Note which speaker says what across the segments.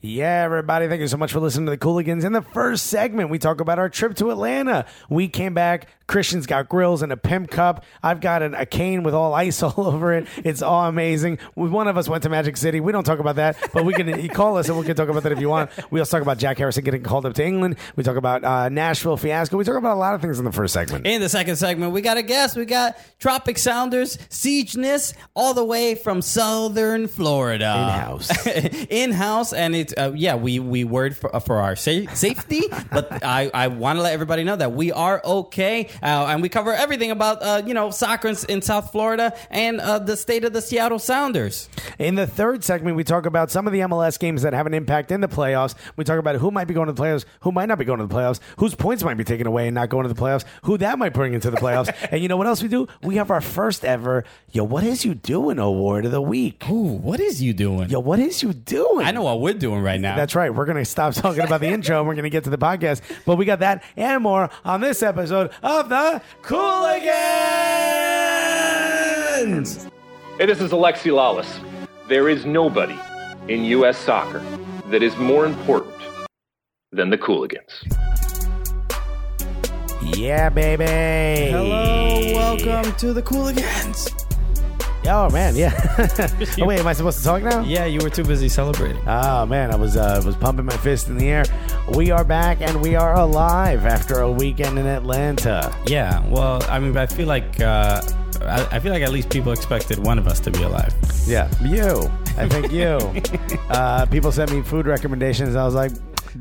Speaker 1: Yeah, everybody, thank you so much for listening to the Cooligans. In the first segment, we talk about our trip to Atlanta. We came back. Christian's got grills and a pimp cup. I've got an, a cane with all ice all over it. It's all amazing. We- One of us went to Magic City. We don't talk about that, but we can you call us and we can talk about that if you want. We also talk about Jack Harrison getting called up to England. We talk about uh, Nashville fiasco. We talk about a lot of things in the first segment.
Speaker 2: In the second segment, we got a guest. We got Tropic Sounders, Siegeness, all the way from Southern Florida.
Speaker 1: house.
Speaker 2: In house. And it's, uh, yeah, we, we word for, uh, for our sa- safety, but I, I want to let everybody know that we are okay. Uh, and we cover everything about, uh, you know, soccer in, in South Florida and uh, the state of the Seattle Sounders.
Speaker 1: In the third segment, we talk about some of the MLS games that have an impact in the playoffs. We talk about who might be going to the playoffs, who might not be going to the playoffs, whose points might be taken away and not going to the playoffs, who that might bring into the playoffs. and you know what else we do? We have our first ever Yo, What Is You Doing award of the week.
Speaker 2: Ooh, what is you doing?
Speaker 1: Yo, What Is You Doing?
Speaker 2: I know what we're doing right now.
Speaker 1: That's right. We're going to stop talking about the intro and we're going to get to the podcast. But we got that and more on this episode of the Cooligans.
Speaker 3: Hey, this is Alexi Lawless. There is nobody in U.S. soccer that is more important than the Cooligans.
Speaker 1: Yeah, baby.
Speaker 2: Hello, welcome to the Cooligans.
Speaker 1: Oh man, yeah. oh, wait, am I supposed to talk now?
Speaker 2: Yeah, you were too busy celebrating.
Speaker 1: Oh man, I was uh, was pumping my fist in the air. We are back and we are alive after a weekend in Atlanta.
Speaker 2: Yeah, well, I mean, I feel like uh, I, I feel like at least people expected one of us to be alive.
Speaker 1: Yeah, you. I think you. uh, people sent me food recommendations. I was like,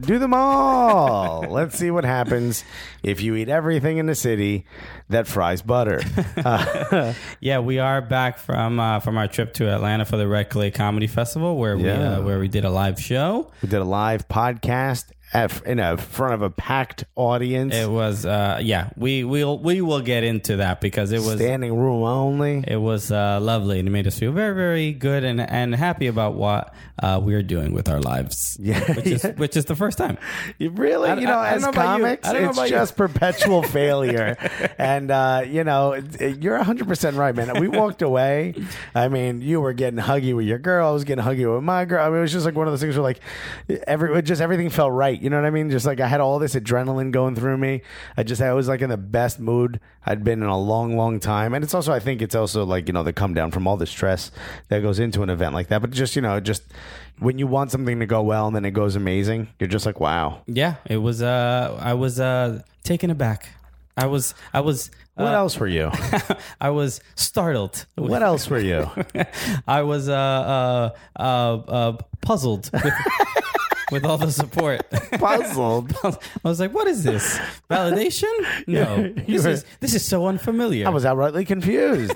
Speaker 1: do them all. Let's see what happens if you eat everything in the city that fries butter. Uh,
Speaker 2: Yeah, we are back from uh, from our trip to Atlanta for the Red Clay Comedy Festival, where
Speaker 1: Yeah.
Speaker 2: we uh, where we did a live show.
Speaker 1: we did a live podcast at, in a front of a packed audience,
Speaker 2: It was uh, yeah, we will we will get into that because it was
Speaker 1: standing room only.
Speaker 2: it was uh, lovely and it made us feel very very good and and happy about what uh, we're doing with our lives.
Speaker 1: Yeah.
Speaker 2: which is which is the first time.
Speaker 1: You really,
Speaker 2: I-
Speaker 1: you know,
Speaker 2: I- I
Speaker 1: as
Speaker 2: don't know about you.
Speaker 1: comics,
Speaker 2: I don't know
Speaker 1: it's
Speaker 2: about you.
Speaker 1: just perpetual failure. And, uh, you know, it- it- you're 100% right, man. We walked away. I mean, you were getting huggy with your girl. I was getting huggy with my girl. I mean, it was just like one of those things where, like, every, just everything felt right. You know what I mean? Just like I had all this adrenaline going through me. I just, I was like in the best mood I'd been in a long, long time. And it's also, I think it's also like, you know, the come down from all the stress that goes into an event like that. But just, you know, just when you want something to go well and then it goes amazing, you're just like, wow.
Speaker 2: Yeah, it was. Uh, I was uh, taken aback. I was. I was.
Speaker 1: What
Speaker 2: uh,
Speaker 1: else were you?
Speaker 2: I was startled.
Speaker 1: What else were you?
Speaker 2: I was uh, uh, uh, uh, puzzled with, with all the support.
Speaker 1: Puzzled.
Speaker 2: I was like, "What is this validation? No,
Speaker 1: You
Speaker 2: this
Speaker 1: were-
Speaker 2: is this is so unfamiliar."
Speaker 1: I was outrightly confused.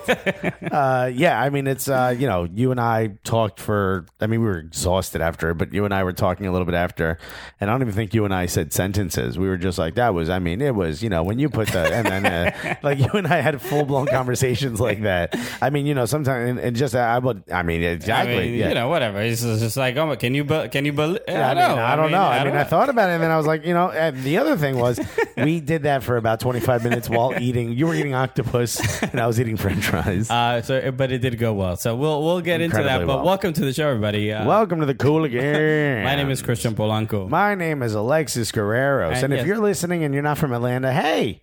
Speaker 1: uh, yeah, I mean, it's uh, you know, you and I talked for. I mean, we were exhausted after, but you and I were talking a little bit after, and I don't even think you and I said sentences. We were just like, that was. I mean, it was. You know, when you put the and then uh, like you and I had full blown conversations like that. I mean, you know, sometimes and, and just I would. I mean,
Speaker 2: I
Speaker 1: exactly.
Speaker 2: mean,
Speaker 1: yeah.
Speaker 2: you know, whatever. It's just it's like, oh, my- can you, be- can you, bel I,
Speaker 1: I,
Speaker 2: don't
Speaker 1: mean,
Speaker 2: know.
Speaker 1: I don't know. I mean, I,
Speaker 2: don't know.
Speaker 1: thought about it, and then I was like, you know. And the other thing was, we did that for about 25 minutes while eating. You were eating octopus, and I was eating French fries.
Speaker 2: Uh, so, but it did go well. So we'll we'll get into that.
Speaker 1: Incredibly
Speaker 2: But
Speaker 1: well.
Speaker 2: welcome to the show, everybody. Uh,
Speaker 1: Welcome to the cool again.
Speaker 2: my name is Christian Polanco.
Speaker 1: My name is Alexis Guerreros, and,
Speaker 2: And
Speaker 1: if
Speaker 2: yes.
Speaker 1: you're listening and you're not from Atlanta, hey,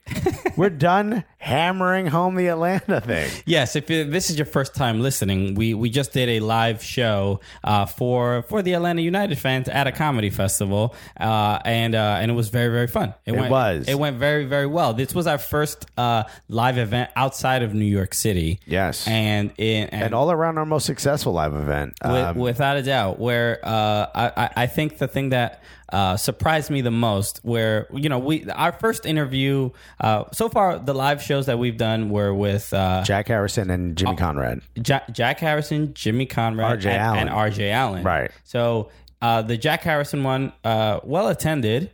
Speaker 1: we're done hammering home the Atlanta thing.
Speaker 2: Yes, if you- this is your first time listening, we, we just did a live show uh, for for the Atlanta United fans at a comedy festival, uh, and uh, and it was very very fun. It,
Speaker 1: was.
Speaker 2: it went very very well. This was our first uh, live event outside of New York City.
Speaker 1: Yes.
Speaker 2: and in, and,
Speaker 1: And all around our most successful live event.
Speaker 2: Wi-
Speaker 1: Um,
Speaker 2: without a doubt. Where uh, I, I- I think the thing that uh, surprised me the most, where you know we our first interview uh, so far, the live shows that we've done were with uh,
Speaker 1: Jack Harrison and Jimmy Conrad.
Speaker 2: Jack, Jack Harrison, Jimmy Conrad,
Speaker 1: R.J.
Speaker 2: and-
Speaker 1: Allen.
Speaker 2: and, RJ Allen.
Speaker 1: Right.
Speaker 2: So uh, the Jack Harrison one, uh, well attended.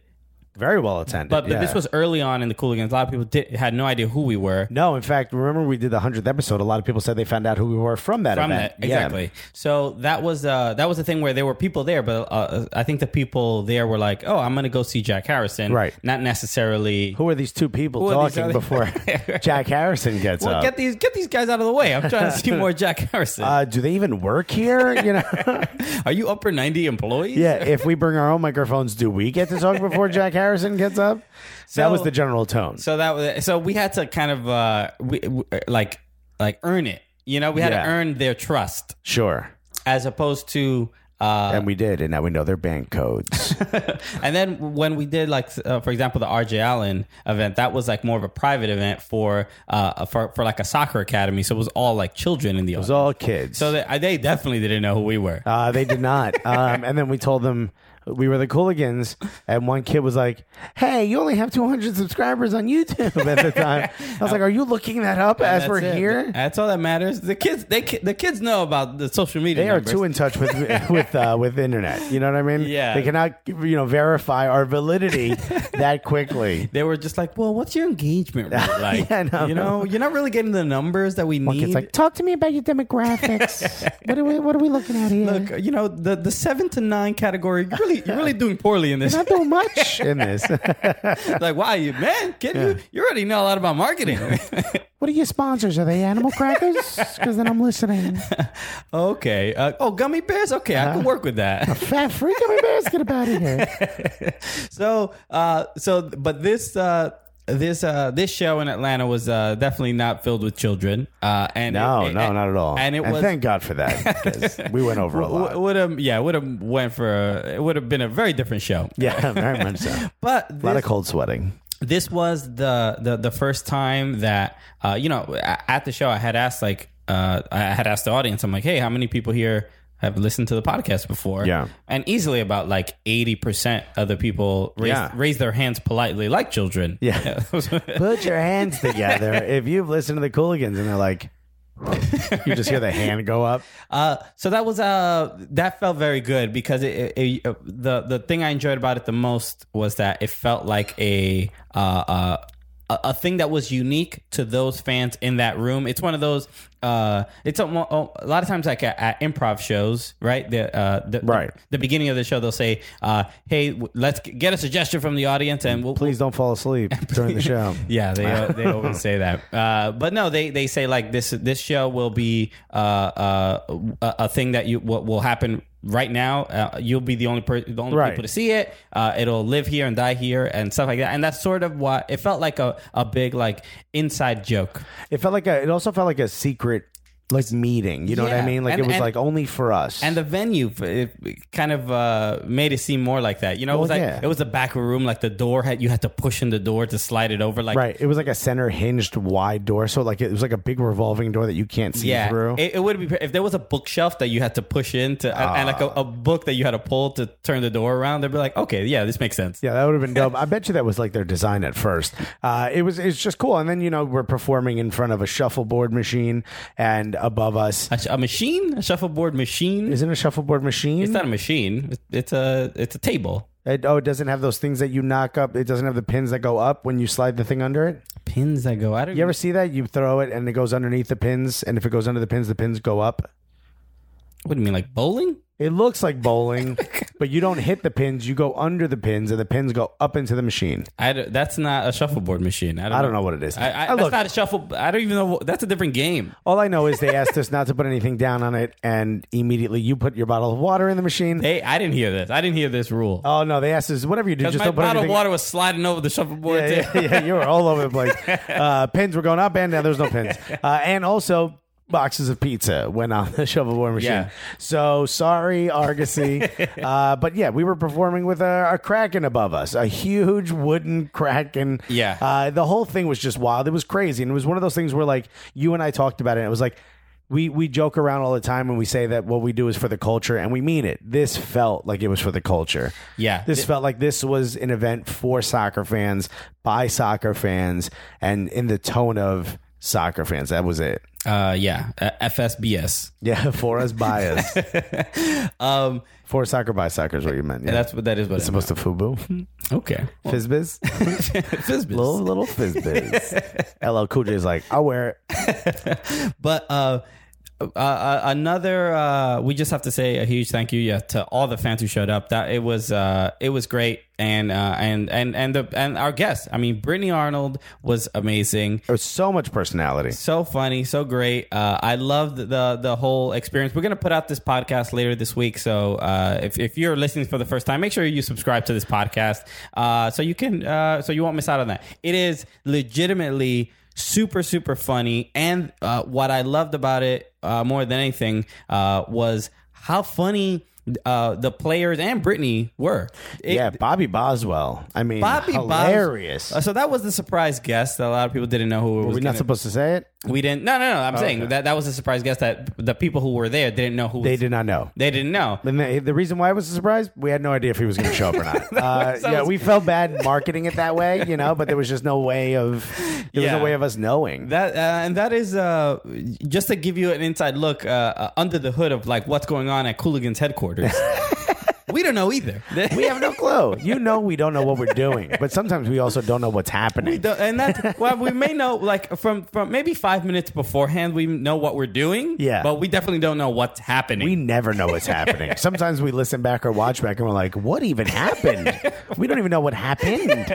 Speaker 1: Very well attended.
Speaker 2: But, but
Speaker 1: yeah.
Speaker 2: this was early on in the Cooligans. A lot of people did, had no idea who we were.
Speaker 1: No, in fact, remember we did the hundredth episode. A lot of people said they found out who we were from that
Speaker 2: from
Speaker 1: event.
Speaker 2: that exactly. So that was uh, that was the thing where there were people there, but uh, I think the people there were like, "Oh, I'm going to go see Jack Harrison,"
Speaker 1: Right.
Speaker 2: Not necessarily.
Speaker 1: Who are these two people
Speaker 2: are these
Speaker 1: talking
Speaker 2: other-
Speaker 1: before Jack Harrison gets
Speaker 2: well,
Speaker 1: up?
Speaker 2: get these get these guys out of the way. I'm trying to see more Jack Harrison.
Speaker 1: uh, do they even work here? You know,
Speaker 2: Are you upper ninety employees?
Speaker 1: yeah. If we bring our own microphones, do we get to talk before Jack Harrison gets up? that
Speaker 2: So-
Speaker 1: was the general tone.
Speaker 2: So that was so we had to kind of uh, we, we- like like earn it. You know, we had
Speaker 1: Yeah.
Speaker 2: to earn their trust
Speaker 1: sure,
Speaker 2: as opposed to. Uh,
Speaker 1: and we did, and now we know their bank codes.
Speaker 2: and then when we did like uh, for example the RJ Allen event, that was like more of a private event for uh for, for like a soccer academy, so it was all like children in the
Speaker 1: It
Speaker 2: audience.
Speaker 1: was all kids.
Speaker 2: so they, they definitely didn't know who we were.
Speaker 1: Uh, they did not. Um, and then we told them we were the Cooligans, and one kid was like, "Hey, you only have 200 subscribers on YouTube at the time." I was like, "Are you looking that up as
Speaker 2: That's
Speaker 1: we're
Speaker 2: it.
Speaker 1: here?"
Speaker 2: That's all that matters. The kids they ki- the kids know about the social media.
Speaker 1: They are
Speaker 2: numbers.
Speaker 1: too in touch with with uh, with internet. You know what I mean?
Speaker 2: Yeah.
Speaker 1: They cannot, you know, verify our validity that quickly.
Speaker 2: they were just like, well, what's your engagement rate like?
Speaker 1: Yeah, I know.
Speaker 2: You know, you're not really getting the numbers that we
Speaker 1: One
Speaker 2: need.
Speaker 1: kid's like, "Talk to me about your demographics. what are we What are we looking at here?
Speaker 2: Look, you know, the, the seven to nine category, you're really, you're really doing poorly in this.
Speaker 1: Not doing much in this.
Speaker 2: like, why, you man, kid, you, you already know a lot about marketing.
Speaker 1: what are your sponsors? Are they animal crackers? Because then I'm listening.
Speaker 2: okay. Uh, oh, gummy bears? Okay,
Speaker 1: Uh-huh.
Speaker 2: I can work with that.
Speaker 1: Fat freak, I'm embarrassed. Get about it here."
Speaker 2: so uh so but this uh this uh this show in Atlanta was uh definitely not filled with children. Uh and
Speaker 1: No,
Speaker 2: it- it-
Speaker 1: no, not at all.
Speaker 2: And it was
Speaker 1: thank God for that because we went over a lot.
Speaker 2: would have yeah, would have went for a, it would have been a very different show.
Speaker 1: yeah, very much so. A
Speaker 2: But
Speaker 1: lot
Speaker 2: this-
Speaker 1: of cold sweating.
Speaker 2: this was the the, the first time that uh, you know a- at the show I had asked like uh, I had asked the audience I'm like hey how many people here have listened to the podcast before
Speaker 1: Yeah.
Speaker 2: and easily about like 80% of the people raised,
Speaker 1: Yeah.
Speaker 2: raised their hands politely like children
Speaker 1: Yeah.
Speaker 2: yeah
Speaker 1: Put your hands together if you've listened to the Cooligans and they're like, you just hear the hand go up.
Speaker 2: Uh, so that was uh that felt very good because it, it, it- the the thing I enjoyed about it the most was that it felt like a uh, uh a, a thing that was unique to those fans in that room. It's one of those. Uh, it's a, mo- a lot of times like at, at improv shows, right? The, uh, the
Speaker 1: Right.
Speaker 2: The beginning of the show, they'll say, uh, "Hey, w- let's g- get a suggestion from the audience, and we'll,
Speaker 1: Please don't fall asleep during the show.
Speaker 2: yeah, they they always say that. Uh, but no, they they say like this this show will be uh, uh, a, a thing that you what will happen right now. Uh, you'll be the only per- the only
Speaker 1: Right.
Speaker 2: people to see it. Uh, it'll live here and die here and stuff like that. And that's sort of what it felt like a a big like inside joke.
Speaker 1: It felt like a. It also felt like a secret like meeting. You know what
Speaker 2: Yeah,
Speaker 1: I mean? Like
Speaker 2: and-
Speaker 1: it was
Speaker 2: and-
Speaker 1: like only for us.
Speaker 2: And the venue f- it kind of uh, made it seem more like that. You know, it was
Speaker 1: Well,
Speaker 2: like
Speaker 1: yeah.
Speaker 2: it was a back room. Like the door had you had to push in the door to slide it over. Like
Speaker 1: right. It was like a center hinged wide door. So like it was like a big revolving door that you can't see
Speaker 2: yeah,
Speaker 1: through.
Speaker 2: It, it would be if there was a bookshelf that you had to push into, and- and like
Speaker 1: Ah.
Speaker 2: a, a book that you had to pull to turn the door around. They'd be like, okay, yeah, this makes sense.
Speaker 1: Yeah, that would have been dope. I bet you that was like their design at first. Uh, it was. It's just cool. And then you know we're performing in front of a shuffleboard machine, and above us
Speaker 2: A, sh- a machine, a shuffleboard machine.
Speaker 1: isn't a shuffleboard machine.
Speaker 2: it's not a machine. It's, it's a it's a table.
Speaker 1: it, oh, it doesn't have those things that you knock up. It doesn't have the pins that go up when you slide the thing under it.
Speaker 2: Pins that go. I don't.
Speaker 1: You ever see that? You throw it and it goes underneath the pins, and if it goes under the pins, the pins go up.
Speaker 2: what do you mean, like bowling?
Speaker 1: It looks like bowling, but you don't hit the pins. You go under the pins, and the pins go up into the machine.
Speaker 2: I don't- that's not a shuffleboard machine. I don't,
Speaker 1: I don't know what it is.
Speaker 2: I, I,
Speaker 1: Uh,
Speaker 2: that's
Speaker 1: look, Oh.
Speaker 2: not a shuffle. I don't even know. what- That's a different game.
Speaker 1: All I know is they asked us not to put anything down on it, and immediately you put your bottle of water in the machine.
Speaker 2: Hey, I didn't hear this. I didn't hear this rule.
Speaker 1: oh no, they asked us whatever you do,
Speaker 2: Because
Speaker 1: just
Speaker 2: my
Speaker 1: don't put
Speaker 2: bottle of
Speaker 1: anything.
Speaker 2: water was sliding over the shuffleboard.
Speaker 1: yeah,
Speaker 2: table.
Speaker 1: yeah, yeah, you were all over the place. Uh, pins were going up and down. There's no pins, uh, and also. Boxes of pizza went on the shovelboard machine.
Speaker 2: Yeah.
Speaker 1: So sorry, Argosy. uh, but yeah, we were performing with a, a kraken above us, a huge wooden kraken.
Speaker 2: Yeah.
Speaker 1: Uh, the whole thing was just wild. It was crazy. And it was one of those things where, like, you and I talked about it. And it was like, we, we joke around all the time and we say that what we do is for the culture and we mean it. This felt like it was for the culture.
Speaker 2: Yeah.
Speaker 1: This felt like this was an event for soccer fans, by soccer fans, and in the tone of soccer fans. That was it.
Speaker 2: Uh, yeah, uh, FSBS.
Speaker 1: Yeah, for us bias.
Speaker 2: Um,
Speaker 1: for soccer by soccer is what you meant. Yeah.
Speaker 2: that's what that is. What
Speaker 1: it's supposed to FUBU.
Speaker 2: to okay. Well,
Speaker 1: Fizbiz.
Speaker 2: Fizbiz.
Speaker 1: little little Fizbiz. LL Cool J's like, I'll wear it.
Speaker 2: But uh, uh, uh, another, uh, we just have to say a huge thank you, yeah, to all the fans who showed up. That it was, uh, it was great, and uh, and and and the and our guests. I mean, Brittany Arnold was amazing,
Speaker 1: There was so much personality.
Speaker 2: so funny, so great. Uh, I loved the the whole experience. We're gonna put out this podcast later this week, so uh, if if you're listening for the first time, make sure you subscribe to this podcast, uh, so you can uh, so you won't miss out on that. It is legitimately super super funny, and uh, what I loved about it uh, more than anything uh, was how funny. Uh, the players and Brittany were. It-
Speaker 1: yeah, Bobby Boswell. I mean,
Speaker 2: Bobby Bos-
Speaker 1: hilarious.
Speaker 2: Uh, so that was the surprise guest that a lot of people didn't know who it was.
Speaker 1: We're
Speaker 2: gonna-
Speaker 1: not supposed to say it.
Speaker 2: we didn't. No, no, no. I'm saying that that was a surprise guest that the people who were there didn't know who
Speaker 1: They
Speaker 2: was-
Speaker 1: did not know.
Speaker 2: They didn't know.
Speaker 1: And the, the reason why it was a surprise, we had no idea if he was going to show up or not. Uh, yeah,
Speaker 2: was-
Speaker 1: we felt bad marketing it that way, you know, but there was just no way of there was
Speaker 2: Yeah.
Speaker 1: no way of us knowing.
Speaker 2: That uh, and that is uh, just to give you an inside look uh, uh, under the hood of like what's going on at Cooligan's headquarters. we don't know either.
Speaker 1: we have no clue. You know, we don't know what we're doing, but sometimes we also don't know what's happening.
Speaker 2: The- and that's well, we may know like from from maybe five minutes beforehand. We know what we're doing.
Speaker 1: Yeah.
Speaker 2: but we definitely don't know what's happening.
Speaker 1: We never know what's happening. Sometimes we listen back or watch back and we're like, what even happened? We don't even know what happened.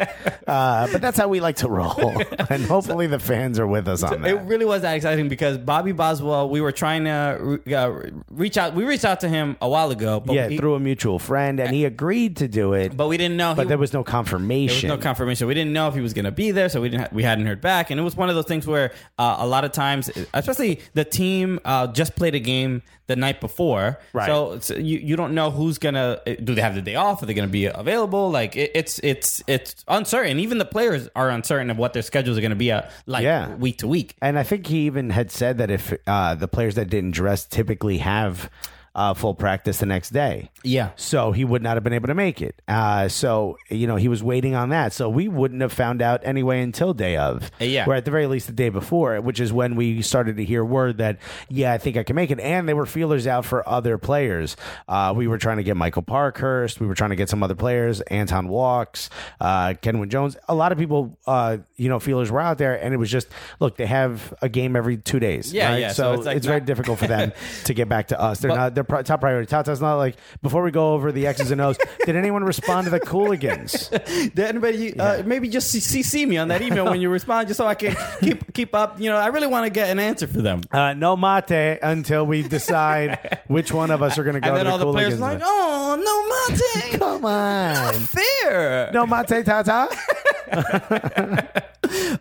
Speaker 1: Uh, but that's how we like to roll. And hopefully the fans are with us on
Speaker 2: It
Speaker 1: that.
Speaker 2: really was that exciting because Bobby Boswell. We were trying to re- uh, reach out. We reached out to him a while ago, but
Speaker 1: Yeah,
Speaker 2: he-
Speaker 1: through a mutual friend, and he agreed to do it,
Speaker 2: but we didn't know.
Speaker 1: but
Speaker 2: he-
Speaker 1: there was no
Speaker 2: there was
Speaker 1: confirmation.
Speaker 2: no confirmation. We didn't know if he was going to be there, so we didn't. Ha- we hadn't heard back, and it was one of those things where uh, a lot of times, especially the team uh, just played a game the night before,
Speaker 1: Right.
Speaker 2: so, it's you, you don't know who's gonna uh, do they have the day off? Are they gonna be available? Like it, it's it's it's uncertain. Even the players are uncertain of what their schedules are gonna be at, like
Speaker 1: Yeah.
Speaker 2: week to week.
Speaker 1: And I think he even had said that if uh, the players that didn't dress typically have uh, full practice the next day.
Speaker 2: Yeah.
Speaker 1: So he would not have been able to make it. Uh, so, you know, he was waiting on that. So we wouldn't have found out anyway until day of.
Speaker 2: Uh, Yeah.
Speaker 1: Or at the very least the day before, which is when we started to hear word that, yeah, I think I can make it. And they were feelers out for other players. Uh, we were trying to get Michael Parkhurst. We were trying to get some other players, Anton Walks, uh, Kenwin Jones. A lot of people, uh, you know, feelers were out there. And it was just, look, they have a game every two days.
Speaker 2: Yeah,
Speaker 1: right?
Speaker 2: yeah. So
Speaker 1: So,
Speaker 2: it's
Speaker 1: it's,
Speaker 2: like
Speaker 1: very
Speaker 2: not-
Speaker 1: difficult for them to get back to us. They're
Speaker 2: But-
Speaker 1: not their pro- top priority. Tata's not like before we go over the X's and O's. did anyone respond to the Cooligans?
Speaker 2: Did anybody uh, maybe just CC me on that email when you respond, just so I can keep keep up? You know, I really want to get an answer for them.
Speaker 1: Uh, no mate until we decide which one of us are going to go
Speaker 2: and
Speaker 1: to
Speaker 2: then
Speaker 1: the
Speaker 2: all the players
Speaker 1: Cooligans.
Speaker 2: are like, "Oh no, Mate,
Speaker 1: Come on,
Speaker 2: fair."
Speaker 1: no mate, Tata.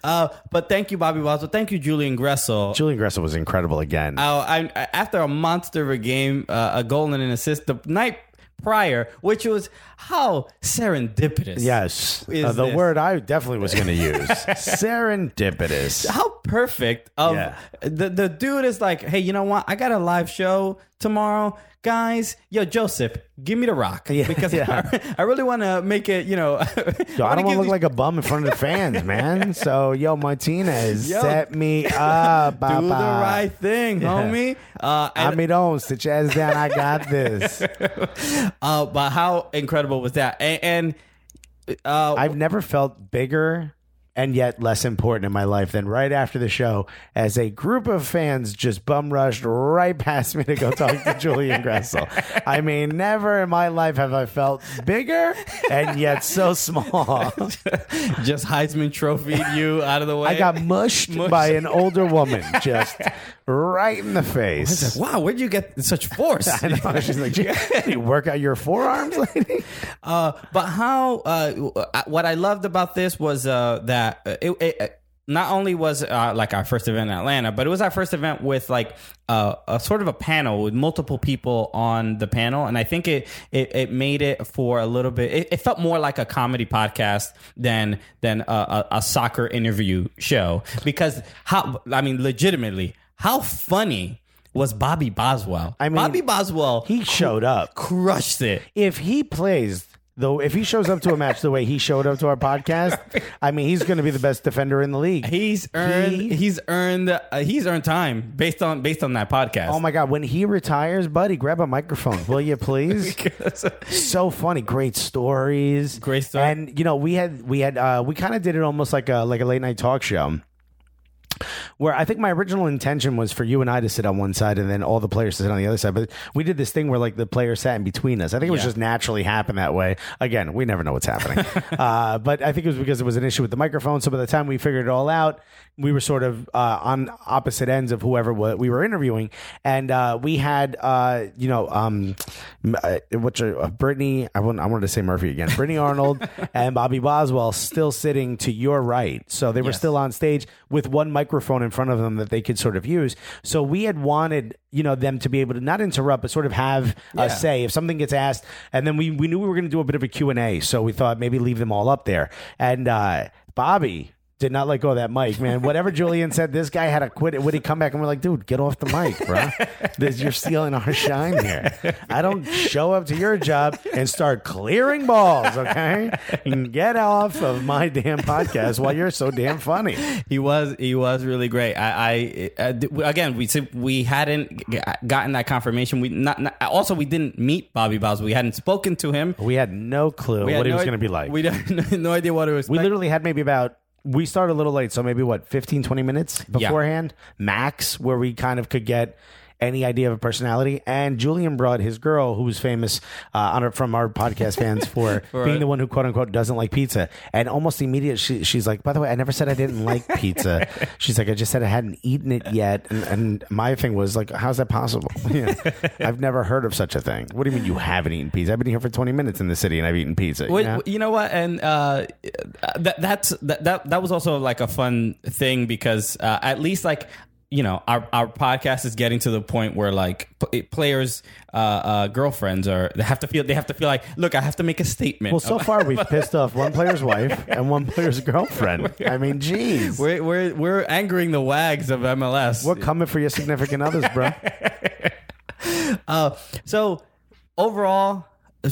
Speaker 2: Uh, but thank you, Bobby Boswell. Thank you, Julian Gressel.
Speaker 1: Julian Gressel was incredible again.
Speaker 2: Uh, I, I- after a monster of a game, uh, a goal and an assist the night prior, which was how serendipitous.
Speaker 1: yes,
Speaker 2: is
Speaker 1: Uh, the
Speaker 2: this-
Speaker 1: word I definitely was going to use serendipitous.
Speaker 2: How perfect of
Speaker 1: Yeah.
Speaker 2: the the dude is like, hey, you know what? I got a live show tomorrow, guys. Yo, Joseph, give me the rock
Speaker 1: Yeah,
Speaker 2: because
Speaker 1: yeah.
Speaker 2: I, I really want to make it. You know,
Speaker 1: Yo,
Speaker 2: I,
Speaker 1: I
Speaker 2: wanna
Speaker 1: don't want
Speaker 2: give
Speaker 1: to look
Speaker 2: these-
Speaker 1: like a bum in front of the fans, man. So, yo, Martinez,
Speaker 2: Yo.
Speaker 1: set me up.
Speaker 2: do the
Speaker 1: Papa.
Speaker 2: right thing, homie. Uh,
Speaker 1: I
Speaker 2: and-
Speaker 1: mean, don't sit your ass down. I got this.
Speaker 2: uh, but how incredible was that? And, and uh,
Speaker 1: I've never felt bigger and yet less important in my life than right after the show as a group of fans just bum rushed right past me to go talk to Julian Gressel. I mean, never in my life have I felt bigger and yet so small.
Speaker 2: just Heisman Trophy you out of the way.
Speaker 1: I got mushed,
Speaker 2: Mushed.
Speaker 1: by an older woman just right in the face.
Speaker 2: wow. Where'd you get such force?
Speaker 1: I know. She's like, "Do you work out your forearms, lady?"
Speaker 2: uh, but how? Uh, what I loved about this was uh, that it. it not only was uh, like our first event in Atlanta, but it was our first event with like uh, a sort of a panel with multiple people on the panel, and I think it it, it made it for a little bit. It, it felt more like a comedy podcast than than a, a, a soccer interview show because how I mean, legitimately, how funny was Bobby Boswell?
Speaker 1: I mean,
Speaker 2: Bobby Boswell
Speaker 1: He showed up.
Speaker 2: crushed it.
Speaker 1: if he plays though, if he shows up to a match the way he showed up to our podcast, I mean, he's going to be the best defender in the league.
Speaker 2: He's earned.
Speaker 1: He-
Speaker 2: he's earned. Uh, he's earned time based on based on that podcast.
Speaker 1: Oh my God! When he retires, buddy, grab a microphone, will you, please? so funny, great stories,
Speaker 2: Great story.
Speaker 1: And you know, we had we had uh, we kind of did it almost like a like a late night talk show, where I think my original intention was for you and I to sit on one side and then all the players to sit on the other side. But we did this thing where like the players sat in between us. I think it was
Speaker 2: Yeah.
Speaker 1: just naturally happened that way. Again, we never know what's happening, uh, but I think it was because it was an issue with the microphone. So by the time we figured it all out, we were sort of uh, on opposite ends of whoever wa- we were interviewing, and uh, we had uh, you know um, m- uh, what's her, uh, Brittany. I want I wanted to say Murphy again. Brittany Arnold and Bobby Boswell still sitting to your right, so they were
Speaker 2: Yes.
Speaker 1: still on stage with one microphone in front of them that they could sort of use. So we had wanted you know them to be able to not interrupt, but sort of have a say if something gets asked. And then we we knew we were going to do a bit of a Q and A, so we thought maybe leave them all up there. And uh, Bobby. Did not let go of that mic, man. Whatever Julian said, this guy had to quit it. Would he come back and we're like, dude, get off the mic, bro. This, you're stealing our shine here. I don't show up to your job and start clearing balls, okay? And get off of my damn podcast while you're so damn funny.
Speaker 2: He was he was really great. I, I uh, d- again we said we hadn't g- gotten that confirmation. We not, not also we didn't meet Bobby Bowles. We hadn't spoken to him.
Speaker 1: We had no clue
Speaker 2: We had
Speaker 1: what he
Speaker 2: no
Speaker 1: was
Speaker 2: i-
Speaker 1: going to be like.
Speaker 2: We
Speaker 1: We,
Speaker 2: had no idea what it was. We
Speaker 1: literally had maybe about, we started a little late, so maybe what, 15, 20 minutes
Speaker 2: Yeah.
Speaker 1: beforehand, max, where we kind of could get any idea of a personality. And Julian brought his girl, who was famous uh, on our, from our podcast fans for, being the one who, quote unquote, doesn't like pizza. And almost immediately, she, she's like, by the way, I never said I didn't like pizza. she's like, I just said I hadn't eaten it yet. And, and my thing was like, how's that possible? Yeah. I've never heard of such a thing. What do you mean you haven't eaten pizza? I've been here for 20 minutes in the city and I've eaten pizza. you
Speaker 2: Wait,
Speaker 1: know?
Speaker 2: You know what? And uh, that that's that, that that was also like a fun thing because uh, at least like you know our our podcast is getting to the point where like p- players uh, uh, girlfriends are they have to feel they have to feel like look I have to make a statement.
Speaker 1: Well, so far we've pissed off one player's wife and one player's girlfriend. I mean, jeez.
Speaker 2: we're, we're we're angering the wags of MLS.
Speaker 1: We're coming for your significant others, bro.
Speaker 2: Uh, so overall,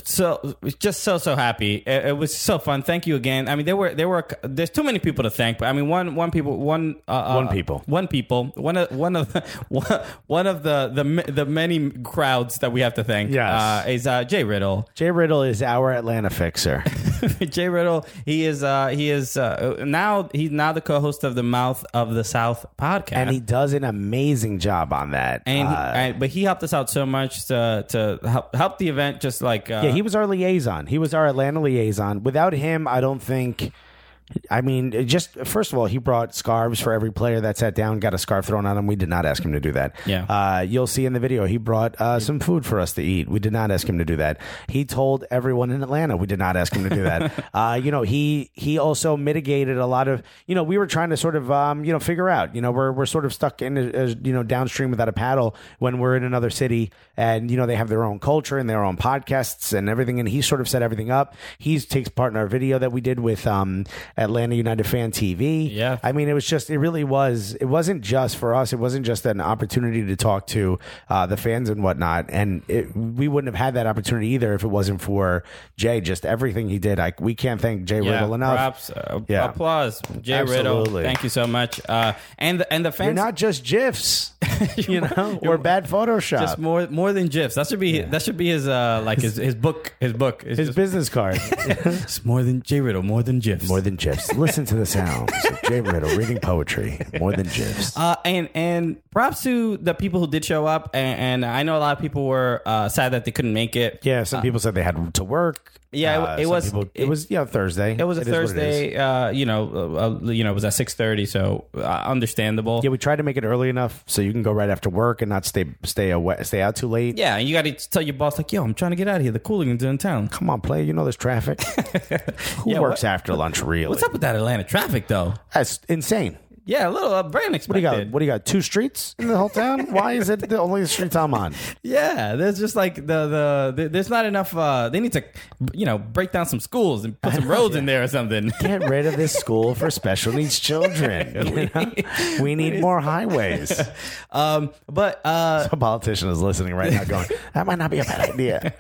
Speaker 2: so just so so happy. It, it was so fun. Thank you again. I mean, there were there were there's too many people to thank, but I mean one one people one uh,
Speaker 1: One
Speaker 2: uh,
Speaker 1: people.
Speaker 2: one people one of one of the, one, one of the the ma- the many crowds that we have to thank.
Speaker 1: Yes.
Speaker 2: uh, is uh, Jay Riddle.
Speaker 1: Jay Riddle is our Atlanta fixer.
Speaker 2: Jay Riddle. He is uh, he is uh, now he's now the co-host of the Mouth of the South podcast.
Speaker 1: And he does an amazing job on that.
Speaker 2: And, he-
Speaker 1: Uh,
Speaker 2: and- but he helped us out so much to to help help the event just like uh,
Speaker 1: yeah, he was our liaison. He was our Atlanta liaison. Without him, I don't think. I mean, it just first of all, he brought scarves for every player that sat down, got a scarf thrown on him. We did not ask him to do that.
Speaker 2: Yeah.
Speaker 1: Uh, you'll see in the video, he brought uh, some food for us to eat. We did not ask him to do that. He told everyone in Atlanta we did not ask him to do that. uh, you know, he he also mitigated a lot of. You know, we were trying to sort of um, you know figure out. You know, we're we're sort of stuck in a, a, you know downstream without a paddle when we're in another city, and you know they have their own culture and their own podcasts and everything. And he sort of set everything up. He takes part in our video that we did with um, Atlanta United Fan TV.
Speaker 2: Yeah.
Speaker 1: I mean, it was just, it really was, it wasn't just for us. It wasn't just an opportunity to talk to uh, the fans and whatnot. And it, we wouldn't have had that opportunity either if it wasn't for Jay, just everything he did. I, we can't thank Jay Riddle enough.
Speaker 2: Props, uh,
Speaker 1: Yeah.
Speaker 2: applause, Jay Riddle.
Speaker 1: Absolutely.
Speaker 2: Thank you so much. Uh, and the, and the
Speaker 1: You're
Speaker 2: fans
Speaker 1: not just GIFs, you know, uh, or bad Photoshop.
Speaker 2: just more more than gifs. That should be that should be his uh like his, his book his book. It's
Speaker 1: his
Speaker 2: just-
Speaker 1: business card.
Speaker 2: it's more than Jay Riddle, more than gifs.
Speaker 1: More than GIFs. Listen to the sounds of Jay Riddle reading poetry. More than GIFs.
Speaker 2: uh, and and props to the people who did show up. And, and I know a lot of people were uh, sad that they couldn't make it.
Speaker 1: yeah, some people said they had to work.
Speaker 2: uh,
Speaker 1: Uh,
Speaker 2: Yeah, it- it
Speaker 1: some
Speaker 2: was-
Speaker 1: it was yeah Thursday.
Speaker 2: It was a
Speaker 1: is what it is.
Speaker 2: Thursday. uh, you know, uh, uh, you know, it was at six thirty, so uh, understandable.
Speaker 1: Yeah, we tried to make it early enough so you can go right after work and not stay stay away, stay out too late.
Speaker 2: Yeah, and you got to tell your boss like, "Yo, I'm trying to get out of here. The cooling is in town."
Speaker 1: Come on, play. You know there's traffic. Who
Speaker 2: Yeah,
Speaker 1: works
Speaker 2: what-
Speaker 1: after lunch, really?
Speaker 2: What's up with that Atlanta traffic, though?
Speaker 1: That's insane.
Speaker 2: Yeah, a little uh, very
Speaker 1: What do
Speaker 2: unexpected.
Speaker 1: you got? What do you got? Two streets in the whole town? Why is it the only streets I'm on?
Speaker 2: Yeah, there's just like the, the the there's not enough. uh They need to, you know, break down some schools and put some roads in there or something.
Speaker 1: Get rid of this school for special needs children. you know? We need more highways.
Speaker 2: Um, but uh,
Speaker 1: A politician is listening right now, going, "That might not be a bad idea."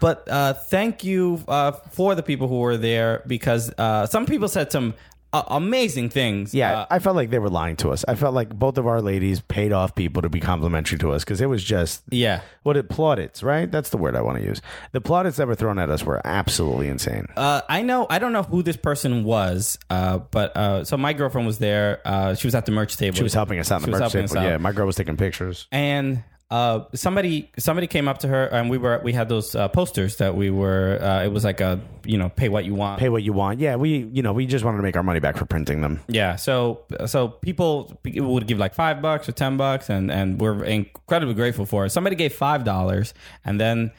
Speaker 2: but uh, thank you uh, for the people who were there because uh, some people said some uh, amazing things.
Speaker 1: Yeah,
Speaker 2: Uh,
Speaker 1: I felt like they were lying to us. I felt like both of our ladies paid off people to be complimentary to us because it was just
Speaker 2: yeah.
Speaker 1: what it plaudits, right? That's the word I want to use. The plaudits that were thrown at us were absolutely insane.
Speaker 2: Uh, I know. I don't know who this person was, uh, but uh, so my girlfriend was there. Uh, she was at the merch table.
Speaker 1: she was helping us out in
Speaker 2: she
Speaker 1: the
Speaker 2: was
Speaker 1: merch
Speaker 2: helping us
Speaker 1: table.
Speaker 2: out.
Speaker 1: Yeah, my girl was taking pictures.
Speaker 2: and uh, somebody somebody came up to her, and we were we had those uh, posters that we were. Uh, it was like a you know pay what you want.
Speaker 1: Pay what you want. Yeah, we you know we just wanted to make our money back for printing them.
Speaker 2: Yeah, so so people would give like five bucks or ten bucks, and and we're incredibly grateful for it. Somebody gave five dollars, and then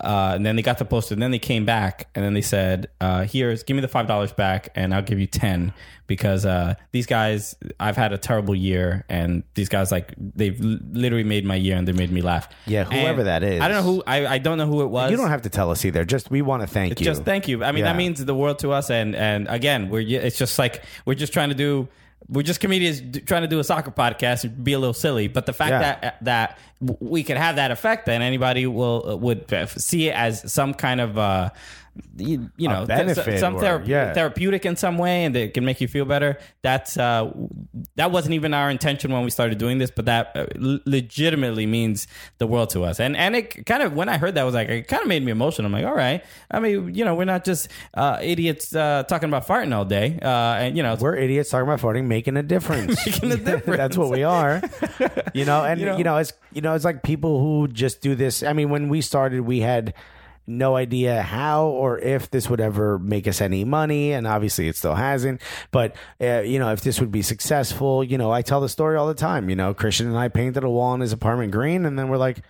Speaker 2: uh, and then they got the poster, and then they came back, and then they said, uh, "Here's give me the five dollars back, and I'll give you ten because uh, these guys, I've had a terrible year, and these guys like they've l- literally made my year, and they made me laugh."
Speaker 1: Yeah, whoever
Speaker 2: And
Speaker 1: that is.
Speaker 2: I don't know who I, I don't know who it was.
Speaker 1: You don't have to tell us either. Just we want to thank you.
Speaker 2: Just thank you. I mean,
Speaker 1: Yeah.
Speaker 2: that means the world to us. And and again, we're it's just like we're just trying to do. We're just comedians d- trying to do a soccer podcast and be a little silly, but the fact
Speaker 1: Yeah.
Speaker 2: that that w- we can have that effect, then anybody will would uh, see it as some kind of uh, you, you know th-
Speaker 1: benefit
Speaker 2: some
Speaker 1: or-
Speaker 2: thera-
Speaker 1: yeah.
Speaker 2: therapeutic in some way, and it can make you feel better. That's uh, that wasn't even our intention when we started doing this, but that uh, l- legitimately means the world to us. And and it kind of when I heard that I was like it kind of made me emotional. I'm like, all right. I mean, you know, we're not just uh, idiots uh, talking about farting all day, uh, and you know,
Speaker 1: We're idiots talking about farting, making a difference.
Speaker 2: Making a difference.
Speaker 1: That's what we are. You know, and you know,
Speaker 2: know?
Speaker 1: it's you know, it's like people who just do this. I mean, when we started, we had no idea how or if this would ever make us any money, and obviously it still hasn't. But uh, you know, if this would be successful, you know, I tell the story all the time. You know, Christian and I painted a wall in his apartment green, and then we're like.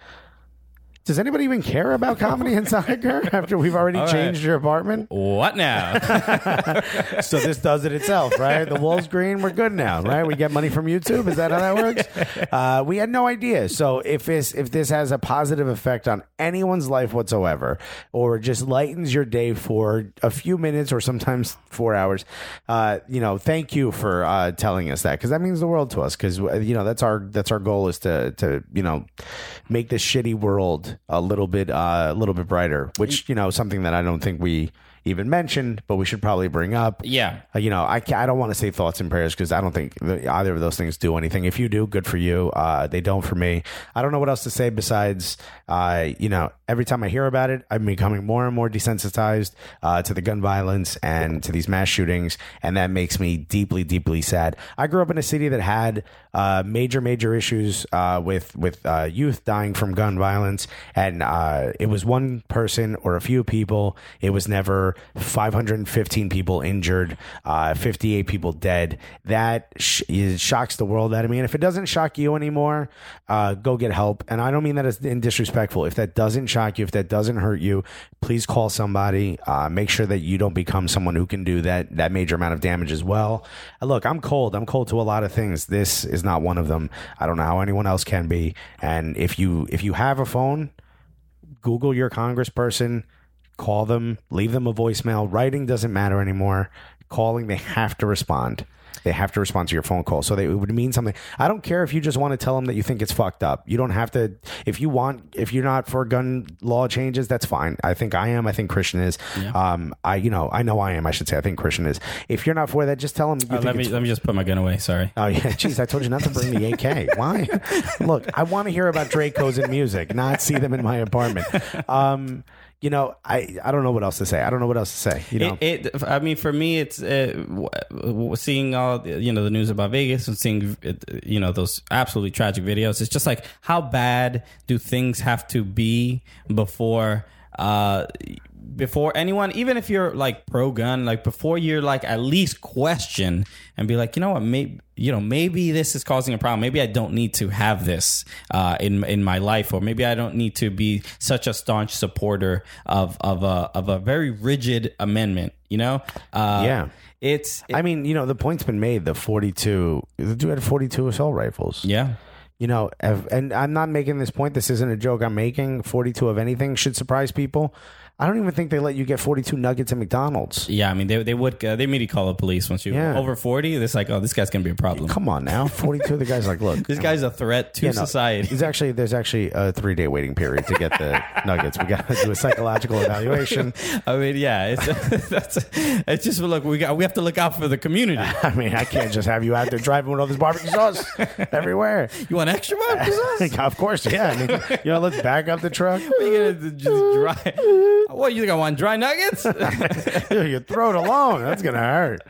Speaker 1: Does anybody even care about comedy and soccer after we've already
Speaker 2: right.
Speaker 1: changed your apartment?
Speaker 2: what now?
Speaker 1: So this does it itself, right? The wall's green. We're good now, right? We get money from YouTube. Is that how that works? Uh, we had no idea. So if this if this has a positive effect on anyone's life whatsoever, or just lightens your day for a few minutes or sometimes four hours, uh, you know, thank you for uh, telling us that because that means the world to us. Because you know that's our that's our goal is to to you know make this shitty world a little bit uh, a little bit brighter, which you know something that I don't think we even mentioned, but we should probably bring up.
Speaker 2: yeah.
Speaker 1: Uh, you know, I, ca- I don't want to say thoughts and prayers because I don't think the, either of those things do anything. If you do, good for you. Uh, they don't for me. I don't know what else to say besides, uh, you know, every time I hear about it, I'm becoming more and more desensitized uh, to the gun violence and to these mass shootings. And that makes me deeply, deeply sad. I grew up in a city that had uh, major, major issues uh, with, with uh, youth dying from gun violence. And uh, it was one person or a few people. It was never 515 people injured, uh, 58 people dead. That sh- is, shocks the world out of me. And if it doesn't shock you anymore, uh, go get help. And I don't mean that as in disrespectful. If that doesn't shock you, if that doesn't hurt you, please call somebody. Uh, make sure that you don't become someone who can do that that major amount of damage as well. Uh, look, I'm cold. I'm cold to a lot of things. This is not one of them. I don't know how anyone else can be. And if you if you have a phone. Google your congressperson, call them, leave them a voicemail. Writing doesn't matter anymore. Calling, they have to respond. They have to respond to your phone call. So they, it would mean something. I don't care if you just want to tell them that you think it's fucked up. You don't have to, if you want, if you're not for gun law changes, that's fine. I think I am. I think Christian is. Um, I, you know, I know I am. I should say, I think Christian is. If you're not for that, just tell them you think
Speaker 2: Uh, Let
Speaker 1: it's
Speaker 2: me let me just put my gun away. Sorry.
Speaker 1: Oh yeah, jeez! I told you not to bring the AK. Why? Look, I want to hear about Dracos and music, not see them in my apartment. Um, you know, I I don't know what else to say. I don't know what else to say. You know,
Speaker 2: It, it, I mean, for me, it's uh, w- w- seeing all the- you know the news about Vegas and seeing uh, you know those absolutely tragic videos. It's just like how bad do things have to be before uh, before anyone, even if you're like pro gun, like before you're like at least question and be like, you know what, maybe you know maybe this is causing a problem. Maybe I don't need to have this uh, in in my life, or maybe I don't need to be such a staunch supporter of of a of a very rigid amendment. You know, uh,
Speaker 1: Yeah.
Speaker 2: it's
Speaker 1: I mean, you know, the point's been made. The 42, the dude had 42 assault rifles.
Speaker 2: yeah.
Speaker 1: You know, ev- and I'm not making this point. This isn't a joke I'm making. 42 of anything should surprise people. I don't even think they let you get 42 nuggets at McDonald's.
Speaker 2: Yeah, I mean they they would uh, they immediately call the police once you
Speaker 1: Yeah.
Speaker 2: over forty. It's like oh this guy's gonna be a problem.
Speaker 1: Come on now. 42, the guy's like, look.
Speaker 2: This guy's a threat to
Speaker 1: you know,
Speaker 2: society.
Speaker 1: There's actually there's actually a three day waiting period to get the nuggets. We got to do a psychological evaluation.
Speaker 2: I mean, yeah, it's that's it's just look we got we have to look out for the community.
Speaker 1: I mean, I can't just have you out there driving with all this barbecue sauce everywhere.
Speaker 2: You want extra barbecue sauce?
Speaker 1: of course, yeah. I mean, you know, let's back up the truck.
Speaker 2: What, you gonna d- just dry? What you think I want dry nuggets?
Speaker 1: Your throat alone, that's gonna hurt.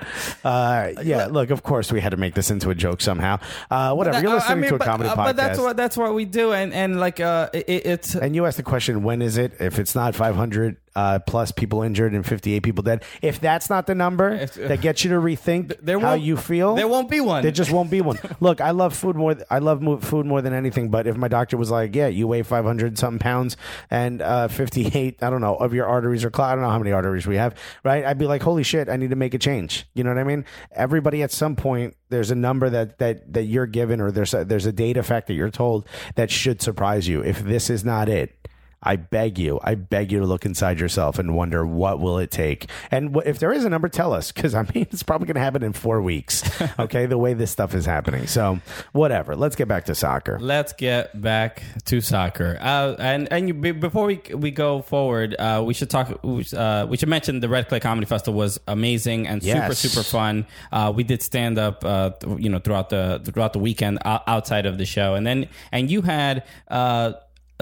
Speaker 1: Uh, yeah, look, of course, we had to make this into a joke somehow. Uh, whatever, you're
Speaker 2: I- I
Speaker 1: listening
Speaker 2: mean,
Speaker 1: to a
Speaker 2: but-
Speaker 1: comedy
Speaker 2: uh,
Speaker 1: podcast.
Speaker 2: but that's what that's what we do, and and like uh, it, it's
Speaker 1: and you asked the question, when is it? If it's not 500 uh, plus people injured and 58 people dead, if that's not the number
Speaker 2: uh,
Speaker 1: that gets you to rethink
Speaker 2: there
Speaker 1: how
Speaker 2: won't-
Speaker 1: you feel,
Speaker 2: there won't be one.
Speaker 1: There just won't be one. Look, I love food more. th- I love mo- food more than anything. But if my doctor was like, "Yeah, you weigh 500 something pounds and uh, 58, I don't know, of your arteries or clot, I don't know how many arteries we have, right?" I'd be like, "Holy shit, I need to make a change." You know what I mean? Everybody at some point, there's a number that that that you're given, or there's a, there's a data fact that you're told that should surprise you. If this is not it, I beg you, I beg you to look inside yourself and wonder what will it take. And wh- if there is a number, tell us because I mean it's probably going to happen in four weeks. Okay, the way this stuff is happening. So whatever. Let's get back to soccer.
Speaker 2: Let's get back to soccer. Uh, and and you, be, before we we go forward, uh, we should talk. Uh, we should mention the Red Clay Comedy Festival was amazing and
Speaker 1: Yes.
Speaker 2: super super fun. Uh, we did stand up, uh, th- you know, throughout the throughout the weekend o- outside of the show, and then and you had. Uh,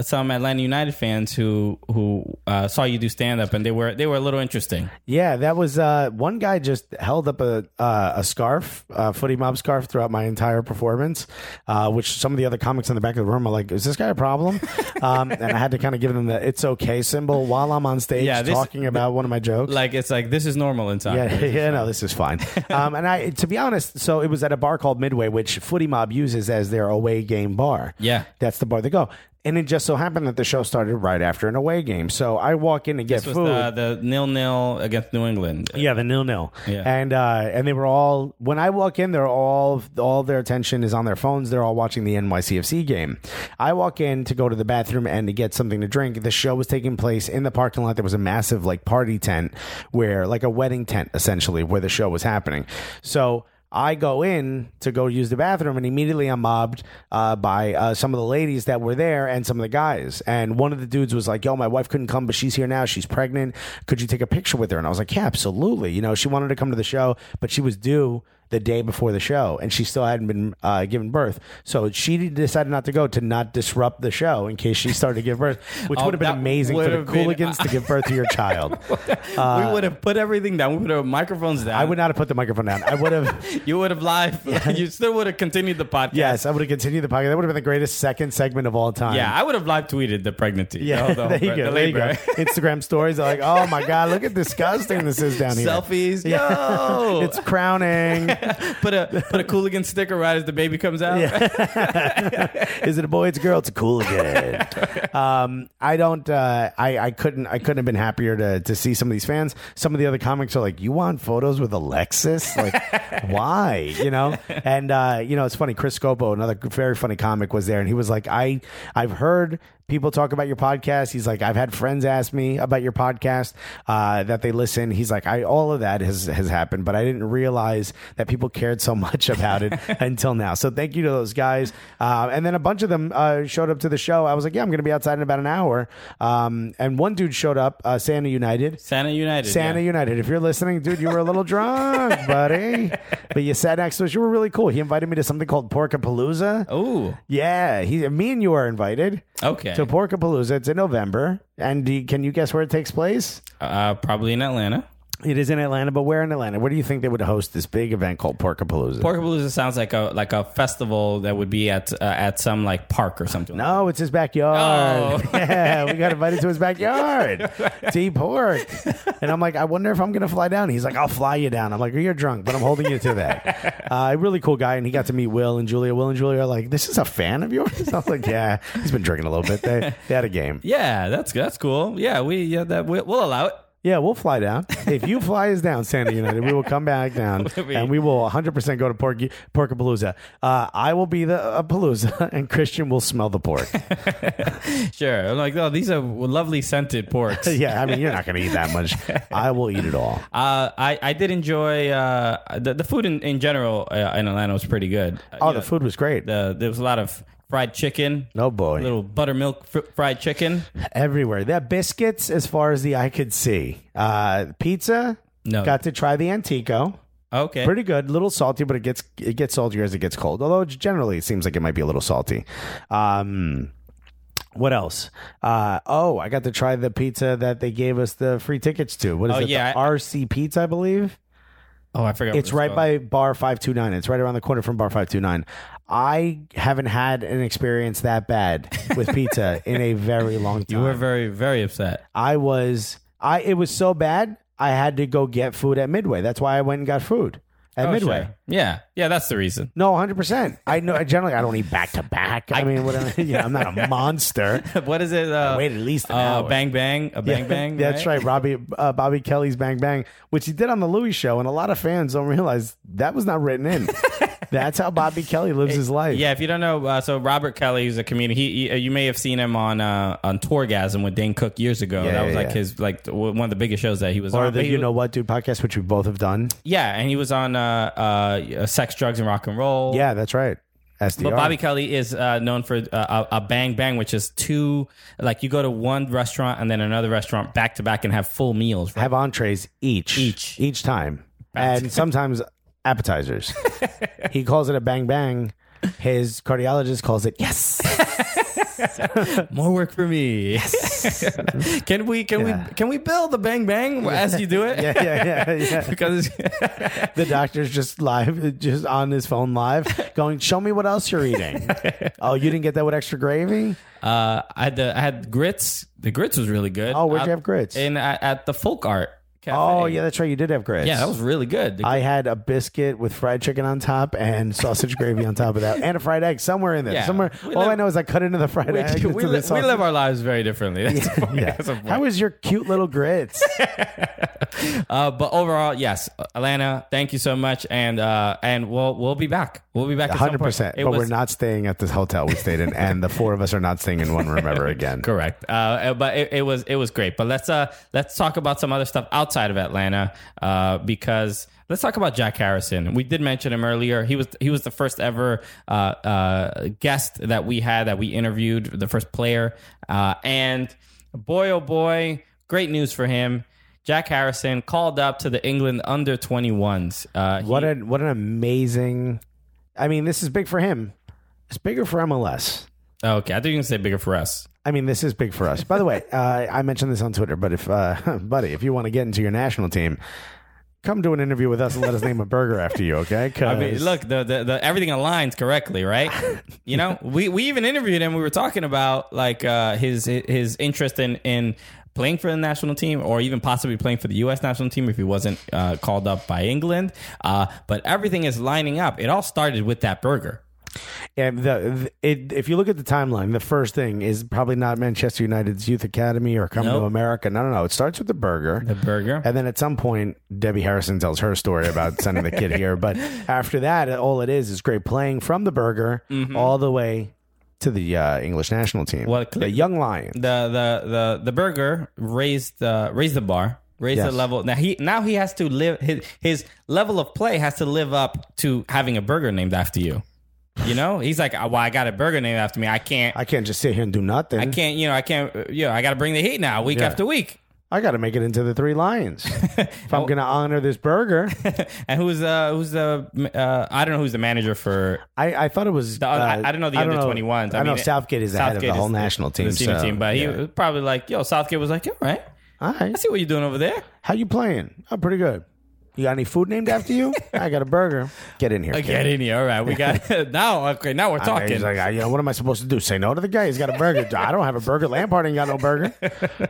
Speaker 2: some Atlanta United fans who who uh, saw you do stand up and they were they were a little interesting.
Speaker 1: Yeah, that was uh, one guy just held up a uh, a scarf, a footy mob scarf, throughout my entire performance, uh, which some of the other comics in the back of the room are like, "Is this guy a problem?" um, and I had to kind of give them the "it's okay" symbol while I'm on stage
Speaker 2: Yeah, this-
Speaker 1: talking about one of my jokes.
Speaker 2: Like it's like this is normal in soccer.
Speaker 1: Yeah, yeah, no, this is fine. Um, and I, to be honest, so it was at a bar called Midway, which Footy Mob uses as their away game bar.
Speaker 2: Yeah.
Speaker 1: that's the bar they go. And it just so happened that the show started right after an away game, so I walk in to get
Speaker 2: This was
Speaker 1: food.
Speaker 2: the, the nil nil against New England.
Speaker 1: Yeah, the nil nil.
Speaker 2: Yeah.
Speaker 1: And uh, and they were all when I walk in, they're all all their attention is on their phones. They're all watching the NYCFC game. I walk in to go to the bathroom and to get something to drink. The show was taking place in the parking lot. There was a massive like party tent where like a wedding tent essentially where the show was happening. So I go in to go use the bathroom, and immediately I'm mobbed uh, by uh, some of the ladies that were there and some of the guys. And one of the dudes was like, "Yo, my wife couldn't come, but she's here now. She's pregnant. Could you take a picture with her?" And I was like, "Yeah, absolutely. You know, she wanted to come to the show, but she was due the day before the show, and she still hadn't been uh, given birth. So she decided not to go to not disrupt the show in case she started to give birth, which
Speaker 2: Oh,
Speaker 1: would have been
Speaker 2: that
Speaker 1: amazing for
Speaker 2: would
Speaker 1: the
Speaker 2: have been-
Speaker 1: Cooligans to give birth to your child.
Speaker 2: we would have put everything down. We would have microphones down.
Speaker 1: Uh, I would not have put the microphone down. I would have.
Speaker 2: You would have live. you still would have continued the podcast.
Speaker 1: Yes, I would have continued the podcast. That would have been the greatest second segment of all time.
Speaker 2: Yeah, I would have live tweeted the pregnancy.
Speaker 1: Yeah,
Speaker 2: the, the,
Speaker 1: there you
Speaker 2: the
Speaker 1: go. there you
Speaker 2: labor.
Speaker 1: go. Instagram stories are like, oh my god, look at disgusting this is down here.
Speaker 2: Selfies. Yo,
Speaker 1: It's crowning.
Speaker 2: put a put a Cooligan sticker right as the baby comes out.
Speaker 1: is it a boy? It's a girl. It's a cool again. um, I don't. Uh, I I couldn't. I couldn't have been happier to to see some of these fans. Some of the other comics are like, "You want photos with Alexis? Like, why? You know?" And uh, you know, it's funny. Chris Scopo, another very funny comic, was there, and he was like, "I I've heard." People talk about your podcast. He's like, I've had friends ask me about your podcast uh, that they listen. He's like, I all of that has has happened, but I didn't realize that people cared so much about it until now. So thank you to those guys. Uh, and then a bunch of them uh, showed up to the show. I was like, yeah, I'm going to be outside in about an hour. Um, and one dude showed up, uh, Santa United.
Speaker 2: Santa United.
Speaker 1: Santa
Speaker 2: yeah.
Speaker 1: United. If you're listening, dude, you were a little drunk, buddy. But you sat next to us. You were really cool. He invited me to something called Porkapalooza.
Speaker 2: Ooh.
Speaker 1: Yeah, he, me and you are invited
Speaker 2: Okay.
Speaker 1: to Porkapalooza. It's in November, and do you- can you guess where it takes place?
Speaker 2: uh, probably in Atlanta.
Speaker 1: It is in Atlanta, but where in Atlanta? Where do you think they would host this big event called Porkapalooza?
Speaker 2: Porkapalooza sounds like a like a festival that would be at uh, at some like park or something.
Speaker 1: no, Oh, it's his backyard.
Speaker 2: Oh.
Speaker 1: Yeah, we got invited to his backyard. T Pork. And I'm like, I wonder if I'm going to fly down. He's like, I'll fly you down. I'm like, you're drunk, but I'm holding you to that. Uh, really cool guy. And he got to meet Will and Julia. Will and Julia are like, this is a fan of yours? I was like, yeah, he's been drinking a little bit. They, they had a game.
Speaker 2: Yeah, that's that's cool. Yeah, we yeah that we, we'll allow it.
Speaker 1: Yeah, we'll fly down. If you fly us down, Santa United, we will come back down
Speaker 2: We-
Speaker 1: and we will 100% go to Porky, Porkapalooza. Uh, I will be the uh, palooza and Christian will smell the pork.
Speaker 2: Sure. I'm like, oh, these are lovely scented porks.
Speaker 1: yeah, I mean, you're not going to eat that much. I will eat it all.
Speaker 2: Uh, I, I did enjoy uh, the, the food in, in general uh, in Atlanta was pretty good. Uh,
Speaker 1: Oh,
Speaker 2: you know,
Speaker 1: the food was great.
Speaker 2: The, there was a lot of fried chicken.
Speaker 1: No Oh, boy.
Speaker 2: Little buttermilk fr- fried chicken.
Speaker 1: Everywhere. That biscuits, as far as the eye could see. Uh, pizza,
Speaker 2: No.
Speaker 1: got to try the Antico.
Speaker 2: Okay.
Speaker 1: Pretty good, little salty, but it gets it gets saltier as it gets cold. Although generally it seems like it might be a little salty. Um, what else? Uh, oh, I got to try the pizza that they gave us the free tickets to. What is
Speaker 2: Oh,
Speaker 1: it?
Speaker 2: yeah.
Speaker 1: The RC Pizza, I believe.
Speaker 2: oh, I forgot. what
Speaker 1: It's right
Speaker 2: called.
Speaker 1: by Bar Five Two Nine. It's right around the corner from Bar Five Two Nine. I haven't had an experience that bad with pizza in a very long time.
Speaker 2: You were very very upset.
Speaker 1: I was I it was so bad I had to go get food at Midway. That's why I went and got food at
Speaker 2: Oh,
Speaker 1: Midway.
Speaker 2: sure. Yeah. Yeah, that's the reason.
Speaker 1: No, hundred percent. I know. I Generally, I don't eat back to back. I mean, what, I- you know, I'm not a monster.
Speaker 2: what is it? Uh,
Speaker 1: Wait at least an
Speaker 2: uh,
Speaker 1: hour.
Speaker 2: Bang bang. A bang bang.
Speaker 1: That's right, Robbie uh, Bobby Kelly's "Bang Bang," which he did on the Louis Show, and a lot of fans don't realize that was not written in. That's how Bobby Kelly lives his life.
Speaker 2: Yeah, if you don't know, uh, so Robert Kelly, who's a comedian, he, he you may have seen him on uh, on Tourgasm with Dane Cook years ago.
Speaker 1: Yeah,
Speaker 2: that was
Speaker 1: yeah,
Speaker 2: like
Speaker 1: yeah.
Speaker 2: his like w- one of the biggest shows that he was
Speaker 1: Or
Speaker 2: on. But
Speaker 1: the
Speaker 2: he
Speaker 1: "You
Speaker 2: was-
Speaker 1: Know What Dude" podcast, which we both have done.
Speaker 2: yeah, and he was on uh, uh, Sex, Drugs, and Rock and Roll.
Speaker 1: Yeah, that's right. SDR.
Speaker 2: But Bobby Kelly is uh, known for uh, a, a bang bang, which is two like you go to one restaurant and then another restaurant back to back and have full meals. Right?
Speaker 1: have entrees each,
Speaker 2: Each.
Speaker 1: each time, and sometimes appetizers. he calls it a "Bang Bang." His cardiologist calls it yes.
Speaker 2: More work for me. can we can
Speaker 1: Yeah.
Speaker 2: we can we build the bang bang as you do it?
Speaker 1: Yeah, yeah, yeah, yeah.
Speaker 2: because
Speaker 1: The doctor's just live, just on his phone live, going, "Show me what else you're eating." oh, you didn't get that with extra gravy?
Speaker 2: Uh, I had the I had grits. The grits was really good.
Speaker 1: Oh, where'd
Speaker 2: I-
Speaker 1: you have grits?
Speaker 2: Uh, In at, at the folk art. Cafe.
Speaker 1: Oh, yeah, that's right. You did have grits.
Speaker 2: yeah, that was really good. The-
Speaker 1: I had a biscuit with fried chicken on top and sausage gravy on top of that, and a fried egg somewhere in there.
Speaker 2: Yeah.
Speaker 1: Somewhere.
Speaker 2: We
Speaker 1: all
Speaker 2: live-
Speaker 1: I know is I cut into the fried
Speaker 2: we,
Speaker 1: egg. into the
Speaker 2: we, li- we
Speaker 1: sausage.
Speaker 2: live our lives very differently. That's the point.
Speaker 1: Yeah.
Speaker 2: That's the point.
Speaker 1: How was your cute little grits?
Speaker 2: uh, but overall, yes, Atlanta. Thank you so much, and uh, and we'll we'll be back. We'll be back. at some
Speaker 1: Hundred
Speaker 2: point.
Speaker 1: percent.
Speaker 2: It
Speaker 1: But
Speaker 2: was-
Speaker 1: we're not staying at this hotel we stayed in, and the four of us are not staying in one room ever again.
Speaker 2: Correct, uh, but it, it was it was great. But let's uh let's talk about some other stuff outside of Atlanta, uh, because let's talk about Jack Harrison. We did mention him earlier. He was he was the first ever uh, uh, guest that we had that we interviewed, the first player, uh, and boy oh boy, great news for him. Jack Harrison called up to the England under twenty ones. Uh, he-
Speaker 1: What an what an amazing. I mean, this is big for him. It's bigger for MLS.
Speaker 2: okay, I think you can say bigger for us.
Speaker 1: I mean, this is big for us. By the way, uh, I mentioned this on Twitter, but if, uh, buddy, if you want to get into your national team, come do an interview with us and let us name a burger after you, okay? 'Cause-
Speaker 2: I mean, look, the, the, the everything aligns correctly, right? You know, we, we even interviewed him. We were talking about like uh, his his interest in in playing for the national team or even possibly playing for the U.S. national team if he wasn't uh, called up by England. Uh, but everything is lining up. It all started with that burger.
Speaker 1: And the, the- it, if you look at the timeline, the first thing is probably not Manchester United's Youth Academy or Come
Speaker 2: Nope.
Speaker 1: to America. No, no, no. It starts with the burger.
Speaker 2: The burger.
Speaker 1: And then at some point, Debbie Harrison tells her story about sending the kid here. But after that, all it is is great playing from the burger
Speaker 2: Mm-hmm.
Speaker 1: all the way to the uh, English national team.
Speaker 2: Well, cle-
Speaker 1: the young lion.
Speaker 2: the the the the burger raised uh, raised the bar, raised
Speaker 1: Yes.
Speaker 2: the level. Now he now he has to live his his level of play has to live up to having a burger named after you. You know, he's like, "Oh, well, I got a burger named after me. I can't,
Speaker 1: I can't just sit here and do nothing.
Speaker 2: I can't, you know, I can't, uh, you know, I got to bring the heat now, week after week.
Speaker 1: I got to make it into the three lions if I'm going to honor this burger.
Speaker 2: and who's uh who's the uh, I don't know who's the manager for
Speaker 1: I, I thought it was. uh,
Speaker 2: The- I- I don't know the under 21s.
Speaker 1: I,
Speaker 2: I
Speaker 1: know
Speaker 2: mean,
Speaker 1: Southgate is the head of
Speaker 2: Southgate
Speaker 1: the whole
Speaker 2: is
Speaker 1: national team.
Speaker 2: the senior
Speaker 1: so,
Speaker 2: team, but he
Speaker 1: yeah.
Speaker 2: was probably like, yo, Southgate was like, all right.
Speaker 1: All right.
Speaker 2: I see what you're doing over there.
Speaker 1: How you playing? I'm pretty good. You got any food named after you? I got a burger. Get in here.
Speaker 2: Uh,
Speaker 1: kid.
Speaker 2: Get in here. All right, we got now. Okay, now we're
Speaker 1: I mean,
Speaker 2: talking.
Speaker 1: He's like, I- you know, what am I supposed to do? Say no to the guy? He's got a burger. I don't have a burger. Lampard ain't got no burger.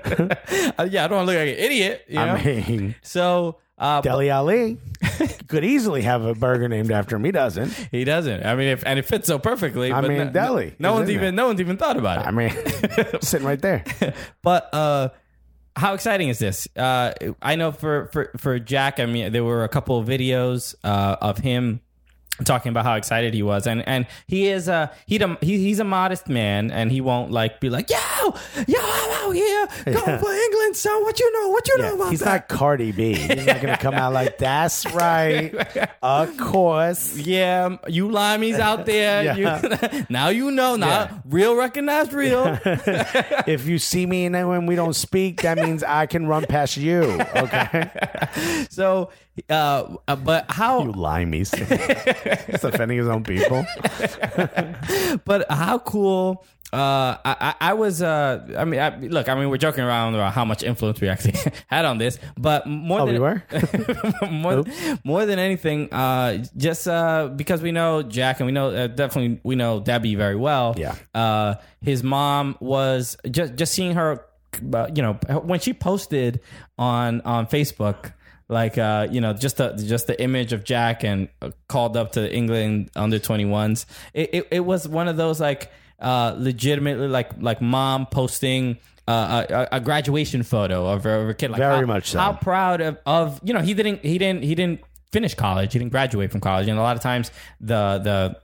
Speaker 2: Uh, yeah, I don't want to look like an idiot. You know?
Speaker 1: I mean,
Speaker 2: so uh,
Speaker 1: Deli Ali could easily have a burger named after him. He doesn't.
Speaker 2: he doesn't. I mean, if and it fits so perfectly.
Speaker 1: I
Speaker 2: but
Speaker 1: mean,
Speaker 2: no,
Speaker 1: deli
Speaker 2: No
Speaker 1: is
Speaker 2: one's
Speaker 1: in
Speaker 2: even.
Speaker 1: there.
Speaker 2: No one's even thought about it.
Speaker 1: I mean, sitting right there.
Speaker 2: But uh, how exciting is this? Uh, I know for, for for Jack, I mean, there were a couple of videos uh, of him talking about how excited he was, and and he is a he, dem- he he's a modest man, and he won't like be like yo yo I'm out here going
Speaker 1: Yeah.
Speaker 2: for England, so what you know, what you know
Speaker 1: Yeah,
Speaker 2: about
Speaker 1: he's not
Speaker 2: that?
Speaker 1: Cardi B. He's not going to come out like, that's right. Of course.
Speaker 2: yeah, you limeys out there. You, now you know. Now
Speaker 1: Yeah.
Speaker 2: real recognized real.
Speaker 1: If you see me and then when we don't speak, that means I can run past you. Okay.
Speaker 2: so, uh, uh, but how?
Speaker 1: You limeys. He's offending his own people.
Speaker 2: but how cool uh, I, I I was. Uh, I mean, I, look. I mean, we're joking around about how much influence we actually had on this, but more
Speaker 1: Oh,
Speaker 2: than
Speaker 1: we were?
Speaker 2: more, more than anything, uh, just uh, because we know Jack and we know uh, definitely we know Debbie very well.
Speaker 1: Yeah.
Speaker 2: Uh, his mom was just just seeing her. uh, You know, when she posted on on Facebook. Like uh, you know, just the just the image of Jack and uh, called up to England under twenty ones. It, it it was one of those like uh, legitimately like like mom posting uh, a, a- a graduation photo of her, of her kid. Like
Speaker 1: Very
Speaker 2: how-
Speaker 1: much so.
Speaker 2: How proud of, of you know he didn't he didn't he didn't finish college he didn't graduate from college and a lot of times the the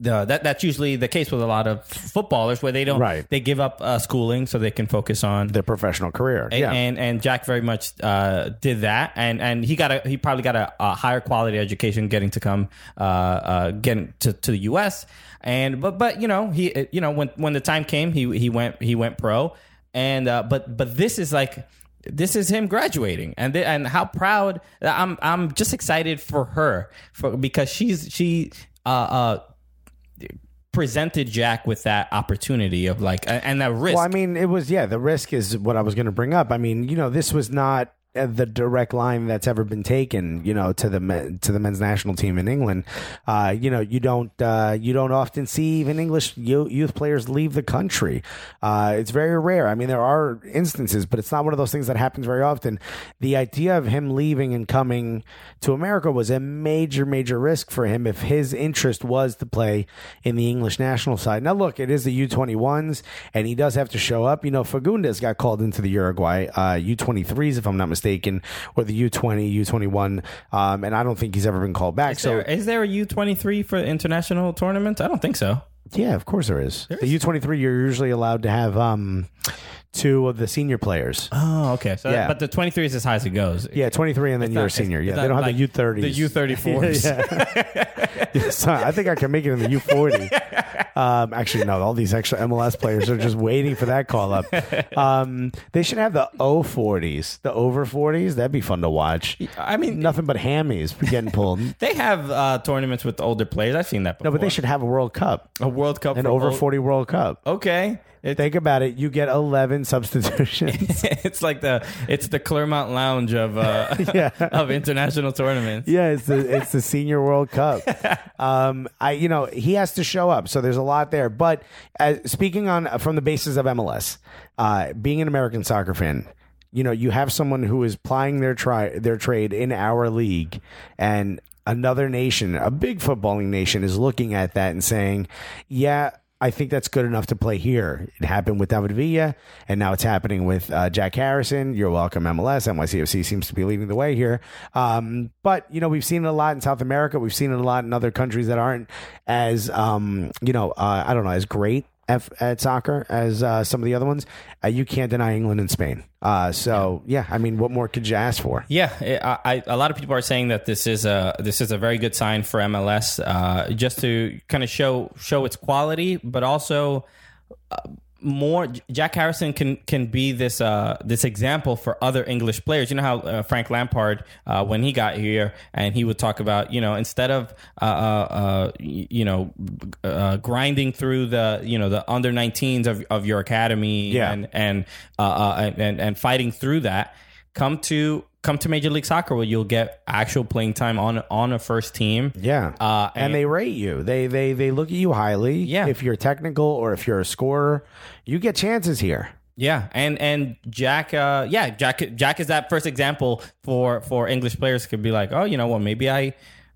Speaker 2: the, that that's usually the case with a lot of footballers where they don't
Speaker 1: Right.
Speaker 2: they give up uh, schooling so they can focus on
Speaker 1: Their professional career. yeah.
Speaker 2: and and Jack very much uh, did that, and and he got a he probably got a, a higher quality education getting to come uh, uh, getting to, to the U.S. and but but you know he you know when when the time came he he went he went pro and uh, but but this is like this is him graduating and th- and how proud I'm I'm just excited for her for because she's she uh, uh presented Jack with that opportunity of like a- and that risk.
Speaker 1: Well, I mean, it was yeah. The risk is what I was going to bring up. I mean, you know, this was not uh, the direct line that's ever been taken. You know, to the men, to the men's national team in England. Uh, you know, you don't uh, you don't often see even English yo- youth players leave the country. Uh, it's very rare. I mean, there are instances, but it's not one of those things that happens very often. The idea of him leaving and coming to America was a major, major risk for him if his interest was to play in the English national side. Now, look, it is the U21s, and he does have to show up. You know, Fagundes got called into the Uruguay uh, U23s, if I'm not mistaken, or the U20, U21, um, and I don't think he's ever been called back.
Speaker 2: There-
Speaker 1: So,
Speaker 2: is there a U twenty three for international tournaments? I don't think so.
Speaker 1: yeah, of course there is. The U23, you're usually allowed to have um, two of the senior players.
Speaker 2: Oh, okay. So,
Speaker 1: Yeah.
Speaker 2: but the twenty three is as high as it goes.
Speaker 1: Yeah, 23 and then you're a senior. Yeah, they don't have the U30s.
Speaker 2: The U thirty fours.
Speaker 1: So I think I can make it in the U40. Um, actually, no, all these extra MLS players are just waiting for that call up. Um, they should have the O40s, the over 40s. That'd be fun to watch.
Speaker 2: I mean,
Speaker 1: Nothing but hammies getting pulled. No,
Speaker 2: they have uh, tournaments with older players. I've seen that before.
Speaker 1: but they should have a World Cup,
Speaker 2: a World Cup
Speaker 1: an
Speaker 2: for
Speaker 1: over
Speaker 2: old-
Speaker 1: 40 World Cup.
Speaker 2: Okay, It-
Speaker 1: Think about it. You get 11 substitutions.
Speaker 2: it's like the it's the Clermont Lounge of uh,
Speaker 1: Yeah.
Speaker 2: of international tournaments.
Speaker 1: Yeah, it's the it's the senior World Cup. Um, I you know he has to show up, so there's a lot there. But as, speaking on uh, from the basis of MLS, uh, being an American soccer fan, you know you have someone who is plying their try their trade in our league, and another nation, a big footballing nation, is looking at that and saying, yeah. I think that's good enough to play here. It happened with David Villa, and now it's happening with uh, Jack Harrison. You're welcome, MLS. NYCFC seems to be leading the way here. Um, but, you know, we've seen it a lot in South America. We've seen it a lot in other countries that aren't as, um, you know, uh, I don't know, as great at, at soccer as uh, some of the other ones. Uh, you can't deny England and Spain. Uh, so, yeah. I mean, what more could you ask for?
Speaker 2: Yeah, it- I, I, a lot of people are saying that this is a this is a very good sign for MLS, uh, just to kind of show show its quality, but also more J- Jack Harrison can can be this uh this example for other English players. You know how uh, Frank Lampard uh, when he got here and he would talk about you know instead of uh, uh, uh y- you know g- uh, grinding through the you know the under 19s of, of your academy
Speaker 1: Yeah.
Speaker 2: and and uh, uh and- and and fighting through that come to come to Major League Soccer where you'll get actual playing time on on a first team.
Speaker 1: Yeah.
Speaker 2: Uh,
Speaker 1: and,
Speaker 2: and-
Speaker 1: they rate you. They they they look at you highly.
Speaker 2: Yeah.
Speaker 1: If you're technical or if you're a scorer, you get chances here.
Speaker 2: Yeah, and and Jack, uh, yeah, Jack, Jack is that first example for for English players could be like, oh, you know, well, maybe I,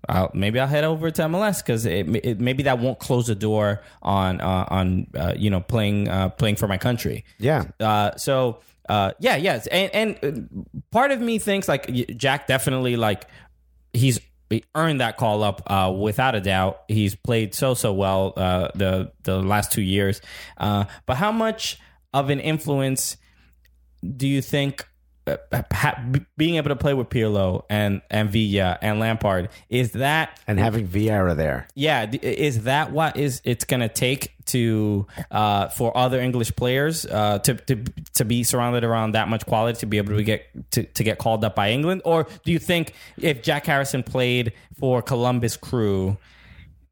Speaker 2: I'll, maybe I'll head over to MLS because it, it, maybe that won't close the door on uh, on uh, you know playing uh, playing for my country.
Speaker 1: Yeah.
Speaker 2: Uh, so uh, yeah, yes, and and uh, part of me thinks like y- Jack definitely like he's he earned that call up uh, without a doubt. He's played so so well uh, the the last two years, uh, but how much of an influence do you think? uh, ha- Being able to play with Pirlo and and Villa and Lampard is that
Speaker 1: And having Vieira there.
Speaker 2: yeah, th- is that what is it's going to take to uh, for other English players uh, to, to to be surrounded around that much quality to be able to get to, to get called up by England? Or do you think if Jack Harrison played for Columbus Crew,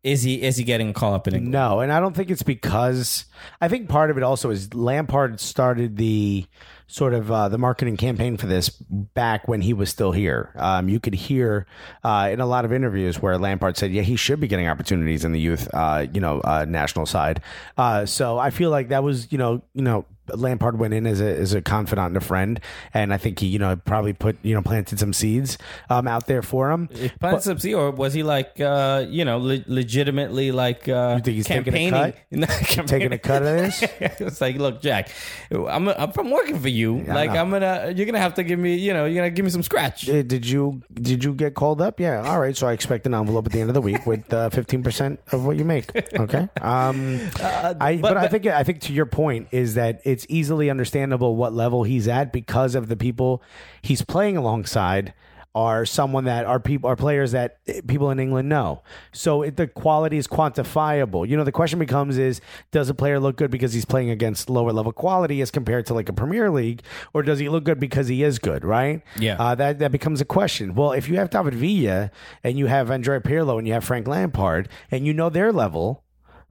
Speaker 2: is he is he getting called up in England?
Speaker 1: No, and I don't think it's because I think part of it also is Lampard started the sort of uh, the marketing campaign for this back when he was still here. Um, you could hear uh, in a lot of interviews where Lampard said, "Yeah, he should be getting opportunities in the youth, uh, you know, uh, national side." Uh, so I feel like that was you know you know Lampard went in as a as a confidant and a friend, and I think he you know probably put you know planted some seeds um, out there for him.
Speaker 2: Planet Sub C, or was he like uh, you know le- legitimately like uh,
Speaker 1: think he's taking a
Speaker 2: campaigning?
Speaker 1: cut?
Speaker 2: No, campaigning.
Speaker 1: Taking a cut of this.
Speaker 2: it's like, look, Jack, I'm I'm from working for you.
Speaker 1: I
Speaker 2: like,
Speaker 1: know.
Speaker 2: I'm gonna, you're gonna have to give me, you know, you're gonna give me some scratch.
Speaker 1: Uh, did you did you get called up? Yeah. All right. So I expect an envelope at the end of the week with uh, fifteen percent of what you make. Okay. Um, I, but, I think I think to your point is that it's easily understandable what level he's at because of the people he's playing alongside are someone that are people are players that eh, people in England know. So it, the quality is quantifiable. You know, the question becomes is does a player look good because he's playing against lower level quality as compared to like a Premier League, or does he look good because he is good? Right.
Speaker 2: Yeah.
Speaker 1: Uh, that that becomes a question. Well, if you have David Villa and you have Andrea Pirlo and you have Frank Lampard and you know their level,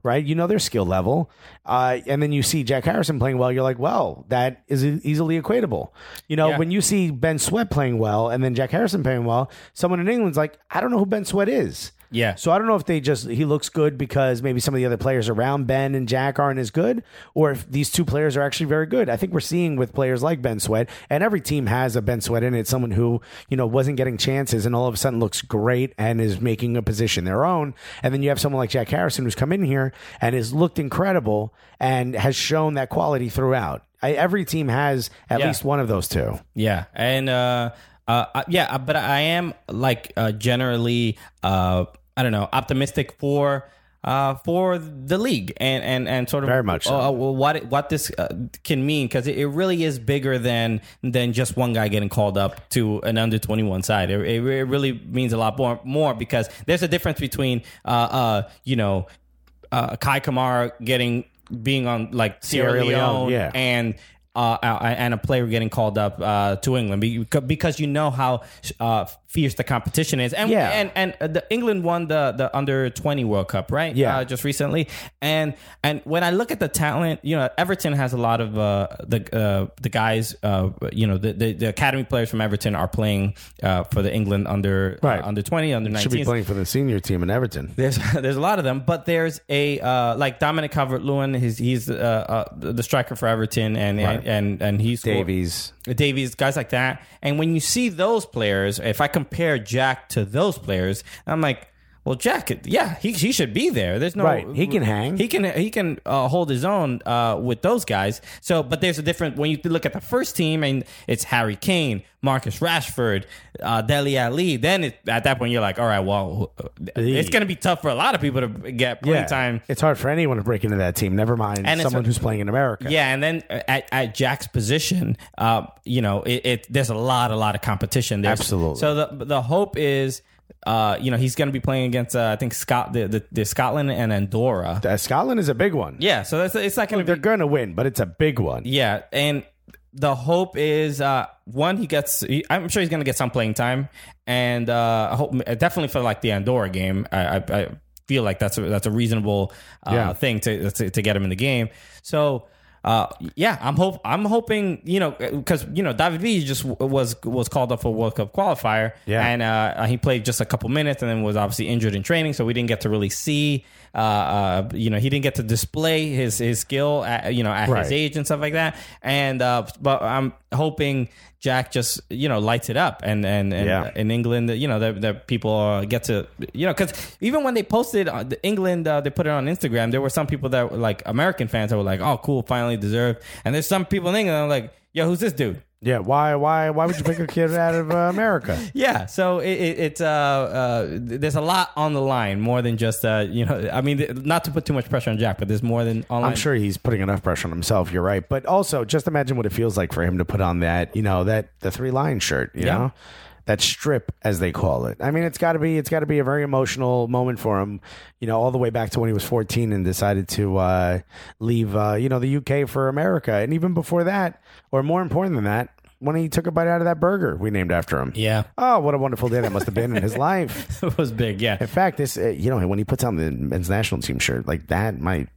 Speaker 1: right? You know their skill level, uh, and then you see Jack Harrison playing well. You're like, well, that is e- easily equatable. You know,
Speaker 2: Yeah.
Speaker 1: when you see Ben Sweat playing well and then Jack Harrison playing well, someone in England's like, I don't know who Ben Sweat is.
Speaker 2: Yeah.
Speaker 1: So I don't know if they just he looks good because maybe some of the other players around Ben and Jack aren't as good, or if these two players are actually very good. I think we're seeing with players like Ben Sweat, and every team has a Ben Sweat in it, someone who you know wasn't getting chances and all of a sudden looks great and is making a position their own. And then you have someone like Jack Harrison who's come in here and has looked incredible and has shown that quality throughout. I, every team has at
Speaker 2: Yeah.
Speaker 1: least one of those two.
Speaker 2: Yeah, and uh, uh, I- yeah, but I am like uh, generally, uh, I don't know, optimistic for uh for the league and and and sort of
Speaker 1: Very much so.
Speaker 2: uh, what what this uh, can mean because it, it really is bigger than than just one guy getting called up to an under 21 side it, it, re- it really means a lot more more because there's a difference between uh uh you know uh kai kamara getting being on like sierra,
Speaker 1: Sierra Leone,
Speaker 2: leone
Speaker 1: yeah.
Speaker 2: and uh, and a player getting called up uh, to England be- because you know how uh, fierce the competition is, and
Speaker 1: Yeah.
Speaker 2: and and uh, the England won the the under twenty World Cup, right?
Speaker 1: Yeah.
Speaker 2: uh, just recently, and and when I look at the talent, you know, Everton has a lot of uh, the uh, the guys, uh, you know, the, the the academy players from Everton are playing uh, for the England under
Speaker 1: Right.
Speaker 2: uh, under twenty, under
Speaker 1: Should be
Speaker 2: nineteen.
Speaker 1: playing for the senior team in Everton.
Speaker 2: There's there's a lot of them, but there's a uh, like Dominic Calvert Lewin. He's he's uh, uh, the striker for Everton, and and, and and he's
Speaker 1: Davies.
Speaker 2: Davies, guys like that. And when you see those players, if I compare Jack to those players, I'm like, well, Jack, yeah, he, he should be there. There's no
Speaker 1: Right. He can hang.
Speaker 2: He can he can uh, hold his own uh, with those guys. So, but there's a different when you look at the first team, and it's Harry Kane, Marcus Rashford, uh, Deli Ali. Then it, at that point, you're like, all right, well, uh, it's going to be tough for a lot of people to get playing time.
Speaker 1: It's hard for anyone to break into that team. Never mind
Speaker 2: And it's-
Speaker 1: someone who's playing in America.
Speaker 2: Yeah, and then uh, at, at Jack's position, uh, you know, it, it there's a lot, a lot of competition. There's,
Speaker 1: Absolutely.
Speaker 2: So the the hope is Uh, you know, he's going to be playing against uh, I think Scott the, the, the Scotland and Andorra.
Speaker 1: Uh, Scotland is a big one.
Speaker 2: Yeah, so that's it's not going to
Speaker 1: They're
Speaker 2: be
Speaker 1: going to win, but it's a big one.
Speaker 2: yeah, and the hope is uh, one he gets. He, I'm sure he's going to get some playing time, and uh, I hope definitely for like the Andorra game. I, I, I feel like that's a, that's a reasonable uh,
Speaker 1: Yeah.
Speaker 2: thing to, to to get him in the game. So. Uh, yeah, I'm hope I'm hoping you know because you know David Villa just w- was was called up for World Cup qualifier,
Speaker 1: Yeah.
Speaker 2: and uh, he played just a couple minutes and then was obviously injured in training, so we didn't get to really see uh, uh you know he didn't get to display his his skill at you know at
Speaker 1: Right.
Speaker 2: his age and stuff like that. And uh, but I'm hoping Jack just you know lights it up and and, and
Speaker 1: Yeah.
Speaker 2: in England you know that that people uh, get to you know because even when they posted uh, the England uh, they put it on Instagram there were some people that were like American fans that were like oh cool finally deserved and there's some people in England that are like yo who's this dude
Speaker 1: Yeah, why why why would you pick a kid out of uh, America?
Speaker 2: yeah so it, it, it's uh, uh there's a lot on the line more than just uh you know I mean th- not to put too much pressure on Jack but there's more than online
Speaker 1: I'm sure he's putting enough pressure on himself. You're right, but also just imagine what it feels like for him to put on that, you know, that the three line shirt, you
Speaker 2: Yeah.
Speaker 1: know, that strip as they call it. I mean, it's got to be it's got to be a very emotional moment for him, you know, all the way back to when he was 14 and decided to uh, leave, uh, you know, the UK for America, and even before that, or more important than that, when he took a bite out of that burger we named after him.
Speaker 2: yeah
Speaker 1: Oh, what a wonderful day that must have been in his life.
Speaker 2: it was big yeah
Speaker 1: In fact, this uh, you know when he puts on the men's national team shirt, like that might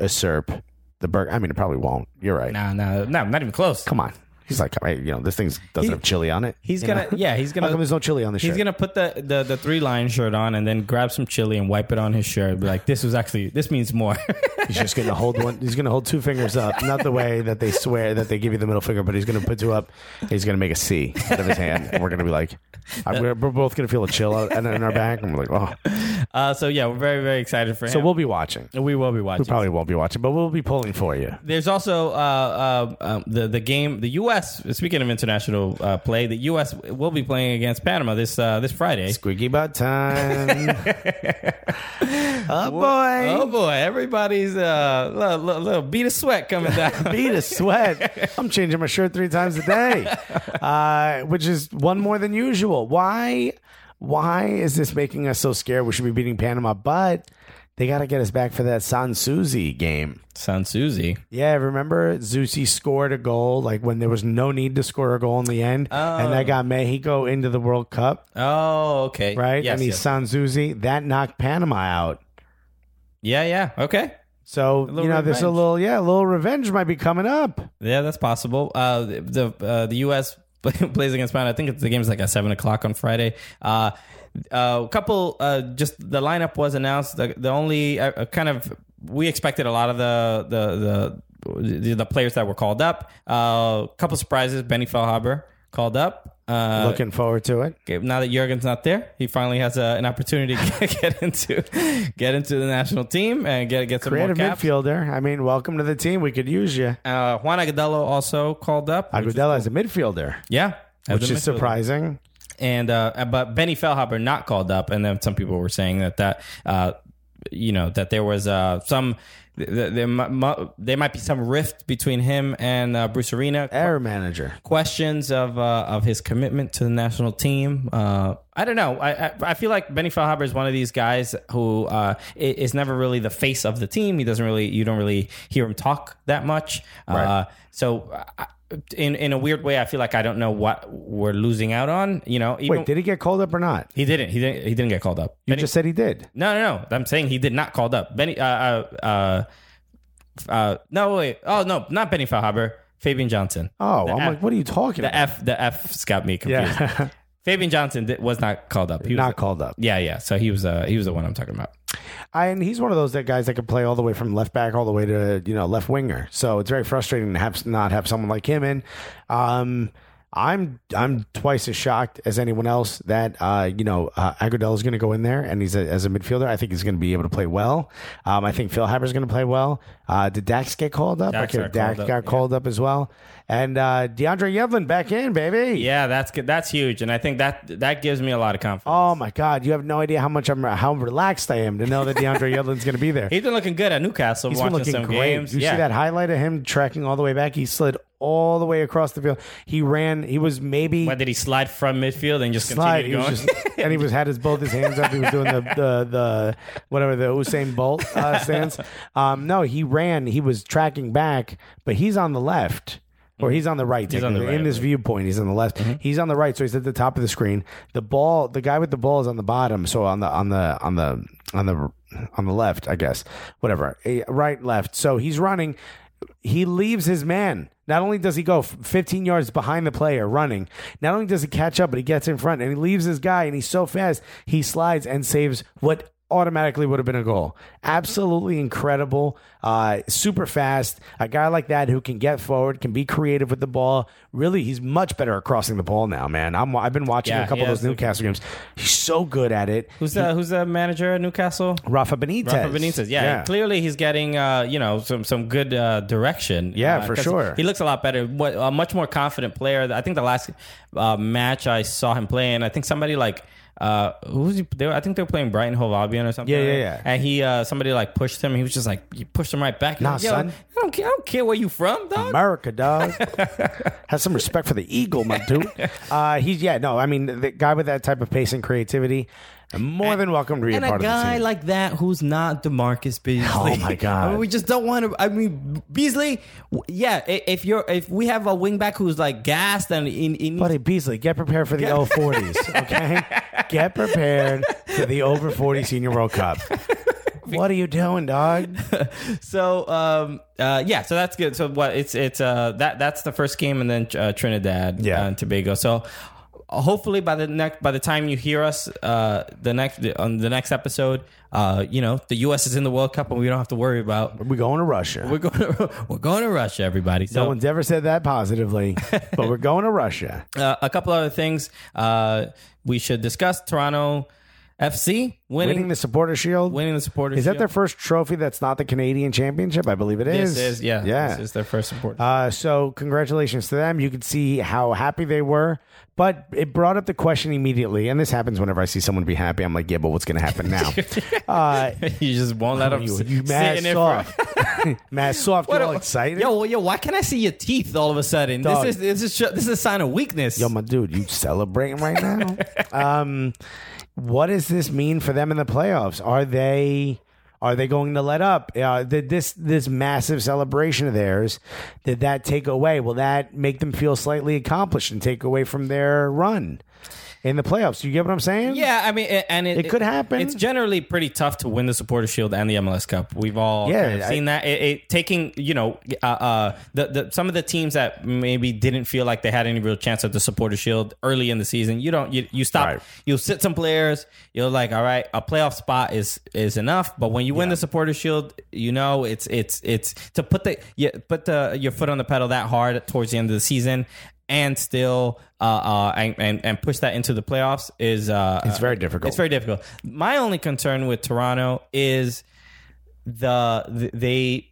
Speaker 1: usurp the burger. I mean, it probably won't. You're right.
Speaker 2: no no no not even close
Speaker 1: Come on, he's like, all right, you know, this thing doesn't have chili on it.
Speaker 2: He's
Speaker 1: You
Speaker 2: gonna,
Speaker 1: know?
Speaker 2: yeah, he's
Speaker 1: How come
Speaker 2: gonna,
Speaker 1: there's no chili on the shirt?
Speaker 2: he's gonna put the, the the three line shirt on and then grab some chili and wipe it on his shirt. Be like, this was actually, this means more.
Speaker 1: He's just gonna hold one. He's gonna hold two fingers up, not the way that they swear that they give you the middle finger, but he's gonna put two up. He's gonna make a C out of his hand, and we're gonna be like, I, we're, we're both gonna feel a chill out and in our back, and we're like, oh.
Speaker 2: uh, so yeah, we're very very excited for him.
Speaker 1: So we'll be watching.
Speaker 2: we will be watching.
Speaker 1: We probably won't be watching, but we'll be pulling for you.
Speaker 2: There's also uh, uh, um, the the game, the U.S. Speaking of international uh, play, the U.S. will be playing against Panama this uh, this Friday.
Speaker 1: Squeaky butt time. oh boy.
Speaker 2: Oh boy, everybody's uh, little, little, little beat of sweat coming down.
Speaker 1: beat a sweat. I'm changing my shirt three times a day, uh, which is one more than usual. Why? Why is this making us so scared? We should be beating Panama, but they got to get us back for that Sansuzi game.
Speaker 2: Sounds Susie.
Speaker 1: Yeah, remember Zusi scored a goal like when there was no need to score a goal in the end, and that got Mexico into the World Cup,
Speaker 2: Oh, okay.
Speaker 1: right?
Speaker 2: Yes,
Speaker 1: and he
Speaker 2: yes.
Speaker 1: Sansuzi that knocked Panama out.
Speaker 2: yeah, yeah. Okay.
Speaker 1: So
Speaker 2: little
Speaker 1: you know, there's a
Speaker 2: revenge.
Speaker 1: little yeah, a little revenge might be coming up.
Speaker 2: Yeah, that's possible. Uh, the the, uh, the U.S. plays against Panama. I think it's, the game's like at seven o'clock on Friday. Uh, uh, a couple. Uh, just the lineup was announced. The the only uh, uh, kind of we expected a lot of the the the the players that were called up. A uh, couple surprises. Benny Fellhaber called up. Uh,
Speaker 1: Looking forward to it.
Speaker 2: Okay, now that Jurgen's not there, he finally has a, an opportunity to get into get into the national team and get get some
Speaker 1: Creative
Speaker 2: more caps.
Speaker 1: midfielder. I mean, welcome to the team. We could use you.
Speaker 2: Uh, Juan Agudelo also called up. which is-
Speaker 1: Agudelo is a midfielder,
Speaker 2: yeah, as
Speaker 1: which
Speaker 2: a
Speaker 1: is
Speaker 2: midfielder.
Speaker 1: surprising.
Speaker 2: and uh, but Benny Fellhaber not called up, and then some people were saying that that uh, you know that there was uh, some th- th- there, mu- mu- there might be some rift between him and uh, Bruce Arena.
Speaker 1: Error manager.
Speaker 2: Questions of uh, of his commitment to the national team. Uh, I don't know. I, I I feel like Benny Fellhaber is one of these guys who uh, i- is never really the face of the team. He doesn't really you don't really hear him talk that much. Uh, so. I, in in a weird way, I feel like I don't know what we're losing out on. You know, even,
Speaker 1: Wait, did he get called up or not?
Speaker 2: he didn't. He didn't. He didn't get called up.
Speaker 1: You
Speaker 2: Benny-
Speaker 1: just said he did.
Speaker 2: no, no, no. I'm saying he did not called up. Benny. Uh, uh, uh, uh no, wait. Oh no, not Benny Fahaber. Fabian Johnson.
Speaker 1: Oh, I'm
Speaker 2: F-
Speaker 1: like, what are you talking
Speaker 2: The
Speaker 1: about?
Speaker 2: F. The F's got me confused.
Speaker 1: Yeah,
Speaker 2: Fabian Johnson did, was not called up. He was,
Speaker 1: not called up.
Speaker 2: Yeah, yeah. So he was. Uh, he was the one I'm talking about.
Speaker 1: I, and he's one of those that guys that can play all the way from left back all the way to you know left winger. So it's very frustrating to have not have someone like him in. Um, I'm I'm twice as shocked as anyone else that uh, you know uh, Agudelo is going to go in there and he's a, as a midfielder. I think he's going to be able to play well. Um, I think Phil Haber's going to play well. Uh, did Dax get called up?
Speaker 2: Dax
Speaker 1: okay,
Speaker 2: got
Speaker 1: Dax
Speaker 2: called up,
Speaker 1: got
Speaker 2: yeah.
Speaker 1: called up as well. And uh, DeAndre Yedlin back in, baby.
Speaker 2: Yeah, that's good. That's huge, and I think that that gives me a lot of confidence.
Speaker 1: Oh my God! You have no idea how much I'm how relaxed I am to know that DeAndre Yedlin's going to be there.
Speaker 2: He's been looking good at Newcastle.
Speaker 1: He's been
Speaker 2: watching
Speaker 1: looking
Speaker 2: some
Speaker 1: great.
Speaker 2: games.
Speaker 1: You
Speaker 2: yeah.
Speaker 1: see that highlight of him tracking all the way back? He slid all the way across the field. He ran. He was maybe
Speaker 2: Why did he slide from midfield and just
Speaker 1: slide. He
Speaker 2: continue
Speaker 1: was
Speaker 2: going?
Speaker 1: just, and he was had his both his hands up. He was doing the the, the whatever the Usain Bolt uh, stance. Um, no, he ran. He was tracking back, but he's on the left. Or he's on the right.
Speaker 2: Mm-hmm. He's on the
Speaker 1: technically.
Speaker 2: right,
Speaker 1: in this
Speaker 2: right.
Speaker 1: viewpoint, he's on the left. He's on the right, so he's at the top of the screen. The ball, the guy with the ball is on the bottom. So on the on the on the on the on the left, I guess. Whatever, Eh, right, left. So he's running. He leaves his man. Not only does he go f- 15 yards behind the player running, not only does he catch up, but he gets in front and he leaves his guy. And he's so fast, he slides and saves what automatically would have been a goal. Absolutely incredible. Uh, super fast. A guy like that who can get forward, can be creative with the ball. Really, he's much better at crossing the ball now, man. I'm, I've been watching
Speaker 2: Yeah,
Speaker 1: a couple
Speaker 2: yeah,
Speaker 1: of those
Speaker 2: it's-
Speaker 1: Newcastle games. He's so good at it.
Speaker 2: who's the Who's the manager at Newcastle?
Speaker 1: Rafa Benitez.
Speaker 2: Rafa Benitez, yeah, clearly he's getting uh, you know some some good uh, direction.
Speaker 1: Yeah,
Speaker 2: Uh,
Speaker 1: for
Speaker 2: 'cause
Speaker 1: sure.
Speaker 2: He looks a lot better, what, a much more confident player. I think the last uh, match I saw him playing, I think somebody like uh, who was he, they were, I think they were playing Brighton Hove Albion or something.
Speaker 1: Yeah, yeah,
Speaker 2: right?
Speaker 1: yeah.
Speaker 2: And he uh, somebody like pushed him. He was just like he pushed him right back. He
Speaker 1: Nah,
Speaker 2: was like,
Speaker 1: son.
Speaker 2: I don't care. I don't care where you from, dog.
Speaker 1: America, dog. Have some respect for the eagle, my dude. Uh, he's yeah, no, I mean the guy with that type of pace and creativity, more than welcome to be a
Speaker 2: and a
Speaker 1: part of the
Speaker 2: guy
Speaker 1: team.
Speaker 2: like that who's not Demarcus Beasley.
Speaker 1: Oh, my God.
Speaker 2: I mean, we just don't want to. I mean, Beasley. w- Yeah, i- if you're if we have a wingback who's like gassed and in, in
Speaker 1: Buddy Beasley, get prepared for the O forties, okay? get prepared for the over forty senior World Cup. What are you doing, dog?
Speaker 2: so um uh yeah so that's good. So what it's it's uh that that's the first game and then uh, Trinidad
Speaker 1: Yeah.
Speaker 2: uh, and Tobago. So. Hopefully by the next by the time you hear us uh, the next on the next episode, uh, you know the U.S. is in the World Cup and we don't have to worry about
Speaker 1: We're going to Russia.
Speaker 2: we're going to we're going to Russia, everybody. So
Speaker 1: no one's ever said that positively, but we're going to Russia.
Speaker 2: Uh, a couple other things uh, we should discuss: Toronto FC winning
Speaker 1: Winning the supporter shield.
Speaker 2: winning the supporters.
Speaker 1: is that
Speaker 2: Shield.
Speaker 1: their first trophy that's not the Canadian Championship? I believe it
Speaker 2: This
Speaker 1: is.
Speaker 2: is yeah,
Speaker 1: Yeah.
Speaker 2: This is their first support.
Speaker 1: Uh, so congratulations to them. You could see how happy they were, but it brought up the question immediately. And this happens whenever I see someone be happy. I'm like, yeah, but what's going to happen now? uh,
Speaker 2: you just won't let them
Speaker 1: you,
Speaker 2: sit,
Speaker 1: you
Speaker 2: sit
Speaker 1: mad
Speaker 2: in it for.
Speaker 1: soft, mad soft. You
Speaker 2: What
Speaker 1: all
Speaker 2: a-
Speaker 1: excited?
Speaker 2: Yo, yo, why can't I see your teeth all of a sudden?
Speaker 1: Dog.
Speaker 2: This is this is sh- this is a sign of weakness.
Speaker 1: Yo, my dude, you celebrating right now? um, what does this mean for them in the playoffs? Are they are they going to let up? Uh, did this this massive celebration of theirs did that take away? Will that make them feel slightly accomplished and take away from their run in the playoffs? You get what I'm saying?
Speaker 2: yeah, I mean, a- and it,
Speaker 1: It could happen.
Speaker 2: It's generally pretty tough to win the Supporter Shield and the MLS Cup. We've all
Speaker 1: Yeah,
Speaker 2: kind of
Speaker 1: I-
Speaker 2: seen that. It, it taking you know uh, uh, the, the some of the teams that maybe didn't feel like they had any real chance at the Supporter Shield early in the season. You don't you, you stop.
Speaker 1: Right.
Speaker 2: You'll sit some players. You're like, all right, a playoff spot is is enough. But when you win the Supporter Shield, you know it's it's it's to put the you put the your foot on the pedal that hard towards the end of the season. And still, uh, uh, and, and and push that into the playoffs is uh,
Speaker 1: It's very difficult.
Speaker 2: it's very difficult. My only concern with Toronto is the, the they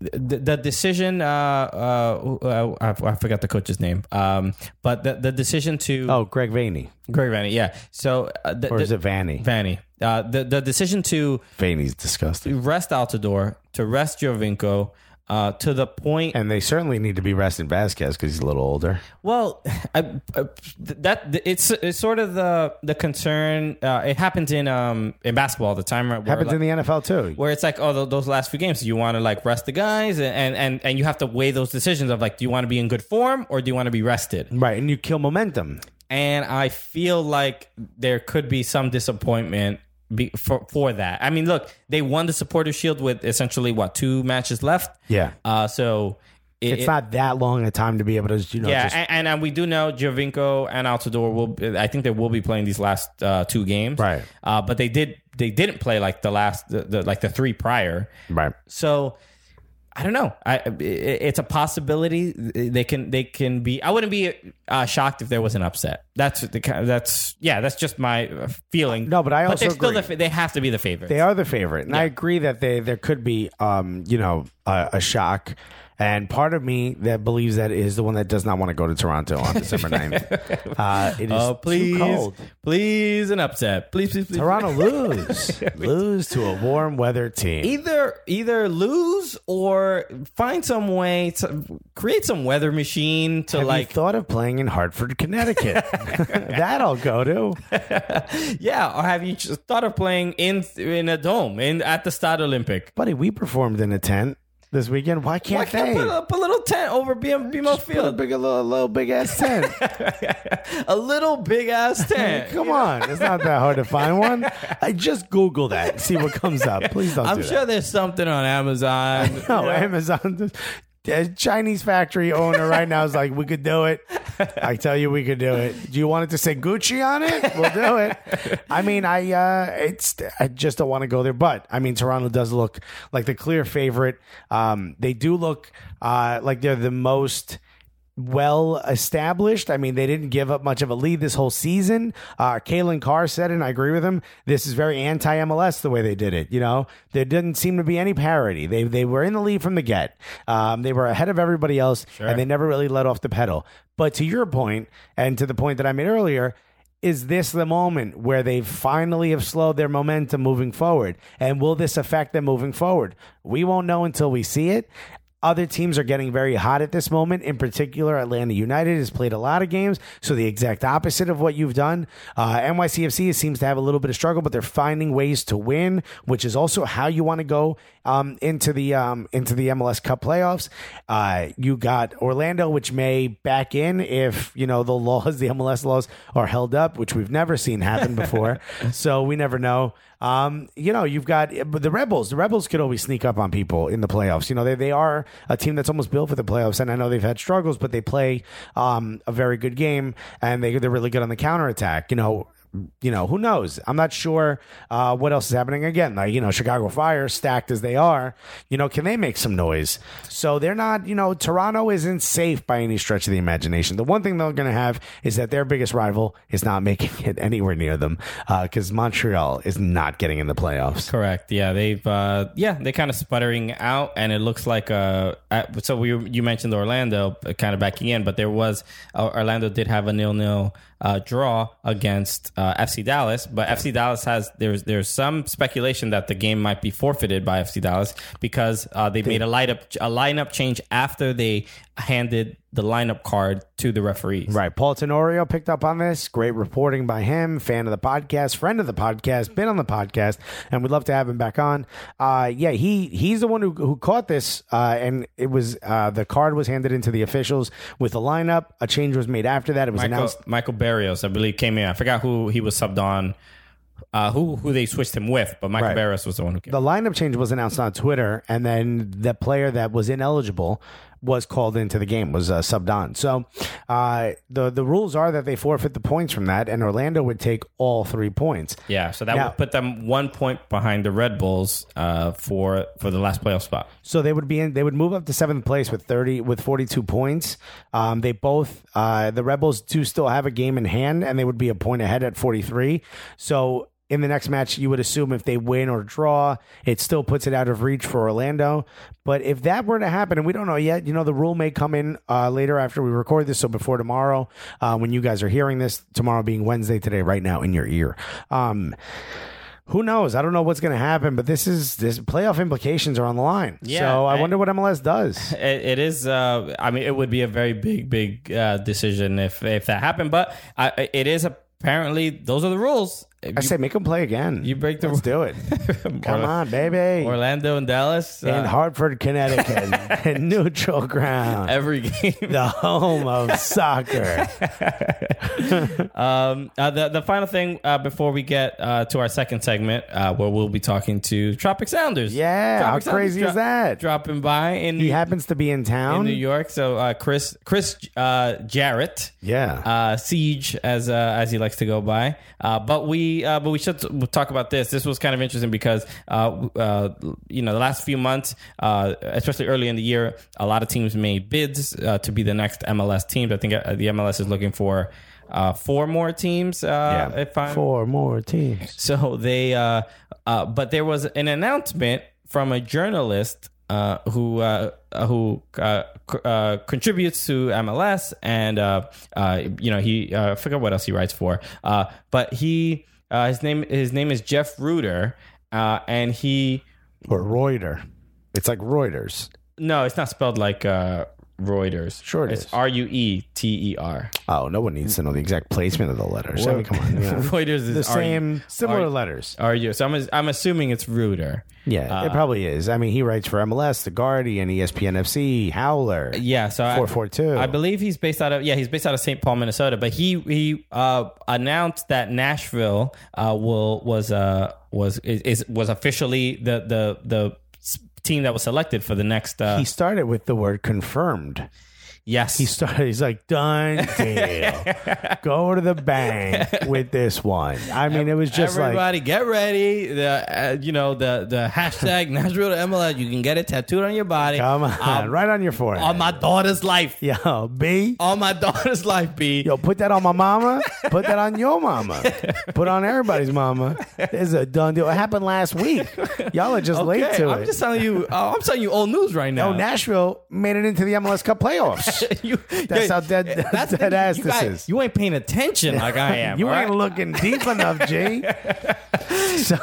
Speaker 2: the, the decision. Uh, uh, uh, I, I forgot the coach's name, um, but the, the decision to
Speaker 1: Oh, Greg Vaney,
Speaker 2: Greg Vanny, yeah. So uh, the,
Speaker 1: or is
Speaker 2: the-
Speaker 1: it Vanny?
Speaker 2: Vanny? Uh, the the decision to
Speaker 1: Vaney's disgusting.
Speaker 2: rest Altador, to rest Jovinko, uh, to the point
Speaker 1: And they certainly need to be resting Vasquez because he's a little older.
Speaker 2: Well, I, I, that it's it's sort of the the concern. Uh, it happens in um in basketball all the time, right? Where,
Speaker 1: Happens in the NFL too.
Speaker 2: where it's like, oh, tho- those last few games, you want to like rest the guys, and, and and and you have to weigh those decisions of like, do you want to be in good form or do you want to be rested?
Speaker 1: Right, and you kill momentum.
Speaker 2: and I feel like there could be some disappointment be, for for that. I mean, look, they won the supporter shield with essentially what two matches left.
Speaker 1: Yeah.
Speaker 2: Uh, so it-
Speaker 1: It's
Speaker 2: it-
Speaker 1: not that long a time to be able to, you know,
Speaker 2: Yeah,
Speaker 1: just
Speaker 2: and, and, uh, we do know Jovinko and Altador will. I think they will be playing these last uh, two games,
Speaker 1: Right.
Speaker 2: Uh, but they did. They didn't play like the last, the, the, like the three prior.
Speaker 1: right.
Speaker 2: So I don't know. I it, it's a possibility they can they can be. I wouldn't be uh, shocked if there was an upset. That's the kind. That's yeah. That's just my uh, feeling.
Speaker 1: No, but I
Speaker 2: but they're
Speaker 1: also
Speaker 2: still the,
Speaker 1: agree.
Speaker 2: fa- they have to be the favorite.
Speaker 1: They are the favorite, and I agree that they there could be, um, you know, a, a shock And part of me that believes that is the one that does not want to go to Toronto on December 9th. Uh, it is
Speaker 2: Oh,
Speaker 1: too
Speaker 2: please,
Speaker 1: cold.
Speaker 2: please, an upset. Please, please, please.
Speaker 1: Toronto lose. lose to a warm weather team.
Speaker 2: Either either lose or find some way to create some weather machine to
Speaker 1: Have
Speaker 2: like
Speaker 1: you thought of playing in Hartford, Connecticut? that I'll go to.
Speaker 2: yeah or have you just thought of playing in in a dome in at the Stade Olympic?
Speaker 1: Buddy, we performed in a tent this weekend. Why can't
Speaker 2: Why can't
Speaker 1: they?
Speaker 2: put a, put a little tent over BM, BMO
Speaker 1: Put a
Speaker 2: Field?
Speaker 1: big, a little, little big ass tent.
Speaker 2: a little big ass tent.
Speaker 1: Come on, it's not that hard to find one. I just Google that, and see what comes up. Please don't.
Speaker 2: I'm
Speaker 1: do
Speaker 2: sure
Speaker 1: That.
Speaker 2: there's something on Amazon.
Speaker 1: No, Amazon. The Chinese factory owner right now is like, we could do it. I tell you, we could do it. Do you want it to say Gucci on it? We'll do it. I mean, I uh, it's I just don't want to go there. But I mean, Toronto does look like the clear favorite. Um, they do look uh, like they're the most well established. I mean, they didn't give up much of a lead this whole season. Uh, Kalen Carr said, and I agree with him, this is very anti MLS the way they did it. You know, there didn't seem to be any parity. They, they were in the lead from the get, um, they were ahead of everybody else, and they never really let off the pedal. But to your point, and to the point that I made earlier, is this the moment where they finally have slowed their momentum moving forward? And will this affect them moving forward? We won't know until we see it. Other teams are getting very hot at this moment. In particular, Atlanta United has played a lot of games, so the exact opposite of what you've done. Uh, NYCFC seems to have a little bit of struggle, but they're finding ways to win, which is also how you want to go um, into the um, into the MLS Cup playoffs. Uh, you got Orlando, which may back in if you know the laws, the MLS laws, are held up, which we've never seen happen before. so we never know. Um, you know, you've got but the Rebels. The Rebels could always sneak up on people in the playoffs. You know, they, they are a team that's almost built for the playoffs, and I know they've had struggles, but they play um, a very good game, and they they're really good on the counterattack. You know. You know who knows? I'm not sure uh, what else is happening. Again, like you know, Chicago Fire, stacked as they are, you know, can they make some noise? So they're not, you know, Toronto isn't safe by any stretch of the imagination. The one thing they're going to have is that their biggest rival is not making it anywhere near them because Montreal is not getting in the playoffs.
Speaker 2: Correct. Yeah, they've uh, yeah they kind of sputtering out, and it looks like uh I- so we you mentioned Orlando uh, kind of backing in, but there was uh, Orlando did have a nil nil uh, draw against uh, FC Dallas, but FC Dallas has there's there's some speculation that the game might be forfeited by FC Dallas because uh, they made a light up a lineup change after they handed the lineup card to the referees.
Speaker 1: Right. Paul Tenorio picked up on this. Great reporting by him. Fan of the podcast, friend of the podcast, been on the podcast, and we'd love to have him back on. Uh, yeah, he he's the one who, who caught this, uh, and it was uh, the card was handed into the officials with the lineup. A change was made after that. It was
Speaker 2: Michael,
Speaker 1: announced.
Speaker 2: Michael Barrios, I believe, came in. I forgot who he was subbed on, uh, who who they switched him with, but Michael
Speaker 1: Right.
Speaker 2: Barrios was the one who came.
Speaker 1: The lineup change was announced on Twitter, and then the player that was ineligible was called into the game, was uh, subbed on. So uh, the the rules are that they forfeit the points from that, and Orlando would take all three points.
Speaker 2: yeah, so that
Speaker 1: Now-
Speaker 2: would put them one point behind the Red Bulls uh, for for the last playoff spot.
Speaker 1: So they would be in. They would move up to seventh place with thirty with forty two points. Um, they both uh, the Rebels do still have a game in hand, and they would be a point ahead at forty three. So in the next match, you would assume if they win or draw, it still puts it out of reach for Orlando. But if that were to happen, and we don't know yet, you know, the rule may come in uh, later after we record this. So before tomorrow, uh, when you guys are hearing this, tomorrow being Wednesday, today, right now in your ear. Um, who knows? I don't know what's going to happen, but this is this playoff implications are on the line.
Speaker 2: Yeah,
Speaker 1: so I,
Speaker 2: I-
Speaker 1: wonder what MLS does.
Speaker 2: It, it is. Uh, I mean, it would be a very big, big uh, decision if if that happened. But I, it is apparently those are the rules.
Speaker 1: I say make them play again.
Speaker 2: You break the
Speaker 1: Let's do it. Come on, baby.
Speaker 2: Orlando and Dallas
Speaker 1: in
Speaker 2: uh,
Speaker 1: Hartford, Connecticut, in neutral ground,
Speaker 2: every game.
Speaker 1: the home of soccer.
Speaker 2: Um, uh, the the final thing uh, before we get uh, to our second segment, uh, where we'll be talking to Tropic Sounders.
Speaker 1: Yeah, how crazy is that?
Speaker 2: Dropping by in
Speaker 1: He happens to be in
Speaker 2: in
Speaker 1: town.
Speaker 2: New York. So uh, Chris Chris uh, Jarrett.
Speaker 1: Yeah.
Speaker 2: Uh, Siege, as uh, as he likes to go by, uh, but we uh, but we should t- we'll talk about this. This was kind of interesting because uh, w- uh, you know the last few months, uh, especially early in the year, a lot of teams made bids uh, to be the next MLS teams. I think uh, the MLS is looking for uh, four more teams. Uh,
Speaker 1: Yeah.
Speaker 2: if I'm
Speaker 1: Four more teams.
Speaker 2: so they, uh, uh, but there was an announcement from a journalist uh, who uh, who uh, c- uh, contributes to MLS, and uh, uh, you know he uh, I forget what else he writes for, uh, but he uh, his name his name is Jeff Reuter, uh, and he
Speaker 1: or Reuter. It's like Reuters.
Speaker 2: no, it's not spelled like uh, Reuters.
Speaker 1: Sure it
Speaker 2: it's
Speaker 1: is.
Speaker 2: R U E T E R.
Speaker 1: Oh, no one needs to know the exact placement of the letters. I mean, come on, yeah.
Speaker 2: Reuters is
Speaker 1: the
Speaker 2: R-
Speaker 1: same similar
Speaker 2: R-
Speaker 1: letters.
Speaker 2: Are you? So I'm, I'm assuming it's Reuter.
Speaker 1: Yeah,
Speaker 2: Uh,
Speaker 1: it probably is. I mean, he writes for MLS, The Guardian, E ESPN FC, Howler.
Speaker 2: Yeah, so I-
Speaker 1: 442.
Speaker 2: I believe he's based out of yeah, he's based out of St. Paul, Minnesota. But he he uh, announced that Nashville uh, will was uh was is, is was officially the the the s- team that was selected for the next. Uh,
Speaker 1: He started with the word confirmed.
Speaker 2: yes,
Speaker 1: He started. He's like done deal. Go to the bank with this one. I mean, it was just like
Speaker 2: everybody get ready. The uh, you know the the hashtag Nashville to MLS. You can get it tattooed on your body.
Speaker 1: come on,
Speaker 2: Um,
Speaker 1: right on your forehead.
Speaker 2: on my daughter's life.
Speaker 1: Yo, B.
Speaker 2: On my daughter's life, B.
Speaker 1: Yo, put that on my mama. Put that on your mama. Put on everybody's mama. It's a done deal. It happened last week. Y'all are just late
Speaker 2: Okay,
Speaker 1: to
Speaker 2: I'm
Speaker 1: it.
Speaker 2: just telling you. Uh, I'm telling you old news right now.
Speaker 1: oh, Nashville made it into the MLS Cup playoffs.
Speaker 2: you,
Speaker 1: eh, That's how dead-
Speaker 2: the
Speaker 1: dead
Speaker 2: thing,
Speaker 1: ass
Speaker 2: you
Speaker 1: this
Speaker 2: got-
Speaker 1: is.
Speaker 2: You ain't paying attention like I am.
Speaker 1: you
Speaker 2: all
Speaker 1: ain't
Speaker 2: right?
Speaker 1: looking deep enough, G. So,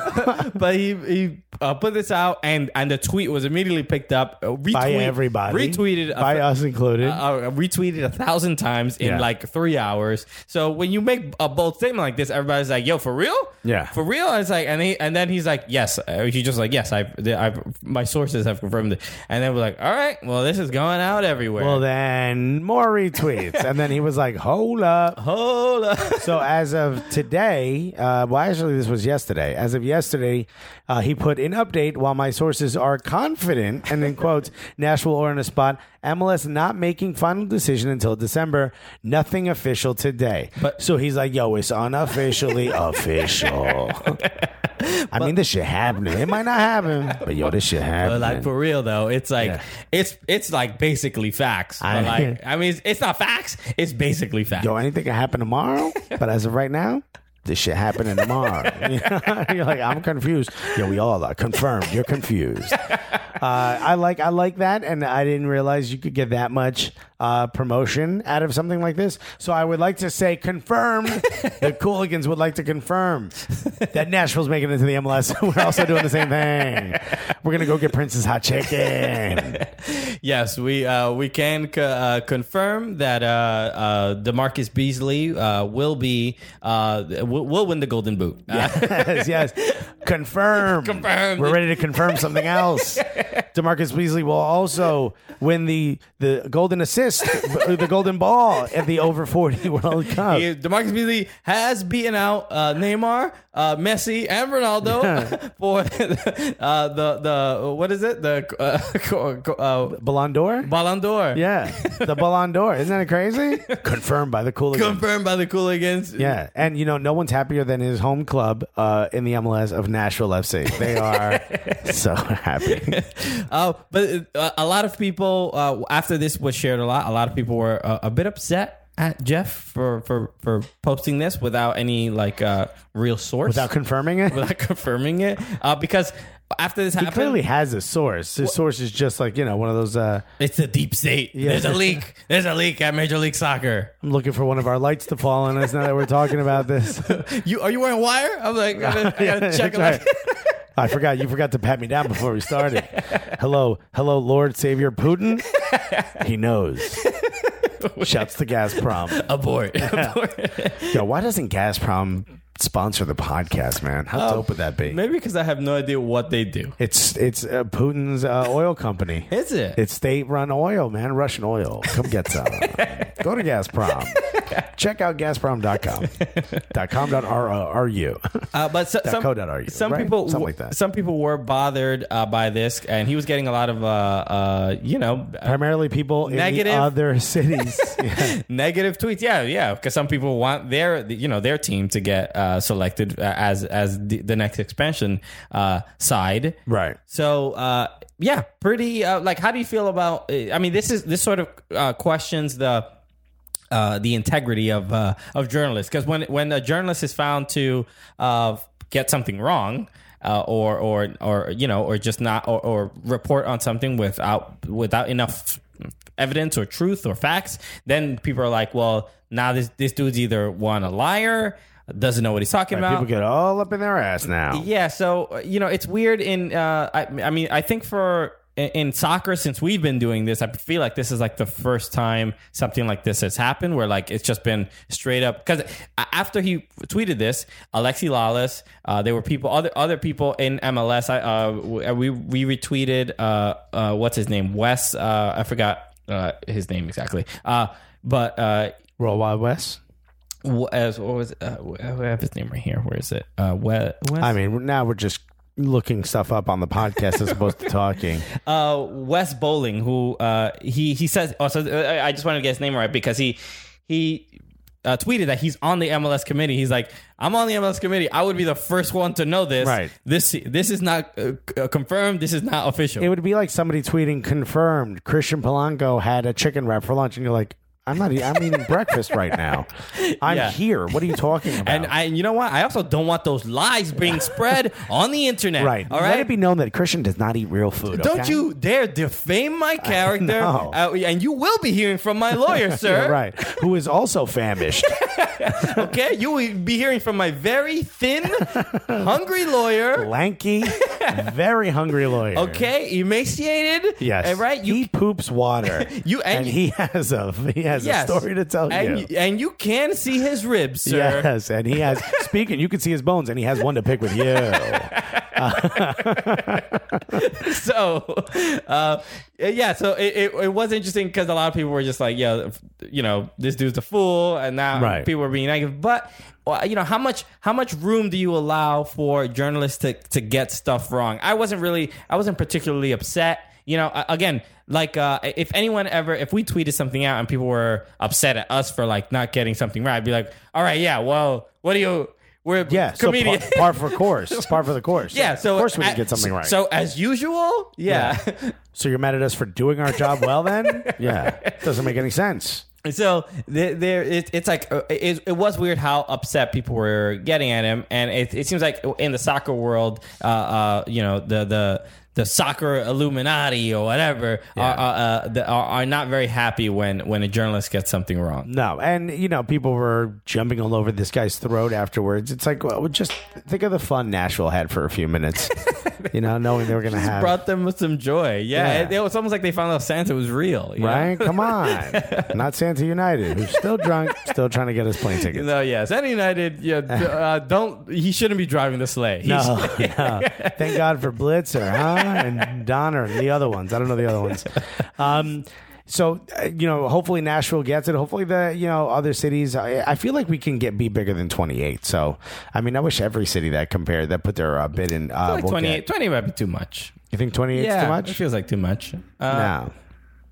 Speaker 2: but he he uh, put this out, and and the tweet was immediately picked up, uh, retweet,
Speaker 1: by everybody,
Speaker 2: retweeted, a
Speaker 1: by
Speaker 2: th-
Speaker 1: us included.
Speaker 2: uh, retweeted a thousand times in
Speaker 1: Yeah.
Speaker 2: like three hours. So when you make a bold statement like this, everybody's like, "Yo, for real?
Speaker 1: Yeah.
Speaker 2: for real." And it's like, and he, and then he's like, "Yes." Uh, He's just like, "Yes, I've, the- I've my sources have confirmed it." And then we're like, "All right, well, this is going out everywhere."
Speaker 1: well, then more retweets, and then he was like, "Hold up."
Speaker 2: Hold up.
Speaker 1: So as of today, uh, well, actually, this was yesterday. As of yesterday, uh, he put in update while my sources are confident, and then quotes Nashville or in a spot. MLS not making final decision until December. Nothing official today.
Speaker 2: But-
Speaker 1: so he's like, "Yo, it's unofficially official." I mean, this shit happening. It might not happen, but yo, this shit happening.
Speaker 2: But like for real though, it's like
Speaker 1: Yeah.
Speaker 2: it's it's like basically facts.
Speaker 1: I-
Speaker 2: I, like I mean, it's, it's not facts. It's basically facts.
Speaker 1: yo, anything can happen tomorrow. But as of right now, this shit happening tomorrow. You're like, I'm confused. Yo, we all are confirmed. You're confused. Uh, I like I like that, and I didn't realize you could get that much uh, promotion out of something like this. So I would like to say, confirmed. the Cooligans would like to confirm that Nashville's making it into the MLS. We're also doing the same thing. We're gonna go get Prince's hot chicken.
Speaker 2: yes, we uh, we can co- uh, confirm that uh, uh, Demarcus Beasley uh, will be uh, will, will win the Golden Boot. Uh,
Speaker 1: yes, yes. Confirmed.
Speaker 2: Confirmed.
Speaker 1: We're ready to confirm something else. Demarcus Beasley will also win the the golden assist, the golden ball at the over forty World Cup.
Speaker 2: he- Demarcus Beasley has beaten out uh, Neymar, uh, Messi, and Ronaldo for uh, the the what is it the uh, co- co- uh,
Speaker 1: Ballon d'Or.
Speaker 2: Ballon d'Or?
Speaker 1: Yeah, the Ballon d'Or. Isn't that crazy? Confirmed by the Cooligans.
Speaker 2: confirmed by the Cooligans.
Speaker 1: Yeah, and you know, no one's happier than his home club uh, in the MLS of Nashville FC. They are so happy.
Speaker 2: Oh, but uh, a lot of people uh, after this was shared a lot. A lot of people were uh, a bit upset at Jeff for for for posting this without any like uh, real source,
Speaker 1: Without confirming it,
Speaker 2: without confirming it, uh, because after this
Speaker 1: he
Speaker 2: happened,
Speaker 1: clearly has a source. His source is just like you know one of those. Uh,
Speaker 2: it's a deep state. There's a leak. There's a leak at Major League Soccer.
Speaker 1: I'm looking for one of our lights to fall on us now that we're talking about this.
Speaker 2: You are you wearing wire? I'm like, I gotta, I gotta check.
Speaker 1: That's right. I forgot. You forgot to pat me down before we started. Hello, hello, Lord Savior Putin. He knows. Shouts to Gazprom.
Speaker 2: Abort. Abort.
Speaker 1: Yo, why doesn't Gazprom sponsor the podcast, man? How dope would that be?
Speaker 2: Oh. Maybe because I have no idea what they do.
Speaker 1: It's it's uh, Putin's uh, oil company.
Speaker 2: Is it?
Speaker 1: It's state run oil, man. Russian oil. Come get some. Go to Gazprom. Check out Gazprom.com. dot com dot r- uh, ru.
Speaker 2: Uh, but so, some,
Speaker 1: co.ru,
Speaker 2: some
Speaker 1: right?
Speaker 2: people,
Speaker 1: Something like that.
Speaker 2: some people were bothered uh, by this, and he was getting a lot of, uh, uh, you know, uh,
Speaker 1: Primarily people in
Speaker 2: Negative.
Speaker 1: the other cities. Yeah.
Speaker 2: negative tweets. Yeah, yeah, because some people want their, you know, their team to get uh, selected uh, as as the, the next expansion uh, side.
Speaker 1: Right.
Speaker 2: So, uh, yeah, pretty. Uh, like, how do you feel about? Uh, I mean, this is this sort of uh, questions the uh, the integrity of uh, of journalists because when when a journalist is found to uh, get something wrong. uh, or or or you know or just not or, or report on something without without enough evidence or truth or facts, then people are like, well, now this this dude's either one a liar, doesn't know what he's talking about,
Speaker 1: People get all up in their ass now.
Speaker 2: yeah, so uh, you know, it's weird. In uh, I, I mean, I think for in- in soccer, since we've been doing this, I feel like this is like the first time something like this has happened, where like it's just been straight up. Because after he tweeted this, Alexi Lawless, uh, there were people, other other people in MLS. I uh, w- we we retweeted uh, uh, what's his name, Wes. Uh, I forgot uh, his name exactly, uh, but. Uh,
Speaker 1: Roll Wild West.
Speaker 2: w- as what was it? uh, w- I have his name right here. Where is it? Uh, Wes.
Speaker 1: I mean, now we're just looking stuff up on the podcast as opposed to talking.
Speaker 2: uh, Wes Bowling, who uh, he he says. Oh, so uh, I just wanted to get his name right because he he uh, tweeted that he's on the MLS committee. He's like, I'm on the MLS committee. I would be the first one to know this.
Speaker 1: Right.
Speaker 2: This this is not uh, c- uh, confirmed. This is not official.
Speaker 1: It would be like somebody tweeting confirmed Christian Polanco had a chicken wrap for lunch, and you're like, I'm not. e- I'm eating breakfast right now. I'm
Speaker 2: Yeah.
Speaker 1: here. What are you talking about?
Speaker 2: and I, you know what? I also don't want those lies being spread on the internet.
Speaker 1: right.
Speaker 2: All right.
Speaker 1: Let it be known that Christian does not eat real food.
Speaker 2: Don't
Speaker 1: okay?
Speaker 2: you dare defame my character,
Speaker 1: no.
Speaker 2: uh, and you will be hearing from my lawyer, sir.
Speaker 1: Yeah, right. Who is also famished.
Speaker 2: Okay, you will be hearing from my very thin, hungry lawyer.
Speaker 1: lanky, very hungry lawyer.
Speaker 2: Okay, emaciated.
Speaker 1: Yes.
Speaker 2: uh, right. You
Speaker 1: he poops water.
Speaker 2: You-
Speaker 1: and
Speaker 2: and you-
Speaker 1: he has a he has
Speaker 2: yes.
Speaker 1: a story to tell
Speaker 2: and
Speaker 1: you.
Speaker 2: and you can see his ribs, sir.
Speaker 1: Yes, and he has speaking. You can see his bones, and he has one to pick with you.
Speaker 2: So, uh, yeah. So it, it, it was interesting because a lot of people were just like, "Yo, you know, this dude's a fool," and now
Speaker 1: Right.
Speaker 2: people are being negative. But well, you know, how much how much room do you allow for journalists to to get stuff wrong? I wasn't really, I wasn't particularly upset. You know, a- again, like uh, if anyone ever, if we tweeted something out and people were upset at us for like not getting something right, I'd be like, "All right, yeah, well, what do you?" We're
Speaker 1: Yeah,
Speaker 2: comedian.
Speaker 1: so par, par for course, par for the course.
Speaker 2: Yeah, so
Speaker 1: of course we
Speaker 2: uh,
Speaker 1: didn't get something right. So,
Speaker 2: So as usual, yeah.
Speaker 1: you're mad at us for doing our job well, then? yeah, doesn't make any sense.
Speaker 2: so there, there it, it's like uh, it, it was weird how upset people were getting at him, and it, it seems like in the soccer world, uh, uh, you know, the the the soccer Illuminati or whatever are, are, uh, the, are are not very happy when when a journalist gets something wrong.
Speaker 1: No, and you know people were jumping all over this guy's throat afterwards. It's like, well, just think of the fun Nashville had for a few minutes. you know, knowing they were going to have
Speaker 2: Brought them some joy, yeah.
Speaker 1: Yeah.
Speaker 2: It, it was almost like they found out Santa was real, you know?
Speaker 1: Right? Come on. Not Santa United, who's still drunk, still trying to get his plane tickets.
Speaker 2: No, yeah, Santa United, yeah, d- uh, don't. He shouldn't be driving the sleigh. He
Speaker 1: No, no. Thank God for Blitzer, huh? And Donner and the other ones. I don't know the other ones. Um, so uh, you know, hopefully Nashville gets it. Hopefully the you know other cities. I, I feel like we can get be bigger than twenty eight. So I mean, I wish every city that compared that put their uh, bid in. Uh,
Speaker 2: like
Speaker 1: will
Speaker 2: 28,
Speaker 1: get-
Speaker 2: 20 might be too much.
Speaker 1: You think twenty eight is too
Speaker 2: it
Speaker 1: much?
Speaker 2: feels like too much.
Speaker 1: No,
Speaker 2: Uh,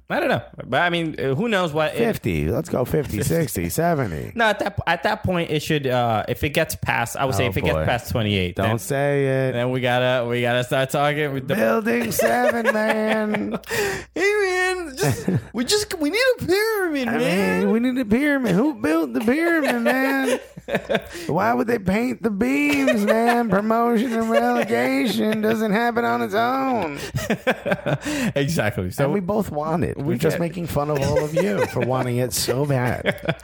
Speaker 2: I don't know, but I mean, uh, who knows what? It,
Speaker 1: fifty. Let's go 50, 60, 70.
Speaker 2: no, at that at that point, it should. Uh, if it gets past, I would say
Speaker 1: Oh,
Speaker 2: if it
Speaker 1: boy.
Speaker 2: gets past twenty eight,
Speaker 1: Don't
Speaker 2: then,
Speaker 1: say it.
Speaker 2: then we gotta we gotta start talking. With the,
Speaker 1: Building seven, man.
Speaker 2: hey man, just, we just we need a pyramid,
Speaker 1: I
Speaker 2: man.
Speaker 1: mean, we need a pyramid. Who built the pyramid, man? Why would they paint the beams, man? Promotion and relegation doesn't happen on its own.
Speaker 2: exactly. So
Speaker 1: And we both want it. We're just
Speaker 2: get-
Speaker 1: making fun of all of you for wanting it so bad.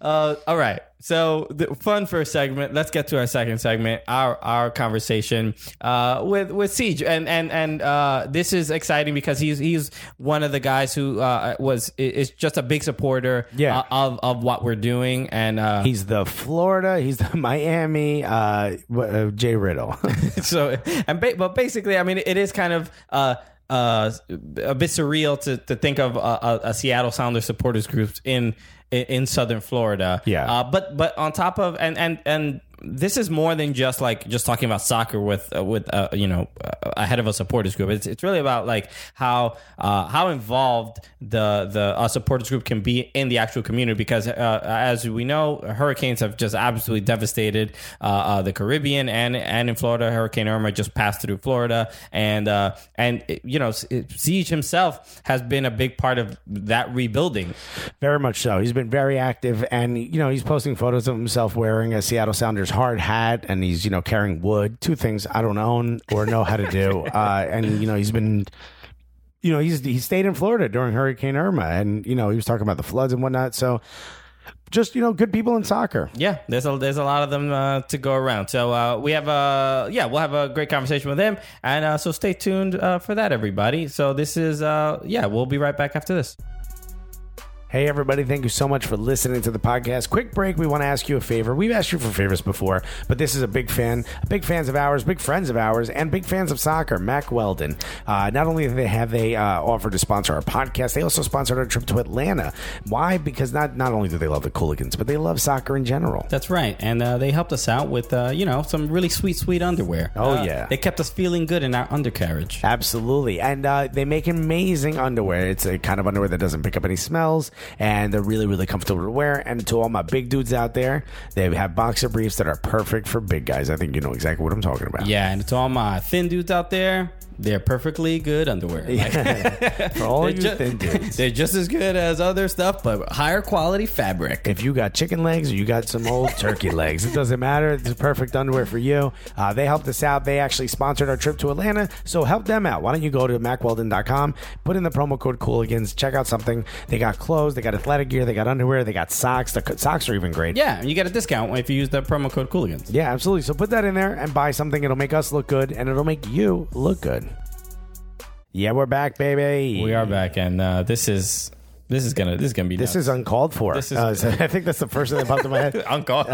Speaker 2: Uh, all right. So the fun first segment. Let's get to our second segment. Our our conversation uh, with with Siege, and and and uh, this is exciting because he's he's one of the guys who uh, was i- is just a big supporter
Speaker 1: Yeah.
Speaker 2: uh, of of what we're doing, and uh,
Speaker 1: He's the Florida. He's the Miami. Uh, wh- uh, Jay Riddle.
Speaker 2: so and ba- but basically, I mean, it is kind of. Uh, uh, a bit surreal to, to think of a, a, a Seattle Sounders supporters group in in Southern Florida.
Speaker 1: Yeah.
Speaker 2: Uh, but but on top of and and and this is more than just like just talking about soccer with uh, with uh, you know uh, ahead of a supporters group. It's it's really about like how uh, how involved the the uh, supporters group can be in the actual community because uh, as we know, hurricanes have just absolutely devastated uh, uh, the Caribbean and and in Florida. Hurricane Irma just passed through Florida, and uh, and you know, Siege himself has been a big part of that rebuilding.
Speaker 1: Very much so. He's been very active, and you know he's posting photos of himself wearing a Seattle Sounders his hard hat and he's you know carrying wood. Two things I don't own or know how to do. uh, and you know he's been. You know, he's he stayed in Florida during Hurricane Irma, and you know he was talking about the floods and whatnot. So, just you know, good people in soccer.
Speaker 2: Yeah, there's a there's a lot of them uh, to go around. So uh, we have a yeah, we'll have a great conversation with him, and uh, so stay tuned uh, for that, everybody. So this is uh, yeah, we'll be right back after this.
Speaker 1: Hey, everybody, thank you so much for listening to the podcast. Quick break. We want to ask you a favor. We've asked you for favors before, but this is a big fan, big fans of ours, big friends of ours, and big fans of soccer, Mac Weldon. Uh, not only have they, have they uh, offered to sponsor our podcast, they also sponsored our trip to Atlanta. Why? Because not, not only do they love the Cooligans, but they love soccer in general.
Speaker 2: That's right, and uh, they helped us out with uh, you know some really sweet sweet underwear.
Speaker 1: Oh,
Speaker 2: Uh,
Speaker 1: yeah.
Speaker 2: they kept us feeling good in our undercarriage.
Speaker 1: Absolutely. And uh, they make amazing underwear. It's a kind of underwear that doesn't pick up any smells, and they're really, really comfortable to wear. And to all my big dudes out there, they have boxer briefs that are perfect for big guys. I think you know exactly what I'm talking about.
Speaker 2: Yeah, and to all my thin dudes out there, they're perfectly good underwear. Like,
Speaker 1: For all
Speaker 2: they're,
Speaker 1: you
Speaker 2: ju-
Speaker 1: thin dudes.
Speaker 2: they're just as good as other stuff, but higher quality fabric.
Speaker 1: If you got chicken legs or you got some old turkey legs, it doesn't matter. It's the perfect underwear for you. Uh, they helped us out. They actually sponsored our trip to Atlanta, so help them out. Why don't you go to macweldon.com, put in the promo code Cooligans, check out something. They got clothes, they got athletic gear, they got underwear, they got socks. The co- socks are even great.
Speaker 2: Yeah, and you get a discount if you use the promo code Cooligans.
Speaker 1: Yeah, absolutely. So put that in there and buy something. It'll make us look good and it'll make you look good. Yeah, we're back, baby.
Speaker 2: We are back, and uh, this is this is gonna this is gonna be
Speaker 1: This
Speaker 2: nuts.
Speaker 1: is uncalled for.
Speaker 2: This is-
Speaker 1: Uh, so I think that's the first thing that popped in my head.
Speaker 2: uncle.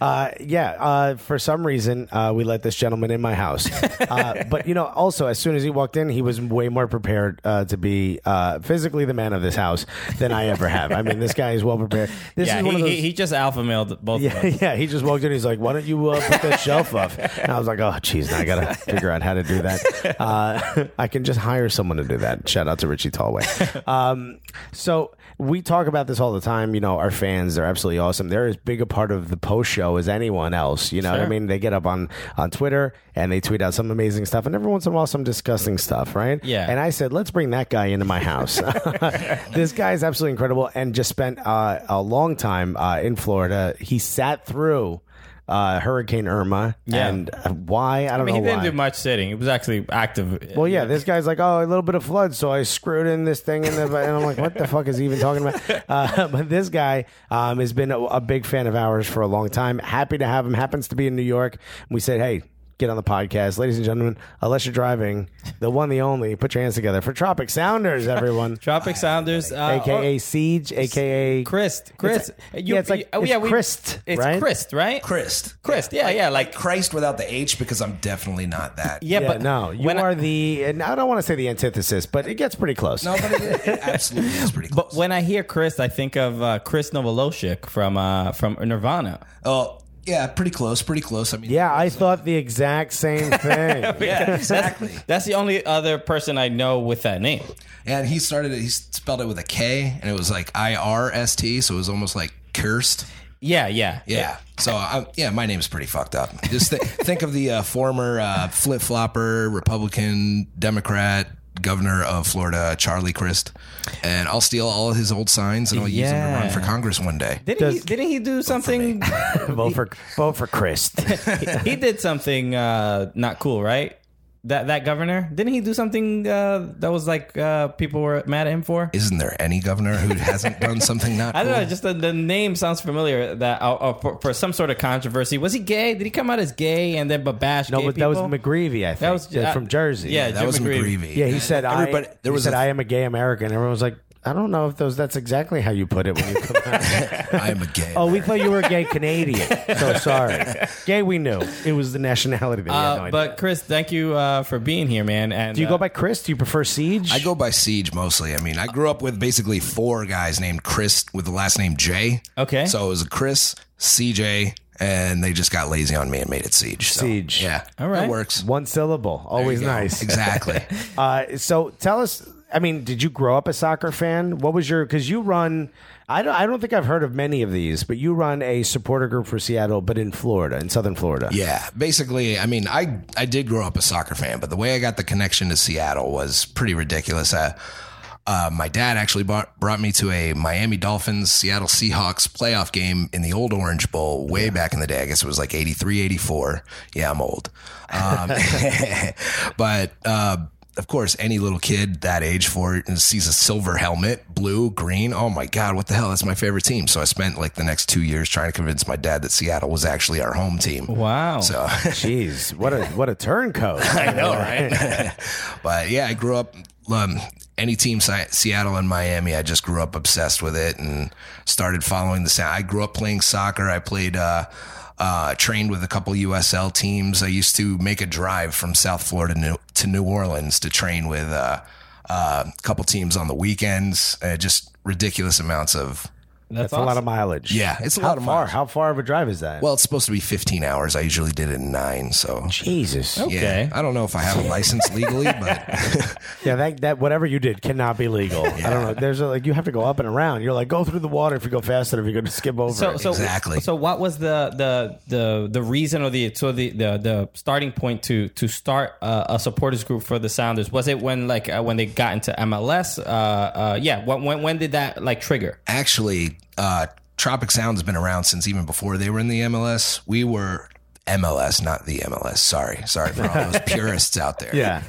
Speaker 1: Uh, yeah, uh, for some reason, uh, we let this gentleman in my house. Uh, but, you know, also, as soon as he walked in, he was way more prepared uh, to be uh, physically the man of this house than I ever have. I mean, this guy is well prepared. This
Speaker 2: yeah,
Speaker 1: is one
Speaker 2: he,
Speaker 1: of those.
Speaker 2: he, he just alpha mailed both of
Speaker 1: yeah,
Speaker 2: us.
Speaker 1: yeah, he just walked in. He's like, "Why don't you uh, put that shelf up?" And I was like, "Oh, geez, now I gotta figure out how to do that. Uh, I can just hire someone to do that." Shout out to Richie Tallway. Um, so we talk about this all the time. You know, our fans are absolutely awesome. They're as big a part of the post show as anyone else. You know what I
Speaker 2: Sure.
Speaker 1: mean? They get up on on Twitter and they tweet out some amazing stuff, and every once in a while, some disgusting stuff, right?
Speaker 2: Yeah.
Speaker 1: And I said, let's bring that guy into my house. this guy is absolutely incredible and just spent uh, a long time uh, in Florida. He sat through uh, Hurricane Irma.
Speaker 2: Yeah.
Speaker 1: And uh, why? I don't
Speaker 2: I mean, he
Speaker 1: know
Speaker 2: didn't
Speaker 1: why.
Speaker 2: do much sitting. It was actually active.
Speaker 1: well, yeah, this guy's like, oh, a little bit of flood, so I screwed in this thing, in the, and I'm like, what the fuck is he even talking about? Uh, but this guy um, has been a, a big fan of ours for a long time. Happy to have him. Happens to be in New York. We said, hey, get on the podcast, ladies and gentlemen. Unless you're driving, the one, the only. Put your hands together for Tropic Sounders, everyone.
Speaker 2: Tropic Sounders, uh,
Speaker 1: AKA
Speaker 2: or-
Speaker 1: Siege, AKA
Speaker 2: Christ, Chris. oh,
Speaker 1: yeah, it's like- it's Christ,
Speaker 2: It's
Speaker 1: right?
Speaker 2: Christ, right?
Speaker 4: Christ.
Speaker 2: Christ. Yeah, yeah. Like,
Speaker 4: Christ without the H because I'm definitely not that.
Speaker 2: yeah,
Speaker 1: Yeah,
Speaker 2: but
Speaker 1: no, you
Speaker 2: when I-
Speaker 1: are the. And I don't want to say the antithesis, but it gets pretty close.
Speaker 4: No, but it, it absolutely is pretty close.
Speaker 2: But when I hear Chris, I think of uh, Chris Novoloshik from uh, from Nirvana.
Speaker 4: oh, yeah, pretty close, pretty close. I mean,
Speaker 1: Yeah, I thought the exact same thing.
Speaker 4: yeah, exactly.
Speaker 2: That's the only other person I know with that name.
Speaker 4: And he started it. He spelled it with a K, and it was like I R S T, so it was almost like cursed.
Speaker 2: Yeah, yeah,
Speaker 4: Yeah. So I, yeah, my name's pretty fucked up. Just th- think of the uh, former uh, flip flopper, Republican, Democrat, governor of Florida, Charlie Crist, and I'll steal all of his old signs and I'll use them to
Speaker 2: Yeah.
Speaker 4: run for Congress one day.
Speaker 2: Didn't he? Didn't he do something?
Speaker 1: vote for vote for Chris.
Speaker 2: he did something uh, not cool, right? That that governor didn't he do something uh, that was like uh, people were mad at him for?
Speaker 4: Isn't there any governor who hasn't done something not?
Speaker 2: I don't know.
Speaker 4: cool?
Speaker 2: Just the, the name sounds familiar. That uh, uh, for, for some sort of controversy, was he gay? Did he come out as gay and then but bash?
Speaker 1: No,
Speaker 2: gay
Speaker 1: but that was
Speaker 2: people?
Speaker 1: McGreevy. I think that was
Speaker 2: uh,
Speaker 1: from Jersey.
Speaker 2: Yeah,
Speaker 4: that
Speaker 2: Jim
Speaker 4: was
Speaker 2: McGreevy.
Speaker 4: McGreevy.
Speaker 1: yeah. He said,
Speaker 4: Everybody-
Speaker 1: I.
Speaker 4: there was
Speaker 1: he said,
Speaker 4: a-
Speaker 1: I am a gay American. Everyone was like, I don't know if those. That's exactly how you put it when you come out.
Speaker 4: I am a gay.
Speaker 1: oh, we thought you were a gay Canadian. So sorry, gay. We knew it was the nationality. That we had
Speaker 2: Uh,
Speaker 1: no idea.
Speaker 2: but Chris, thank you uh, for being here, man. And
Speaker 1: do you go
Speaker 2: uh,
Speaker 1: by Chris? Do you prefer Siege?
Speaker 4: I go by Siege mostly. I mean, I grew up with basically four guys named Chris with the last name Jay.
Speaker 2: Okay.
Speaker 4: So it was Chris, CJ, and they just got lazy on me and made it Siege. So,
Speaker 1: Siege.
Speaker 4: Yeah.
Speaker 2: All right.
Speaker 4: It works.
Speaker 1: one syllable. Always nice.
Speaker 4: Exactly.
Speaker 1: Uh, so tell us. I mean, did you grow up a soccer fan? What was your? Because you run. I don't. I don't think I've heard of many of these, but you run a supporter group for Seattle, but in Florida, in Southern Florida.
Speaker 4: yeah. Basically, I mean, I, I did grow up a soccer fan, but the way I got the connection to Seattle was pretty ridiculous. Uh, Uh, my dad actually bought, brought me to a Miami Dolphins Seattle Seahawks playoff game in the old Orange Bowl way back in the day. I guess it was like 83, 84. Yeah, I'm old. Um, but uh, of course, any little kid that age for it and sees a silver helmet, blue, green. Oh my God, what the hell? That's my favorite team. So I spent like the next two years trying to convince my dad that Seattle was actually our home team.
Speaker 2: Wow.
Speaker 4: So
Speaker 1: Jeez, what a what a turncoat.
Speaker 4: I know, right? but yeah, I grew up. Um, any team, Si- Seattle and Miami, I just grew up obsessed with it and started following the sound. I grew up playing soccer. I played, uh, uh, trained with a couple USL teams. I used to make a drive from South Florida New- to New Orleans to train with uh, uh, a couple teams on the weekends. Uh, just ridiculous amounts of.
Speaker 1: That's a lot of mileage.
Speaker 4: Yeah, it's a
Speaker 1: How
Speaker 4: lot of
Speaker 1: far?
Speaker 4: miles.
Speaker 1: How far of a drive is that?
Speaker 4: Well, it's supposed to be 15 hours. I usually did it in nine. So,
Speaker 1: Jesus.
Speaker 2: Okay.
Speaker 4: yeah. I don't know if I have a license legally, but.
Speaker 1: Yeah, that, that whatever you did cannot be legal. I don't know. There's a, like you have to go up and around. You're like go through the water if you go faster. If you're going to skip over,
Speaker 2: So,
Speaker 1: it.
Speaker 2: so
Speaker 4: Exactly.
Speaker 2: So, what was the the the the reason or the so the the, the starting point to to start uh, a supporters group for the Sounders? Was it when like uh, when they got into MLS? Uh, uh, yeah. When, when when did that like trigger?
Speaker 4: actually, uh, Tropic Sound has been around since even before they were in the MLS. We were MLS, not the MLS. Sorry, sorry for all those purists out there.
Speaker 1: yeah,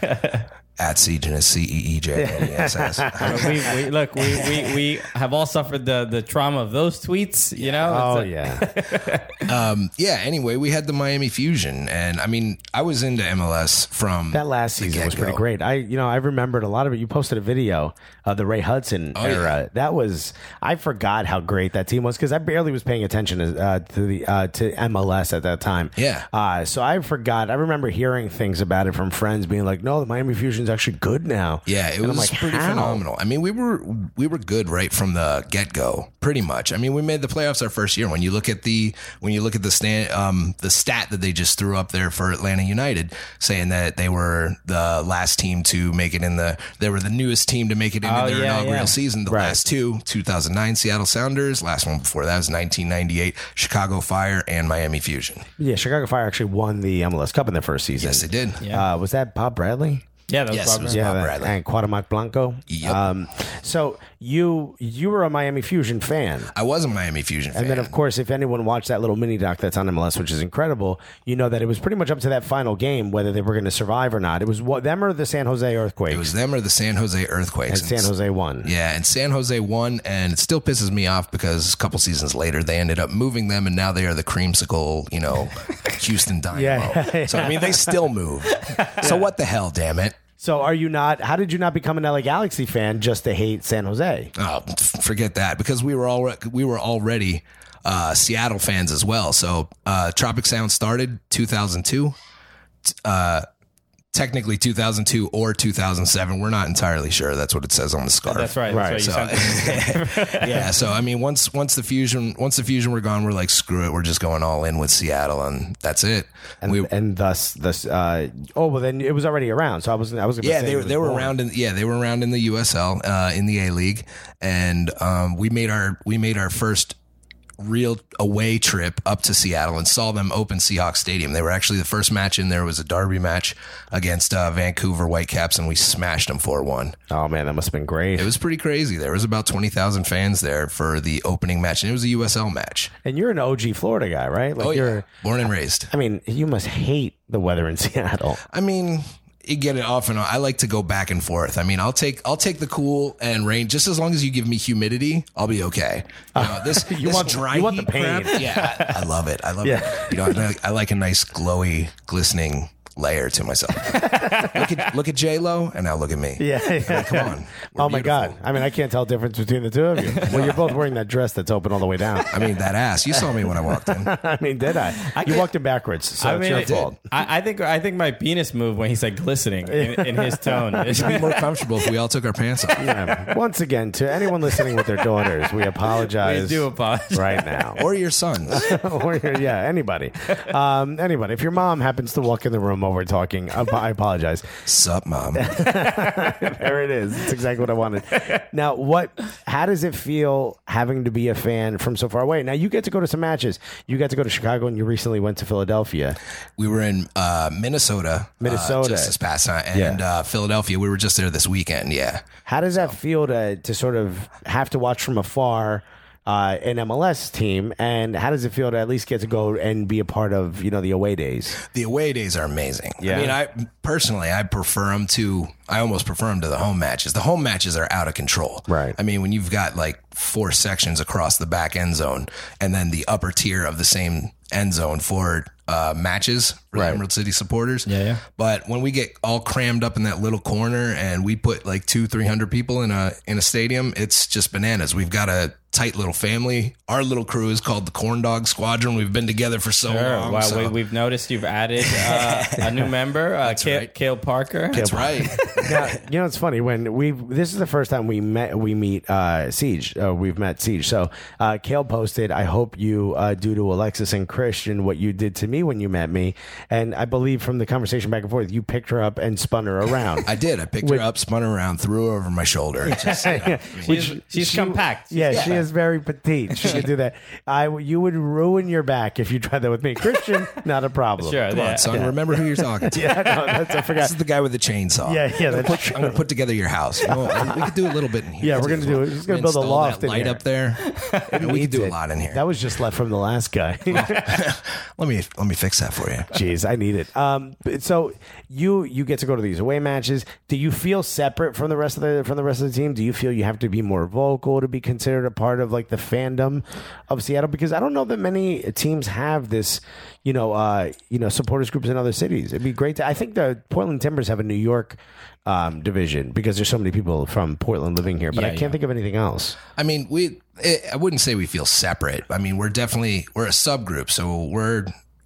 Speaker 4: At Sejan is C E E J N E S S.
Speaker 2: we, we, look, we, we, we have all suffered the, the trauma of those tweets, you know?
Speaker 1: oh
Speaker 2: It's a-
Speaker 1: yeah,
Speaker 4: Um, yeah. Anyway, we had the Miami Fusion, and I mean, I was into MLS from
Speaker 1: that last
Speaker 4: the
Speaker 1: season was pretty
Speaker 4: get-go.
Speaker 1: great. I you know I remembered a lot of it. You posted a video of the Ray Hudson
Speaker 4: Oh, yeah.
Speaker 1: era. That was I forgot how great that team was because I barely was paying attention uh, to the uh, to MLS at that time.
Speaker 4: Yeah.
Speaker 1: uh, so I forgot. I remember hearing things about it from friends being like, "No, the Miami Fusion's actually good now."
Speaker 4: Yeah, it
Speaker 1: And I'm
Speaker 4: was
Speaker 1: like,
Speaker 4: pretty
Speaker 1: "How?"
Speaker 4: phenomenal. I mean, we were we were good right from the get go, pretty much. I mean, we made the playoffs our first year. When you look at the when you look at the stand um, the stat that they just threw up there for Atlanta United, saying that they were the last team to make it in the they were the newest team to make it into
Speaker 2: Oh,
Speaker 4: their
Speaker 2: yeah,
Speaker 4: inaugural
Speaker 2: yeah.
Speaker 4: season. The
Speaker 1: Right.
Speaker 4: last two, 2009 Seattle Sounders, last one before that was 1998 Chicago Fire and Miami Fusion.
Speaker 1: Yeah, Chicago Fire actually won the MLS Cup in their first season.
Speaker 4: Yes, they did.
Speaker 1: Uh, was that Bob Bradley?
Speaker 2: Yeah, that was
Speaker 4: Yes,
Speaker 2: probably-
Speaker 4: it was Bob
Speaker 1: that-
Speaker 4: Bradley.
Speaker 1: and Cuauhtemoc Blanco.
Speaker 4: Yep.
Speaker 1: Um, so you you were a Miami Fusion fan,
Speaker 4: I was a Miami Fusion fan.
Speaker 1: and then of course, if anyone watched that little mini doc that's on MLS, which is incredible, you know that it was pretty much up to that final game whether they were going to survive or not. It was what, them or the San Jose Earthquake,
Speaker 4: it was them or the San Jose Earthquakes.
Speaker 1: and San
Speaker 4: And
Speaker 1: Jose won.
Speaker 4: Yeah, and San Jose won, and it still pisses me off because a couple seasons later they ended up moving them, and now they are the creamsicle, you know, Houston Dynamo.
Speaker 1: Yeah.
Speaker 4: So I mean, they still move. So what the hell, damn it?
Speaker 1: So are you not? How did you not become an LA Galaxy fan just to hate San Jose?
Speaker 4: Oh, f- forget that because we were all we were already uh, Seattle fans as well. So uh, Tropic Sound started 2002. T- Uh, technically 2002 or 2007. We're not entirely sure. That's what it says on the scarf.
Speaker 2: That's right.
Speaker 1: Right,
Speaker 2: That's
Speaker 4: So,
Speaker 2: right. You sound-
Speaker 4: yeah. So I mean, once once the fusion once the fusion were gone, we're like, screw it, we're just going all in with Seattle, and that's it.
Speaker 1: And,
Speaker 4: we
Speaker 1: and thus, this. Uh, oh well, then it was already around. So I was. I was. Gonna
Speaker 4: yeah,
Speaker 1: say
Speaker 4: they
Speaker 1: it
Speaker 4: were
Speaker 1: was
Speaker 4: they were
Speaker 1: born.
Speaker 4: around in yeah they were around in the USL uh, in the A League, and um, we made our we made our first real away trip up to Seattle and saw them open Seahawks Stadium. They were actually the first match in there was a derby match against uh, Vancouver Whitecaps, and we smashed them four one.
Speaker 1: Oh man, that must have been great.
Speaker 4: It was pretty crazy. There was about twenty thousand fans there for the opening match, and it was a USL match.
Speaker 1: And you're an OG Florida guy, right? Like
Speaker 4: Oh
Speaker 1: you're
Speaker 4: yeah, born and raised.
Speaker 1: I mean, you must hate the weather in Seattle.
Speaker 4: I mean, you get it off and on. I like to go back and forth. I mean, I'll take I'll take the cool and rain just as long as you give me humidity. I'll be okay. You know, this you
Speaker 1: want-
Speaker 4: dry
Speaker 1: you want the
Speaker 4: heat crap-
Speaker 1: pain.
Speaker 4: yeah, I, I love it. I love
Speaker 1: Yeah.
Speaker 4: it. You know, I like, I like a nice glowy, glistening layer to myself. look at look at J Lo, and now look at me.
Speaker 1: Yeah.
Speaker 4: Come on. We're
Speaker 1: Oh my
Speaker 4: beautiful.
Speaker 1: God! I mean, I can't tell the difference between the two of you. Well, you're both wearing that dress that's open all the way down.
Speaker 4: I mean that ass. You saw me when I walked in.
Speaker 1: I mean, did I? you walked in backwards, so
Speaker 2: I
Speaker 1: it's
Speaker 2: mean,
Speaker 1: your
Speaker 2: it-
Speaker 1: fault.
Speaker 2: I, I think I think my penis moved when he said glistening in, in his tone.
Speaker 4: It'd be more comfortable if we all took our pants off.
Speaker 1: Yeah. Once again, to anyone listening with their daughters, we apologize.
Speaker 2: We do apologize.
Speaker 1: right now.
Speaker 4: Or your sons.
Speaker 1: or yeah, anybody, um, anybody. If your mom happens to walk in the room I'm over talking. I I apologize.
Speaker 4: Sup, mom?
Speaker 1: there it is. It's exactly what I wanted. Now, what? How does it feel having to be a fan from so far away? Now you get to go to some matches. You got to go to Chicago, and you recently went to Philadelphia.
Speaker 4: we were in uh, Minnesota,
Speaker 1: Minnesota.
Speaker 4: uh, just this past time, and
Speaker 1: Yeah.
Speaker 4: uh, Philadelphia. We were just there this weekend. Yeah,
Speaker 1: How does that feel to to sort of have to watch from afar? Uh, an MLS team, and how does it feel to at least get to go and be a part of you know the away days?
Speaker 4: the away days are amazing.
Speaker 1: Yeah.
Speaker 4: I mean, I personally, I prefer them to. I almost prefer them to the home matches. The home matches are out of control.
Speaker 1: Right.
Speaker 4: I mean, when you've got like four sections across the back end zone, and then the upper tier of the same end zone for uh, matches for the
Speaker 1: Right.
Speaker 4: Emerald City supporters.
Speaker 2: Yeah, yeah.
Speaker 4: But when we get all crammed up in that little corner and we put like two, three hundred people in a in a stadium, it's just bananas. We've got a tight little family. Our little crew is called the Corn Dog Squadron. We've been together for so
Speaker 2: Sure.
Speaker 4: long.
Speaker 2: Wow,
Speaker 4: so-
Speaker 2: we, we've noticed you've added uh, a new member, uh, Kale,
Speaker 4: right.
Speaker 2: Kale Parker.
Speaker 4: that's right.
Speaker 1: Yeah, you know it's funny when we this is the first time we met we meet uh siege uh, we've met siege so uh kale posted i hope you uh do to alexis and christian what you did to me when you met me and i believe from the conversation back and forth you picked her up and spun her around
Speaker 4: I did. I picked
Speaker 1: With-
Speaker 4: her up, spun her around, threw her over my shoulder. It's just-
Speaker 1: Which
Speaker 2: She's- she's compact.
Speaker 1: yeah, she is very petite. She could do that. I, you would ruin your back if you tried that with me, Christian. Not a problem.
Speaker 2: Sure.
Speaker 4: Come
Speaker 2: yeah.
Speaker 4: on, son. Remember who you're talking to.
Speaker 1: Yeah, no, that's I
Speaker 4: This
Speaker 1: forgot.
Speaker 4: is the guy with the chainsaw.
Speaker 1: Yeah, yeah, that's
Speaker 4: I'm gonna put together your house. You know, we could do a little bit in here.
Speaker 1: Yeah, we're
Speaker 4: too
Speaker 1: gonna
Speaker 4: as
Speaker 1: do
Speaker 4: well.
Speaker 1: it. We're just gonna
Speaker 4: We're
Speaker 1: build a
Speaker 4: install that
Speaker 1: loft in
Speaker 4: light
Speaker 1: here.
Speaker 4: up there. Yeah, we could do a lot in here.
Speaker 1: That was just left from the last guy.
Speaker 4: let me let me fix that for you.
Speaker 1: Jeez, I need it. Um, but- so you you get to go to these away matches. Do you feel separate from the rest of the from the rest of the team? Do you feel you have to be more vocal to be considered a part of like the fandom of Seattle? Because I don't know that many teams have this, you know, uh, you know, supporters groups in other cities. It'd be great to. I think the Portland Timbers have a New York um, division because there's so many people from Portland living here. But I
Speaker 2: Yeah,
Speaker 1: can't
Speaker 2: yeah.
Speaker 1: think of anything else.
Speaker 4: I mean, we. It, I wouldn't say we feel separate. I mean, we're definitely we're a subgroup, so we're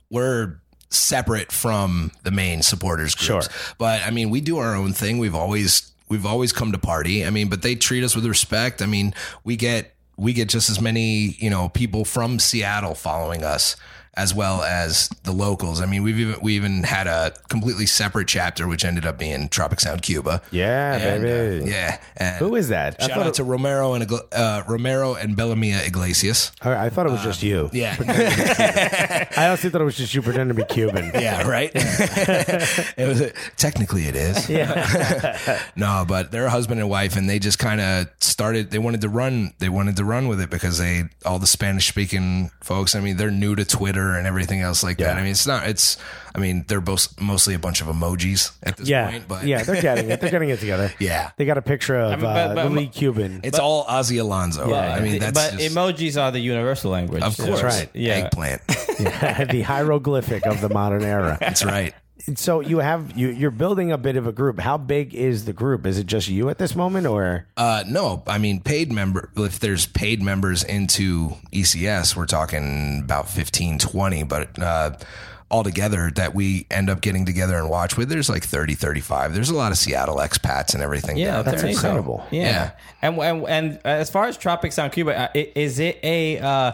Speaker 4: we're separate from the main supporters groups. But I mean, we do our own thing. We've always we've always come to party. I mean, but they treat us with respect. I mean, we get we get just as many you know people from Seattle following us as well as the locals. I mean, we've even we even had a completely separate chapter, which ended up being Tropic Sound Cuba.
Speaker 1: Yeah,
Speaker 4: And, uh,
Speaker 1: baby.
Speaker 4: yeah. And
Speaker 1: Who is that? I
Speaker 4: Shout
Speaker 1: thought,
Speaker 4: out to Romero and Igl- uh, Romero and Bellamia Iglesias.
Speaker 1: I I thought it was just you.
Speaker 4: Yeah,
Speaker 1: I honestly thought it was just you pretending to be Cuban.
Speaker 4: yeah, right. it was technically it is. no, but they're a husband and wife, and they just kind of started. They wanted to run. They wanted to run with it because they all the Spanish speaking folks. I mean, they're new to Twitter and everything else like that. I mean, it's not. It's. I mean, they're both mostly a bunch of emojis at this
Speaker 1: Yeah,
Speaker 4: point. But
Speaker 1: yeah, they're getting it. They're getting it together.
Speaker 4: Yeah.
Speaker 1: they got a picture of
Speaker 2: mean, but-
Speaker 1: uh,
Speaker 2: but-
Speaker 1: the Lee Cuban.
Speaker 4: it's all Ozzy Alonso. I mean, that's
Speaker 2: but
Speaker 4: just,
Speaker 2: emojis are the universal language.
Speaker 4: of course
Speaker 1: right.
Speaker 2: Yeah.
Speaker 4: eggplant.
Speaker 1: the hieroglyphic of the modern era.
Speaker 4: that's right.
Speaker 1: So you have you you're building a bit of a group. How big is the group? Is it just you at this moment, or
Speaker 4: Uh, no, I mean paid member. If there's paid members into ECS, we're talking about 15, 20, but uh, altogether that we end up getting together and watch with, there's like 30, 35. There's a lot of Seattle expats and everything.
Speaker 2: Yeah,
Speaker 4: down
Speaker 2: that's
Speaker 4: there.
Speaker 2: amazing.
Speaker 1: incredible.
Speaker 2: Yeah.
Speaker 4: Yeah.
Speaker 2: And, and and as far as tropics on Cuba, uh, i- is it a uh,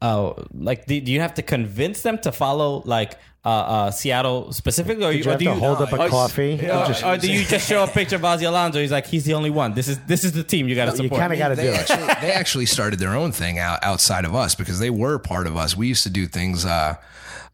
Speaker 2: uh like do, do you have to convince them to follow like uh, uh Seattle specifically, or
Speaker 4: Uh,
Speaker 1: you have
Speaker 2: or do
Speaker 1: to hold up a
Speaker 2: or-
Speaker 1: coffee?
Speaker 2: Or,
Speaker 1: Or just-
Speaker 2: or do you just show a picture of Ozzy Alonso? He's like, he's the only one. This is this is the team you got to
Speaker 1: you
Speaker 2: support.
Speaker 1: kind of got to do
Speaker 4: they
Speaker 1: it?
Speaker 4: actually, they actually started their own thing out, outside of us because they were part of us. We used to do things. Uh,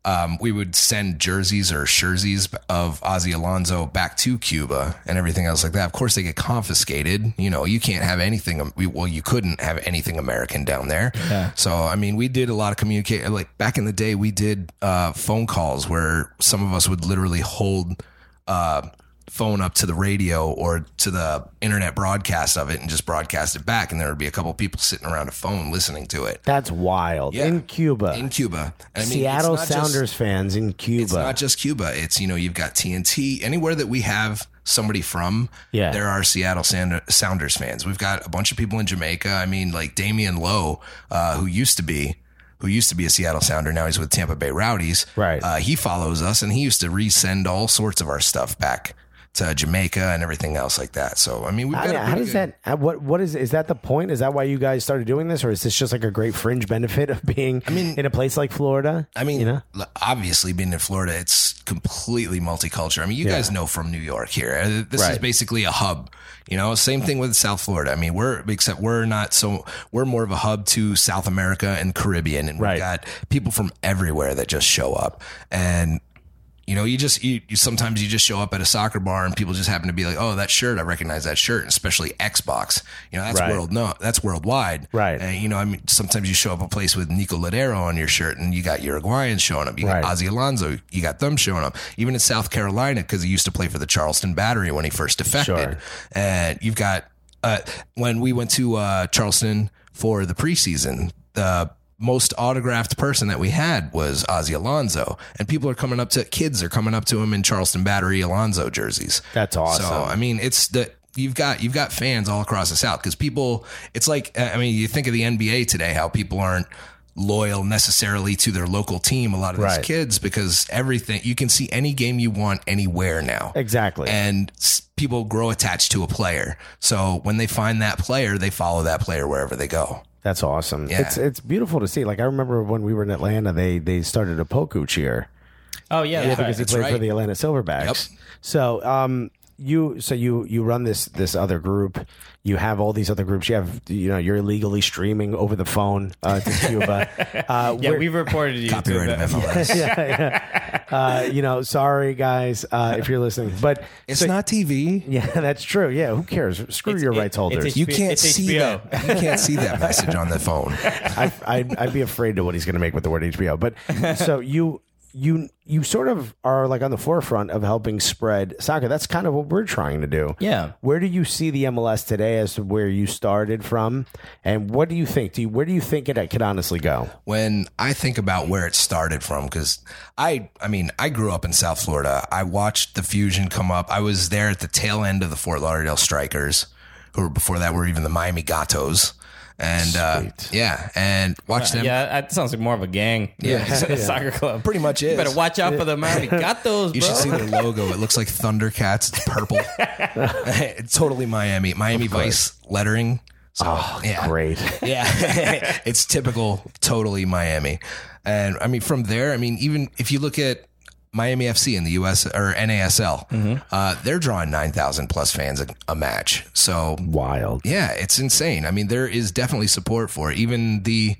Speaker 4: um, we would send jerseys or jerseys of Ozzy Alonso back to Cuba and everything else like that. Of course, they get confiscated. You know, you can't have anything. um, we- Well, you couldn't have anything American down there. So, I mean, we did a lot of communicate. Like back in the day, we did uh, phone calls where some of us would literally hold. Uh, phone up to the radio or to the internet broadcast of it and just broadcast it back and there would be a couple people sitting around a phone listening to it
Speaker 1: That's wild
Speaker 4: Yeah.
Speaker 1: in Cuba.
Speaker 4: in Cuba. I mean, it's
Speaker 1: Seattle
Speaker 4: not just-
Speaker 1: Sounders fans in
Speaker 4: it's
Speaker 1: Cuba.
Speaker 4: not just Cuba. It's you know you've got TNT anywhere that we have somebody from.
Speaker 1: Yeah.
Speaker 4: there are Seattle Sound- Sounders fans. We've got a bunch of people in Jamaica. I mean, like Damian Lowe, uh, who used to be. Who used to be a Seattle Sounder? Now he's with Tampa Bay Rowdies.
Speaker 1: Right.
Speaker 4: Uh, he follows us, and he used to resend all sorts of our stuff back to Jamaica and everything else like that. So I mean, we've got.
Speaker 1: I mean,
Speaker 4: a
Speaker 1: how
Speaker 4: pretty
Speaker 1: does
Speaker 4: good-
Speaker 1: that? uh, What what is is that the point? Is that why you guys started doing this, or is this just like a great fringe benefit of being? I mean, in a place like Florida.
Speaker 4: I mean,
Speaker 1: you know,
Speaker 4: l- obviously, being in Florida, it's completely multicultural. I mean, you
Speaker 1: Yeah.
Speaker 4: guys know from New York here. Uh, This is
Speaker 2: Right.
Speaker 4: basically a hub. You know, same thing with South Florida. I mean, we're except we're not so we're more of a hub to South America and Caribbean, and
Speaker 1: Right.
Speaker 4: we've got people from everywhere that just show up and. You know, you just you, you sometimes you just show up at a soccer bar and people just happen to be like, "Oh, that shirt! I recognize that shirt." Especially Xbox. You know, that's
Speaker 1: Right.
Speaker 4: world no, that's worldwide.
Speaker 1: Right.
Speaker 4: And you know, I mean, sometimes you show up a place with Nico Ladero on your shirt, and you got Uruguayans showing up. You
Speaker 1: Right.
Speaker 4: got Ozzy Alonso. You got them showing up. Even in South Carolina, because he used to play for the Charleston Battery when he first defected.
Speaker 1: Sure.
Speaker 4: And you've got uh, when we went to uh, Charleston for the preseason, the most autographed person that we had was Ozzy Alonso, and people are coming up to kids are coming up to him in Charleston Battery Alonso jerseys.
Speaker 1: That's awesome.
Speaker 4: So I mean, it's the you've got you've got fans all across the South because people. It's like uh, I mean, you think of the NBA today, how people aren't loyal necessarily to their local team. A lot of
Speaker 1: Right.
Speaker 4: these kids because everything you can see any game you want anywhere now.
Speaker 1: Exactly.
Speaker 4: And s- people grow attached to a player. So when they find that player, they follow that player wherever they go.
Speaker 1: That's awesome.
Speaker 4: Yeah.
Speaker 1: It's it's beautiful to see. Like I remember when we were in Atlanta, they they started a Poku cheer
Speaker 2: Oh yeah, that's
Speaker 1: because
Speaker 2: right.
Speaker 1: he
Speaker 4: that's
Speaker 1: played for
Speaker 4: right.
Speaker 1: the Atlanta Silverbacks. So um you so you you run this this other group. You have all these other groups. You have you know you're illegally streaming over the phone uh, to Cuba. Uh,
Speaker 2: Yeah,
Speaker 1: we're-
Speaker 2: we've reported you. to
Speaker 4: Copyright of
Speaker 2: the-
Speaker 4: MLS.
Speaker 1: uh, you know sorry guys uh, if you're listening, but
Speaker 4: It's not TV.
Speaker 1: yeah that's true. Yeah, who cares? Screw your
Speaker 2: it-
Speaker 1: rights
Speaker 2: it's
Speaker 1: holders.
Speaker 2: a-
Speaker 4: You can't
Speaker 2: It's
Speaker 4: see
Speaker 2: HBO.
Speaker 4: that. You can't see that message on the phone.
Speaker 1: I, I'd, I'd be afraid of what he's going to make with the word HBO. But so you you you sort of are like on the forefront of helping spread soccer. That's kind of what we're trying to do.
Speaker 2: Yeah.
Speaker 1: Where do you see the MLS today as to where you started from, and what do you think? Do you, where do you think it could honestly go?
Speaker 4: when I think about where it started from, because I, I mean, I grew up in South Florida. I watched the fusion come up. I was there at the tail end of the Fort Lauderdale Strikers, who were before that were even the Miami Gatos, and uh, yeah, and watched them.
Speaker 2: Uh, Yeah, that sounds like more of a gang. Yeah, soccer club.
Speaker 4: Pretty much
Speaker 2: You
Speaker 4: is.
Speaker 2: better watch out for the Miami Gatos,
Speaker 4: You
Speaker 2: bro.
Speaker 4: should see their logo. It looks like Thundercats. It's purple. it's totally Miami. Miami Vice lettering. So, yeah.
Speaker 1: Great.
Speaker 4: Yeah. it's typical, totally Miami. And I mean, from there, I mean, even if you look at Miami FC in the US or NASL, uh, they're drawing 9,000 plus fans a, a match. So,
Speaker 1: Wild.
Speaker 4: yeah, it's insane. I mean, there is definitely support for it. Even the.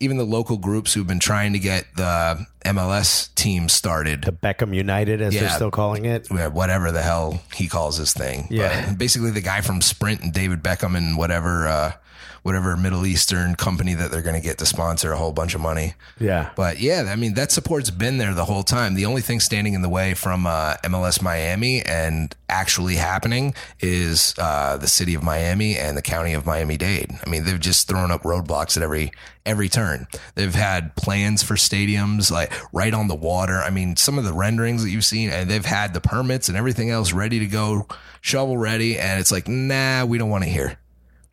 Speaker 4: Even the local groups who've been trying to get the MLS team started,
Speaker 1: The Beckham United, as they're
Speaker 4: Yeah.
Speaker 1: still calling it.
Speaker 4: yeah, whatever the hell he calls his thing.
Speaker 1: Yeah.
Speaker 4: But basically the guy from Sprint and David Beckham and whatever uh, whatever Middle Eastern company that they're going to get to sponsor a whole bunch of money.
Speaker 1: Yeah.
Speaker 4: But yeah, I mean that support's been there the whole time. The only thing standing in the way from uh, MLS Miami and actually happening is uh, the city of Miami and the county of Miami Dade. I mean, they've just thrown up roadblocks at every every turn. They've had plans for stadiums like right on the water. I mean, some of the renderings that you've seen, and they've had the permits and everything else ready to go, shovel ready, and it's like, nah, we don't want it here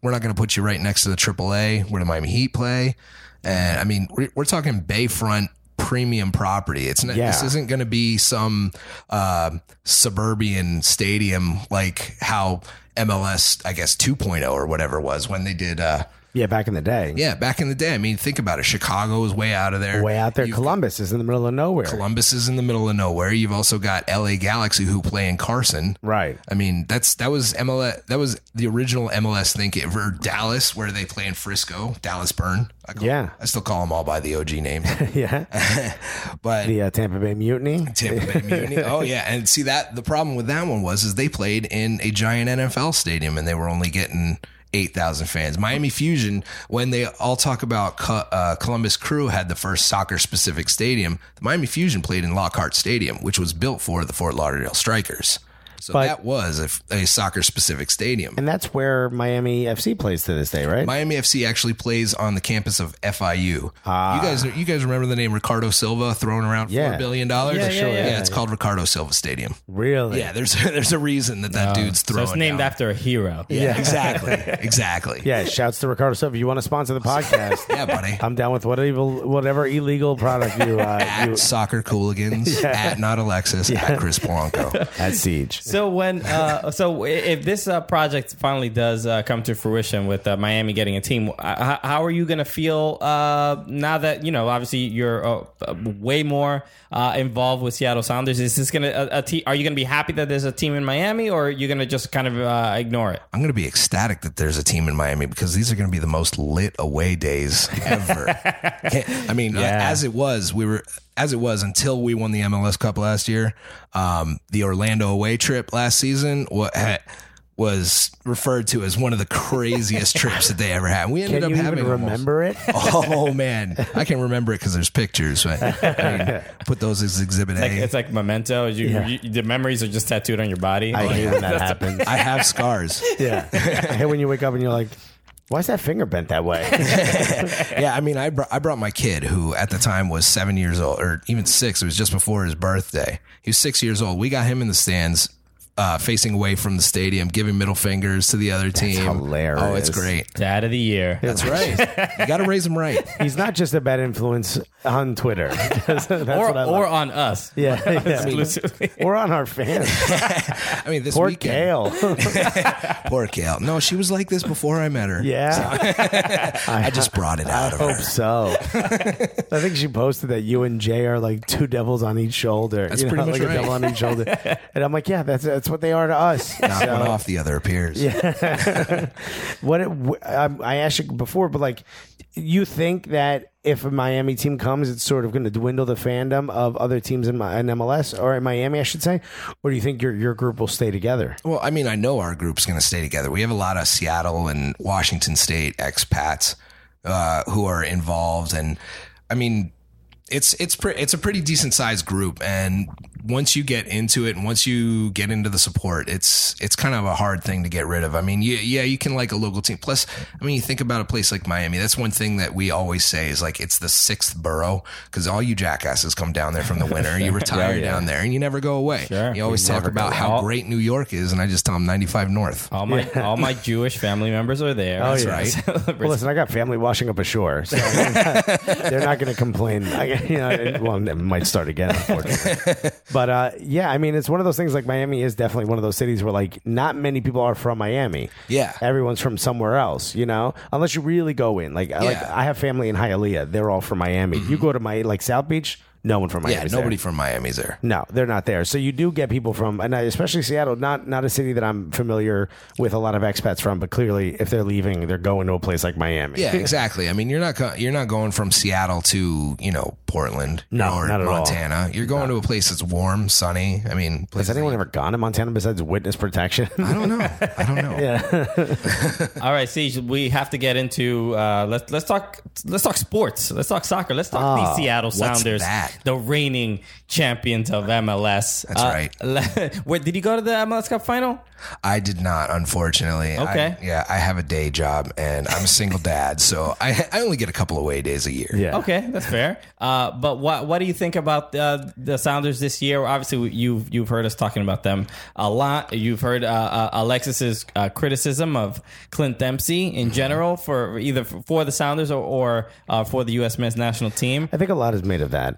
Speaker 4: we're not going to put you right next to the AAA where the Miami Heat play. And I mean, we're, we're talking Bayfront premium property. It's not, this
Speaker 1: Yeah.
Speaker 4: isn't going to be some um suburban stadium like how MLS, I guess, 2.0 or whatever it was when they did. Uh,
Speaker 1: Yeah. Back in the day.
Speaker 4: yeah, back in the day. I mean, think about it. Chicago is way out of there.
Speaker 1: Way out there,
Speaker 4: You-
Speaker 1: Columbus is in the middle of nowhere.
Speaker 4: Columbus is in the middle of nowhere. You've also got LA Galaxy who play in Carson.
Speaker 1: Right.
Speaker 4: I mean, that's that was MLS. That was the original MLS think it or Dallas where they play in Frisco, Dallas Burn. I call,
Speaker 1: Yeah.
Speaker 4: I still call them all by the OG name,
Speaker 1: Yeah.
Speaker 4: but
Speaker 1: The uh, Tampa Bay Mutiny.
Speaker 4: Tampa Bay Mutiny. Oh yeah, and see that the problem with that one was is they played in a giant NFL stadium and they were only getting. 8,000 fans. Miami Fusion, when they all talk about Co- uh, Columbus Crew had the first soccer specific stadium, the Miami Fusion played in Lockhart Stadium, which was built for the Fort Lauderdale Strikers. So
Speaker 1: But-
Speaker 4: that was a, a soccer specific stadium.
Speaker 1: And that's where Miami FC plays to this day, right?
Speaker 4: Miami FC actually plays on the campus of FIU. You guys, you guys remember the name Ricardo Silva thrown around
Speaker 1: Yeah.
Speaker 4: four billion dollars?
Speaker 2: Yeah, yeah, Sure. yeah.
Speaker 4: it's called Ricardo Silva Stadium.
Speaker 1: really?
Speaker 4: Yeah, there's there's a reason that that dude's
Speaker 2: so
Speaker 4: thrown.
Speaker 2: it's named
Speaker 4: down.
Speaker 2: after a hero.
Speaker 4: Yeah, exactly, exactly.
Speaker 1: Yeah, shouts to Ricardo Silva. You want to sponsor the podcast?
Speaker 4: yeah, buddy.
Speaker 1: I'm down with whatever whatever illegal product you uh, you
Speaker 4: at soccer cooligans, at not Alexis, at Chris Blanco.
Speaker 1: at siege.
Speaker 2: So when uh, so i- if this uh, project finally does uh, come to fruition with uh, Miami getting a team, uh, h- how are you going to feel uh, now that you know? Obviously, you're uh, uh, way more uh, involved with Seattle Sounders. Is this going to a, a te- Are you going to be happy that there's a team in Miami, or are you going to just kind of uh, ignore it?
Speaker 4: I'm going to be ecstatic that there's a team in Miami because these are going to be the most lit away days ever. I mean, uh, as it was, we were as it was until we won the MLS Cup last year. Um, the Orlando away trip last season wa- ha- was referred to as one of the craziest trips that they ever had. We
Speaker 1: Can
Speaker 4: ended up
Speaker 1: you
Speaker 4: having
Speaker 1: even
Speaker 4: almost-
Speaker 1: remember it?
Speaker 4: Oh man, I can remember it because there's pictures. But, I mean, put those as Exhibit
Speaker 2: Like,
Speaker 4: A.
Speaker 2: it's like memento. You,
Speaker 1: Yeah.
Speaker 2: you- the memories are just tattooed on your body.
Speaker 1: I
Speaker 2: Like,
Speaker 1: hate when that happens.
Speaker 4: I have scars.
Speaker 1: Yeah. I hate when you wake up and you're like, why is that finger bent that way?
Speaker 4: yeah, I mean, I brought, I brought my kid who at the time was seven years old, or even six. It was just before his birthday. He was six years old. We got him in the stands, uh, facing away from the stadium, giving middle fingers to the other team.
Speaker 1: hilarious.
Speaker 4: Oh, it's great.
Speaker 2: Dad of the year.
Speaker 4: That's right. you got to raise him right.
Speaker 1: He's not just a bad influence on Twitter. That's what
Speaker 2: Or
Speaker 1: I love.
Speaker 2: or on us.
Speaker 1: yeah, yeah.
Speaker 2: Exclusively.
Speaker 1: We're on our fans.
Speaker 4: I mean, this
Speaker 1: Poor Kale.
Speaker 4: weekend, poor Kale. No, she was like this before I met her.
Speaker 1: Yeah,
Speaker 4: I just brought it out of
Speaker 1: hope
Speaker 4: her.
Speaker 1: so. I think she posted that you and Jay are like two devils on each shoulder.
Speaker 4: That's
Speaker 1: you
Speaker 4: pretty much
Speaker 1: like a
Speaker 4: right.
Speaker 1: devil on each shoulder. And I'm like, yeah, that's that's what they are to us.
Speaker 4: Knock
Speaker 1: So-
Speaker 4: one off, the other appears.
Speaker 1: What it, wh- um, I asked you before, but like, you think that if a Miami team comes, it's sort of going to dwindle the fandom of other teams in, my, in MLS or in Miami, I should say, or do you think your your group will stay together?
Speaker 4: Well, I mean, I know our group's going to stay together. We have a lot of Seattle and Washington State expats uh, who are involved, and I mean, it's it's pre- it's a pretty decent sized group. And once you get into it, and once you get into the support, it's it's kind of a hard thing to get rid of. I mean, yeah, yeah, you can like a local team. Plus, I mean, you think about a place like Miami. That's one thing that we always say is like it's the sixth borough because all you jackasses come down there from the winter. You retire down there, and you never go away.
Speaker 2: Sure.
Speaker 4: You always talk about how
Speaker 2: All-
Speaker 4: great New York is, and I just tell them 95 North.
Speaker 2: All my all my Jewish family members are there.
Speaker 1: Oh,
Speaker 2: That's
Speaker 1: yeah.
Speaker 2: right.
Speaker 1: Well, listen, I got family washing up ashore, so they're not, going to complain. I, you know, it- well, it might start again, unfortunately. but uh, yeah, I mean, it's one of those things. Like Miami is definitely one of those cities where like not many people are from Miami.
Speaker 4: Yeah.
Speaker 1: everyone's from somewhere else. You know, unless you really go in. Like, I like
Speaker 4: Yeah. Mm-hmm.
Speaker 1: I have family in Hialeah; they're all from Miami. You go to my like South Beach, no one from Miami.
Speaker 4: Yeah, nobody from Miami's there.
Speaker 1: No, they're not there. So you do get people from, and I- especially Seattle, not not a city that I'm familiar with a lot of expats from. But clearly, if they're leaving, they're going to a place like Miami.
Speaker 4: Yeah, exactly. I mean, you're not go- you're not going from Seattle to you know Portland
Speaker 1: No,
Speaker 4: or
Speaker 1: not at all.
Speaker 4: Montana. You're going to a place that's warm, sunny. I mean,
Speaker 1: Has anyone ever gone to Montana besides witness protection?
Speaker 4: I don't know. I don't know.
Speaker 2: All right, see, we have to get into uh, let's let's talk let's talk sports. Let's talk soccer. Let's talk
Speaker 1: Ah,
Speaker 2: the Seattle Sounders,
Speaker 4: that?
Speaker 2: the reigning champions of MLS.
Speaker 4: That's
Speaker 2: right. Uh, Where did you go to the MLS Cup final?
Speaker 4: I did not, unfortunately.
Speaker 2: Okay.
Speaker 4: I, yeah, I have a day job and I'm a single dad, so I I only get a couple away days a year.
Speaker 1: yeah.
Speaker 2: Okay, that's fair. Uh, but what what do you think about uh, the Sounders this year? Obviously, you've you've heard us talking about them a lot. You've heard uh, uh, Alexis's uh, criticism of Clint Dempsey in general for either for the Sounders or, or uh, for the U.S. men's national team.
Speaker 1: I think a lot is made of that.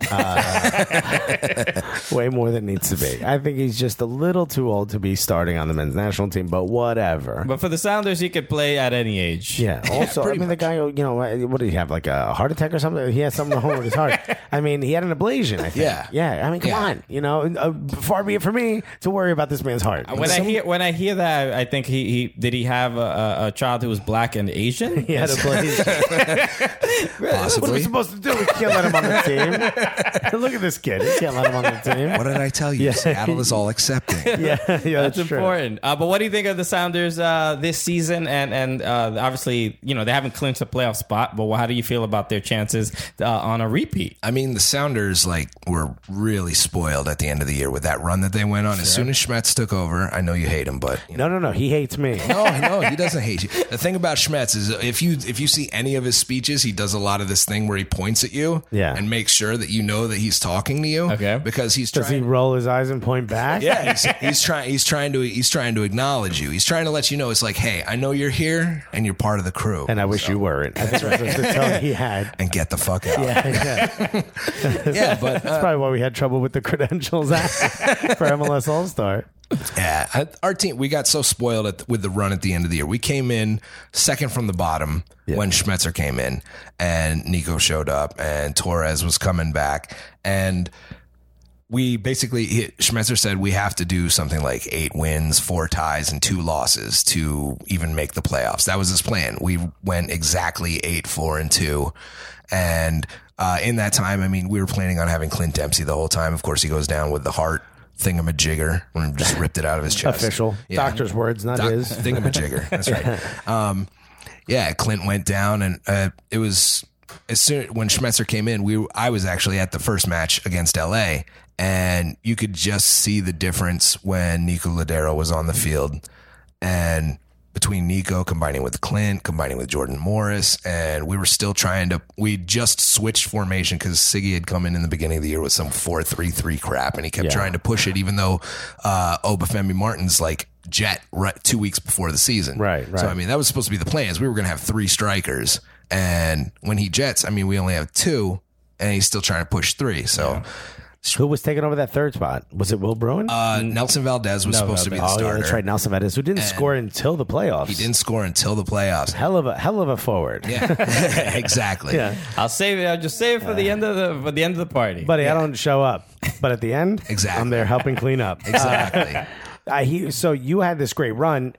Speaker 1: Uh, way more than needs to be. I think he's just a little too old to be starting on the men's national team, but whatever.
Speaker 2: But for the Sounders, he could play at any age.
Speaker 1: yeah. Also, I mean, the guy, you know, what did he have? Like a heart attack or something? He had something wrong with his heart. I mean, he had an ablation, I think.
Speaker 4: Yeah.
Speaker 1: Yeah. I mean, come
Speaker 4: Yeah.
Speaker 1: on. You know, uh, far be it for me to worry about this man's heart.
Speaker 2: When I hear when I hear that, I think he, he did he have a- a, a child who was black and Asian?
Speaker 1: he had ablation. what are we
Speaker 4: Possibly.
Speaker 1: supposed to do? We can't let him on the team. Look at this kid. We can't let him on the team.
Speaker 4: What did I tell you? Seattle is all accepting.
Speaker 1: yeah, yeah, that's,
Speaker 2: That's
Speaker 1: true.
Speaker 2: important. Uh, but what do you think of the Sounders uh, this season? And and uh, obviously, you know, they haven't clinched a playoff spot. But how do you feel about their chances uh, on a repeat?
Speaker 4: I mean, the Sounders like were really spoiled at the end of the year with that run that they went on. As soon as Schmetz took over, I know you hate him, but you
Speaker 1: No, no, no. He hates me.
Speaker 4: No, no, he doesn't hate you. The thing about Schmetz is if you if you see any of his speeches, he does a lot of this thing where he points at you
Speaker 1: Yeah.
Speaker 4: and makes sure that you know that he's talking to you.
Speaker 2: Okay.
Speaker 4: Because he's
Speaker 1: Does he
Speaker 4: trying
Speaker 1: roll his eyes and point back?
Speaker 4: yeah, he's, he's trying. He's trying to. He's trying to acknowledge you. He's trying to let you know. It's like, hey, I know you're here and you're part of the crew.
Speaker 1: And I wish you weren't. I think that's right. the tone he had.
Speaker 4: And get the fuck out. uh, Yeah,
Speaker 1: Yeah.
Speaker 4: but uh,
Speaker 1: That's probably why we had trouble with the credentials act for MLS All Star.
Speaker 4: Yeah, I- our team. We got so spoiled at, with the run at the end of the year. We came in second from the bottom when Schmetzer came in, and Nico showed up, and Torres was coming back, and we basically he- Schmetzer said we have to do something like eight wins, four ties, and two losses to even make the playoffs. That was his plan. We went exactly eight, four, and two, and uh, in that time, I mean, we were planning on having Clint Dempsey the whole time. Of course, he goes down with the heart thingamajigger when he just ripped it out of his chest.
Speaker 1: Official
Speaker 4: Yeah.
Speaker 1: doctor's words, not
Speaker 4: Doc-
Speaker 1: his.
Speaker 4: thingamajigger. That's right. Um, yeah, Clint went down, and uh, it was as soon when Schmetzer came in. We I was actually at the first match against L.A. and you could just see the difference when Nico Ladero was on the field, and between Nico combining with Clint, combining with Jordan Morris, and we were still trying to. We just switched formation because Siggy had come in in the beginning of the year with some four three three crap, and he kept trying to push it, even though uh, Obafemi Martin's like jet right, two weeks before the season.
Speaker 1: Right, right.
Speaker 4: So I mean, that was supposed to be the plan. Is we were going to have three strikers, and when he jets, I mean, we only have two, and he's still trying to push three. So.
Speaker 1: Who was taking over that third spot? Was it Will Bruin?
Speaker 4: Uh, Nelson Valdez was supposed to be the
Speaker 1: oh, yeah,
Speaker 4: starter.
Speaker 1: that's right. Nelson Valdez, who didn't score until the playoffs.
Speaker 4: He didn't score until the playoffs.
Speaker 1: Hell of a hell of a forward.
Speaker 4: Yeah, exactly.
Speaker 1: Yeah.
Speaker 2: I'll save it. I'll just save it for the end of the for the end of the party.
Speaker 1: Buddy, I don't show up, but at the end,
Speaker 4: Exactly.
Speaker 1: I'm there helping clean up. Uh,
Speaker 4: Exactly.
Speaker 1: I he, so you had this great run.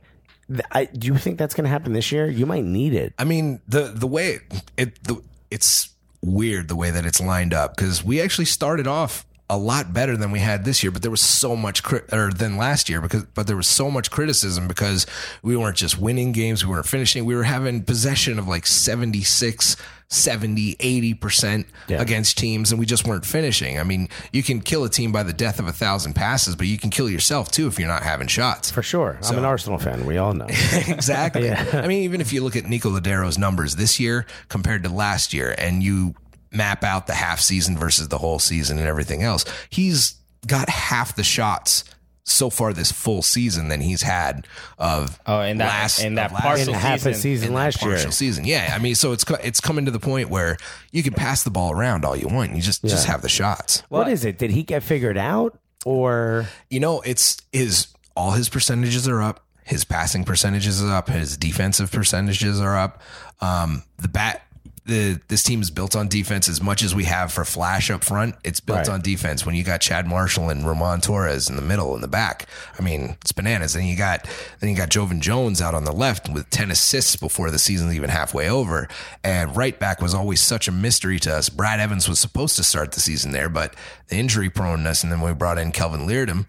Speaker 1: Th- I, do you think that's going to happen this year? You might need it.
Speaker 4: I mean, the the way it the, it's weird the way that it's lined up because we actually started off a lot better than we had this year, but there was so much cri- or than last year because but there was so much criticism because we weren't just winning games, we weren't finishing, we were having possession of like 76 70 80% against teams and we just weren't finishing. I mean, you can kill a team by the death of a thousand passes, but you can kill yourself too if you're not having shots.
Speaker 1: For sure. I'm an Arsenal fan. We all know.
Speaker 4: exactly. I mean, even if you look at Nico Ladero's numbers this year compared to last year, and you map out the half season versus the whole season and everything else, he's got half the shots so far this full season than he's had of
Speaker 2: Oh, in that- in that
Speaker 4: of last-
Speaker 1: In
Speaker 2: partial
Speaker 1: half a
Speaker 2: season-
Speaker 1: season
Speaker 4: in that
Speaker 1: last year.
Speaker 4: partial season. Yeah, I mean, so it's co- it's coming to the point where you can pass the ball around all you want. You just just have the shots.
Speaker 1: what is it? Did he get figured out? Or
Speaker 4: you know, it's his all his percentages are up. His passing percentages are up. His defensive percentages are up. Um, the bat. The, this team is built on defense as much as we have for flash up front. It's built
Speaker 1: Right.
Speaker 4: on defense. When you got Chad Marshall and Ramon Torres in the middle and the back, I mean it's bananas. Then you got then you got Jovan Jones out on the left with ten assists before the season's even halfway over. And right back was always such a mystery to us. Brad Evans was supposed to start the season there, but the injury proneness, and then we brought in Kelvin Leardom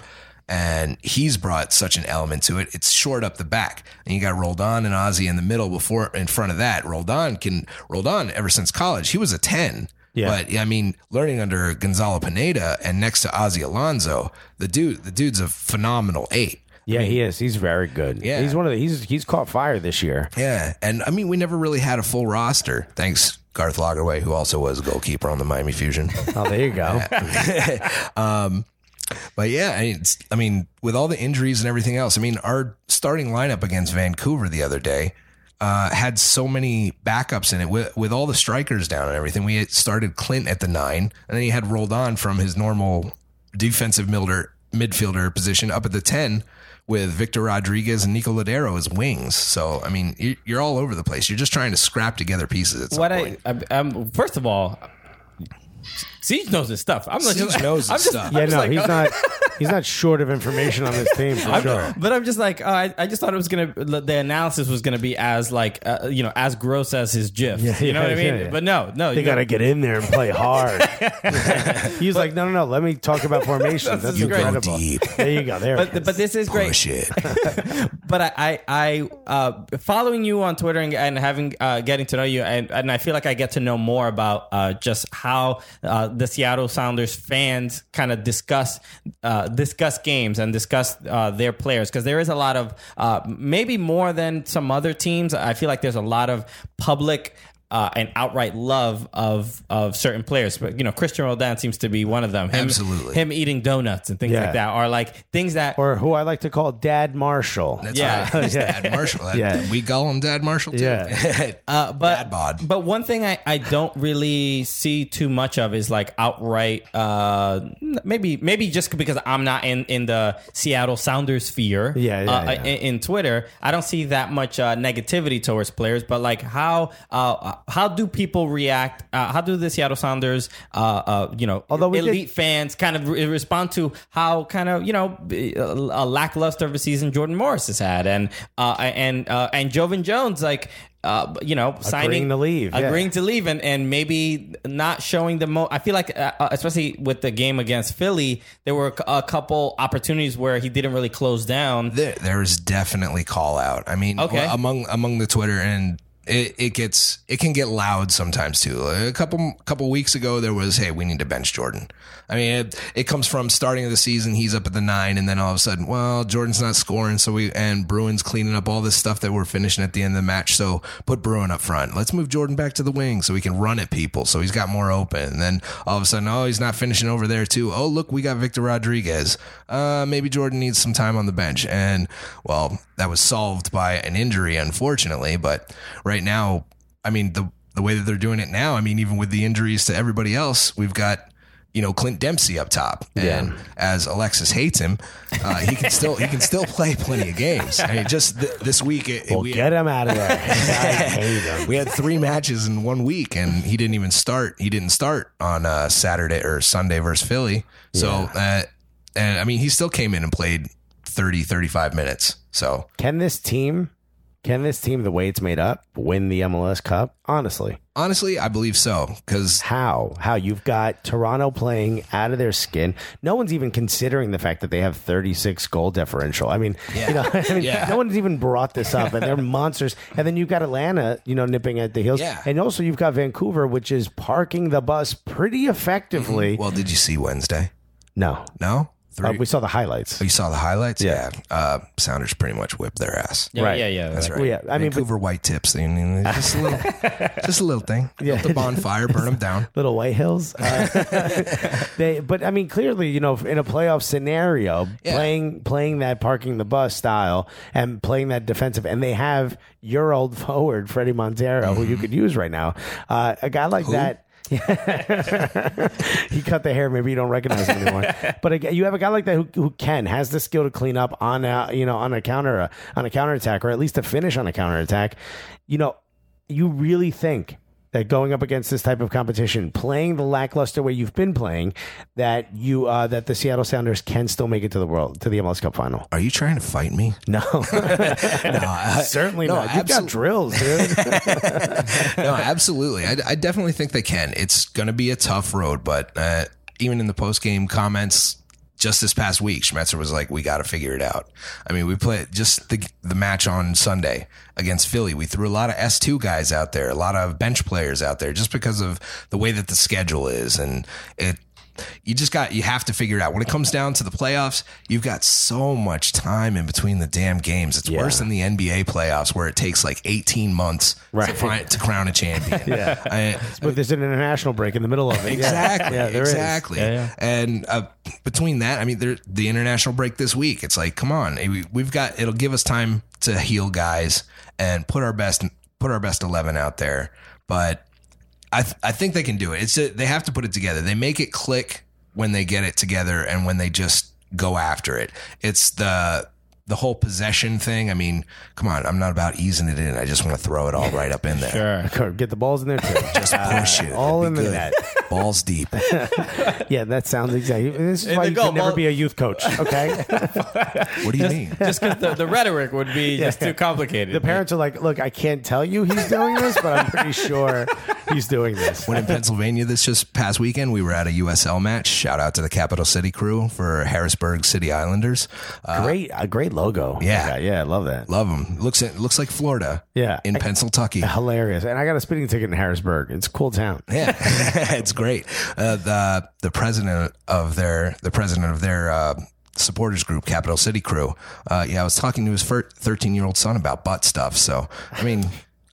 Speaker 4: and he's brought such an element to it. It's short up the back, and you got Roldan and Ozzy in the middle before in front of that. Roldan can Roldan ever since college he was a ten.
Speaker 1: Yeah.
Speaker 4: But I mean, learning under Gonzalo Pineda and next to Ozzy Alonso, the dude, the dude's a phenomenal eight.
Speaker 1: yeah, he is. He's very good.
Speaker 4: Yeah.
Speaker 1: he's one of the. He's he's caught fire this year.
Speaker 4: Yeah, and I mean, we never really had a full roster. Thanks, Garth Lagerway, who also was a goalkeeper on the Miami Fusion.
Speaker 1: Oh, there you go.
Speaker 4: But yeah, I mean, it's, I mean, with all the injuries and everything else, I mean, our starting lineup against Vancouver the other day uh, had so many backups in it with, with all the strikers down and everything. We had started Clint at the nine, and then he had rolled on from his normal defensive milder, midfielder position up at the 10 with Victor Rodriguez and Nico Ladero as wings. So, I mean, you- you're all over the place. You're just trying to scrap together pieces at some
Speaker 2: what I,
Speaker 4: point.
Speaker 2: I um, first of all, Siege knows his stuff. I'm not
Speaker 4: Siege
Speaker 2: just,
Speaker 4: knows his
Speaker 2: I'm just,
Speaker 4: stuff.
Speaker 1: yeah,
Speaker 2: I'm just
Speaker 1: no,
Speaker 2: like,
Speaker 1: he's not. He's not short of information on this team for sure.
Speaker 2: But I'm just like, uh, I, I just thought it was gonna, the analysis was gonna be as like, uh, you know, as gross as his GIF. you know
Speaker 1: yeah,
Speaker 2: what I mean?
Speaker 1: yeah, yeah.
Speaker 2: But no, no,
Speaker 1: They
Speaker 2: you
Speaker 1: got to
Speaker 2: know,
Speaker 1: get in there and play hard. He's like, no, no, no. Let me talk about formations. That's
Speaker 2: is great.
Speaker 1: incredible.
Speaker 4: Deep.
Speaker 1: There you go. There. it
Speaker 2: But, but this is great.
Speaker 4: Push it.
Speaker 2: but I, I, I uh, following you on Twitter and, and having uh, getting to know you, and, and I feel like I get to know more about uh, just how uh, the Seattle Sounders fans kind of discuss uh, discuss games and discuss uh, their players because there is a lot of uh, maybe more than some other teams. I feel like there's a lot of public uh, an outright love of of certain players. But you know, Christian Roldan seems to be one of them. Him,
Speaker 4: Absolutely.
Speaker 2: him eating donuts and things
Speaker 1: Yeah.
Speaker 2: like that are like things that
Speaker 1: or who I like to call Dad Marshall.
Speaker 4: That's
Speaker 2: Yeah.
Speaker 4: right. He's Dad Marshall. That-
Speaker 1: Yeah.
Speaker 4: We call him Dad Marshall too.
Speaker 1: Yeah.
Speaker 2: Uh, but
Speaker 4: Dad bod.
Speaker 2: but one thing I, I don't really see too much of is like outright uh, maybe maybe just because I'm not in, in the Seattle Sounders sphere
Speaker 1: Yeah, yeah,
Speaker 2: uh,
Speaker 1: yeah.
Speaker 2: In, in Twitter I don't see that much uh, negativity towards players but like how uh, how do people react uh, how do the Seattle Sounders uh, uh, you know
Speaker 1: Although we did-
Speaker 2: elite fans kind of re- respond to how kind of you know b- a a lackluster of a season Jordan Morris has had and uh, and uh, and Jovan Jones like uh, you know signing
Speaker 1: to leave, yeah.
Speaker 2: agreeing to leave and, and maybe not showing the mo I feel like uh, uh, especially with the game against Philly there were a cou- a couple opportunities where he didn't really close down
Speaker 4: There, there is definitely call out. I mean,
Speaker 2: Okay.
Speaker 4: well, among among the Twitter and it, it gets it can get loud sometimes too. A couple couple weeks ago, there was hey, we need to bench Jordan. I mean, it, it comes from starting of the season, he's up at the nine, and then all of a sudden, well, Jordan's not scoring, so we and Bruin's cleaning up all this stuff that we're finishing at the end of the match. So put Bruin up front. Let's move Jordan back to the wing so he can run at people, so he's got more open. And then all of a sudden, oh, he's not finishing over there too. Oh, look, we got Victor Rodriguez. Uh, maybe Jordan needs some time on the bench. And well, that was solved by an injury, unfortunately. But right now, I mean the the way that they're doing it now. I mean, even with the injuries to everybody else, we've got you know Clint Dempsey up top, and as Alexis hates him, uh, he can still he can still play plenty of games. I mean, just th- this week, it,
Speaker 1: Well,
Speaker 4: we,
Speaker 1: get him out of there. I hate him.
Speaker 4: we had three matches in one week, and he didn't even start. He didn't start on uh, Saturday or Sunday versus Philly. So, uh, and I mean, he still came in and played 30, 35 minutes. So,
Speaker 1: Can this team, can this team, the way it's made up, win the MLS Cup? Honestly,
Speaker 4: honestly, I believe so because
Speaker 1: how? How you've got Toronto playing out of their skin? No one's even considering the fact that they have 36 goal differential. I mean, you know, I mean,
Speaker 4: Yeah.
Speaker 1: no one's even brought this up, and they're monsters. And then you've got Atlanta, you know, nipping at the heels,
Speaker 4: Yeah.
Speaker 1: and also you've got Vancouver, which is parking the bus pretty effectively.
Speaker 4: Mm-hmm. well, did you see Wednesday?
Speaker 1: no,
Speaker 4: No,
Speaker 1: Uh,
Speaker 4: three. Oh,
Speaker 1: we saw the highlights.
Speaker 4: you saw the highlights.
Speaker 1: Yeah.
Speaker 4: Uh, Sounders pretty much whipped their ass.
Speaker 2: yeah
Speaker 1: Right.
Speaker 2: yeah yeah
Speaker 4: That's right.
Speaker 1: Well, yeah, I mean, but-
Speaker 4: Vancouver white tips. I mean, just a little, just a little thing. Built a bonfire, burn them down.
Speaker 1: Little White Hills. Uh, they, but I mean, clearly, you know, in a playoff scenario,
Speaker 4: Yeah.
Speaker 1: playing playing that parking the bus style and playing that defensive, and they have your old forward Freddie Montero, who you could use right now. Uh, a guy like that. he cut the hair. Maybe you don't recognize him anymore. but again, you have a guy like that who, who can has the skill to clean up on a you know on a counter uh, on a counter attack or at least to finish on a counter attack. You know, you really think that going up against this type of competition, playing the lackluster way you've been playing, that you uh, that the Seattle Sounders can still make it to the world to the MLS Cup final.
Speaker 4: Are you trying to fight me?
Speaker 1: No,
Speaker 4: No, I-
Speaker 1: certainly
Speaker 4: no,
Speaker 1: not. You've got
Speaker 4: absolute-
Speaker 1: drills, dude.
Speaker 4: no, absolutely. I, I definitely think they can. It's going to be a tough road, but uh, even in the post game comments just this past week, Schmetzer was like, "We got to figure it out." I mean, we played just the the match on Sunday against Philly. We threw a lot of S two guys out there, a lot of bench players out there, just because of the way that the schedule is, and it you just got you have to figure it out when it comes down to the playoffs you've got so much time in between the damn games it's worse than the nba playoffs where it takes like 18 months to,
Speaker 1: Right.
Speaker 4: find, to crown a champion yeah
Speaker 1: but there's an international break in the middle of it.
Speaker 4: exactly
Speaker 1: Yeah, yeah there is.
Speaker 4: exactly and uh, between that i mean there, the international break this week it's like come on we, we've got it'll give us time to heal guys and put our best put our best 11 out there but I th- I think they can do it. It's a, they have to put it together. They make it click when they get it together and when they just go after it. It's the the whole possession thing. I mean, come on, I'm not about easing it in. I just want to throw it all right up in there.
Speaker 2: sure
Speaker 1: Kurt, Get the balls in there too.
Speaker 4: Just push it.
Speaker 1: Uh, all
Speaker 4: That'd be
Speaker 1: in the
Speaker 4: good.
Speaker 1: net.
Speaker 4: Balls deep.
Speaker 1: Yeah, that sounds exactly. This is why
Speaker 2: the
Speaker 1: you
Speaker 2: goal,
Speaker 1: can never
Speaker 2: ball-
Speaker 1: be a youth coach. Okay,
Speaker 4: What do you mean?
Speaker 2: just because the, the rhetoric would be just too complicated
Speaker 1: the parents are like, "Look, I can't tell you he's doing this, but I'm pretty sure he's doing this."
Speaker 4: When in Pennsylvania this just past weekend, we were at a USL match. Shout out to the Capital City crew for Harrisburg City Islanders. Uh,
Speaker 1: Great, a great logo.
Speaker 4: Yeah.
Speaker 1: yeah, I love that.
Speaker 4: love them. Looks it looks like Florida.
Speaker 1: Yeah.
Speaker 4: in
Speaker 1: I-
Speaker 4: Pennsylvania.
Speaker 1: hilarious. And I got a speeding ticket in Harrisburg. It's a cool town.
Speaker 4: Yeah, it's great. Uh, the the president of their the president of their uh, supporters group, Capital City Crew. Uh, yeah, I was talking to his thirteen year old son about butt stuff. So I mean,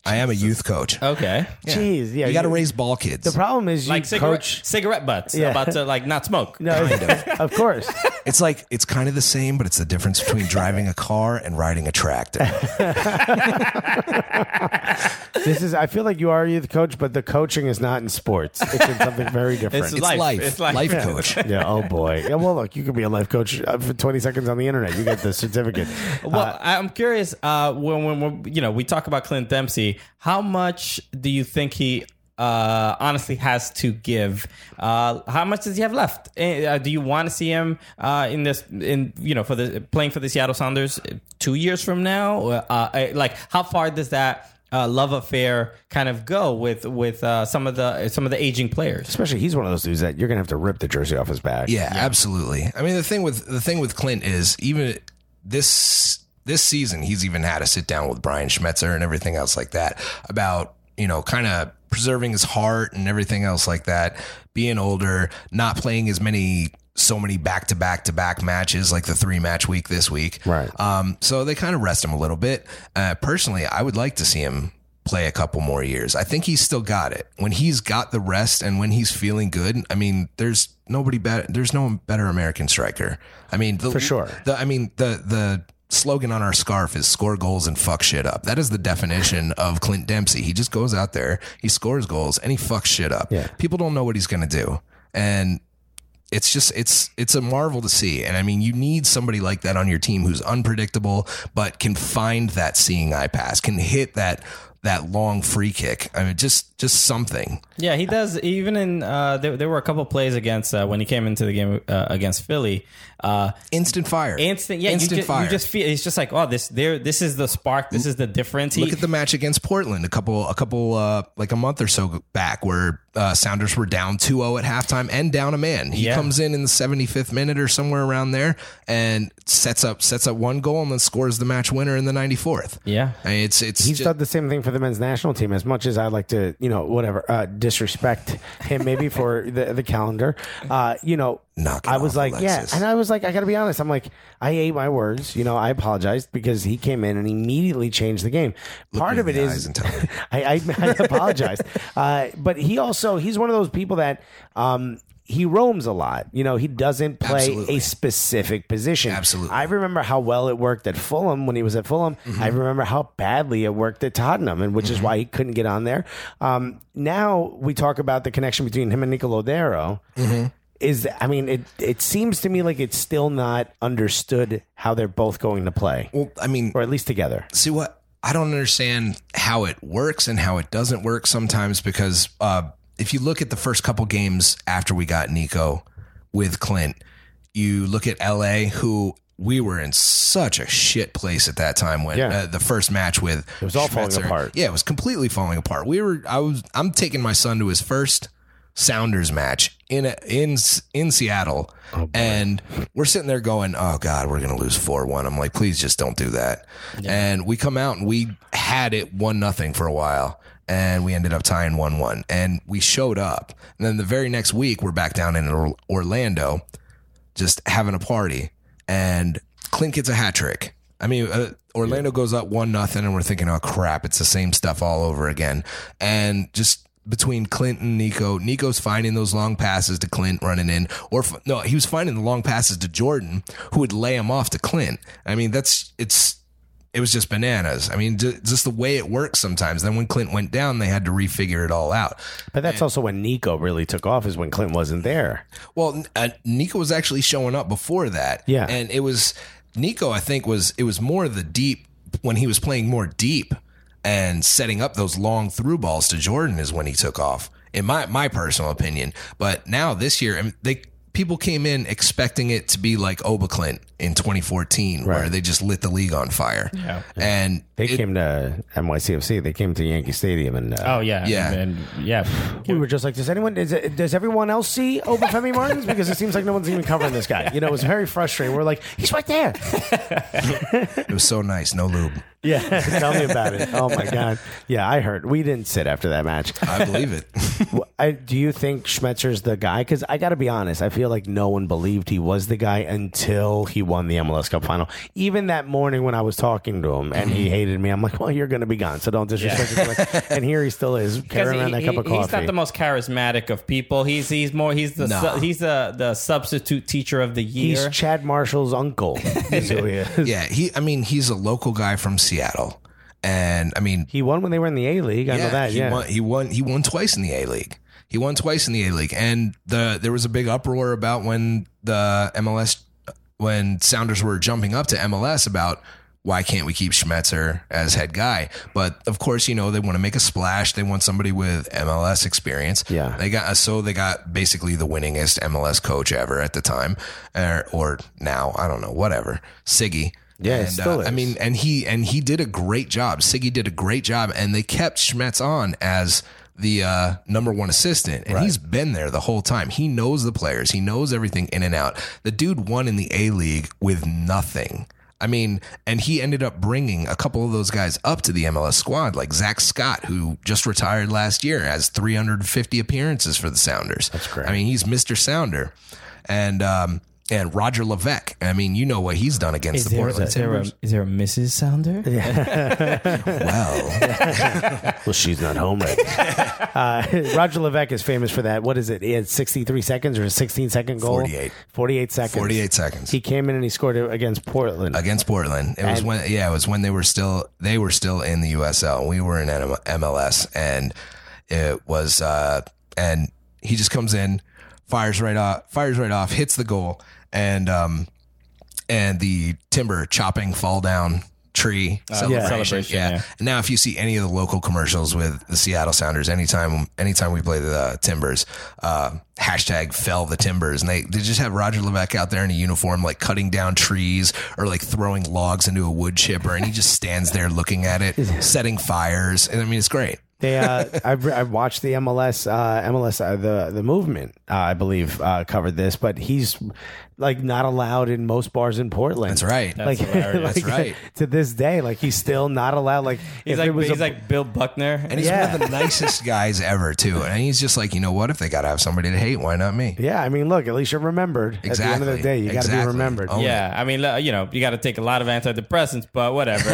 Speaker 4: I am a youth coach.
Speaker 2: Okay.
Speaker 1: Oh, Jeez, yeah,
Speaker 4: you got to
Speaker 1: you-
Speaker 4: raise ball kids.
Speaker 1: The problem is you
Speaker 2: Like cigarette,
Speaker 1: coach.
Speaker 2: cigarette butts
Speaker 1: Yeah.
Speaker 2: about to like not smoke.
Speaker 1: No, of. course.
Speaker 4: It's like it's kind of the same, but it's the difference between driving a car and riding a tractor.
Speaker 1: This is. I feel like you are a youth coach, but the coaching is not in sports. It's in something very different.
Speaker 4: It's
Speaker 2: Life.
Speaker 4: life,
Speaker 2: It's life.
Speaker 4: life, coach.
Speaker 1: yeah. Oh boy. Yeah, well, look, you could be a life coach uh, for 20 seconds on the internet. You get the certificate.
Speaker 2: Well, I'm curious. Uh, when, when when you know we talk about Clint Dempsey, how much do you think he uh, honestly has to give? Uh, how much does he have left? Eh, Uh, do you want to see him uh, in this in you know for the playing for the Seattle Sounders eh, two years from now? Or, Uh, eh, like how far does that? Uh, love affair kind of go with with uh, some of the some of the aging players.
Speaker 1: Especially, he's one of those dudes that you're gonna have to rip the jersey off his back.
Speaker 4: Yeah, absolutely. I mean, the thing with the thing with Clint is even this this season he's even had to sit down with Brian Schmetzer and everything else like that about you know kind of preserving his heart and everything else like that, being older, not playing as many so many back to back to back matches like the three match week this week.
Speaker 1: Right.
Speaker 4: Um, so they kind of rest him a little bit. Uh, personally, I would like to see him play a couple more years. I think he's still got it. When he's got the rest and when he's feeling good, I mean, there's nobody better. There's no better American striker. I mean, the,
Speaker 1: For sure.
Speaker 4: The, I mean, the the slogan on our scarf is "Score goals and fuck shit up." That is the definition of Clint Dempsey. He just goes out there, he scores goals, and he fucks shit up.
Speaker 1: Yeah.
Speaker 4: People don't know what he's gonna do, and it's just it's it's a marvel to see and i mean you need somebody like that on your team who's unpredictable but can find that seeing eye pass can hit that that long free kick i mean just just something
Speaker 2: Yeah, he does. Even in uh, there, there were a couple plays against uh, when he came into the game uh, against Philly. Uh,
Speaker 4: instant fire
Speaker 2: instant yeah
Speaker 4: instant
Speaker 2: you just,
Speaker 4: fire
Speaker 2: you just feel it's just like oh this there this is the spark this is the difference He-
Speaker 4: Look at the match against Portland a couple, a couple, uh, like a month or so back, where uh, Sounders were down 2 0 at halftime and down a man. He
Speaker 2: Yeah.
Speaker 4: comes in in the 75th minute or somewhere around there and sets up sets up one goal and then scores the match winner in the 94th.
Speaker 2: Yeah.
Speaker 4: I mean, it's it's
Speaker 1: He's
Speaker 4: ju-
Speaker 1: done the same thing for the men's national team. As much as I like to, you know, whatever, uh, disrespect him maybe for the, the calendar, uh, you know,
Speaker 4: Knock it
Speaker 1: I was
Speaker 4: off,
Speaker 1: like,
Speaker 4: Alexis.
Speaker 1: yeah, and I was like, I got to be honest. I'm like, I ate my words. You know, I apologized because he came in and immediately changed the game. Part
Speaker 4: me
Speaker 1: of
Speaker 4: in
Speaker 1: it
Speaker 4: the
Speaker 1: is
Speaker 4: eyes and tell me.
Speaker 1: I, I, I apologize. uh, but he also he's one of those people that. Um, he roams a lot. You know, he doesn't play
Speaker 4: Absolutely.
Speaker 1: a specific position.
Speaker 4: Absolutely. Mm-hmm.
Speaker 1: I remember how well it worked at Fulham when he was at Fulham. I remember how badly it worked at Tottenham, and which is why he couldn't get on there. Um, now we talk about the connection between him and Nicolodero.
Speaker 4: Mm-hmm.
Speaker 1: Is I mean, it it seems to me like it's still not understood how they're both going to play,
Speaker 4: well, I mean,
Speaker 1: or at least together.
Speaker 4: see what I don't understand how it works and how it doesn't work sometimes because uh, if you look at the first couple games after we got Nico with Clint, you look at LA who we were in such a shit place at that time when
Speaker 1: Yeah.
Speaker 4: uh, the first match with it
Speaker 1: was all falling apart.
Speaker 4: Yeah, it was completely falling apart. We were I was I'm taking my son to his first Sounders match in in in Seattle, and we're sitting there going, "Oh God, we're gonna lose four one." I'm like, "Please just don't do that." And we come out and we had it one nothing for a while, and we ended up tying one one, and we showed up. And then the very next week, we're back down in Or- Orlando, just having a party, and Clint gets a hat trick. I mean, uh, Orlando goes up one nothing, and we're thinking, "Oh crap, it's the same stuff all over again." And just between Clint and Nico, Nico's finding those long passes to Clint running in, or f- no, he was finding the long passes to Jordan, who would lay him off to Clint. I mean, that's it's it was just bananas. I mean, ju- just the way it works sometimes. Then when Clint went down, they had to refigure it all out.
Speaker 1: But that's also when Nico really took off, is when Clint wasn't there.
Speaker 4: Well, uh, Nico was actually showing up before that.
Speaker 1: Yeah.
Speaker 4: and it was Nico. I think was it was more the deep when he was playing more deep and setting up those long through balls to Jordan is when he took off. In my my personal opinion, but now this year, I mean, they people came in expecting it to be like Obaclint in 2014, where
Speaker 1: Right.
Speaker 4: they just lit the league on fire. Yeah, and
Speaker 1: They
Speaker 4: it-
Speaker 1: came to NYCFC. They came to Yankee Stadium, and uh,
Speaker 2: oh yeah
Speaker 4: Yeah.
Speaker 2: and, and- yeah
Speaker 1: we were just like, does anyone, is it, does everyone else see Obafemi Martins? Because it seems like no one's even covering this guy. You know, it was very frustrating. We're like, he's right there.
Speaker 4: it was so nice, no lube.
Speaker 1: Yeah, tell me about it. Oh my god. Yeah, I heard. We didn't sit after that match.
Speaker 4: I believe it.
Speaker 1: Well, I, do you think Schmetzer's the guy? Because I got to be honest, I feel like no one believed he was the guy until he won the MLS Cup final. Even that morning when I was talking to him and he hated me, I'm like, "Well, you're going to be gone, so don't disrespect." me." and here he still is carrying around that cup of coffee.
Speaker 2: he's not the most charismatic of people. He's he's more he's the
Speaker 4: Nah.
Speaker 2: su- he's the the substitute teacher of the year.
Speaker 1: He's Chad Marshall's uncle. That's who he is.
Speaker 4: yeah, he. I mean, he's a local guy from Seattle, and I mean,
Speaker 1: He won when they were in the A League. I know that.
Speaker 4: he
Speaker 1: yeah.
Speaker 4: won. He won. He won twice in the A League. He won twice in the A League, and the there was a big uproar about when the MLS when Sounders were jumping up to MLS about why can't we keep Schmetzer as head guy? But of course, you know they want to make a splash. They want somebody with MLS experience.
Speaker 1: Yeah.
Speaker 4: they got so they got basically the winningest MLS coach ever at the time, or, or now I don't know, whatever. Siggy.
Speaker 1: Yeah, it
Speaker 4: and, uh,
Speaker 1: still
Speaker 4: I
Speaker 1: is.
Speaker 4: mean, and he and he did a great job. Siggy did a great job, and they kept Schmetz on as the uh, number one assistant, and he's been there the whole time. He knows the players, he knows everything in and out. The dude won in the A League with nothing. I mean, and he ended up bringing a couple of those guys up to the MLS squad, like Zach Scott, who just retired last year, has 350 appearances for the Sounders. That's
Speaker 1: great.
Speaker 4: I mean, he's Mr. Sounder, and um, and Roger Levesque. I mean, you know what he's done against the Portland Timbers.
Speaker 2: is there a Mrs. Sounder?
Speaker 4: Well,
Speaker 1: Well, she's not home right now. uh, Roger Levesque is famous for that. What is it? He had 63 seconds or a 16 second goal?
Speaker 4: 48.
Speaker 1: 48 seconds.
Speaker 4: 48 seconds
Speaker 1: He came in and he scored it against Portland.
Speaker 4: against Portland. It was when yeah, it was when they were still they were still in the USL. We were in NM MLS, and it was uh, and he just comes in, fires right off, fires right off, hits the goal, and um, and the timber chopping fall down tree
Speaker 1: Uh,
Speaker 4: celebration.
Speaker 2: celebration,
Speaker 4: yeah.
Speaker 2: yeah.
Speaker 4: And now if you see any of the local commercials with the Seattle Sounders, anytime anytime we play the uh, Timbers, uh, hashtag fell the Timbers, and they, they just have Roger Levesque out there in a uniform, like cutting down trees or like throwing logs into a wood chipper, and he just stands there looking at it, setting fires, and I mean it's great.
Speaker 1: They, uh, I've, I've watched the MLS, uh, MLS, uh, the the movement. Uh, I believe uh, covered this, but he's like not allowed in most bars in Portland.
Speaker 4: That's right.
Speaker 1: Like,
Speaker 2: hilarious.
Speaker 1: like,
Speaker 4: That's right.
Speaker 1: To this day, like he's still not allowed. Like
Speaker 2: He's
Speaker 1: if
Speaker 2: like
Speaker 1: it was
Speaker 2: he's
Speaker 1: a-
Speaker 2: like Bill Buckner.
Speaker 4: and he's
Speaker 1: Yeah.
Speaker 4: one of the nicest guys ever too. And he's just like, you know what? If they gotta have somebody to hate, why not me?
Speaker 1: yeah. I mean, look, at least you're remembered. At the end of the
Speaker 4: Exactly.
Speaker 1: day, you got to be
Speaker 4: Exactly.
Speaker 1: remembered.
Speaker 4: Oh,
Speaker 2: yeah, I mean, uh, you know, you got to take a lot of antidepressants, but whatever.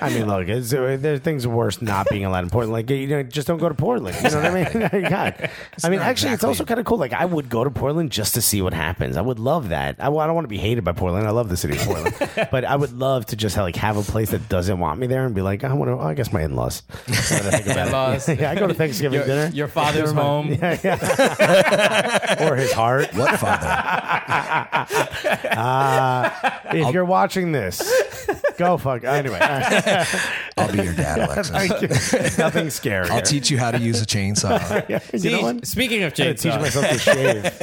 Speaker 1: I mean, look, it's, uh, there are things worse than not being allowed in Portland. Like, you know, just don't go to Portland. You know what I mean? Like, God. I mean,
Speaker 4: not
Speaker 1: actually, it's
Speaker 4: exactly-
Speaker 1: also kind of cool. Like, I would go to Portland just to see what happens. I would love that. I, I don't want to be hated by Portland. I love the city of Portland, but I would love to just like have a place that doesn't want me there and be like, I want to. I guess my in-laws. Now that I think about it.
Speaker 2: In-laws.
Speaker 1: Yeah, I go to Thanksgiving
Speaker 2: your,
Speaker 1: dinner
Speaker 2: your father's home.
Speaker 1: or his heart.
Speaker 4: What father?
Speaker 1: If you're watching this, go fuck. Anyway, all right.
Speaker 4: I'll be your dad, Alexis.
Speaker 1: Thank you. nothing scary.
Speaker 4: I'll teach you how to use a chainsaw.
Speaker 1: you know
Speaker 2: See,
Speaker 1: what?
Speaker 2: Speaking of
Speaker 1: I gotta teach
Speaker 2: chainsaws,
Speaker 1: myself to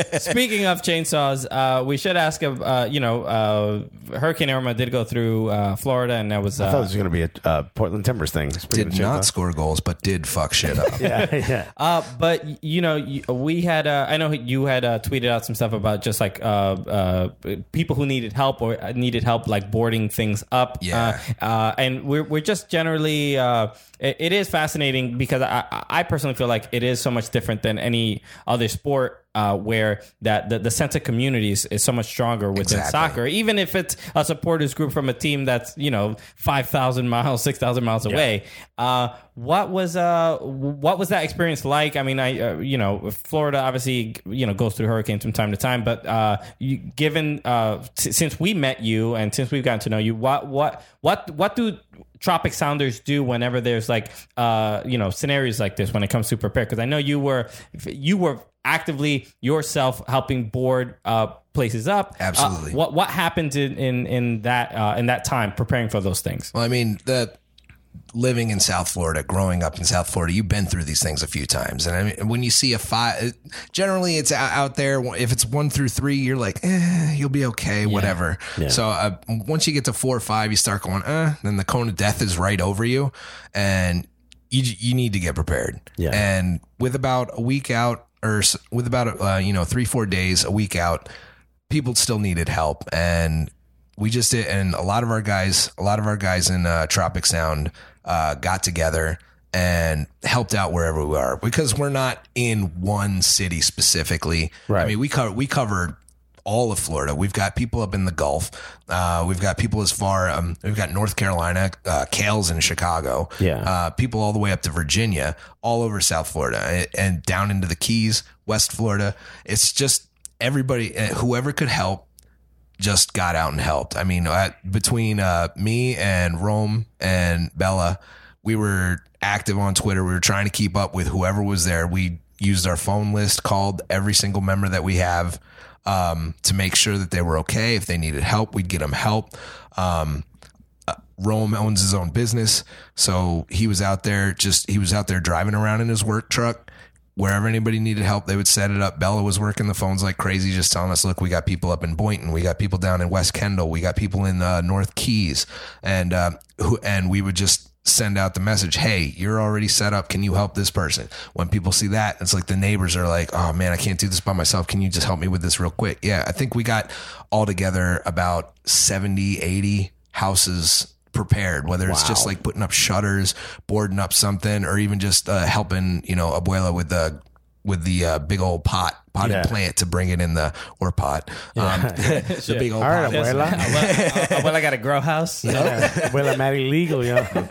Speaker 1: shave.
Speaker 2: Speaking of chainsaws, uh, we should ask. Of, uh, you know, uh, Hurricane Irma did go through uh, Florida, and that was.
Speaker 1: I thought it
Speaker 2: Uh,
Speaker 1: was going to be a uh, Portland Timbers thing. Speaking of
Speaker 4: did not
Speaker 1: chainsaw.
Speaker 4: score goals, but did fuck shit up.
Speaker 1: Yeah, yeah.
Speaker 2: uh, but you know, you- we had. Uh, I know you had uh, tweeted out some stuff about just like uh, uh, people who needed help or uh, needed help like boarding things up.
Speaker 4: Yeah.
Speaker 2: Uh, uh, and we're we're just generally. Uh, it, it is fascinating because I I I personally feel like it is so much different than any other sport. Uh, where that the, the sense of community is, is so much stronger within
Speaker 4: Exactly.
Speaker 2: soccer. soccer, even if it's a supporters group from a team that's you know five thousand miles, six thousand miles away. Uh, what was uh what was that experience like? I mean, I uh, you know Florida obviously you know goes through hurricanes from time to time, but uh, you, given uh s- since we met you and since we've gotten to know you, what what what what do Tropic Sounders do whenever there's like uh you know scenarios like this when it comes to prepare? Because I know you were you were actively yourself helping board uh places up Uh,
Speaker 4: Absolutely.
Speaker 2: what what happened in in, in that uh, in that time preparing for those things?
Speaker 4: Well, I mean, the living in South Florida, growing up in South Florida, you've been through these things a few times. And I mean, when you see a five, generally it's out, out there. If it's one through three, you're like, eh, you'll be okay, whatever. So uh, once you get to four or five, you start going, eh, then the cone of death is right over you. And you, you need to get prepared.
Speaker 1: Yeah.
Speaker 4: And with about a week out or s- with about, uh, you know, three, four days, a week out, people still needed help. And we just did, and a lot of our guys, a lot of our guys in uh, Tropic Sound uh, got together and helped out wherever we are because we're not in one city specifically.
Speaker 1: Right.
Speaker 4: I mean, we cover we covered all of Florida. We've got people up in the Gulf. Uh, we've got people as far. Um, we've got North Carolina, uh, Kales in Chicago.
Speaker 1: Yeah.
Speaker 4: Uh, people all the way up to Virginia, all over South Florida, and, and down into the Keys, West Florida. It's just everybody, uh, whoever could help, just got out and helped. I mean, I, between uh, me and Rome and Bella, we were active on Twitter. We were trying to keep up with whoever was there. We used our phone list, called every single member that we have um, to make sure that they were okay. If they needed help, we'd get them help. Um, uh, Rome owns his own business, so he was out there just he was out there driving around in his work truck. Wherever anybody needed help, they would set it up. Bella was working the phones like crazy, just telling us, "Look, we got people up in Boynton, we got people down in West Kendall, we got people in uh, North Keys, and uh, who and we would just send out the message, "Hey, you're already set up. Can you help this person?" When people see that, it's like the neighbors are like, "Oh man, I can't do this by myself. Can you just help me with this real quick?" Yeah, I think we got all together about 70, 80 houses prepared whether it's just like putting up shutters, boarding up something or even just uh, helping, you know, abuela with the with the uh, big old pot potted
Speaker 1: Yeah.
Speaker 4: plant to bring it in the or pot. Um, the big old
Speaker 1: All right,
Speaker 4: pot.
Speaker 1: abuela.
Speaker 2: well, well, I got a grow house.
Speaker 1: abuela, Maddie, legal, you know.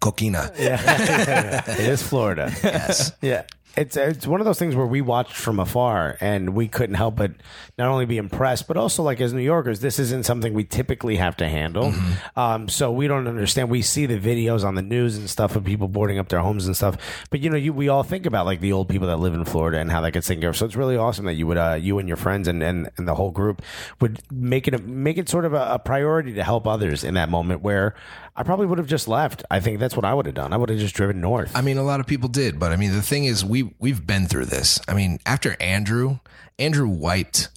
Speaker 4: Coquina.
Speaker 1: it is Florida. Yes. Yeah. It's it's one of those things where we watched from afar and we couldn't help but not only be impressed, but also like as New Yorkers, this isn't something we typically have to handle. Um, so we don't understand. We see the videos on the news and stuff of people boarding up their homes and stuff, but you know, you we all think about like the old people that live in Florida and how that gets taken care of. So it's really awesome that you would uh, you and your friends and, and, and the whole group would make it a, make it sort of a, a priority to help others in that moment where I probably would have just left. I think that's what I would have done. I would have just driven north.
Speaker 4: I mean, a lot of people did, but I mean, the thing is, we we've been through this. I mean, after Andrew, Andrew wiped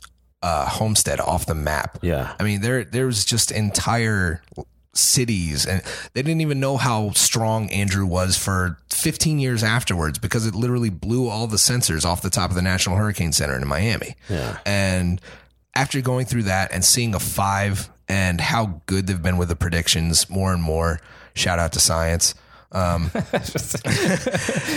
Speaker 4: uh, Homestead off the map.
Speaker 1: Yeah.
Speaker 4: I mean, there there was just entire cities, and they didn't even know how strong Andrew was for 15 years afterwards because it literally blew all the sensors off the top of the National Hurricane Center in Miami. Yeah, and after going through that and seeing a five and how good they've been with the predictions more and more. Shout out to science. Um,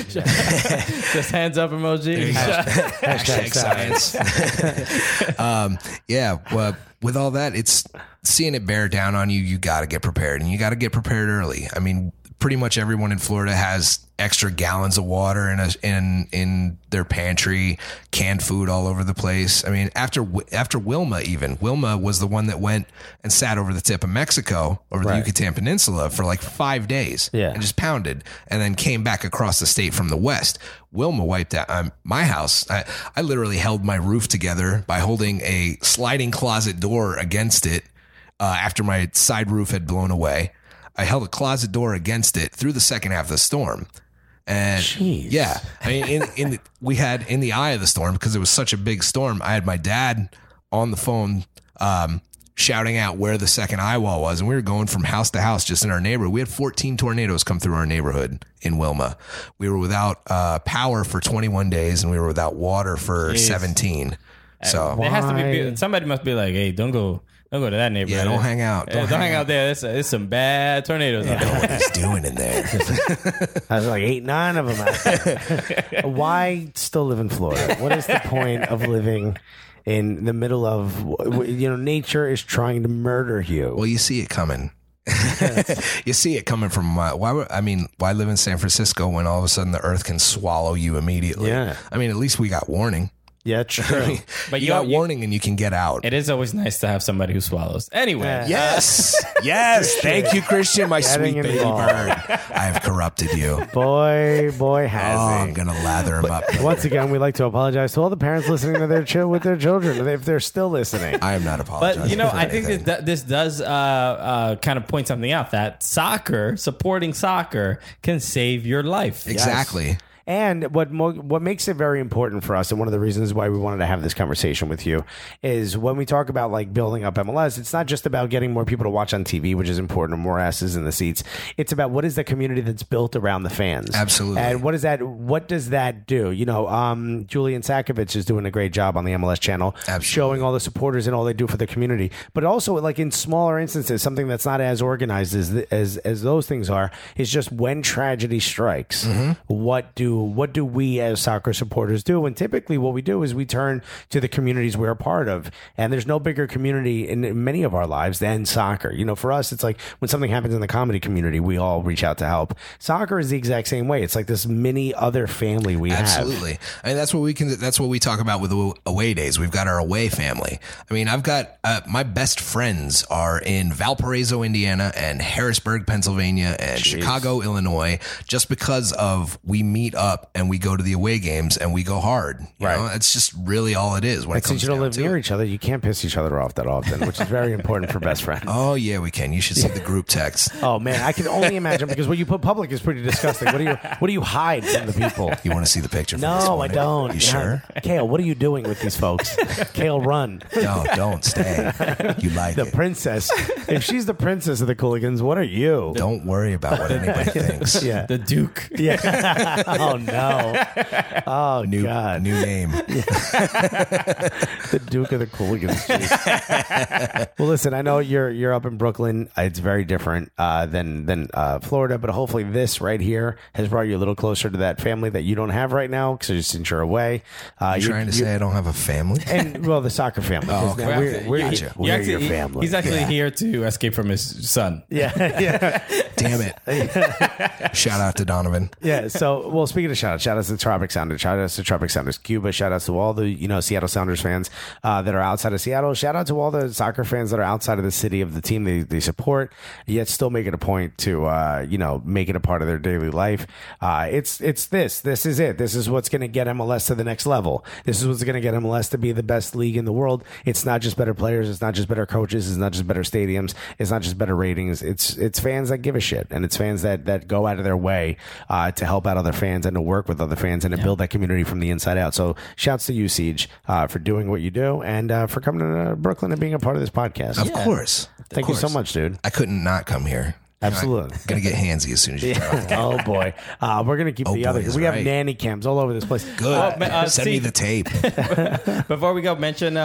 Speaker 2: Just hands up emoji.
Speaker 4: hashtag science. um, yeah, well, with all that, it's seeing it bear down on you. You got to get prepared, and you got to get prepared early. I mean, pretty much everyone in Florida has extra gallons of water in a, in in their pantry, canned food all over the place. I mean, after Wi- after Wilma, even Wilma was the one that went and sat over the tip of Mexico, over
Speaker 1: Right.
Speaker 4: the Yucatan Peninsula, for like five days,
Speaker 1: Yeah.
Speaker 4: and just pounded and then came back across the state from the west. Wilma wiped out um, my house. I, I literally held my roof together by holding a sliding closet door against it uh, after my side roof had blown away. I held a closet door against it through the second half of the storm. And
Speaker 1: Jeez.
Speaker 4: yeah, I mean, in, in the, we had in the eye of the storm because it was such a big storm. I had my dad on the phone um, shouting out where the second eye wall was, and we were going from house to house just in our neighborhood. We had 14 tornadoes come through our neighborhood in Wilma. We were without uh, power for 21 days, and we were without water for 17. So
Speaker 2: There has to be
Speaker 1: Why?
Speaker 2: be somebody must be like, hey, don't go, don't go to that neighborhood.
Speaker 4: Yeah, don't hang out.
Speaker 2: Yeah,
Speaker 4: Don't
Speaker 2: Don't,
Speaker 4: hang
Speaker 2: hang out there. It's, it's some bad tornadoes. out there.
Speaker 4: what he's doing in there?
Speaker 1: That's like eight, nine of them. out there. Why still live in Florida? What is the point of living in the middle of you know nature is trying to murder you?
Speaker 4: Well, you see it coming. you see it coming from a mile. Why? would- I mean, why live in San Francisco when all of a sudden the Earth can swallow you immediately?
Speaker 1: Yeah.
Speaker 4: I mean, at least we got warning.
Speaker 1: Yeah, true.
Speaker 4: But
Speaker 2: But
Speaker 4: you,
Speaker 2: you-
Speaker 4: got
Speaker 2: you-
Speaker 4: warning, and you can get out.
Speaker 2: It is always nice to have somebody who swallows. Anyway,
Speaker 1: Yeah.
Speaker 4: yes, yes. Thank you, Christian, my
Speaker 1: Getting
Speaker 4: sweet baby
Speaker 1: involved.
Speaker 4: bird. I have corrupted you.
Speaker 1: boy, boy,
Speaker 4: Oh,
Speaker 1: has
Speaker 4: I'm
Speaker 1: he.
Speaker 4: gonna lather him up.
Speaker 1: Once again, we'd like to apologize to all the parents listening to their chill with their children if they're still listening.
Speaker 4: I am not apologizing.
Speaker 2: But you know,
Speaker 4: for
Speaker 2: I think
Speaker 4: anything.
Speaker 2: this, this does uh, uh, kind of point something out that soccer, supporting soccer, can save your life.
Speaker 4: exactly.
Speaker 1: And what mo- what makes it very important for us, and one of the reasons why we wanted to have this conversation with you, is when we talk about like building up MLS, it's not just about getting more people to watch on TV, which is important, or more asses in the seats. It's about what is the community that's built around the fans,
Speaker 4: Absolutely.
Speaker 1: and what is that? What does that do? You know, um, Julian Sakovic is doing a great job on the MLS channel,
Speaker 4: Absolutely.
Speaker 1: showing all the supporters and all they do for the community. But also, like in smaller instances, something that's not as organized as as as those things are is just when tragedy strikes. What do what do we as soccer supporters do? And typically, what we do is we turn to the communities we're a part of, and there's no bigger community in many of our lives than soccer. You know, for us, it's like when something happens in the comedy community, we all reach out to help. Soccer is the exact same way. It's like this mini other family we have.
Speaker 4: Absolutely. I mean, that's what we can. That's what we talk about with the away days. We've got our away family. I mean, I've got uh, my best friends are in Valparaiso, Indiana, and Harrisburg, Pennsylvania, and Chicago, Illinois. Just because of we meet up and we go to the away games and we go hard. You
Speaker 1: Right.
Speaker 4: Know? It's just really all it is when it
Speaker 1: Since
Speaker 4: comes
Speaker 1: you don't
Speaker 4: down
Speaker 1: live
Speaker 4: to
Speaker 1: near
Speaker 4: it.
Speaker 1: each other, you can't piss each other off that often, which is very important for best friends.
Speaker 4: Oh yeah, we can. You should see the group text.
Speaker 1: Oh man, I can only imagine because what you put public is pretty disgusting. What do you what do you hide from the people?
Speaker 4: You want to see the picture? from this
Speaker 1: No, I
Speaker 4: morning?
Speaker 1: don't.
Speaker 4: You sure?
Speaker 1: Kale, what are you doing with these folks? Kale, run.
Speaker 4: No, don't stay. You like
Speaker 1: The
Speaker 4: it.
Speaker 1: princess. If she's the princess of the Cooligans, what are you?
Speaker 4: don't worry about what anybody thinks.
Speaker 1: Yeah.
Speaker 2: The Duke.
Speaker 1: Yeah. oh no. Oh
Speaker 4: New
Speaker 1: god.
Speaker 4: new name.
Speaker 1: the Duke of the Cooligans. jeez. well, listen, I know you're you're up in Brooklyn. Uh, It's very different uh, than than uh, Florida, but hopefully this right here has brought you a little closer to that family that you don't have right now because since you're away, uh,
Speaker 4: You trying to say I don't have a family?
Speaker 1: and well, the soccer family. 'cause
Speaker 4: okay.
Speaker 1: now We're,
Speaker 4: Okay,
Speaker 1: we're,
Speaker 4: gotcha.
Speaker 1: we're
Speaker 2: He
Speaker 1: your
Speaker 2: actually- he-
Speaker 1: family.
Speaker 2: He's actually here to escape from his son.
Speaker 1: yeah, yeah.
Speaker 4: Damn it. Shout out to Donovan.
Speaker 1: yeah. So, well, speaking of shout outs, shout outs to Tropic Sounders, shout outs to Tropic Sounders Cuba, shout outs to all the, you know, Seattle Sounders fans uh, that are outside of Seattle, shout out to all the soccer fans that are outside of the city of the team they, they support, yet still make it a point to, uh, you know, make it a part of their daily life. Uh, it's, it's this. This is it. This is what's going to get MLS to the next level. This is what's going to get MLS to be the best league in the world. It's not just better players. It's not just better coaches. It's not just better stadiums. It's not just better ratings. It's it's fans that give a shit, and it's fans that that go out of their way uh, to help out other fans and to work with other fans and to build that community from the inside out. So, shouts to you, Siege, uh, for doing what you do and uh, for coming to uh, Brooklyn and being a part of this podcast.
Speaker 4: Of course.
Speaker 1: Thank you so much, dude.
Speaker 4: I couldn't not come here.
Speaker 1: Absolutely.
Speaker 4: Gonna get handsy as soon as you turn off the
Speaker 1: oh boy, uh, we're gonna keep the
Speaker 4: Oh, boy
Speaker 1: other.
Speaker 4: is
Speaker 1: We have
Speaker 4: right.
Speaker 1: nanny cams all over this place.
Speaker 4: Good.
Speaker 2: ma- uh,
Speaker 4: Send
Speaker 2: see-
Speaker 4: me the tape.
Speaker 2: Before we go, mention uh,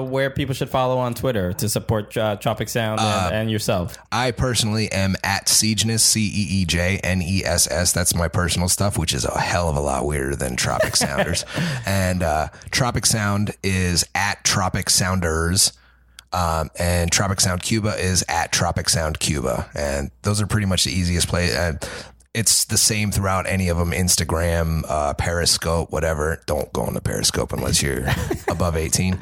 Speaker 2: uh, where people should follow on Twitter to support uh, Tropic Sound and, and yourself.
Speaker 4: I personally am at Siegeness, C E E J N E S S. That's my personal stuff, which is a hell of a lot weirder than Tropic Sounders. and uh, Tropic Sound is at Tropic Sounders. Um, and Tropic Sound Cuba is at Tropic Sound Cuba. And those are pretty much the easiest play. Uh, it's the same throughout any of them Instagram, uh, Periscope, whatever. Don't go into Periscope unless you're above 18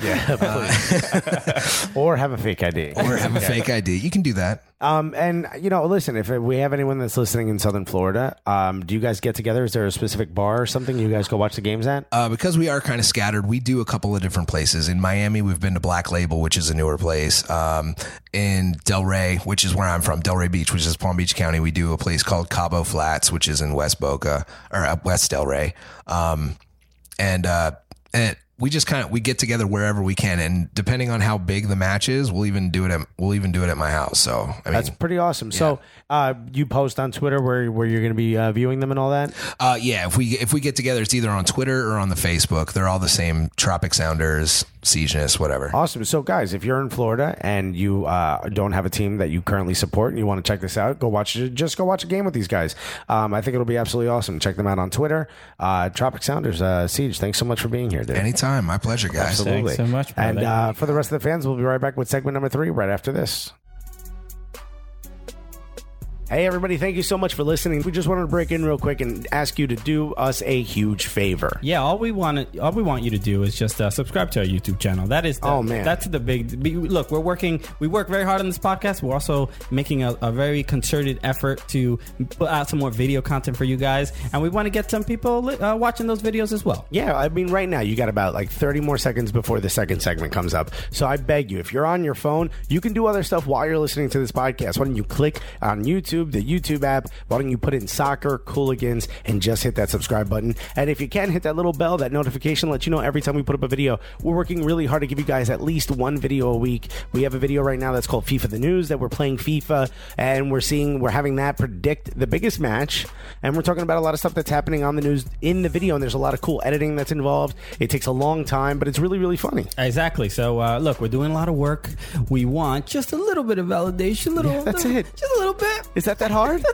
Speaker 1: or have a fake ID.
Speaker 4: or have a fake ID. You can do that.
Speaker 1: Um, and you know, listen, if we have anyone that's listening in Southern Florida, um, do you guys get together? Is there a specific bar or something you guys go watch the games at?
Speaker 4: uh, because we are kind of scattered, we do a couple of different places. In Miami, we've been to Black Label, which is a newer place. Um, in Delray, which is where I'm from, Delray Beach, which is Palm Beach County, we do a place called Cabo Flats, which is in West Boca or uh, West Delray. Um, and uh, and we just kind of we get together wherever we can, and depending on how big the match is, we'll even do it at we'll even do it at my house. So I mean,
Speaker 1: That's pretty awesome. So, uh, you post on Twitter where where you're going to be uh, viewing them and all that.
Speaker 4: Uh, yeah, if we if we get together, it's either on Twitter or on the Facebook. They're all the same. Tropic Sounders, Siegeness, whatever.
Speaker 1: Awesome. So, guys, if you're in Florida and you uh, don't have a team that you currently support and you want to check this out, go watch it. Just go watch a game with these guys. Um, I think it'll be absolutely awesome. Check them out on Twitter. Uh, Tropic Sounders, uh, Siege. Thanks so much for being here, dude.
Speaker 4: Anytime, my pleasure, guys.
Speaker 1: Absolutely.
Speaker 2: Thanks so much,
Speaker 1: And
Speaker 2: brother.
Speaker 1: uh, for the rest of the fans, we'll be right back with segment number three right after this. Hey, everybody, thank you so much for listening. We just wanted to break in real quick and ask you to do us a huge favor.
Speaker 2: Yeah, all we want all we want you to do is just uh, subscribe to our YouTube channel. That is the,
Speaker 1: Oh, man.
Speaker 2: that's the big be- look. We're working we work very hard on this podcast. We're also making a, a very concerted effort to put out some more video content for you guys, and we want to get some people li- uh, watching those videos as well.
Speaker 1: Yeah, I mean, right now you got about like 30 more seconds before the second segment comes up. So I beg you, if you're on your phone, you can do other stuff while you're listening to this podcast. Why don't you click on YouTube YouTube, the YouTube app. Why don't you put in soccer cooligans and just hit that subscribe button? And if you can, hit that little bell, that notification, let you know every time we put up a video. We're working really hard to give you guys at least one video a week. We have a video right now that's called FIFA the News that we're playing FIFA and we're seeing we're having that predict the biggest match and we're talking about a lot of stuff that's happening on the news in the video and there's a lot of cool editing that's involved. It takes a long time, but it's really really funny.
Speaker 2: Exactly. So uh, look, we're doing a lot of work. We want just a little bit of validation. Little,
Speaker 1: Yeah, that's
Speaker 2: little-
Speaker 1: it.
Speaker 2: Just a little bit.
Speaker 1: Is that that hard?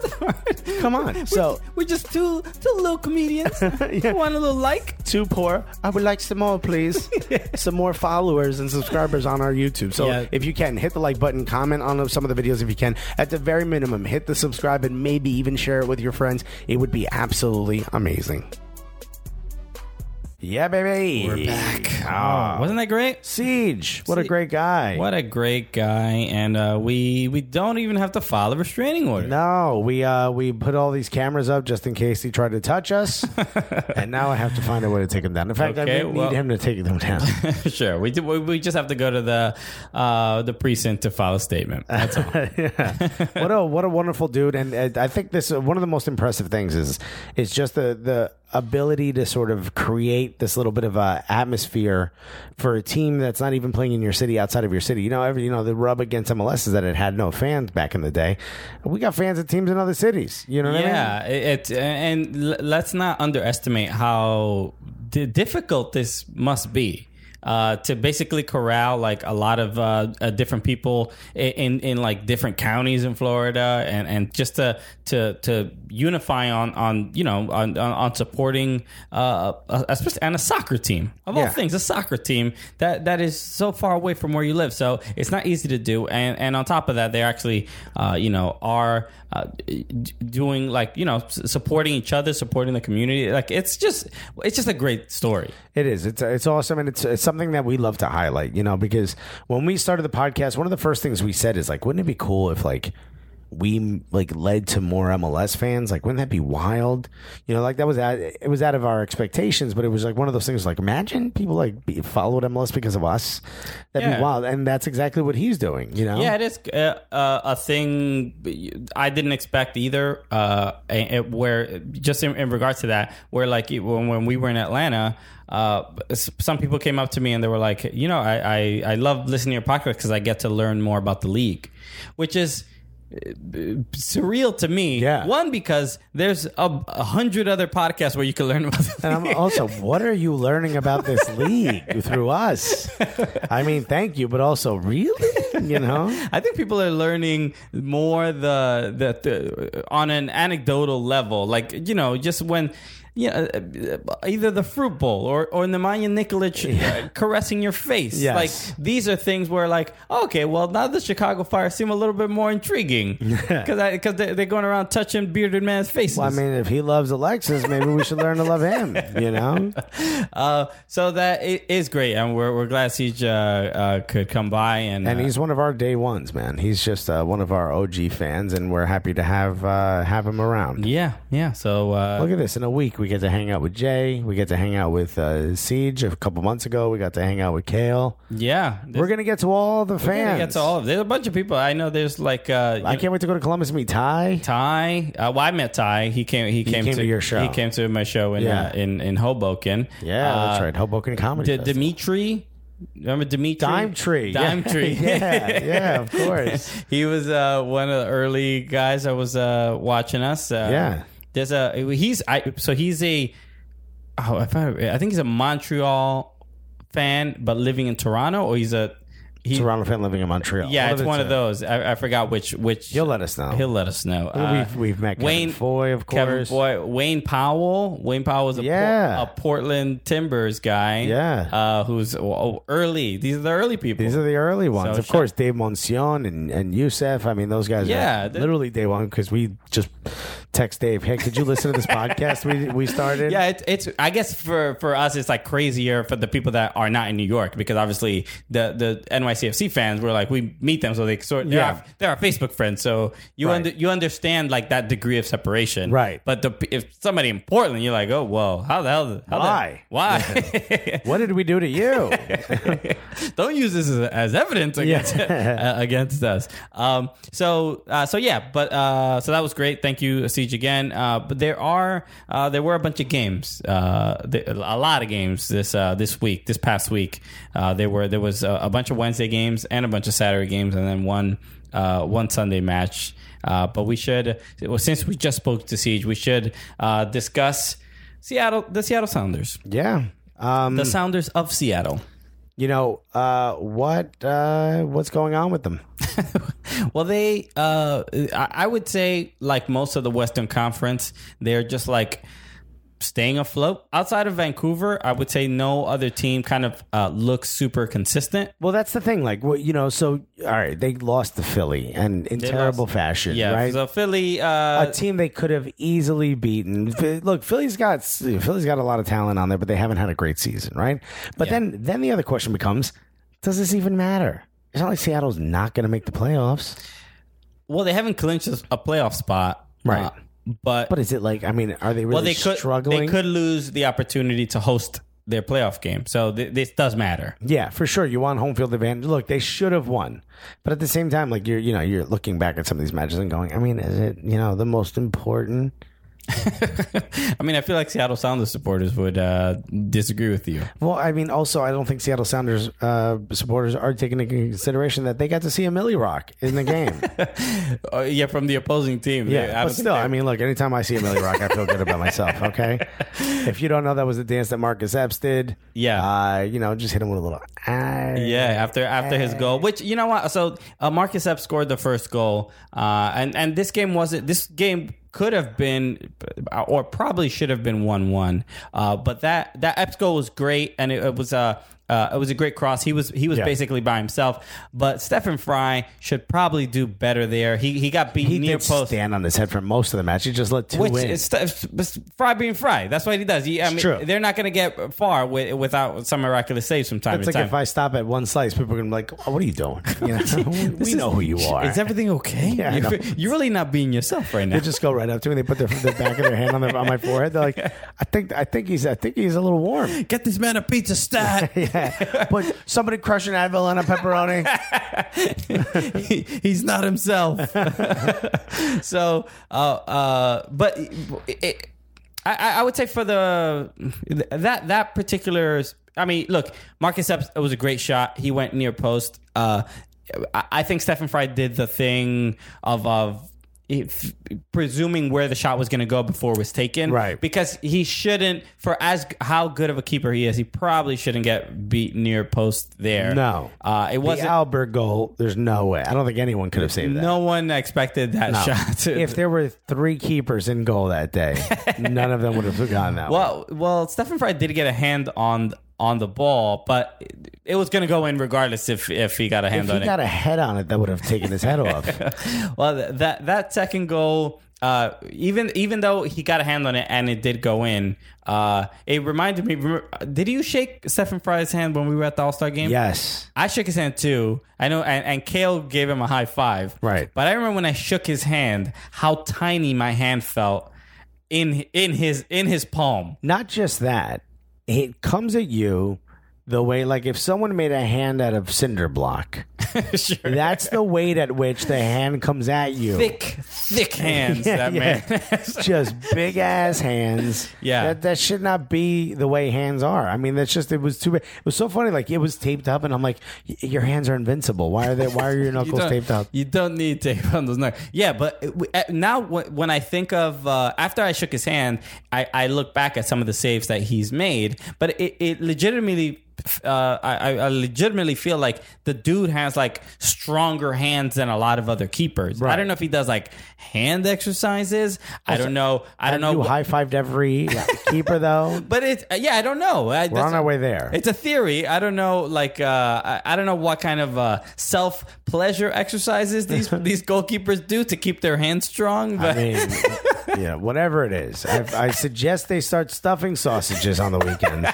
Speaker 1: Come on. So
Speaker 2: We're just two two little comedians.
Speaker 1: Yeah.
Speaker 2: Want a little like?
Speaker 1: too poor. I would like some more, please. some more followers and subscribers on our YouTube. So
Speaker 2: Yeah.
Speaker 1: if you can, hit the like button, comment on some of the videos if you can. At the very minimum, hit the subscribe and maybe even share it with your friends. It would be absolutely amazing. Yeah, baby. We're back.
Speaker 2: Wasn't that great?
Speaker 1: Siege. What a
Speaker 2: Sie-
Speaker 1: great guy.
Speaker 2: Oh. What a great guy, and uh, we we don't even have to file a restraining order.
Speaker 1: No, we uh, we put all these cameras up just in case he tried to touch us, and now I have to find a way to take him down. In fact, I
Speaker 2: Okay,
Speaker 1: may need
Speaker 2: well-
Speaker 1: him to take them down.
Speaker 2: sure, we, do, we we just have to go to the uh, the precinct to file a statement. That's all.
Speaker 1: what a what a wonderful dude, and, and I think this uh, one of the most impressive things is is just the the ability to sort of create this little bit of a atmosphere for a team that's not even playing in your city outside of your city. You know, every you know the rub against MLS is that it had no fans back in the day. We got fans of teams in other cities. You know what I mean?
Speaker 2: yeah, it, it and l- let's not underestimate how d- difficult this must be. Uh, to basically corral like a lot of uh, uh, different people i- in, in like different counties in Florida, and, and just to to to unify on on you know on on, on supporting uh, uh, especially and a soccer team of all
Speaker 1: Yeah.
Speaker 2: things, a soccer team that that is so far away from where you live, so it's not easy to do. And and on top of that, they actually uh, you know are uh, d- doing like you know s- supporting each other, supporting the community. Like it's just it's just a great story.
Speaker 1: It is. It's it's awesome, and it's, it's something that we love to highlight. You know, because when we started the podcast, one of the first things we said is like, wouldn't it be cool if like we like led to more MLS fans? Like, wouldn't that be wild? You know, like that was out, it was out of our expectations, but it was like one of those things. Like, imagine people like be, followed MLS because of us. That'd
Speaker 2: Yeah.
Speaker 1: be wild, and that's exactly what he's doing. You know,
Speaker 2: Yeah, it is uh, uh, a thing I didn't expect either. Uh, and- and where just in, in regards to that, where like it- when, when we were in Atlanta, uh, s- some people came up to me and they were like, you know, I I, I love listening to your podcast because I get to learn more about the league, which is uh, surreal to me.
Speaker 1: Yeah.
Speaker 2: One because there's a, a hundred other podcasts where you can learn about. The
Speaker 1: And I'm also, what are you learning about this league through us? I mean, thank you, but also, really, you know.
Speaker 2: I think people are learning more the, the the on an anecdotal level, like you know, just when. Yeah, uh, either the fruit bowl or or Nemanja Nikolic uh, caressing your face.
Speaker 1: Yes.
Speaker 2: Like these are things where like, okay, well now the Chicago Fire seem a little bit more intriguing because because they're, they're going around touching bearded man's faces.
Speaker 1: Well, I mean, if he loves Alexis, maybe we should learn to love him. You know,
Speaker 2: uh, so that i- is great, and we're we're glad Siege uh, uh, could come by and
Speaker 1: and
Speaker 2: uh,
Speaker 1: he's one of our day ones, man. He's just uh, one of our OG fans, and we're happy to have uh, have him around.
Speaker 2: yeah yeah. So uh,
Speaker 1: Look at this! In a week, we get to hang out with Jay. We get to hang out with uh, Siege. A couple months ago, we got to hang out with Kale.
Speaker 2: yeah,
Speaker 1: We're gonna get to all the
Speaker 2: Yeah,
Speaker 1: fans.
Speaker 2: they get to all of There's a bunch of people. I know there's like uh,
Speaker 1: I can't wait to go to Columbus and meet Ty.
Speaker 2: Ty. Uh, well, I met Ty. He came. He came,
Speaker 1: came to your show.
Speaker 2: He came to my show in
Speaker 1: Yeah.
Speaker 2: uh, in in Hoboken.
Speaker 1: Yeah,
Speaker 2: Uh,
Speaker 1: that's right. Hoboken Comedy.
Speaker 2: D-
Speaker 1: Festival.
Speaker 2: Dimitri. Remember Dimitri?
Speaker 1: Dime Tree.
Speaker 2: Dime Tree.
Speaker 1: yeah, yeah, of course.
Speaker 2: he was uh, one of the early guys that was uh, watching us. Uh,
Speaker 1: Yeah.
Speaker 2: There's a he's I so he's a oh if I, I think he's a Montreal fan but living in Toronto or he's a he,
Speaker 1: Toronto fan living in Montreal.
Speaker 2: Yeah, it's
Speaker 1: the
Speaker 2: one of
Speaker 1: two.
Speaker 2: those. I, I forgot which which.
Speaker 1: He'll let us know.
Speaker 2: He'll let us know. Uh,
Speaker 1: we've- we've met Kevin Foy, of
Speaker 2: Kevin
Speaker 1: course.
Speaker 2: Foy, Wayne Powell. Wayne Powell is a, Por-
Speaker 1: Yeah.
Speaker 2: a Portland Timbers guy.
Speaker 1: Yeah.
Speaker 2: uh, who's oh, early. These are the early people.
Speaker 1: These are the early ones.
Speaker 2: So
Speaker 1: of
Speaker 2: shout-
Speaker 1: course, Dave Monsion and, and Youssef. I mean, those guys
Speaker 2: Yeah,
Speaker 1: are
Speaker 2: they-
Speaker 1: literally day one because we just text Dave, hey, could you listen to this podcast we, we started?
Speaker 2: Yeah, it, it's. I guess for for us, it's like crazier for the people that are not in New York because obviously the the NYCFC fans were like we meet them, so they sort. They're,
Speaker 1: Yeah.
Speaker 2: our, they're our Facebook friends, so you
Speaker 1: Right.
Speaker 2: under, you understand like that degree of separation,
Speaker 1: Right.
Speaker 2: But the, if somebody in Portland, you're like, oh, whoa, how the hell? How
Speaker 1: Why?
Speaker 2: The, why?
Speaker 1: What did we do to you?
Speaker 2: Don't use this as, as evidence against uh, against us. Um, so uh, so yeah, but uh, so that was great. Thank you, Siege again. Uh, but there are uh, there were a bunch of games, uh, the- a lot of games this uh, this week, this past week. Uh, there were there was a, a bunch of Wednesday games and a bunch of Saturday games, and then one uh, one Sunday match. Uh, but we should well, since we just spoke to Siege, we should uh, discuss Seattle the Seattle Sounders,
Speaker 1: yeah. Um,
Speaker 2: the Sounders of Seattle.
Speaker 1: you know, uh, what uh, what's going on with them?
Speaker 2: Well, they, uh, I I would say, like most of the Western Conference, they're just like staying afloat. Outside of Vancouver, I would say no other team kind of uh, looks super consistent.
Speaker 1: Well, that's the thing. Like, well, you know, so all right, they lost to Philly and in terrible
Speaker 2: lost-
Speaker 1: fashion,
Speaker 2: Yeah,
Speaker 1: right?
Speaker 2: so Philly,
Speaker 1: a
Speaker 2: uh,
Speaker 1: team they could have easily beaten. Ph- Look, Philly's got Philly's got a lot of talent on there, but they haven't had a great season, right? But then then the other question becomes, does this even matter? It's not like Seattle's not going to make the playoffs,
Speaker 2: well, they haven't clinched a a playoff spot,
Speaker 1: Right.
Speaker 2: uh, but,
Speaker 1: but is it like? I mean, are they really
Speaker 2: well, they could
Speaker 1: struggling?
Speaker 2: they could lose the opportunity to host their playoff game. So th- this does matter.
Speaker 1: Yeah, for sure. You want home field advantage. Look, they should have won, but at the same time, like you're, you know, you're looking back at some of these matches and going, I mean, is it, you know, the most important?
Speaker 2: I mean, I feel like Seattle Sounders supporters would uh, disagree with you.
Speaker 1: Well, I mean, also, I don't think Seattle Sounders uh, supporters are taking into consideration that they got to see a Millie Rock in the game.
Speaker 2: Uh, yeah, from the opposing team. I
Speaker 1: Yeah,
Speaker 2: don't
Speaker 1: but
Speaker 2: think
Speaker 1: still,
Speaker 2: they-
Speaker 1: I mean, look, anytime I see a Millie Rock, I feel good about myself. Okay, if you don't know, that was the dance that Marcus Epps did.
Speaker 2: Yeah.
Speaker 1: uh, you know, just hit him with a little. "Ah."
Speaker 2: Yeah, after after his goal, which you know what? So uh, Marcus Epps scored the first goal, uh, and and this game wasn't. This game could have been, uh, or probably should have been one one. Uh, but that that Epps goal was great, and it, it was a. Uh, it was a great cross. He was he was
Speaker 1: Yeah.
Speaker 2: basically by himself, but Stephen Fry should probably do better there. He he got beat
Speaker 1: he
Speaker 2: near
Speaker 1: did
Speaker 2: post,
Speaker 1: stand on his head for most of the match. He just let two
Speaker 2: which
Speaker 1: in.
Speaker 2: is st- it's Fry being Fry. That's what he does. He, I mean,
Speaker 1: true.
Speaker 2: they're not going to get far wi- without some miraculous saves from time
Speaker 1: It's
Speaker 2: to
Speaker 1: like
Speaker 2: time.
Speaker 1: if I stop at one slice, people are gonna be like, oh, "What are you doing?" You know? we know who you are.
Speaker 2: Is everything okay?
Speaker 1: Yeah, I
Speaker 2: you're,
Speaker 1: know.
Speaker 2: you're really not being yourself right now.
Speaker 1: they just go right up to me. They put their, the back of their hand on, their, on my forehead. They're like, "I think, I think he's, I think he's a little warm."
Speaker 2: Get this man a pizza stat.
Speaker 1: yeah, but somebody crush an Advil on a pepperoni.
Speaker 2: he, he's not himself. so, uh, uh, but it, it, I- I, I would say for the that that particular. I mean, look, Marcus Epps it was a great shot. He went near post. Uh, I, I think Stephen Fry did the thing of of. If, presuming where the shot was going to go before it was taken,
Speaker 1: Right.
Speaker 2: Because he shouldn't, for as how good of a keeper he is, he probably shouldn't get beat near post there.
Speaker 1: No.
Speaker 2: uh, it
Speaker 1: the
Speaker 2: wasn't.
Speaker 1: Albert goal. There's no way. I don't think anyone could have saved that.
Speaker 2: No one expected that shot. To,
Speaker 1: If there were three keepers in goal that day, none of them would have gotten that. one.
Speaker 2: well, well, Stephen Fry did get a hand on on the ball, but it was going to go in regardless if if he got a hand
Speaker 1: if
Speaker 2: on
Speaker 1: he
Speaker 2: it.
Speaker 1: got a head on it, that would have taken his head off.
Speaker 2: well, th- that that second goal, uh, even even though he got a hand on it and it did go in, uh, it reminded me. remember- Did you shake Stephen Fry's hand when we were at the All Star game?
Speaker 1: Yes,
Speaker 2: I shook his hand too. I know, and, and Kale gave him a high five.
Speaker 1: Right.
Speaker 2: But I remember when I shook his hand, how tiny my hand felt in in his in his palm.
Speaker 1: not just that. It comes at you the way, like if someone made a hand out of cinder block.
Speaker 2: sure.
Speaker 1: That's the weight at which the hand comes at you.
Speaker 2: thick, thick hands. that man.
Speaker 1: It's just big ass hands.
Speaker 2: Yeah.
Speaker 1: that that should not be the way hands are. I mean, that's just it was too. bad. It was so funny. Like it was taped up, and I'm like, "Y- your hands are invincible. Why are they? Why are your
Speaker 2: You
Speaker 1: knuckles
Speaker 2: don't-
Speaker 1: taped up?
Speaker 2: You don't need tape on those knuckles. Yeah, but it- w- uh, now wh- when I think of uh, after I shook his hand, I, I look back at some of the saves that he's made, but it, it legitimately. Uh, I, I- I legitimately feel like the dude has like stronger hands than a lot of other keepers. I
Speaker 1: Right.
Speaker 2: don't know if he does like hand exercises. I don't know. I don't know.
Speaker 1: You high fived every keeper though.
Speaker 2: but it's uh, yeah, I don't know. I,
Speaker 1: We're on our way there.
Speaker 2: It's a theory. I don't know. Like uh, I, I don't know what kind of uh, self pleasure exercises these these goalkeepers do to keep their hands strong.
Speaker 1: I
Speaker 2: But
Speaker 1: mean, you know, whatever it is. I, I suggest they start stuffing sausages on the weekends.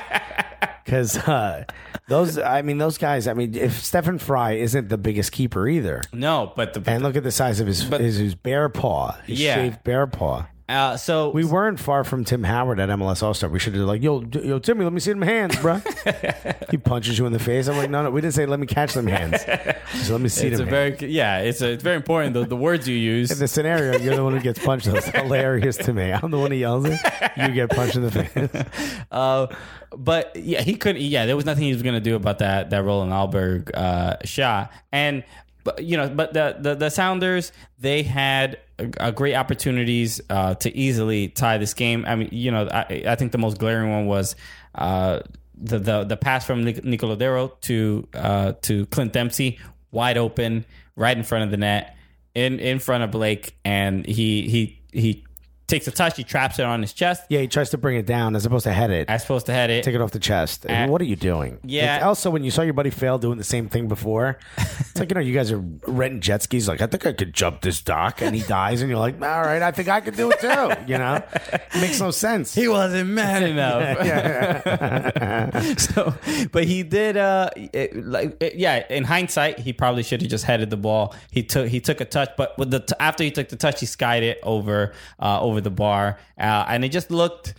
Speaker 1: Because uh, those, I mean, those guys. I mean, if Stephen Fry isn't the biggest keeper either,
Speaker 2: No, but the
Speaker 1: and look at the size of his his, his bear paw, his
Speaker 2: Yeah.
Speaker 1: shaved bear paw.
Speaker 2: uh, so
Speaker 1: We weren't far from Tim Howard at MLS All Star. We should have like, yo, d- yo, Timmy, let me see them hands, bruh. he punches you in the face. I'm like, no, no, we didn't say let me catch them hands. Just let me see
Speaker 2: it's a
Speaker 1: them.
Speaker 2: very yeah. It's a, it's very important the, the words you use.
Speaker 1: In the scenario, you're the one who gets punched. That's hilarious to me. I'm the one who yells it. You get punched in the face.
Speaker 2: Uh, but yeah, he couldn't. Yeah, there was nothing he was gonna do about that that Roland Alberg uh, shot. And but you know, but the the, the Sounders they had a, a great opportunities uh, to easily tie this game. I mean, you know, I, I think the most glaring one was. Uh, the, the the pass from Nic- Nicolodero to uh, to Clint Dempsey wide open right in front of the net in in front of Blake and he he he takes a touch he traps it on his chest
Speaker 1: Yeah, he tries to bring it down as opposed to head it.
Speaker 2: as supposed to head it
Speaker 1: Take it off the chest. I mean,
Speaker 2: Uh,
Speaker 1: what are you doing?
Speaker 2: yeah.
Speaker 1: Like, also, when you saw your buddy fail doing the same thing before, it's like, you know, you guys are renting jet skis. Like, I think I could jump this dock. And he dies. And you're like, all right, I think I could do it too. You know? makes no sense.
Speaker 2: he wasn't man enough. so, but he did. Uh, it- like it- yeah, in hindsight, he probably should have just headed the ball. He took he took a touch, but with the t- after he took the touch, he skied it over uh, over the bar, uh, and it just looked.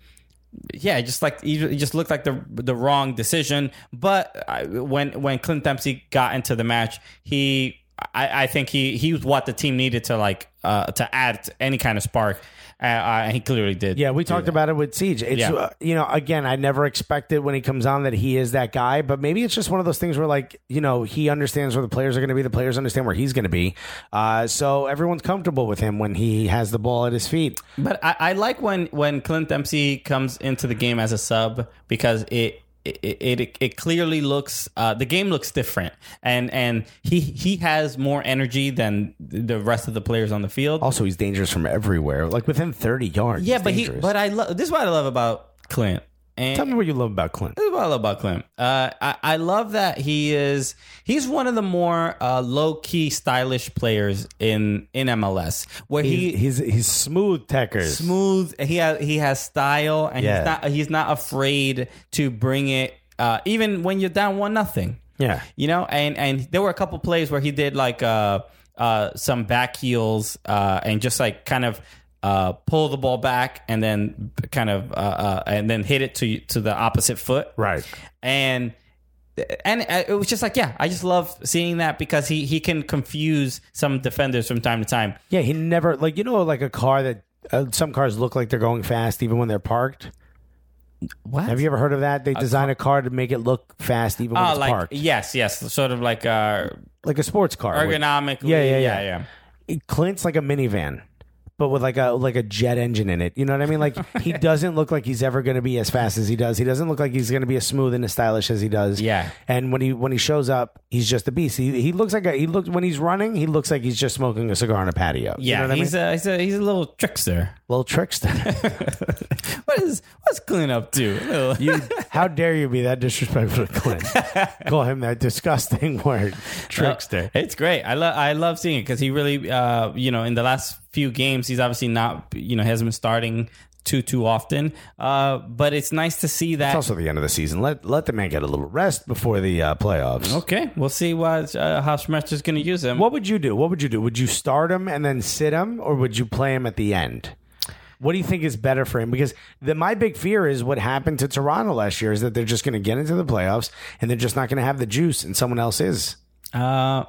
Speaker 2: Yeah, it just like it just looked like the the wrong decision. But I, when when Clint Dempsey got into the match, he I, I think he he was what the team needed to like uh, to add any kind of spark, uh, uh, and he clearly did.
Speaker 1: Yeah, we talked about it with Siege. It's
Speaker 2: Yeah.
Speaker 1: uh, you know, again, I never expected when he comes on that he is that guy, but maybe it's just one of those things where like you know he understands where the players are going to be, the players understand where he's going to be, uh, so everyone's comfortable with him when he has the ball at his feet.
Speaker 2: But I, I like when when Clint Dempsey comes into the game as a sub because it. It, it it clearly looks uh, the game looks different and and he he has more energy than the rest of the players on the field.
Speaker 1: Also, he's dangerous from everywhere, like within thirty yards.
Speaker 2: yeah,
Speaker 1: he's
Speaker 2: but he
Speaker 1: dangerous.
Speaker 2: but I love this is what I love about Clint. And
Speaker 1: tell me what you love about Clint.
Speaker 2: this is what I love about Clint. Uh, I, I love that he is he's one of the more uh, low key stylish players in in MLS where he
Speaker 1: He, he's he's smooth techers.
Speaker 2: smooth. He has he has style, and
Speaker 1: Yeah.
Speaker 2: he's not he's not afraid to bring it, uh, even when you're down one nothing.
Speaker 1: Yeah.
Speaker 2: you know, and and there were a couple plays where he did like uh uh some back heels uh and just like kind of. Uh, pull the ball back and then kind of uh, uh, and then hit it to to the opposite foot
Speaker 1: Right.
Speaker 2: and and uh, it was just like yeah i just love seeing that because he he can confuse some defenders from time to time
Speaker 1: Yeah, he never like you know like a car that uh, some cars look like they're going fast even when they're parked.
Speaker 2: what
Speaker 1: Have you ever heard of that? They design a car Ah, to make it look fast even when
Speaker 2: Oh,
Speaker 1: it's
Speaker 2: like
Speaker 1: parked.
Speaker 2: yes, yes, sort of like uh,
Speaker 1: like a sports car.
Speaker 2: ergonomically.
Speaker 1: Yeah, yeah, yeah. With- Clint's like a minivan, but with like a like a jet engine in it. You know what I mean? Like he doesn't look like he's ever going to be as fast as he does. He doesn't look like he's going to be as smooth and as stylish as he does.
Speaker 2: Yeah.
Speaker 1: And when he when he shows up, he's just a beast. He, he looks like a, he looks when he's running. He looks like he's just smoking a cigar on a patio. You
Speaker 2: Yeah,
Speaker 1: know what I
Speaker 2: he's
Speaker 1: mean?
Speaker 2: a he's a he's a little trickster.
Speaker 1: little trickster.
Speaker 2: what is what's Clint up to?
Speaker 1: you, how dare you be that disrespectful to Clint? Call him that disgusting word, trickster.
Speaker 2: It's great. I love I love seeing it because he really, uh, you know, in the last few games, he's obviously not, you know, hasn't been starting too too often. Uh, but it's nice to see that.
Speaker 1: It's Uh, also the end of the season. Let let the man get a little rest before the uh, playoffs.
Speaker 2: okay, we'll see what uh, how Schmerz is going to use him.
Speaker 1: What would you do? What would you do? Would you start him and then sit him, or would you play him at the end? What do you think is better for him? Because the, my big fear is what happened to Toronto last year is that they're just going to get into the playoffs and they're just not going to have the juice, and someone else is.
Speaker 2: Uh,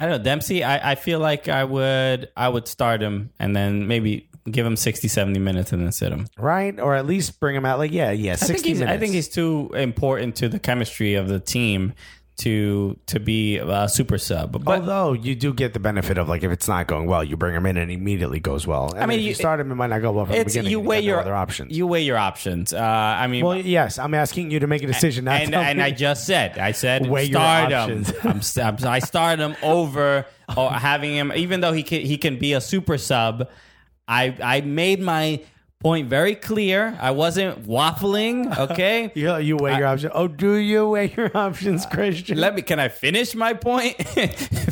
Speaker 2: I don't know, Dempsey. I, I feel like I would I would start him and then maybe give him 60, 70 minutes and then sit him.
Speaker 1: Right, or at least bring him out. Like, yeah, yeah,
Speaker 2: I think
Speaker 1: sixty
Speaker 2: he's
Speaker 1: minutes.
Speaker 2: I think he's too important to the chemistry of the team to to be a super sub. But
Speaker 1: Although you do get the benefit of like if it's not going well, you bring him in and it immediately goes well. I, mean,
Speaker 2: mean,
Speaker 1: if you,
Speaker 2: you-
Speaker 1: start him, it might not go well from the
Speaker 2: it's
Speaker 1: beginning.
Speaker 2: you weigh
Speaker 1: got no
Speaker 2: your
Speaker 1: other options.
Speaker 2: You weigh your options. Uh, I mean,
Speaker 1: well, yes, I'm asking you to make a decision. Not
Speaker 2: and
Speaker 1: tell
Speaker 2: and
Speaker 1: me.
Speaker 2: I just said I said
Speaker 1: Weigh your
Speaker 2: start
Speaker 1: options.
Speaker 2: him. I'm, st- I'm, I started him over or having him, even though he can he can be a super sub. I I made my point very clear. I wasn't waffling. Okay.
Speaker 1: Yeah, you
Speaker 2: Uh,
Speaker 1: weigh your options. Oh, do you weigh your options, Christian?
Speaker 2: Let me. Can I finish my point?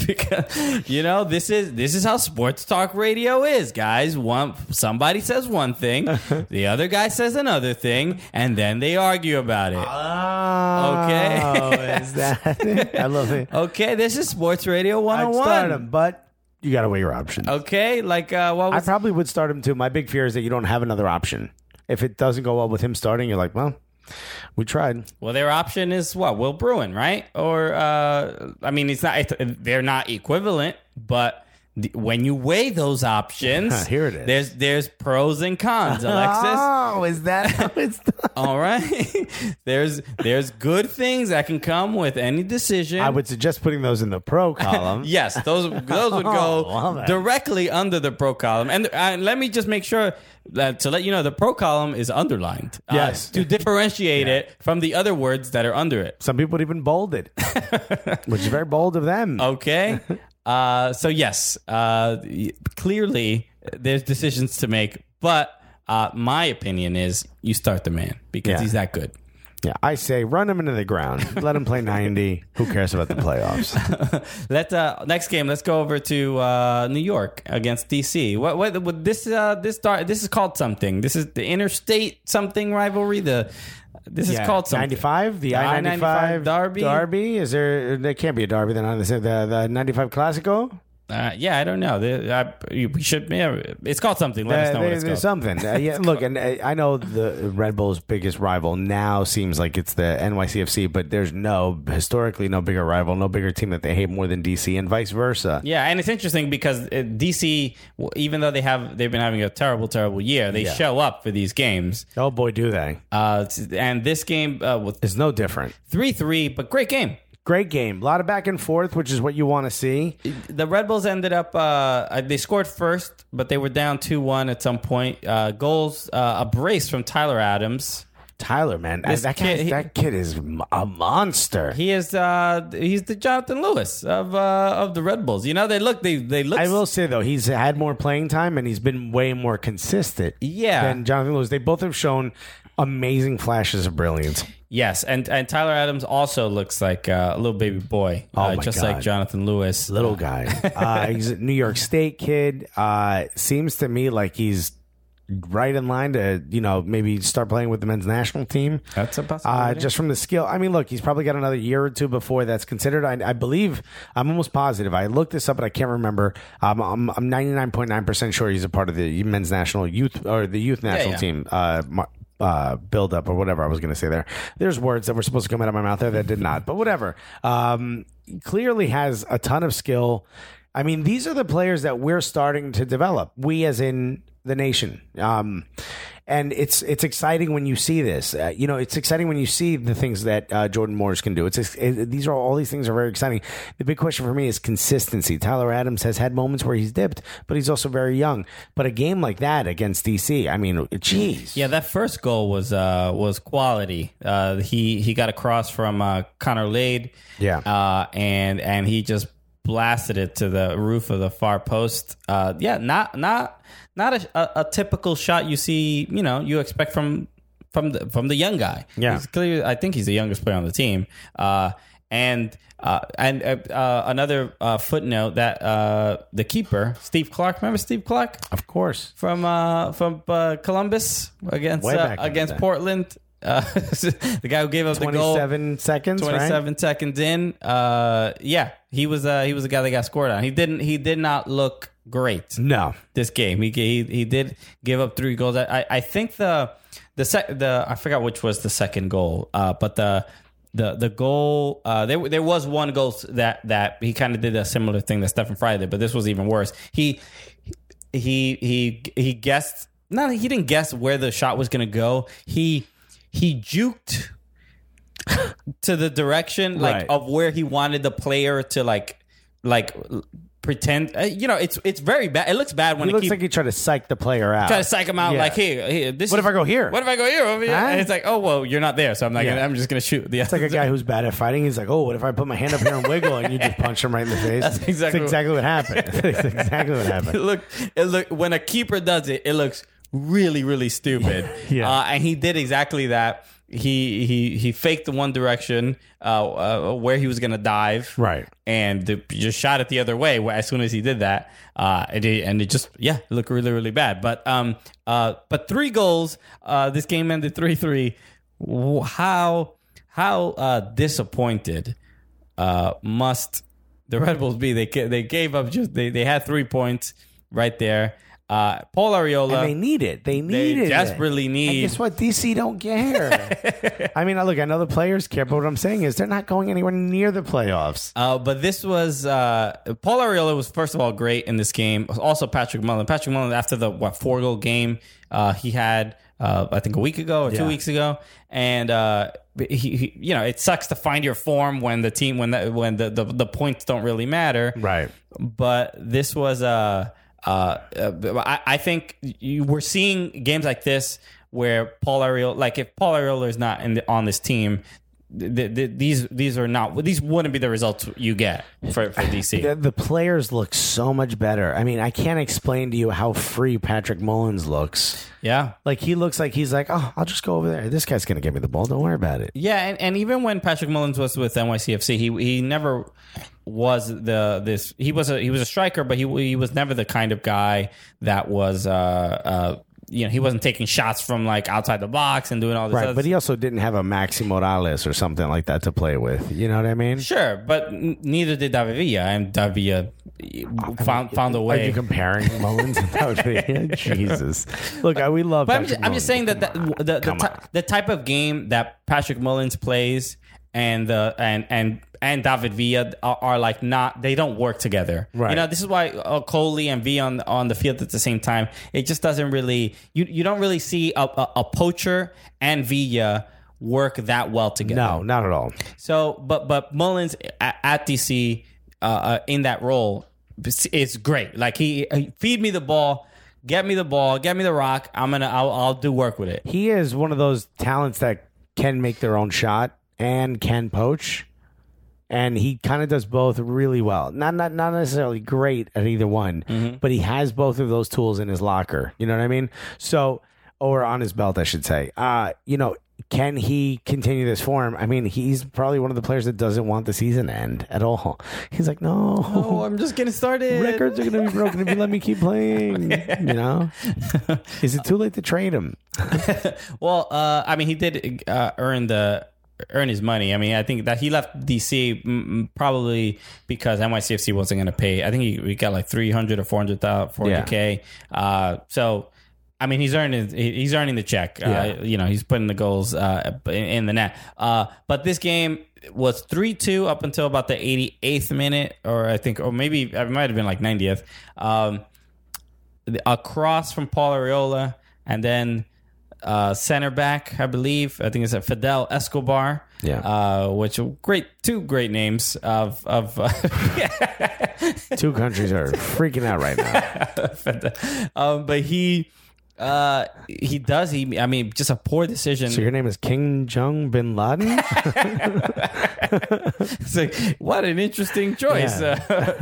Speaker 2: because you know this is this is how sports talk radio is, guys. One somebody says one thing, the other guy says another thing, and then they argue about it.
Speaker 1: Oh, is that it? Oh, I love it.
Speaker 2: Okay, this is sports radio
Speaker 1: I'd start 'em,
Speaker 2: 101.
Speaker 1: but you got to weigh your options.
Speaker 2: Okay, like uh, what
Speaker 1: I
Speaker 2: was
Speaker 1: probably would start him too. My big fear is that you don't have another option. If it doesn't go well with him starting, you're like, well, we tried.
Speaker 2: Well, their option is what Will Bruin, right? Or uh, I mean, it's not. It's, they're not equivalent, but the, when you weigh those options,
Speaker 1: Here it is.
Speaker 2: There's there's pros and cons, Alexis.
Speaker 1: Oh, is that how it's done?
Speaker 2: All right, there's there's good things that can come with any decision.
Speaker 1: I would suggest putting those in the pro column.
Speaker 2: Yes, those those would
Speaker 1: Oh, love
Speaker 2: go
Speaker 1: it.
Speaker 2: directly under the pro column. And uh, let me just make sure that to let you know, the pro column is underlined. uh,
Speaker 1: Yes.
Speaker 2: to differentiate it from the other words that are under it.
Speaker 1: Some people would even bold it, which is very bold of them.
Speaker 2: Okay. uh, so yes, uh, y- clearly there's decisions to make, but uh, my opinion is you start the man because
Speaker 1: Yeah.
Speaker 2: he's that good.
Speaker 1: Yeah, I say run him into the ground. Let him play 90. Who cares about the playoffs?
Speaker 2: Let uh, next game. Let's go over to uh, New York against DC. What what, what this uh, this dar- this is called something. This is the interstate something rivalry. The this is called something.
Speaker 1: 95, the I
Speaker 2: I-95
Speaker 1: 95
Speaker 2: derby.
Speaker 1: Derby? Is there, there can't be a derby. They're not in the same. The, the 95 Classico?
Speaker 2: Uh, yeah, I don't know. The, I, you- we should. Yeah, it's called something. Let
Speaker 1: Uh,
Speaker 2: us know
Speaker 1: there-
Speaker 2: what it's called.
Speaker 1: there's something. Uh, yeah, look, and uh, I know the Red Bull's biggest rival now seems like it's the NYCFC, but there's no historically no bigger rival, no bigger team that they hate more than DC, and vice versa.
Speaker 2: Yeah, and it's interesting because uh, DC, w- even though they have they've been having a terrible, terrible year, they show up for these games.
Speaker 1: Oh boy, do they!
Speaker 2: Uh, it's- and this game uh, was
Speaker 1: It's no different.
Speaker 2: three three, but great game.
Speaker 1: Great game, a lot of back and forth, which is what you want to see.
Speaker 2: The Red Bulls ended up uh, uh, they scored first, but they were down two one at some point. Uh, goals, uh, a brace from Tyler Adams.
Speaker 1: Tyler, man,
Speaker 2: This
Speaker 1: that kid,
Speaker 2: kid- he-
Speaker 1: that kid is m- a monster.
Speaker 2: He is uh, he's the Jonathan Lewis of uh, of the Red Bulls. You know they look they they look.
Speaker 1: I will say though, he's had more playing time and he's been way more consistent.
Speaker 2: Yeah.
Speaker 1: than Jonathan Lewis. They both have shown amazing flashes of brilliance.
Speaker 2: Yes, and, and Tyler Adams also looks like uh, a little baby boy, uh,
Speaker 1: Oh my
Speaker 2: just
Speaker 1: God.
Speaker 2: like Jonathan Lewis.
Speaker 1: little guy. Uh, he's a New York State kid. Uh, seems to me like he's right in line to you know maybe start playing with the men's national team.
Speaker 2: That's a
Speaker 1: Uh,
Speaker 2: possibility.
Speaker 1: just from the skill. I mean, look, he's probably got another year or two before that's considered. I, I believe I'm almost positive. I looked this up, but I can't remember. Um, I'm I'm 99.9 percent sure he's a part of the men's national youth or the youth national
Speaker 2: yeah.
Speaker 1: team. Uh, mar- uh, build up or whatever I was going to say there. There's words that were supposed to come out of my mouth there that did not, but whatever. Um, clearly has a ton of skill. I mean, these are the players that we're starting to develop. We, as in the nation. Um, and it's it's exciting when you see this. Uh, you know, it's exciting when you see the things that uh, Jordan Morris can do. It's just- it, these are all these things are very exciting. The big question for me is consistency. Tyler Adams has had moments where he's dipped, but he's also very young. But a game like that against DC, I mean, geez,
Speaker 2: yeah, that first goal was uh, was quality. Uh, he he got across from uh, Connor Lade,
Speaker 1: Yeah.
Speaker 2: uh, and and he just blasted it to the roof of the far post. Uh, yeah, not not not a, a, a typical shot you see. You know, you expect from from the from the young guy.
Speaker 1: Yeah.
Speaker 2: He's clearly, I think he's the youngest player on the team. Uh, and uh, and uh, uh, another uh, footnote that uh, the keeper Steve Clark, remember Steve Clark?
Speaker 1: of course.
Speaker 2: from uh, from uh, Columbus against
Speaker 1: Way
Speaker 2: uh,
Speaker 1: back in the
Speaker 2: against
Speaker 1: day.
Speaker 2: Portland. Uh, the guy who gave up the goal
Speaker 1: Twenty-seven seconds, right?
Speaker 2: 27 seconds in. Uh, yeah, he was uh, he was the guy that got scored on. He didn't he did not look great
Speaker 1: No,
Speaker 2: this game. He he, he did give up three goals. I I, I think the the sec, the I forgot which was the second goal. Uh, but the the the goal uh, there there was one goal that that he kind of did a similar thing that Stephen Fry did, but this was even worse. He he he he guessed. Not he didn't guess where the shot was going to go. He he juked to the direction like
Speaker 1: Right.
Speaker 2: of where he wanted the player to like like l- pretend uh, you know it's it's very bad it looks bad when
Speaker 1: it
Speaker 2: it
Speaker 1: looks
Speaker 2: keep,
Speaker 1: like he tried to psych the player out.
Speaker 2: try to psych him out
Speaker 1: Yeah.
Speaker 2: like here, here this
Speaker 1: What
Speaker 2: is-
Speaker 1: if I go here?
Speaker 2: what if i go here over here
Speaker 1: Huh?
Speaker 2: and it's like oh well you're not there so i'm not
Speaker 1: Yeah.
Speaker 2: gonna i'm just gonna shoot the
Speaker 1: It's like a guy who's bad at fighting. He's like, oh, what if I put my hand up here and wiggle and you just punch him right in the face?
Speaker 2: That's exactly what-
Speaker 1: That's exactly what happened. That's exactly what
Speaker 2: it
Speaker 1: happened.
Speaker 2: look it look when a keeper does it it looks really really stupid
Speaker 1: Yeah.
Speaker 2: uh, and he did exactly that he he he faked the One Direction uh, uh, where he was gonna dive,
Speaker 1: Right.
Speaker 2: And the, just shot it the other way wh- as soon as he did that. Uh, and it, and it just yeah it looked really really bad. But um uh but three goals. Uh, this game ended three three. How how uh disappointed uh must the Red Bulls be? They ca- they gave up just they they had three points right there. Uh, Paul Ariola.
Speaker 1: And they need it. They
Speaker 2: they
Speaker 1: needed it.
Speaker 2: desperately
Speaker 1: And
Speaker 2: need
Speaker 1: guess what? DC don't care. I mean, look, I know the players care, but what I'm saying is they're not going anywhere near the playoffs.
Speaker 2: Uh, but this was uh, Paul Arriola was first of all great in this game. Also Patrick Mullen. Patrick Mullen after the what four goal game uh, he had uh, I think a week ago or two
Speaker 1: Yeah.
Speaker 2: weeks ago, and uh, he, he you know it sucks to find your form when the team when the, when the, the the points don't really matter
Speaker 1: Right.
Speaker 2: but this was a. Uh, uh, I, I think you, we're seeing games like this where Paul Ariel, like if Paul Ariola is not in the, on this team, th- th- these these are not these wouldn't be the results you get for, for DC.
Speaker 1: The, the players look so much better. I mean, I can't explain to you how free Patrick Mullins looks.
Speaker 2: yeah,
Speaker 1: Like he looks like he's like, oh, I'll just go over there. This guy's gonna give me the ball. Don't worry about it.
Speaker 2: Yeah, and, and even when Patrick Mullins was with NYCFC, he he never was the this he was a he was a striker, but he he was never the kind of guy that was uh uh you know he wasn't taking shots from like outside the box and doing all this
Speaker 1: Right,
Speaker 2: other
Speaker 1: but he also didn't have a Maxi Morales or something like that to play with. You know what I mean?
Speaker 2: Sure, but n- neither did David Villa, and David Villa found found a
Speaker 1: Are
Speaker 2: way.
Speaker 1: you comparing Mullins and David? Jesus, look, I, we love.
Speaker 2: but I'm
Speaker 1: Patrick
Speaker 2: just, I'm just saying
Speaker 1: Mullins.
Speaker 2: that the the, the,
Speaker 1: Come
Speaker 2: ty-
Speaker 1: on.
Speaker 2: the type of game that Patrick Mullins plays and the and and and David Villa are, are like not they don't work together.
Speaker 1: Right.
Speaker 2: You know, this is why uh, Coley and Villa on on the field at the same time. It just doesn't really you you don't really see a, a, a poacher and Villa work that well together.
Speaker 1: No, not at all.
Speaker 2: So, but but Mullins at, at DC uh, uh, in that role is great. Like he, he feed me the ball, get me the ball, get me the rock. I'm gonna I'll, I'll do work with it.
Speaker 1: He is one of those talents that can make their own shot and can poach, and he kind of does both really well. Not not not necessarily great at either one, but he has both of those tools in his locker. You know what I mean? So, or on his belt, I should say. Uh, you know. Can he continue this form? I mean, he's probably one of the players that doesn't want the season to end at all. He's like, no,
Speaker 2: Oh, I'm just getting started.
Speaker 1: records are going to be broken if you let me keep playing. You know, is it too late to trade him?
Speaker 2: Well, uh, I mean, he did uh, earn the earn his money. I mean, I think that he left DC mm, probably because NYCFC wasn't going to pay. I think he, he got like three hundred or four hundred thousand, k. Uh, so. I mean, he's earning he- he's earning the check. Uh, you know, he's putting the goals uh, in, in the net. Uh, but this game was three two up until about the eighty eighth minute, or I think, or maybe it might have been like ninetieth. Um, across from Paul Ariola, and then uh, center back, I believe. I think it's a Fidel Escobar.
Speaker 1: Yeah.
Speaker 2: Uh, which are great, two great names of of uh,
Speaker 1: Two countries are freaking out right now.
Speaker 2: Fidel. um, but he. Uh, he does. He, I mean, just a poor decision.
Speaker 1: So your name is King Jong Bin Laden?
Speaker 2: It's like, what an interesting choice,
Speaker 1: Yeah.
Speaker 2: uh,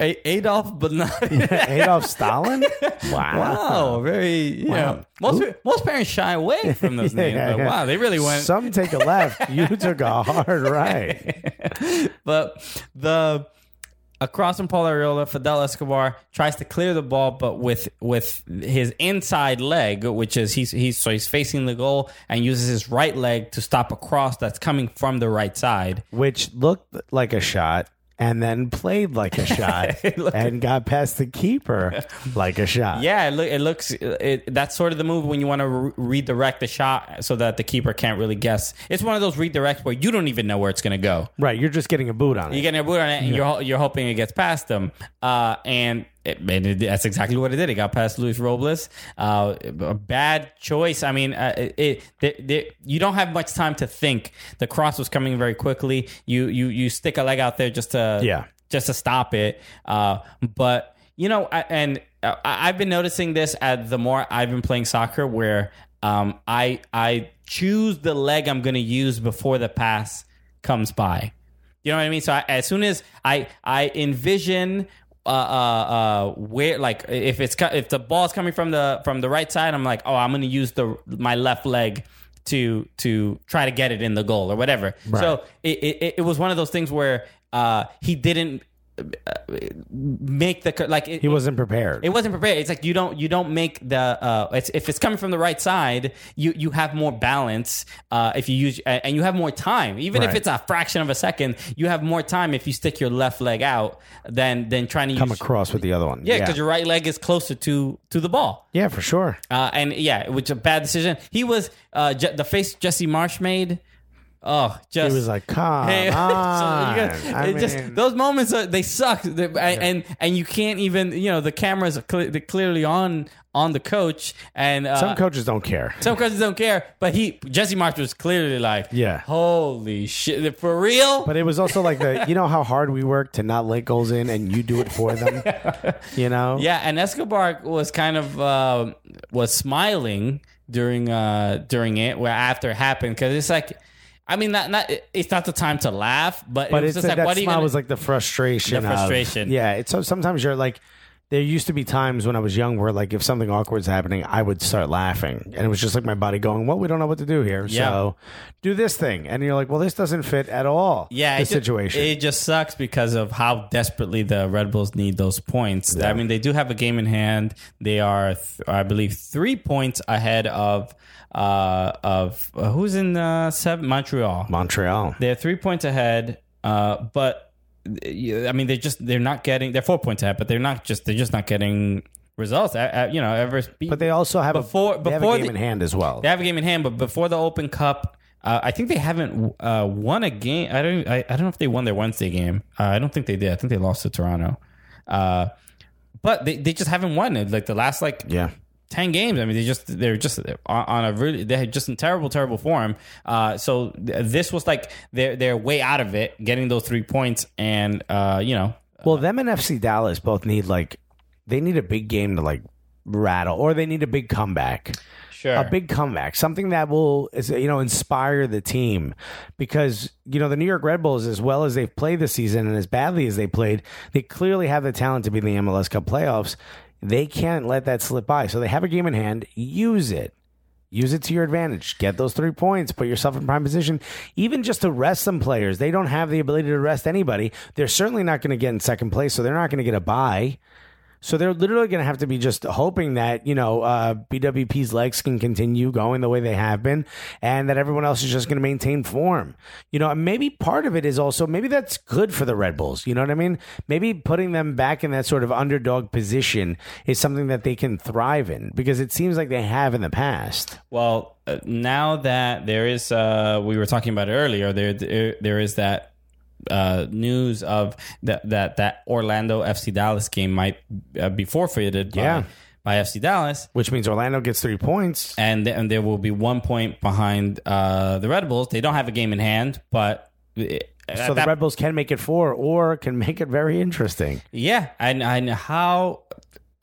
Speaker 2: A- Adolf Benani.
Speaker 1: Adolf Stalin? Wow.
Speaker 2: Wow, very. You know, most most parents shy away from those names,
Speaker 1: Yeah,
Speaker 2: but
Speaker 1: yeah.
Speaker 2: wow, they really went.
Speaker 1: Some take a left. You took a hard right.
Speaker 2: but the across from Paul Ariola, Fidel Escobar tries to clear the ball, but with with his inside leg, which is he's he's so he's facing the goal and uses his right leg to stop a cross that's coming from the right side.
Speaker 1: Which looked like a shot and then played like a shot and got past the keeper like a shot.
Speaker 2: Yeah, it, loo- it looks it, that's sort of the move when you want to re- redirect the shot so that the keeper can't really guess. It's one of those redirects where you don't even know where it's going to go.
Speaker 1: Right. You're just getting a boot on it.
Speaker 2: You get a boot on it, and you're ho- you're hoping it gets past them. Uh, and it, and it- that's exactly what it did. It got past Luis Robles. Uh, a bad choice. I mean, uh, it, it the- the- you don't have much time to think. The cross was coming very quickly. You you you stick a leg out there just to
Speaker 1: Yeah.
Speaker 2: just to stop it. Uh, but you know, I, and uh, I, I've been noticing this at the more I've been playing soccer, where um, I I choose the leg I'm going to use before the pass comes by. You know what I mean? So I, as soon as I I envision. Uh, uh, uh, where like if it's co- if the ball's coming from the from the right side, I'm like, oh, I'm gonna use the my left leg to to try to get it in the goal or whatever. So it, it it was one of those things where uh, he didn't uh, make the like it,
Speaker 1: He wasn't prepared.
Speaker 2: it wasn't prepared. It's like you don't you don't make the uh, it's, if it's coming from the right side, you you have more balance uh, if you use uh, and you have more time. Even if
Speaker 1: Right.
Speaker 2: it's a fraction of a second, you have more time if you stick your left leg out than than trying to
Speaker 1: Come
Speaker 2: use.
Speaker 1: across with the other one.
Speaker 2: Yeah, because your right leg is closer to to the ball,
Speaker 1: yeah, for sure.
Speaker 2: uh, and yeah, which a bad decision. He was uh, Je- the face Jesse Marsh made. Oh, just
Speaker 1: He was like, come
Speaker 2: Hey, so you
Speaker 1: on.
Speaker 2: guys-
Speaker 1: I
Speaker 2: it just
Speaker 1: mean-
Speaker 2: those moments are, they suck, They- and, and and you can't even you know the cameras are cle- they're clearly on on the coach and uh,
Speaker 1: Some coaches don't care.
Speaker 2: some coaches don't care, but he Jesse March was clearly like
Speaker 1: Yeah.
Speaker 2: holy shit for real.
Speaker 1: But it was also like the you know how hard we work to not let goals in, and you do it for them. You know,
Speaker 2: yeah, and Escobar was kind of uh, was smiling during uh, during it where after it happened because it's like. I mean, not, not it's not the time to laugh, but,
Speaker 1: But
Speaker 2: it
Speaker 1: it's
Speaker 2: was just like,
Speaker 1: that
Speaker 2: what are you
Speaker 1: smile
Speaker 2: gonna-
Speaker 1: was like the frustration.
Speaker 2: The
Speaker 1: of-
Speaker 2: frustration.
Speaker 1: yeah. It's so sometimes you're like. There used to be times when I was young where, like, if something awkward's happening, I would start laughing, and it was just like my body going, "Well, we don't know what to do here,
Speaker 2: Yeah.
Speaker 1: so do this thing." And you're like, "Well, this doesn't fit at all."
Speaker 2: yeah,
Speaker 1: the
Speaker 2: it ju-
Speaker 1: situation.
Speaker 2: it just sucks because of how desperately the Red Bulls need those points. I mean, they do have a game in hand. They are, th- I believe, three points ahead of uh, of uh, who's in uh, seven Montreal.
Speaker 1: Montreal.
Speaker 2: They're three points ahead, uh, but I mean, they're just they're not getting. They're four points ahead, but they're not just they're just not getting results. I, I, you know, ever
Speaker 1: But they also have
Speaker 2: Before-
Speaker 1: a, they have a
Speaker 2: before
Speaker 1: game
Speaker 2: the-
Speaker 1: in hand as well.
Speaker 2: they have a game in hand, but before the Open Cup, uh, I think they haven't uh, won a game. I don't. I, I don't know if they won their Wednesday game. Uh, I don't think they did. I think they lost to Toronto. Uh, but they, they just haven't won it. Like the last like
Speaker 1: yeah,
Speaker 2: ten games. I mean, they just they're just on, on a really they had just in terrible terrible form. Uh, so th- this was like they're they're way out of it, getting those three points, and uh, you know,
Speaker 1: Well, them and FC Dallas both need like they need a big game to like rattle, or they need a big comeback,
Speaker 2: sure,
Speaker 1: a big comeback, something that will is, you know inspire the team, because you know the New York Red Bulls, as well as they've played this season and as badly as they played, they clearly have the talent to be in the MLS Cup playoffs. They can't let that slip by, so they have a game in hand. Use it. Use it to your advantage. Get those three points. Put yourself in prime position. Even just to rest some players. They don't have the ability to rest anybody. They're certainly not going to get in second place, so they're not going to get a bye. So they're literally going to have to be just hoping that, you know, uh, BWP's legs can continue going the way they have been and that everyone else is just going to maintain form. You know, and maybe part of it is also maybe that's good for the Red Bulls. You know what I mean? Maybe putting them back in that sort of underdog position is something that they can thrive in because it seems like they have in the past.
Speaker 2: Well, uh, now that there is, uh, we were talking about it earlier. There, there, there is that uh, news of that that that Orlando FC Dallas game might uh, be forfeited.
Speaker 1: Yeah.
Speaker 2: By, by FC Dallas,
Speaker 1: which means Orlando gets three points.
Speaker 2: and and there will be one point behind uh, the Red Bulls. They don't have a game in hand, but. uh, It,
Speaker 1: So the Red Bulls can make it four or can make it very interesting.
Speaker 2: Yeah, and and how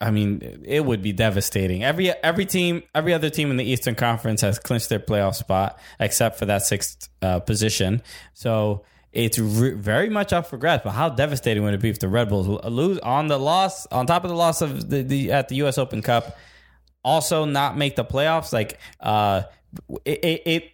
Speaker 2: I mean, it would be devastating. Every every team, every other team in the Eastern Conference has clinched their playoff spot except for that sixth uh, position. So it's re- very much up for grabs. But how devastating would it be if the Red Bulls lose on the loss, on top of the loss of the, the at the U.S. Open Cup, also not make the playoffs? Like, uh, it, it, it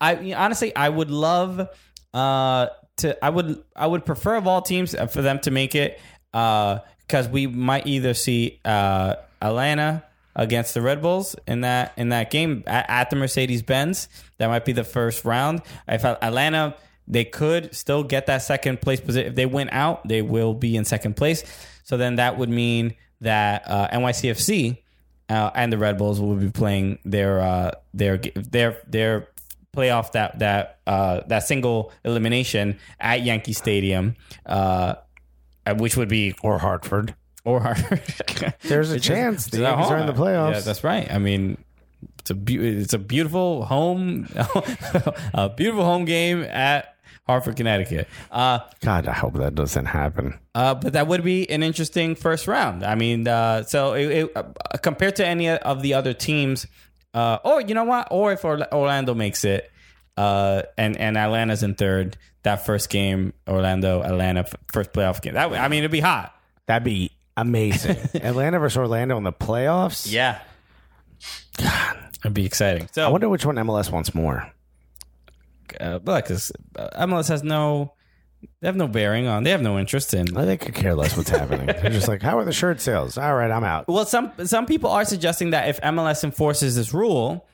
Speaker 2: I honestly, I would love uh to I would I would prefer of all teams uh, for them to make it uh because we might either see uh Atlanta against the Red Bulls in that in that game at, at the Mercedes Benz. That might be the first round. If Atlanta they could still get that second place position if they win out, they will be in second place. So then that would mean that uh, NYCFC uh, and the Red Bulls will be playing their uh, their their their playoff that that uh, that single elimination at Yankee Stadium, uh, uh, which would be
Speaker 1: Or Hartford.
Speaker 2: or harder.
Speaker 1: There's a chance the Yankees are in the playoffs.
Speaker 2: Yeah, that's right. I mean. It's a beau it's a beautiful home, a beautiful home game at Hartford, Connecticut. Uh,
Speaker 1: God, I hope that doesn't happen.
Speaker 2: uh, but that would be an interesting first round. I mean, uh, so it, it, uh, compared to any of the other teams, uh, or you know what, or if Orla- Orlando makes it, uh, and and Atlanta's in third, that first game, Orlando Atlanta f- first playoff game. That would- I mean, it'd be hot.
Speaker 1: That'd be amazing. Atlanta versus Orlando in the playoffs.
Speaker 2: Yeah, It'd be exciting. So
Speaker 1: I wonder which one MLS wants more.
Speaker 2: uh, because MLS has no, they have no bearing on, they have no interest in.
Speaker 1: They could care less what's happening. They're just like, how are the shirt sales? All right, I'm out.
Speaker 2: Well, some some people are suggesting that if MLS enforces this rule,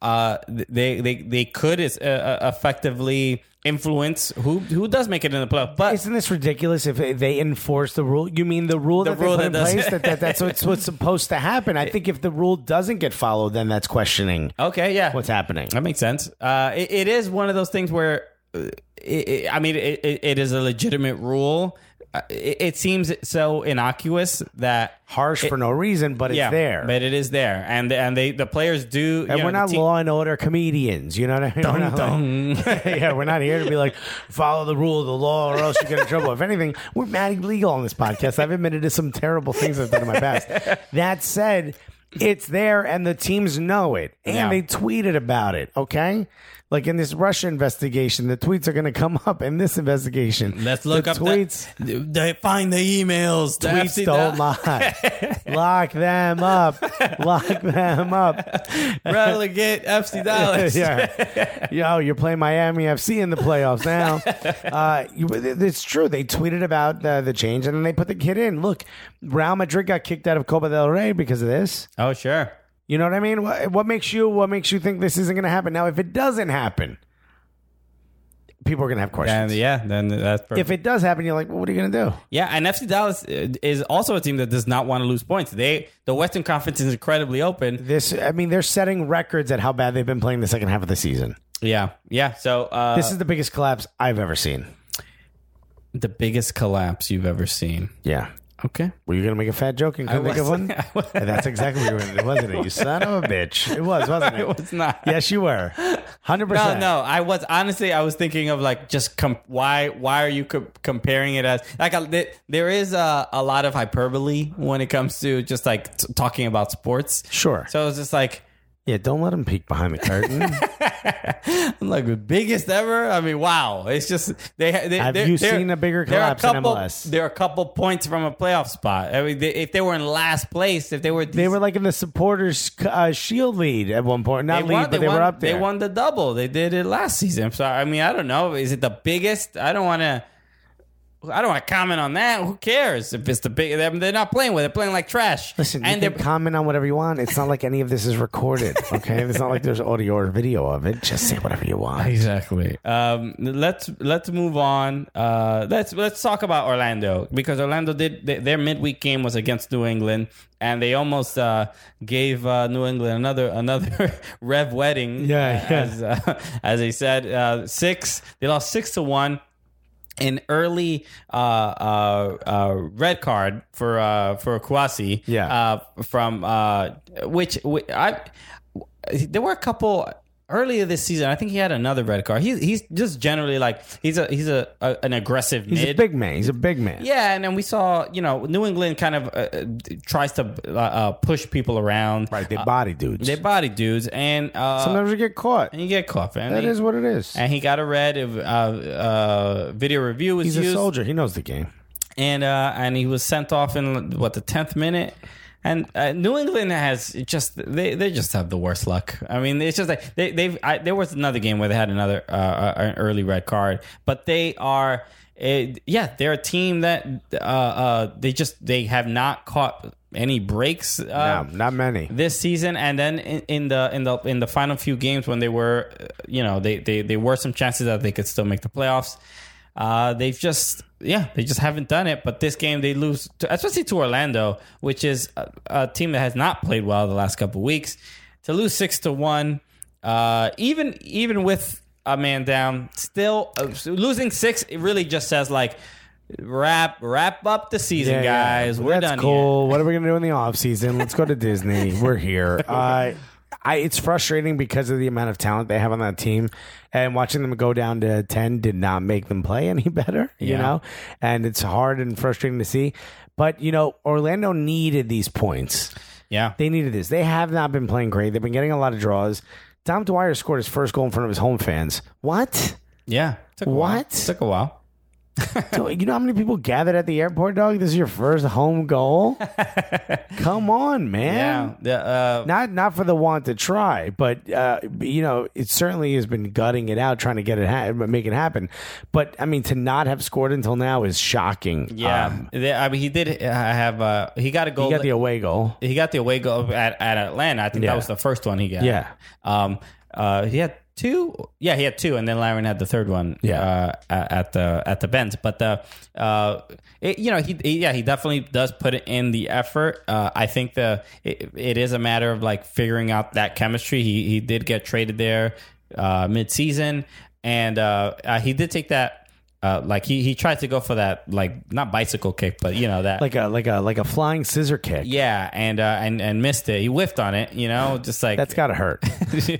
Speaker 2: uh, they they they could uh, uh, effectively influence who who does make it in the playoff. But
Speaker 1: Isn't this ridiculous? If they- they enforce the rule, you mean the rule
Speaker 2: The
Speaker 1: that
Speaker 2: rule
Speaker 1: they
Speaker 2: that
Speaker 1: put in
Speaker 2: doesn't-
Speaker 1: place? that, that that's what's, what's supposed to happen. I think if the rule doesn't get followed, then that's questioning
Speaker 2: okay, yeah,
Speaker 1: what's happening.
Speaker 2: That makes sense. Uh, it, it is one of those things where, uh, it, it, I mean, it, it, it is a legitimate rule. Uh, It, it seems so innocuous that
Speaker 1: Harsh for no reason, but
Speaker 2: yeah,
Speaker 1: it's there.
Speaker 2: but it is there, and and they the players do.
Speaker 1: and
Speaker 2: you
Speaker 1: we're
Speaker 2: know, the
Speaker 1: not
Speaker 2: team-
Speaker 1: law and order comedians, you know what I mean? We're not like- yeah, we're not here to be like follow the rule of the law or else you get in trouble. If anything, we're mad legal on this podcast. I've admitted to some terrible things I've done in my past. That said, it's there and the teams know it and
Speaker 2: Yeah.
Speaker 1: they tweeted about it. Okay, like in this Russia investigation, the tweets are going to come up in this investigation.
Speaker 2: Let's look
Speaker 1: the
Speaker 2: up the-
Speaker 1: tweets.
Speaker 2: they find the emails. The
Speaker 1: Tweets
Speaker 2: FC
Speaker 1: don't lie. Lock them up. Lock them up.
Speaker 2: relegate FC Dallas.
Speaker 1: yeah. Yo, you're playing Miami FC in the playoffs now. Uh, you- it- it's true. They tweeted about uh, the change and then they put the kid in. Look, Real Madrid got kicked out of Copa del Rey because of this.
Speaker 2: Oh sure.
Speaker 1: You know what I mean? What, what makes you what makes you think this isn't going to happen? Now, if it doesn't happen, people are going to have
Speaker 2: And
Speaker 1: questions.
Speaker 2: yeah, then that's perfect.
Speaker 1: If it does happen, you're like, well, what are you going to do?
Speaker 2: yeah, and FC Dallas uh, is also a team that does not want to lose points. They the Western Conference is incredibly open.
Speaker 1: This, I mean, they're setting records at how bad they've been playing the second half of the season.
Speaker 2: Yeah, yeah. So uh,
Speaker 1: This is the biggest collapse I've ever seen.
Speaker 2: the biggest collapse you've ever seen.
Speaker 1: Yeah.
Speaker 2: Okay.
Speaker 1: Were you going to make a fat joke and couldn't think of one?
Speaker 2: wasn't. I was-
Speaker 1: And that's exactly what it was, wasn't it? You son of a bitch. It was, wasn't it?
Speaker 2: It was not.
Speaker 1: Yes, you were. 100%.
Speaker 2: No, no. I was honestly, I was thinking of like just com- why why are you co- comparing it as like a, th- there is a, a lot of hyperbole when it comes to just like t- talking about sports.
Speaker 1: Sure.
Speaker 2: So it's just like
Speaker 1: yeah, don't let him peek behind the curtain.
Speaker 2: like the biggest ever. I mean, wow! It's just they. they
Speaker 1: Have
Speaker 2: they're-
Speaker 1: you
Speaker 2: they're-
Speaker 1: seen a bigger
Speaker 2: they're
Speaker 1: collapse in
Speaker 2: couple,
Speaker 1: MLS?
Speaker 2: They're a couple points from a playoff spot. I mean, they, if they were in last place, if they were,
Speaker 1: they were like in the supporters' uh, shield lead at one point. Not lead, but they,
Speaker 2: won,
Speaker 1: were up there.
Speaker 2: They won the double. They did it last season. So I mean, I don't know. Is it the biggest? I don't want to. I don't want to comment on that. Who cares if it's the big? They're they're not playing with. it. They're playing like trash.
Speaker 1: Listen,
Speaker 2: and
Speaker 1: you
Speaker 2: they're
Speaker 1: can comment on whatever you want. It's not like any of this is recorded, okay? it's not like there's audio or video of it. Just say whatever you want.
Speaker 2: Exactly. Um, let's let's move on. Uh, let's let's talk about Orlando because Orlando did th- their midweek game was against New England and they almost uh, gave uh, New England another another rev wedding.
Speaker 1: Yeah, yeah.
Speaker 2: As, uh, as they said, uh, six they lost six to one. An early uh, uh, uh, red card for uh, for Kwasi.
Speaker 1: Yeah.
Speaker 2: Uh, from uh, which, which I there were a couple earlier this season. I think he had another red card. He's he's just generally like he's a he's a, a an aggressive
Speaker 1: He's a
Speaker 2: mid.
Speaker 1: big man. He's a big man.
Speaker 2: yeah, and then we saw you know New England kind of uh, uh, tries to uh, uh, push people around.
Speaker 1: Right, they body dudes.
Speaker 2: They body dudes, and uh,
Speaker 1: Sometimes you get caught.
Speaker 2: and you get caught. man.
Speaker 1: That
Speaker 2: He-
Speaker 1: is what it is.
Speaker 2: and he got a red. Uh, uh, video review was
Speaker 1: He's a
Speaker 2: used,
Speaker 1: soldier. He knows the game.
Speaker 2: and uh, and he was sent off in what the tenth minute. And uh, New England has just they, they just have the worst luck. I mean, it's just like they they've I, there was another game where they had another uh, uh, an early red card, but they are it, yeah they're a team that uh, uh, they just they have not caught any breaks. Uh,
Speaker 1: No, not many.
Speaker 2: this season and then in, in the in the in the final few games when they were uh, you know they they, they were some chances that they could still make the playoffs uh they've just yeah they just haven't done it but this game they lose to, especially to orlando which is a, a team that has not played well the last couple weeks to lose six to one uh even even with a man down still uh, losing six it really just says like wrap wrap up the season
Speaker 1: Yeah, yeah.
Speaker 2: guys
Speaker 1: Well,
Speaker 2: we're
Speaker 1: that's
Speaker 2: done here.
Speaker 1: cool. What are we gonna do in the off season? Let's go to Disney. We're here. Uh, I, it's frustrating because of the amount of talent they have on that team, and watching them go down to ten did not make them play any better. You
Speaker 2: Yeah.
Speaker 1: know, and it's hard and frustrating to see. But you know, Orlando needed these points.
Speaker 2: yeah
Speaker 1: They needed this. They have not been playing great. They've been getting a lot of draws. Tom Dwyer scored his first goal in front of his home fans. What?
Speaker 2: yeah took a
Speaker 1: What?
Speaker 2: while. took a while
Speaker 1: So, you know how many people gathered at the airport, dog? This is your first home goal. Come on, man.
Speaker 2: Yeah. yeah uh,
Speaker 1: Not not for the want to try, but uh, you know it certainly has been gutting it out, trying to get it, ha- make it happen. But I mean, to not have scored until now is shocking.
Speaker 2: yeah.
Speaker 1: Um,
Speaker 2: They- I mean, he did uh, have. Uh, he got a goal.
Speaker 1: he got the away goal.
Speaker 2: he got the away goal at, at Atlanta. I think
Speaker 1: Yeah.
Speaker 2: that was the first one he got.
Speaker 1: Yeah.
Speaker 2: Um. Uh. He had two. Yeah, he had two, and then Laren had the third one.
Speaker 1: Yeah.
Speaker 2: Uh, a- at the at the bend, but the uh, it, you know, he, he- yeah, he definitely does put in the effort. Uh, I think the it, it is a matter of like figuring out that chemistry. He he did get traded there uh, mid season, and uh, uh, he did take that. Uh, like he, he tried to go for that like not bicycle kick but you know that
Speaker 1: Like a like a like a flying scissor kick.
Speaker 2: yeah, and uh, and and missed it. He whiffed on it, you know, just like
Speaker 1: That's gotta hurt.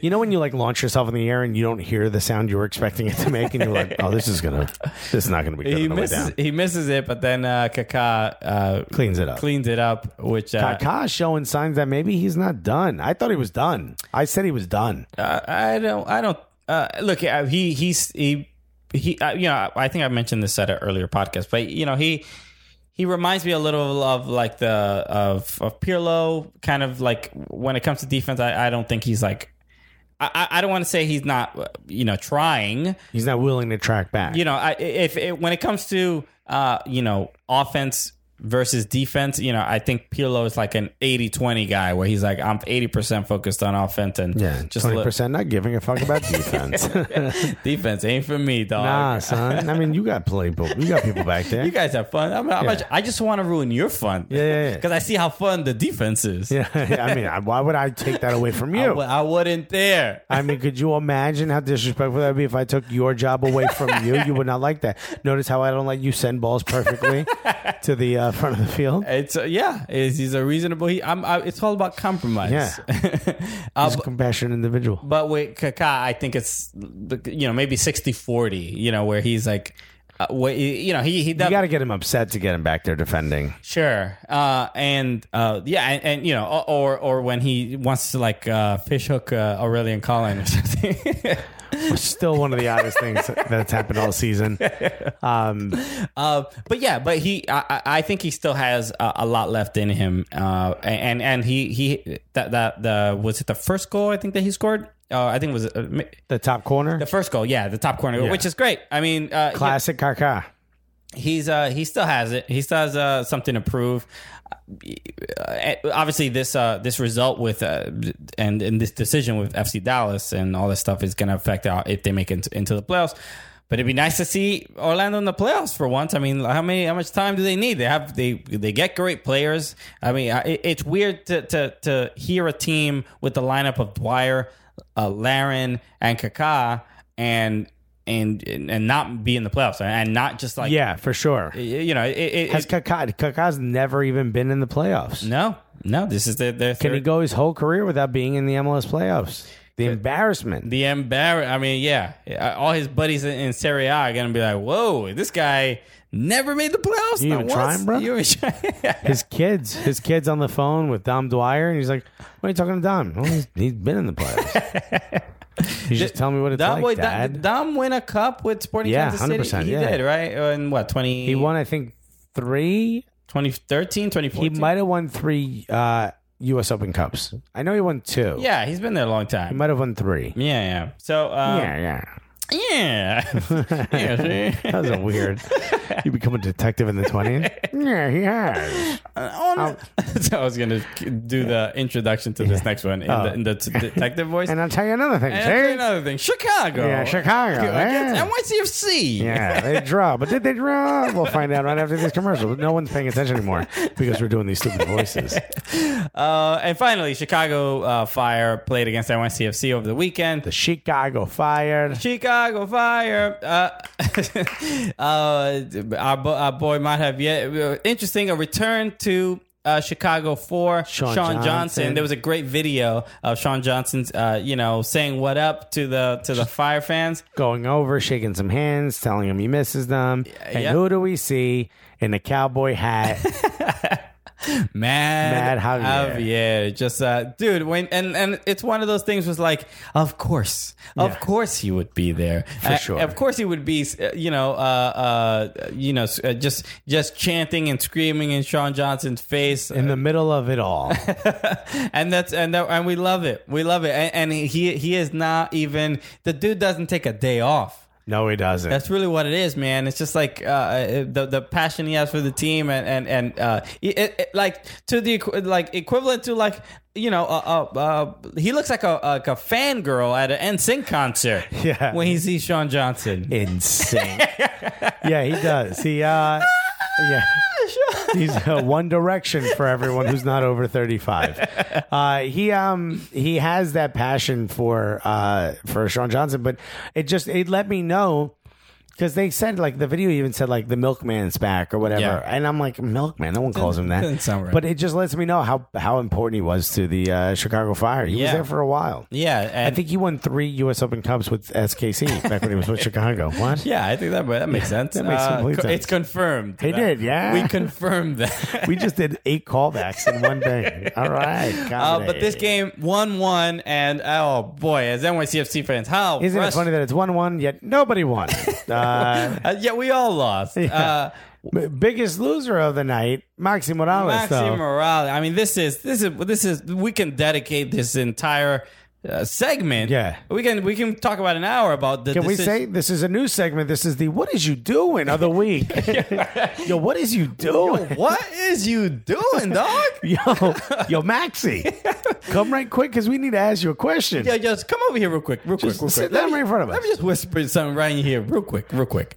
Speaker 1: you know when you like launch yourself in the air and you don't hear the sound you were expecting it to make, and you're like, "Oh, this is gonna, this is not gonna be good
Speaker 2: he
Speaker 1: on the way
Speaker 2: misses
Speaker 1: down."
Speaker 2: he misses it, but then uh, Kaká uh,
Speaker 1: Cleans it up.
Speaker 2: cleans it up, which uh,
Speaker 1: Kaká is showing signs that maybe he's not done. I thought he was done. I said he was done.
Speaker 2: uh, I don't I don't uh, look. uh, He he's he he uh, you know I think I mentioned this at an earlier podcast, but you know he. He reminds me a little of like the of of Pirlo, kind of like when it comes to defense. I, I don't think he's like, I, I I don't want to say he's not, uh, you know, trying,
Speaker 1: He's not willing to track back.
Speaker 2: you know, I, if it, when it comes to uh, you know offense versus defense, you know, I think Pirlo is like an 80-20 guy where he's like I'm eighty percent focused on offense and
Speaker 1: yeah,
Speaker 2: just
Speaker 1: twenty percent not giving a fuck about defense.
Speaker 2: look- defense ain't for me, dog.
Speaker 1: nah, son. I mean, you got people. You got people back there.
Speaker 2: You guys have fun. I'm, I'm
Speaker 1: Yeah.
Speaker 2: not- I just want to ruin your fun.
Speaker 1: Yeah, yeah, yeah.
Speaker 2: Because I see how fun the defense is.
Speaker 1: yeah, I mean, I, why would I take that away from
Speaker 2: I,
Speaker 1: you?
Speaker 2: w- I wouldn't dare.
Speaker 1: I mean, could you imagine how disrespectful that would be if I took your job away from you? You would not like that. Notice how I don't let you send balls perfectly to the uh, front of the field.
Speaker 2: It's uh, yeah. It's, he's a reasonable. He, I'm, I, it's all about compromise. Uh,
Speaker 1: He's a compassionate individual.
Speaker 2: But with Kaká, I think it's you know maybe 60-40, You know where he's like, uh, wh- you know he he
Speaker 1: You
Speaker 2: def-
Speaker 1: got to get him upset to get him back there defending.
Speaker 2: sure uh, and uh, yeah and, and you know or or when he wants to like uh, fish hook uh, Aurelian Collin or something.
Speaker 1: Still one of the oddest things that's happened all season. Um,
Speaker 2: uh, but yeah, but he I, I- I think he still has a, a lot left in him. Uh, and and he he that that the was it the first goal I think that he scored. Uh, I think it was uh, mi-
Speaker 1: the top corner,
Speaker 2: the first goal, yeah, the top corner, goal,
Speaker 1: Yeah.
Speaker 2: which is great. I mean, uh, yeah,
Speaker 1: classic Kaká.
Speaker 2: he's uh he still has it he still has uh something to prove Uh, obviously this uh this result with uh and and this decision with fc dallas and all this stuff is gonna affect out if they make it into, into the playoffs but it'd be nice to see Orlando in the playoffs for once. I mean, how many, how much time do they need? They have, they, they get great players. I mean, I- it, it's weird to, to, to hear a team with the lineup of Dwyer, uh, Laren, and Kaká, and and and not be in the playoffs, and not just like
Speaker 1: Yeah, for sure.
Speaker 2: you know, it, it,
Speaker 1: Has
Speaker 2: it,
Speaker 1: Kaká? Kaká's never even been in the playoffs.
Speaker 2: no, no, this is their, their
Speaker 1: Can he
Speaker 2: third-
Speaker 1: go his whole career without being in the MLS playoffs? The embarrassment.
Speaker 2: the embarrass. I mean, yeah, Uh, all his buddies in, in Serie A are gonna be like, "Whoa, this guy never made the playoffs."
Speaker 1: You
Speaker 2: not
Speaker 1: even trying,
Speaker 2: once."
Speaker 1: bro?
Speaker 2: You even trying?
Speaker 1: His kids, his kids on the phone with Dom Dwyer, and he's like, "What are you talking to Dom? Well, he's, he's been in the playoffs. you just tell me what it's
Speaker 2: Dom,
Speaker 1: like,
Speaker 2: wait,
Speaker 1: Dad."
Speaker 2: Dom, Dom win a cup with Sporting
Speaker 1: Yeah,
Speaker 2: Kansas City.
Speaker 1: 100%,
Speaker 2: He
Speaker 1: yeah.
Speaker 2: did right Uh, in what 20,
Speaker 1: he won, I think, three.
Speaker 2: 2013, 2014?
Speaker 1: He might have won three uh, U.S. Open Cups. I know he won two.
Speaker 2: Yeah, he's been there a long
Speaker 1: he
Speaker 2: time.
Speaker 1: might have won three.
Speaker 2: yeah, yeah. So, um,
Speaker 1: yeah, yeah.
Speaker 2: yeah, yeah. see?
Speaker 1: That was a weird. you become a detective in the twenties. yeah, he has.
Speaker 2: Oh, no.
Speaker 1: Um,
Speaker 2: so I was gonna do the introduction to this next one in, the, in the t- detective voice.
Speaker 1: Oh. And I'll tell you another thing.
Speaker 2: And
Speaker 1: see?
Speaker 2: I'll tell you another thing, Chicago.
Speaker 1: Yeah, Chicago,
Speaker 2: Against
Speaker 1: yeah.
Speaker 2: NYCFC.
Speaker 1: Yeah, they draw, but did they draw? We'll find out right after these commercials. No one's paying attention anymore because we're doing these stupid voices.
Speaker 2: Uh, and finally, Chicago uh, Fire played against NYCFC over the weekend.
Speaker 1: The Chicago fired.
Speaker 2: Chicago Fire. Uh, uh, our, bo- our boy might have yet. uh, Interesting, a return to. Uh, Chicago for
Speaker 1: Sean
Speaker 2: Sean, Johnson.
Speaker 1: Johnson.
Speaker 2: There was a great video of Sean Johnson's, uh, you know, saying what up to the to the Fire fans.
Speaker 1: Going over, shaking some hands, telling him he misses them. And
Speaker 2: yeah.
Speaker 1: who do we see in a cowboy hat
Speaker 2: Mad,
Speaker 1: Mad Javier.
Speaker 2: Javier. Just uh, dude, when and and it's one of those things was like, of course, of
Speaker 1: Yeah.
Speaker 2: course he would be there for
Speaker 1: sure.
Speaker 2: Of course he would be, uh, you know, uh, uh, you know, s- uh, just just chanting and screaming in Sean Johnson's face,
Speaker 1: in the middle of it all.
Speaker 2: and that's and that, and we love it, we love it, and, and he he is not even the dude doesn't take a day off.
Speaker 1: No, he doesn't.
Speaker 2: That's really what it is, man. It's just like uh, the the passion he has for the team, and and and uh, it, it, like to the equ- like equivalent to like you know, uh, uh, uh, he looks like a like a fangirl at an NSYNC concert.
Speaker 1: Yeah.
Speaker 2: when he sees Sean Johnson.
Speaker 1: insane. yeah, he does. He uh yeah. He's a One Direction for everyone who's not over thirty-five. Uh, he um he has that passion for uh for Sean Johnson, but it just it let me know because they said like the video even said like the milkman's back or whatever,
Speaker 2: Yeah.
Speaker 1: and I'm like milkman. No one calls him that.
Speaker 2: Doesn't sound right.
Speaker 1: But it just lets me know how how important he was to the uh, Chicago Fire. He was
Speaker 2: Yeah.
Speaker 1: there for a while.
Speaker 2: yeah,
Speaker 1: I
Speaker 2: and
Speaker 1: think he won three U.S. Open Cups with SKC back when he was with Chicago. What?
Speaker 2: yeah, I think that that makes sense. Uh,
Speaker 1: that makes complete
Speaker 2: co-
Speaker 1: sense.
Speaker 2: It's confirmed.
Speaker 1: He
Speaker 2: that-
Speaker 1: did, yeah.
Speaker 2: we confirmed that.
Speaker 1: We just did eight callbacks in one day. All right.
Speaker 2: Uh,
Speaker 1: comedy.
Speaker 2: but this game won one, and oh boy, as NYCFC fans, how
Speaker 1: Isn't it
Speaker 2: frust-
Speaker 1: funny that it's 1 1, yet nobody won? Uh,
Speaker 2: Uh, yeah, we all lost. Uh,
Speaker 1: b- biggest loser of the night, Maxi Morales,
Speaker 2: Maxi
Speaker 1: though.
Speaker 2: Morales. I mean, this is this is this is we can dedicate this entire uh, segment.
Speaker 1: Yeah.
Speaker 2: we can we can talk about an hour about the.
Speaker 1: Can we
Speaker 2: deci-
Speaker 1: say this is a new segment? This is the What Is You Doing of the Week. yo, what is you doing?
Speaker 2: what is you doing, dog?
Speaker 1: Yo, yo, Maxi, come right quick because we need to ask you a question.
Speaker 2: yeah, just come over here real quick, real quick, real quick.
Speaker 1: sit
Speaker 2: Let
Speaker 1: down
Speaker 2: me-
Speaker 1: right in front of
Speaker 2: Let
Speaker 1: us.
Speaker 2: me just whisper something right in here, real quick, real quick.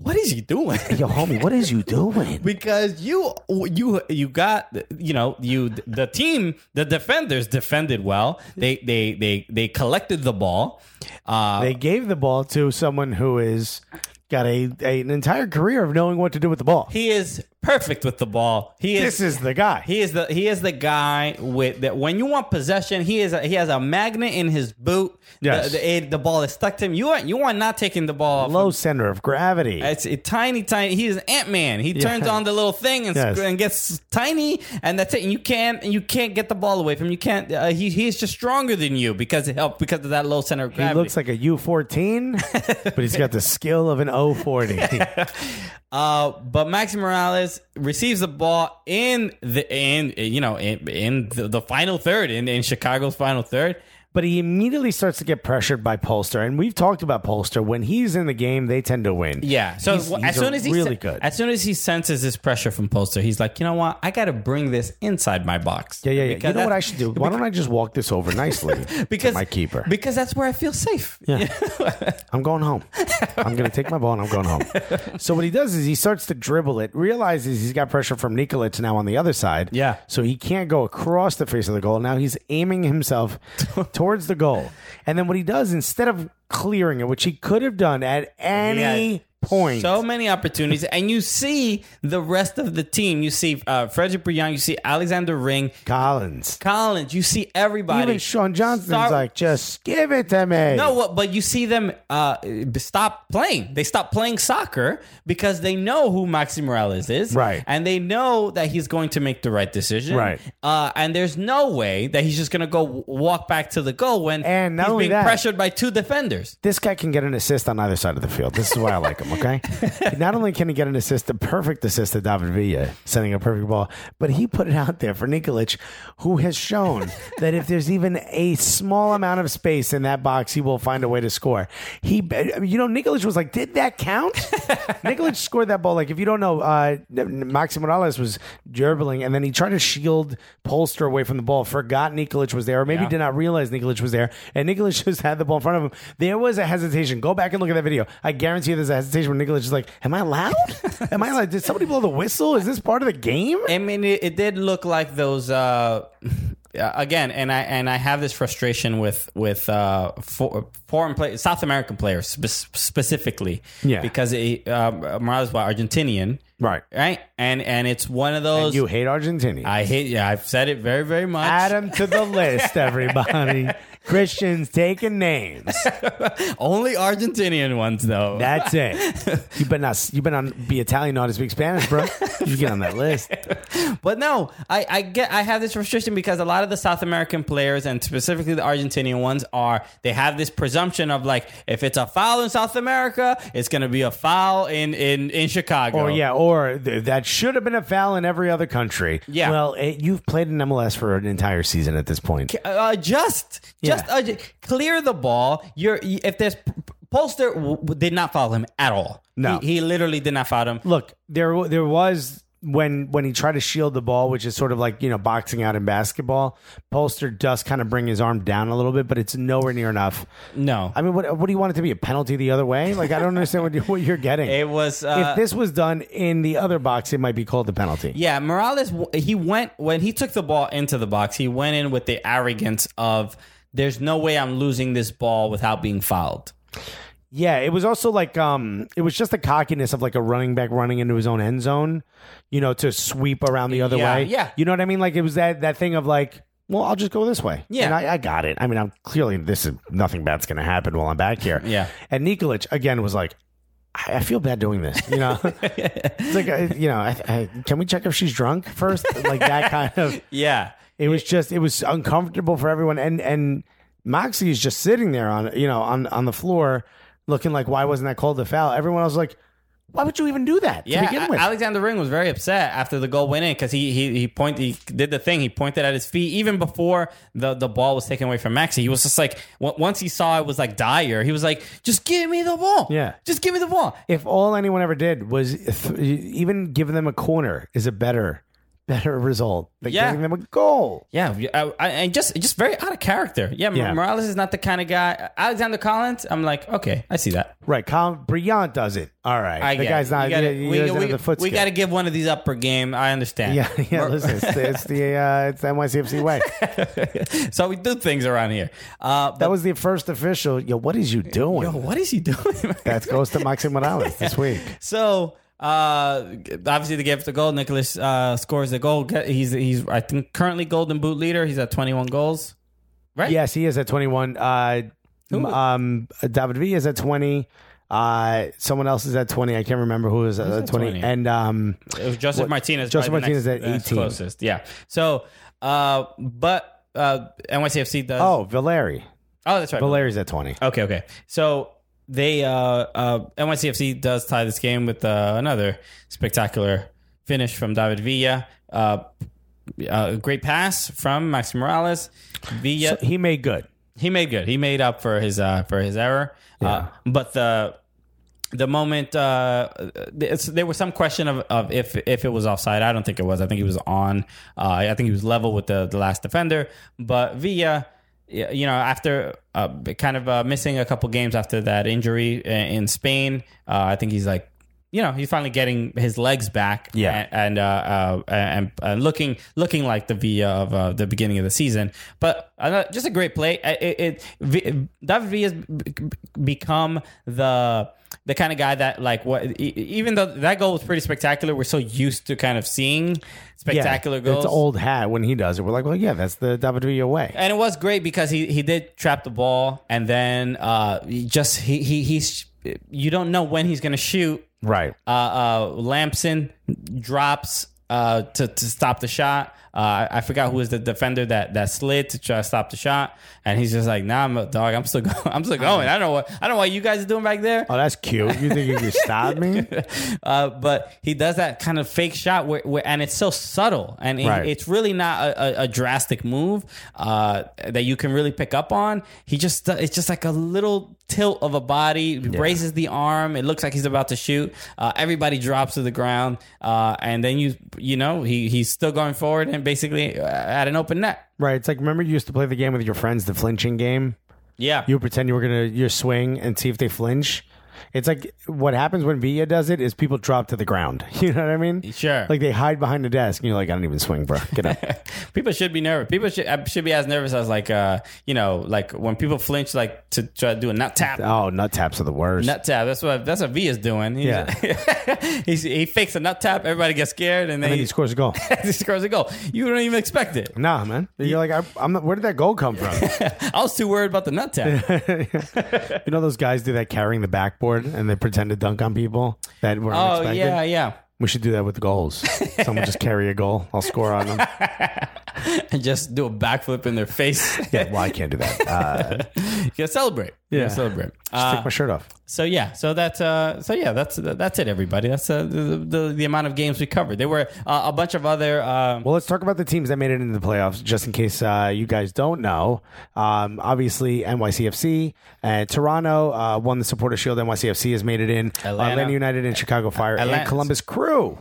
Speaker 2: What is you doing?
Speaker 1: Yo, homie, what is you doing?
Speaker 2: because you you you got you know you the team the defenders defended well they they they they collected the ball uh
Speaker 1: They gave the ball to someone who is got a, a an entire career of knowing what to do with the ball.
Speaker 2: he is perfect with the ball he is
Speaker 1: this is the guy.
Speaker 2: he is the he is the guy with that when you want possession he is a, he has a magnet in his boot
Speaker 1: Yes.
Speaker 2: the, the, it- the ball is stuck to him you are you are not taking the ball off
Speaker 1: Low center of gravity.
Speaker 2: It's a tiny, tiny. He is Ant Man. He turns on the little thing and,
Speaker 1: Yes.
Speaker 2: and gets tiny, and that's it. And you can't, and you can't get the ball away from him. You can't. Uh, he he is just stronger than you because it helped because of that low center of
Speaker 1: He
Speaker 2: gravity.
Speaker 1: looks like a U14, but he's got the skill of an O40.
Speaker 2: uh, but Maxi Morales receives the ball in the in you know in, in the, the final third in, in Chicago's final third.
Speaker 1: but he immediately starts to get pressured by Polster. And we've talked about Polster. When he's in the game, they tend to win.
Speaker 2: Yeah. So
Speaker 1: He's-
Speaker 2: as
Speaker 1: he's
Speaker 2: soon as he
Speaker 1: really
Speaker 2: sen-
Speaker 1: good.
Speaker 2: as soon as he senses this pressure from Poster, he's like, you know what? I got to bring this inside my box.
Speaker 1: yeah, yeah, yeah.
Speaker 2: Because
Speaker 1: you know what
Speaker 2: that's-
Speaker 1: I should do? Why don't I just walk this over nicely
Speaker 2: because
Speaker 1: to my keeper?
Speaker 2: because that's where I feel safe.
Speaker 1: I'm going home. I'm going to take my ball and I'm going home. So what he does is he starts to dribble it, realizes he's got pressure from Nikolic now on the other side.
Speaker 2: Yeah.
Speaker 1: So he can't go across the face of the goal. Now he's aiming himself towards the goal. And then what he does instead of clearing it, which he could have done at any
Speaker 2: Yeah.
Speaker 1: point.
Speaker 2: So many opportunities, and you see the rest of the team. You see uh, Frederick Brian, you see Alexander Ring,
Speaker 1: Collins.
Speaker 2: Collins, you see everybody.
Speaker 1: Even Sean Johnson's
Speaker 2: Start-
Speaker 1: like, just give it to me.
Speaker 2: No, what- but you see them uh, stop playing. They stop playing soccer because they know who Maxi Morales is,
Speaker 1: Right.
Speaker 2: And they know that he's going to make the right decision,
Speaker 1: Right.
Speaker 2: Uh, and there's no way that he's just going to go w- walk back to the goal when
Speaker 1: And not
Speaker 2: he's
Speaker 1: only
Speaker 2: being
Speaker 1: that-
Speaker 2: pressured by two defenders.
Speaker 1: this guy can get an assist on either side of the field. This is why I like him, okay? Not only can he get an assist, a perfect assist to David Villa, sending a perfect ball, but he put it out there for Nikolic, who has shown that if there's even a small amount of space in that box, he will find a way to score. He, I mean, You know, Nikolic was like, did that count? Nikolic scored that ball. Like, if you don't know, uh, Maxi Morales was dribbling, and then he tried to shield Polster away from the ball, forgot Nikolic was there, or maybe did not realize Nikolic was there, and Nikolic just had the ball in front of him. There was a hesitation. Go back and look at that video. I guarantee you there's a hesitation when Nikolic is like, Am I loud? Am I like, did somebody blow the whistle? Is this part of the game?
Speaker 2: I mean, it, it did look like those. Uh, again, and I and I have this frustration with with uh, for, foreign play, South American players spe- specifically,
Speaker 1: Yeah.
Speaker 2: because it, um, Morales was Argentinian.
Speaker 1: Right.
Speaker 2: right? And and it's one of those.
Speaker 1: And you hate Argentina.
Speaker 2: I hate. Yeah, I've said it very very much.
Speaker 1: Add 'em to the list, everybody. Christians taking names.
Speaker 2: Only Argentinian ones though.
Speaker 1: That's it. You better not. You better not be Italian. Not to speak Spanish, bro. You get on that list.
Speaker 2: But no, I, I get I have this restriction because a lot of the South American players and specifically the Argentinian ones are they have this presumption of like if it's a foul in South America, it's gonna be a foul in in in Chicago.
Speaker 1: Or Oh, yeah, or th- that should have been a foul in every other country.
Speaker 2: Yeah.
Speaker 1: Well, it, you've played in MLS for an entire season at this point.
Speaker 2: uh, just
Speaker 1: Yeah.
Speaker 2: just uh, clear the ball. You're if there's Polster w- w- did not foul him at all.
Speaker 1: No.
Speaker 2: he, he literally did not foul him.
Speaker 1: Look, there there was when when he tried to shield the ball, which is sort of like you know boxing out in basketball. Polster does kind of bring his arm down a little bit, but it's nowhere near enough.
Speaker 2: No,
Speaker 1: I mean, what what do you want it to be? A penalty the other way? Like I don't understand what, you, what you're getting.
Speaker 2: it was uh,
Speaker 1: if this was done in the other box, it might be called a penalty.
Speaker 2: Yeah, Morales. w- He went when he took the ball into the box. He went in with the arrogance of "There's no way I'm losing this ball without being fouled."
Speaker 1: Yeah, it was also like um it was just the cockiness of like a running back running into his own end zone, you know, to sweep around the other
Speaker 2: Yeah,
Speaker 1: way.
Speaker 2: yeah.
Speaker 1: You know what I mean? Like it was that that thing of like, well, I'll just go this way.
Speaker 2: Yeah.
Speaker 1: And I, I got it. I mean, I'm clearly this is nothing bad's gonna happen while I'm back here.
Speaker 2: Yeah.
Speaker 1: And Nikolic again was like I I feel bad doing this, you know. it's like, I- you know, I, I, can we check if she's drunk first? Like that kind of.
Speaker 2: Yeah,
Speaker 1: It was just it was uncomfortable for everyone, and and Moxie is just sitting there on you know on on the floor, looking like why wasn't that called a foul? Everyone else was like, why would you even do that
Speaker 2: yeah.
Speaker 1: to begin with?
Speaker 2: A- Alexander Ring was very upset after the goal went in because he he he point he did the thing. He pointed at his feet even before the the ball was taken away from Maxi. He was just like w- once he saw it was like dire, he was like, "Just give me the ball."
Speaker 1: Yeah.
Speaker 2: just give me the ball.
Speaker 1: if all anyone ever did was th- even giving them a corner is a better better result than
Speaker 2: Yeah.
Speaker 1: giving them a goal.
Speaker 2: Yeah, I, I, and just just very out of character. Yeah, Mo-
Speaker 1: Yeah.
Speaker 2: Morales is not the kind of guy. Alexander Collins, I'm like, okay, I see that.
Speaker 1: Right, Colin Briant does it. All right,
Speaker 2: I
Speaker 1: the
Speaker 2: get
Speaker 1: guy's
Speaker 2: it.
Speaker 1: not.
Speaker 2: You gotta-
Speaker 1: he
Speaker 2: we-
Speaker 1: doesn't
Speaker 2: we-
Speaker 1: have the foot
Speaker 2: we
Speaker 1: skill.
Speaker 2: gotta give one of these upper game. I understand.
Speaker 1: Yeah, yeah. Listen, it's, the- it's the uh, it's the NYCFC way.
Speaker 2: so we do things around here. Uh, but
Speaker 1: That was the first official. Yo, what is you doing?
Speaker 2: yo, what is he doing?
Speaker 1: That goes to Maxi Morales this week.
Speaker 2: so uh, obviously they gave up the goal. Nicholas uh, scores the goal. He's he's I think currently golden boot leader. He's at 21 goals.
Speaker 1: Yes, he is at 21. Uh, m- um, David V is at 20. Uh, someone else is at 20. I can't remember who is at 20.
Speaker 2: 20?
Speaker 1: And um,
Speaker 2: It was Joseph Martinez.
Speaker 1: Joseph
Speaker 2: probably the
Speaker 1: Martinez
Speaker 2: next-
Speaker 1: at
Speaker 2: next
Speaker 1: 18.
Speaker 2: Closest, yeah. So, uh, but uh, NYCFC does.
Speaker 1: oh, Valeri.
Speaker 2: oh, that's right.
Speaker 1: Valeri's at 20.
Speaker 2: Okay, okay. So they uh, uh, NYCFC does tie this game with uh, another spectacular finish from David Villa. Uh, a great pass from Max Morales. Villa
Speaker 1: So he made good.
Speaker 2: he made good. He made up for his uh, for his error. Uh, but the the moment uh, it's, there was some question of, of if if it was offside. I don't think it was. I think he was on. Uh, I think he was level with the, the last defender. But Villa, y- you know, after uh, kind of uh, missing a couple games after that injury i- in Spain, uh, I think he's like. You know, he's finally getting his legs back,
Speaker 1: Yeah.
Speaker 2: and and uh, uh, and, and looking looking like the Villa of uh, the beginning of the season. But uh, just a great play. I- It, it, v, David Villa has b- become the the kind of guy that like what e- even though that goal was pretty spectacular, we're so used to kind of seeing spectacular
Speaker 1: yeah,
Speaker 2: goals.
Speaker 1: It's old hat when he does it. We're like, well, yeah, that's the David Villa way.
Speaker 2: And it was great because he, he did trap the ball and then uh, he just he, he he's you don't know when he's gonna shoot
Speaker 1: Right.
Speaker 2: uh, uh, Lampson drops uh, to, to stop the shot. Uh, I forgot who was the defender that, that slid to try to stop the shot, and he's just like, "Nah, I'm a dog. I'm still going. I'm still going. I don't know what I don't know what you guys are doing back there."
Speaker 1: Oh, that's cute. You think you can stop me?
Speaker 2: Uh, but he does that kind of fake shot where, where and it's so subtle, and it-
Speaker 1: Right.
Speaker 2: it's really not a, a, a drastic move uh, that you can really pick up on. He just uh, it's just like a little tilt of a body, raises the arm. It looks like he's about to shoot. Uh, everybody drops to the ground, uh, and then you you know he he's still going forward and basically uh, at an open net.
Speaker 1: Right. It's like, remember you used to play the game with your friends, the flinching game?
Speaker 2: Yeah,
Speaker 1: You would pretend you were going to your swing and see if they flinch. It's like what happens when Villa does it is people drop to the ground. You know what I mean?
Speaker 2: Sure.
Speaker 1: Like they hide behind the desk, and you're like, I don't even swing, bro. Get up.
Speaker 2: people should be nervous. People should I should be as nervous as like uh you know like when people flinch like to try to do a nut tap.
Speaker 1: oh, nut taps are the worst.
Speaker 2: Nut tap. That's what that's what V is doing. He's, he's, he fakes a nut tap. Everybody gets scared, and
Speaker 1: and
Speaker 2: then,
Speaker 1: then he scores a goal.
Speaker 2: he scores a goal. You don't even expect it.
Speaker 1: Nah, man. You're like, I, I'm not, where did that goal come from?
Speaker 2: I was too worried about the nut tap.
Speaker 1: you know, those guys do that carrying the backboard and they pretend to dunk on people that were
Speaker 2: oh
Speaker 1: unexpected.
Speaker 2: yeah, yeah.
Speaker 1: We should do that with goals. Someone just carry a goal. I'll score on them.
Speaker 2: And just do a backflip in their face.
Speaker 1: Yeah, well, I can't do that. Uh, just
Speaker 2: you gotta celebrate. You gotta celebrate. Uh,
Speaker 1: take my shirt off.
Speaker 2: So yeah, so that's uh, so yeah, that's that's it, everybody. That's uh, the, the the amount of games we covered. There were uh, a bunch of other. Um,
Speaker 1: Well, let's talk about the teams that made it into the playoffs, just in case uh, you guys don't know. Um, obviously, NYCFC, uh, Toronto uh, won the Supporter Shield. NYCFC has made it in. uh,
Speaker 2: Atlanta.
Speaker 1: Atlanta United and Chicago Fire and
Speaker 2: Atlanta.
Speaker 1: Columbus Crew.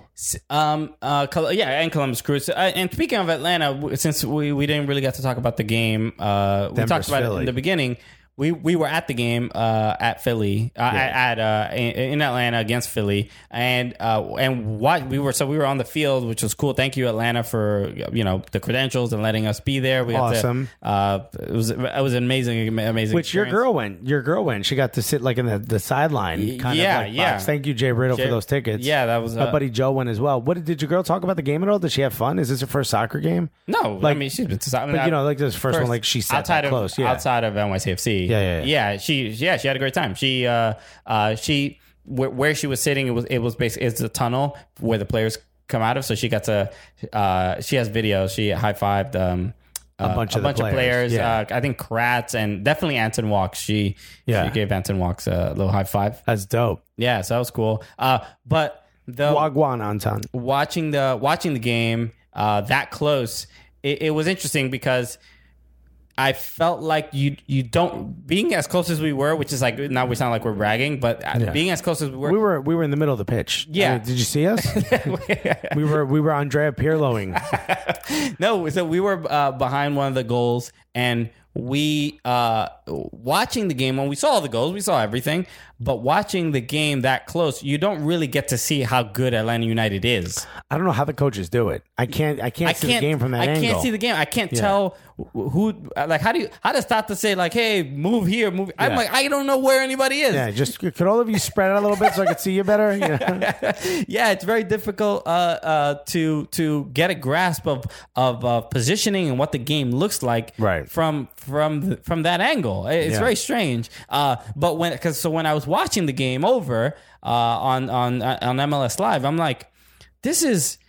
Speaker 2: Um, uh, Col- yeah, and Columbus Crew. So, uh, and speaking of Atlanta, w- since we, we didn't really get to talk about the game, uh, we talked about it
Speaker 1: Philly.
Speaker 2: in the beginning. We we were at the game uh, at Philly, uh, at, at uh, in, in Atlanta against Philly, and uh, and what we were so we were on the field, which was cool. Thank you Atlanta for you know the credentials and letting us be there. We got to-
Speaker 1: Awesome.
Speaker 2: uh, it was it was amazing, amazing.
Speaker 1: Which your
Speaker 2: experience.
Speaker 1: girl went. Your girl went. She got to sit like in the, the sideline. Kind
Speaker 2: yeah,
Speaker 1: of like
Speaker 2: yeah.
Speaker 1: box. Thank you, Jay Riddle,
Speaker 2: Jay-
Speaker 1: for those tickets.
Speaker 2: Yeah, that was,
Speaker 1: my
Speaker 2: uh,
Speaker 1: buddy Joe went as well. What did, did your girl talk about the game at all? Did she have fun? Is this her first soccer game?
Speaker 2: No, I
Speaker 1: Like-
Speaker 2: mean she's been. I mean,
Speaker 1: But
Speaker 2: I-
Speaker 1: you know, like this first, one, like she sat
Speaker 2: outside
Speaker 1: that
Speaker 2: of
Speaker 1: close. Yeah,
Speaker 2: outside of NYCFC.
Speaker 1: Yeah, yeah,
Speaker 2: yeah. She yeah she had a great time. She uh uh she where, where she was sitting it was it was basically it's a tunnel where the players come out of. So she got to uh she has video. She high fived um. uh,
Speaker 1: bunch of the players,
Speaker 2: players.
Speaker 1: yeah.
Speaker 2: Uh, I think Kratz and definitely Anton Walks. She,
Speaker 1: Yeah.
Speaker 2: she gave Anton Walks a little high five.
Speaker 1: that's dope.
Speaker 2: Yeah, so that was cool. Uh, but the
Speaker 1: Wagwan Anton.
Speaker 2: watching the watching the game uh, that close, it, it was interesting because I felt like you you don't being as close as we were, which is like now we sound like we're bragging, but uh being as close as we were,
Speaker 1: We were we were in the middle of the pitch.
Speaker 2: Yeah.
Speaker 1: I mean, did you see us? we were we were Andrea Pirloing.
Speaker 2: no, so we were uh, behind one of the goals, and we uh, watching the game when we saw the goals, we saw everything, but watching the game that close, you don't really get to see how good Atlanta United is.
Speaker 1: I don't know how the coaches do it. I can't I can't see the game from that
Speaker 2: I
Speaker 1: angle.
Speaker 2: can't see the game. I can't tell wh- who. Like, how do you? How does Tata say like, "Hey, move here, move"? I'm
Speaker 1: Yeah.
Speaker 2: like, I don't know where anybody is.
Speaker 1: yeah, just could all of you spread out a little bit so I could see you better? You know?
Speaker 2: yeah, it's very difficult uh, uh, to to get a grasp of of uh, positioning and what the game looks like
Speaker 1: Right.
Speaker 2: from from th- from that angle. It- It's
Speaker 1: Yeah.
Speaker 2: very strange. Uh, but when because so when I was watching the game over uh, on on uh, on MLS Live, I'm like, this is.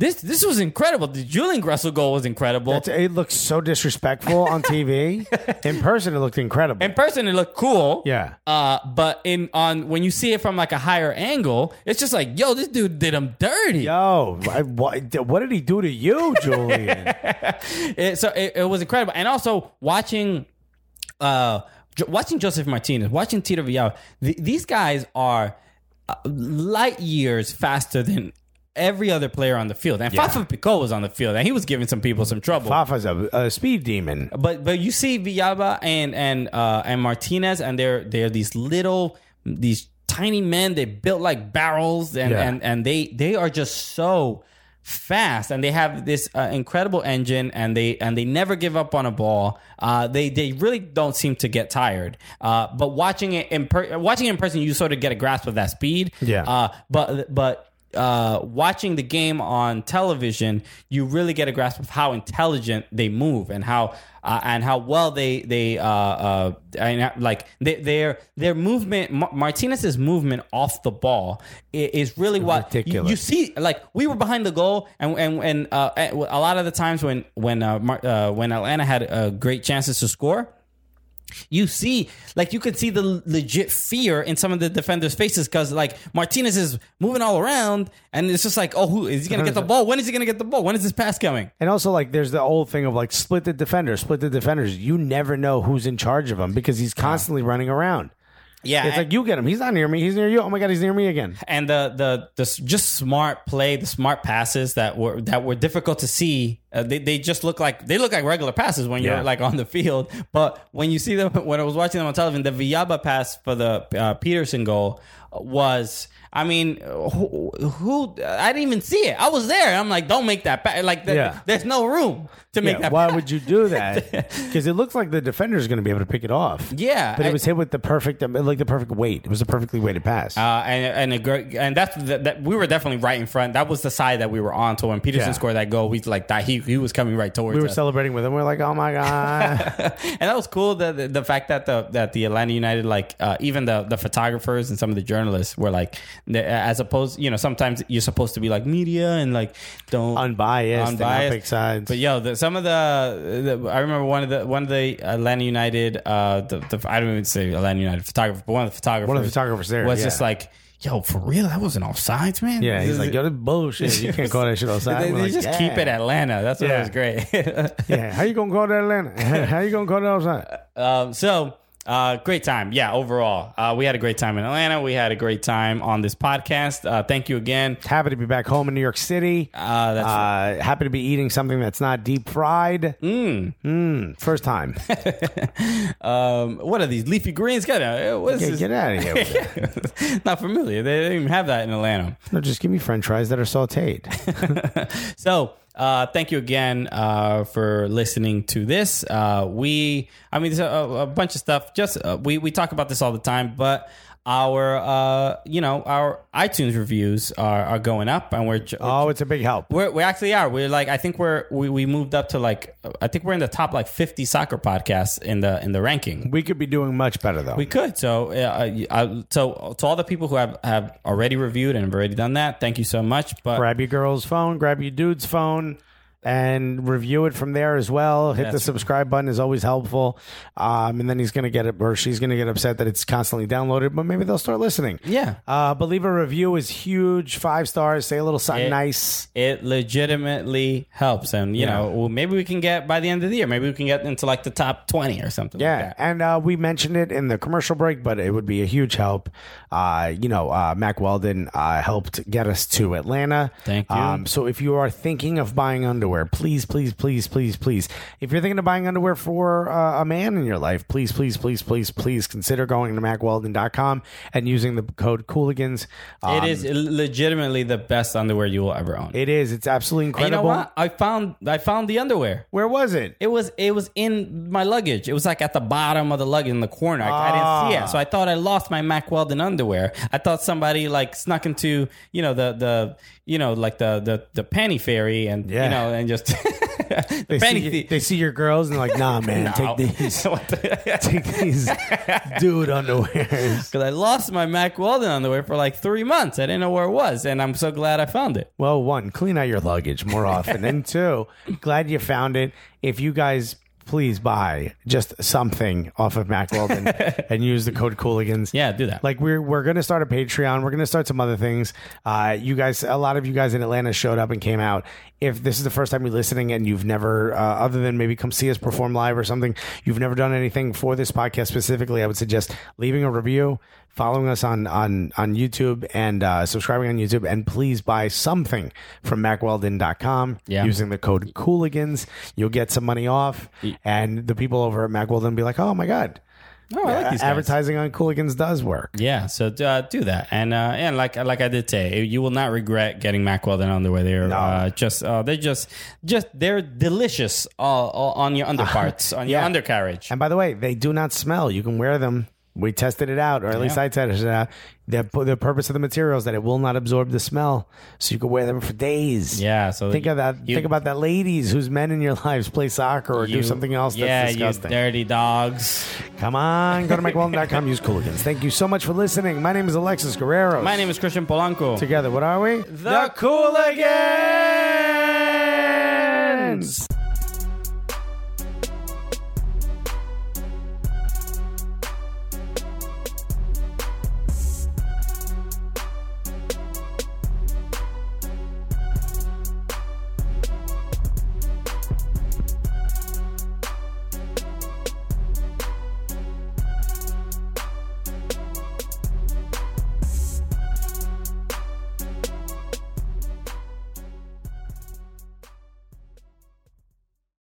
Speaker 2: This, this was incredible. The Julian Gressel goal was incredible.
Speaker 1: That's- it looks so disrespectful on TV. In person, it looked incredible.
Speaker 2: in person it looked cool.
Speaker 1: Yeah.
Speaker 2: Uh, but in on when you see it from like a higher angle, it's just like, yo, this dude did him dirty.
Speaker 1: Yo, I, what, what did he do to you, Julian?
Speaker 2: It, so it, it was incredible. And also watching, uh, Jo- watching Joseph Martinez, watching Tito Villar, th- these guys are uh, light years faster than. Every other player on the field, and Fafa Pico was on the field, and he was giving some people some trouble.
Speaker 1: Fafa's a, a speed demon.
Speaker 2: But but you see Villaba and and uh, and Martinez, and they're they're these little these tiny men. They built like barrels, and
Speaker 1: Yeah.
Speaker 2: and and they they are just so fast and they have this uh, incredible engine and they and they never give up on a ball uh they they really don't seem to get tired uh but watching it in per- watching it in person you sort of get a grasp of that speed
Speaker 1: Yeah.
Speaker 2: uh but but uh watching the game on television you really get a grasp of how intelligent they move and how uh, and how well they they uh uh and how- like they, their their movement Ma- martinez's movement off the ball i- is really what you-
Speaker 1: Ridiculous.
Speaker 2: you see like we were behind the goal and and and uh a lot of the times when when uh, Mar- uh when atlanta had uh, great chances to score you see like you could see the l- legit fear in some of the defenders' faces because like Martinez is moving all around and it's just like, oh, who is he gonna get the ball? When is he gonna get the ball? When is this pass coming?
Speaker 1: And also, like, there's the old thing of like split the defenders, split the defenders. You never know who's in charge of him because he's constantly running around.
Speaker 2: Yeah,
Speaker 1: It's like you get him. He's not near me. He's near you. Oh my god, he's near me again.
Speaker 2: and the the the s- just smart play, the smart passes that were that were difficult to see Uh, they, they just look like they look like regular passes when you're
Speaker 1: Yeah.
Speaker 2: like on the field, but when you see them, when I was watching them on television, the Viaba pass for the uh, Peterson goal was, I mean, who, who I didn't even see it. I was there. I'm like, don't make that pass. Like, th-
Speaker 1: Yeah.
Speaker 2: there's no room to make
Speaker 1: Yeah,
Speaker 2: that.
Speaker 1: why would you do that? Because it looks like the defender's going to be able to pick it off.
Speaker 2: Yeah,
Speaker 1: but
Speaker 2: I-
Speaker 1: it was hit with the perfect, like the perfect weight. It was a perfectly weighted pass.
Speaker 2: Uh, and and a great, and that's that, that we were definitely right in front. That was the side that we were on. So when Peterson
Speaker 1: Yeah.
Speaker 2: scored that goal, we like that he he was coming right towards
Speaker 1: we were
Speaker 2: us.
Speaker 1: celebrating with him. We are like, oh my god,
Speaker 2: and that was cool. The, the the fact that the that the Atlanta United like uh, even the the photographers and some of the journalists were like the- as opposed you know sometimes you're supposed to be like media and like don't
Speaker 1: unbiased, and not
Speaker 2: unbiased.
Speaker 1: pick sides.
Speaker 2: But yo, the, some of the, the I remember one of the one of the Atlanta United uh the, the I don't even say Atlanta United photographer, but one of the photographers
Speaker 1: One of the photographers there,
Speaker 2: was
Speaker 1: yeah.
Speaker 2: just like, yo, for real, that wasn't offsides, man.
Speaker 1: yeah, he's
Speaker 2: This
Speaker 1: like,
Speaker 2: is-
Speaker 1: yo, this bullshit. You can't call that shit outside.
Speaker 2: They,
Speaker 1: We're
Speaker 2: they
Speaker 1: like,
Speaker 2: just
Speaker 1: yeah.
Speaker 2: keep it Atlanta. That's what
Speaker 1: Yeah.
Speaker 2: was great.
Speaker 1: yeah, how you gonna call that Atlanta? how you gonna call that outside?
Speaker 2: Um, so uh, great time. Yeah, overall, uh, we had a great time in Atlanta. We had a great time on this podcast. Uh, thank you again.
Speaker 1: Happy to be back home in New York City.
Speaker 2: Uh, that's
Speaker 1: Uh, happy to be eating something that's not deep fried. Mm. first time.
Speaker 2: um, what are these leafy greens? Get out! What is
Speaker 1: Yeah,
Speaker 2: this?
Speaker 1: get out of here. with that.
Speaker 2: Not familiar. They didn't even have that in Atlanta.
Speaker 1: No, just give me French fries that are sautéed.
Speaker 2: So. Uh, thank you again uh, for listening to this. Uh, we, I mean, there's a, a bunch of stuff. Just uh, we we talk about this all the time, but our uh, you know our iTunes reviews are, are going up, and we're
Speaker 1: Oh, it's a big help.
Speaker 2: We're, we actually are. We're like I think we're we, we moved up to like I think we're in the top like fifty soccer podcasts in the in the ranking.
Speaker 1: We could be doing much better though.
Speaker 2: We could so uh, I, so to all the people who have have already reviewed and have already done that. Thank you so much. But
Speaker 1: grab your girl's phone, grab your dude's phone, and review it from there as well. Hit the subscribe button is always helpful. Um, and then he's gonna get it, or she's gonna get upset that it's constantly downloaded, but maybe they'll start listening.
Speaker 2: Yeah.
Speaker 1: Uh, but leave a review is huge. Five stars. Say a little something
Speaker 2: Yeah.
Speaker 1: nice.
Speaker 2: it legitimately helps, and you know well, maybe we can get by the end of the year. Maybe we can get into like the top twenty or something.
Speaker 1: Yeah,
Speaker 2: like that.
Speaker 1: and uh, we mentioned it in the commercial break, but it would be a huge help. Uh, you know, uh, Mac Weldon uh, helped get us to Atlanta. Um,
Speaker 2: Thank you.
Speaker 1: so if you are thinking of buying underwear, please, please, please, please, please. If you're thinking of buying underwear for uh, a man in your life, please, please, please, please, please consider going to macweldon.com and using the code Cooligans. Um,
Speaker 2: it is legitimately the best underwear you will ever own.
Speaker 1: It is. It's absolutely
Speaker 2: And you know
Speaker 1: incredible.
Speaker 2: what? I found I found the underwear.
Speaker 1: Where was it?
Speaker 2: It was it was in my luggage. It was like at the bottom of the luggage in the corner. I, I didn't see it, so
Speaker 1: Ah.
Speaker 2: I thought I lost my Mac Weldon underwear. I thought somebody like snuck into you know the the you know like the the the panty fairy and
Speaker 1: Yeah.
Speaker 2: you know and just the
Speaker 1: They see,
Speaker 2: panty.
Speaker 1: you- they see your girls and they're like, nah, man, take these, take these dude underwears.
Speaker 2: Because I lost my Mac Weldon underwear for like three months. I didn't know where it was, and I'm so glad I found it.
Speaker 1: Well, one, clean out your luggage more often. and two, glad you found it. If you guys please buy just something off of Mac Weldon and use the code Cooligans.
Speaker 2: Yeah, do that.
Speaker 1: Like we're we're gonna start a Patreon. We're gonna start some other things. Uh, you guys, a lot of you guys in Atlanta showed up and came out. If this is the first time you're listening and you've never, uh, other than maybe come see us perform live or something, you've never done anything for this podcast specifically, I would suggest leaving a review, following us on on on YouTube, and uh, subscribing on YouTube. And please buy something from MacWeldon.com
Speaker 2: Yeah.
Speaker 1: using the code Cooligans. You'll get some money off, and the people over at Mac Weldon be like, "Oh my god."
Speaker 2: Oh, I like these guys.
Speaker 1: Advertising on Cooligans does work.
Speaker 2: Yeah, so uh, do that, and uh, and like like I did say, you will not regret getting Mack Weldon underwear. They're uh, just uh, they're just just they're delicious all, all on your underparts, on your
Speaker 1: Yeah.
Speaker 2: undercarriage.
Speaker 1: And by the way, they do not smell. You can wear them. We tested it out, or at least I tested it out. The, the purpose of the material is that it will not absorb the smell, so you can wear them for days.
Speaker 2: Yeah, so
Speaker 1: Think of that.
Speaker 2: you-
Speaker 1: think about that, ladies whose men in your lives play soccer or do
Speaker 2: you-
Speaker 1: something else
Speaker 2: yeah,
Speaker 1: that's disgusting.
Speaker 2: you dirty dogs.
Speaker 1: Come on, go to McWilden.com, use Cooligans. Thank you so much for listening. My name is Alexis Guerrero.
Speaker 2: My name is Christian Polanco.
Speaker 1: Together, what are we?
Speaker 2: The Cooligans.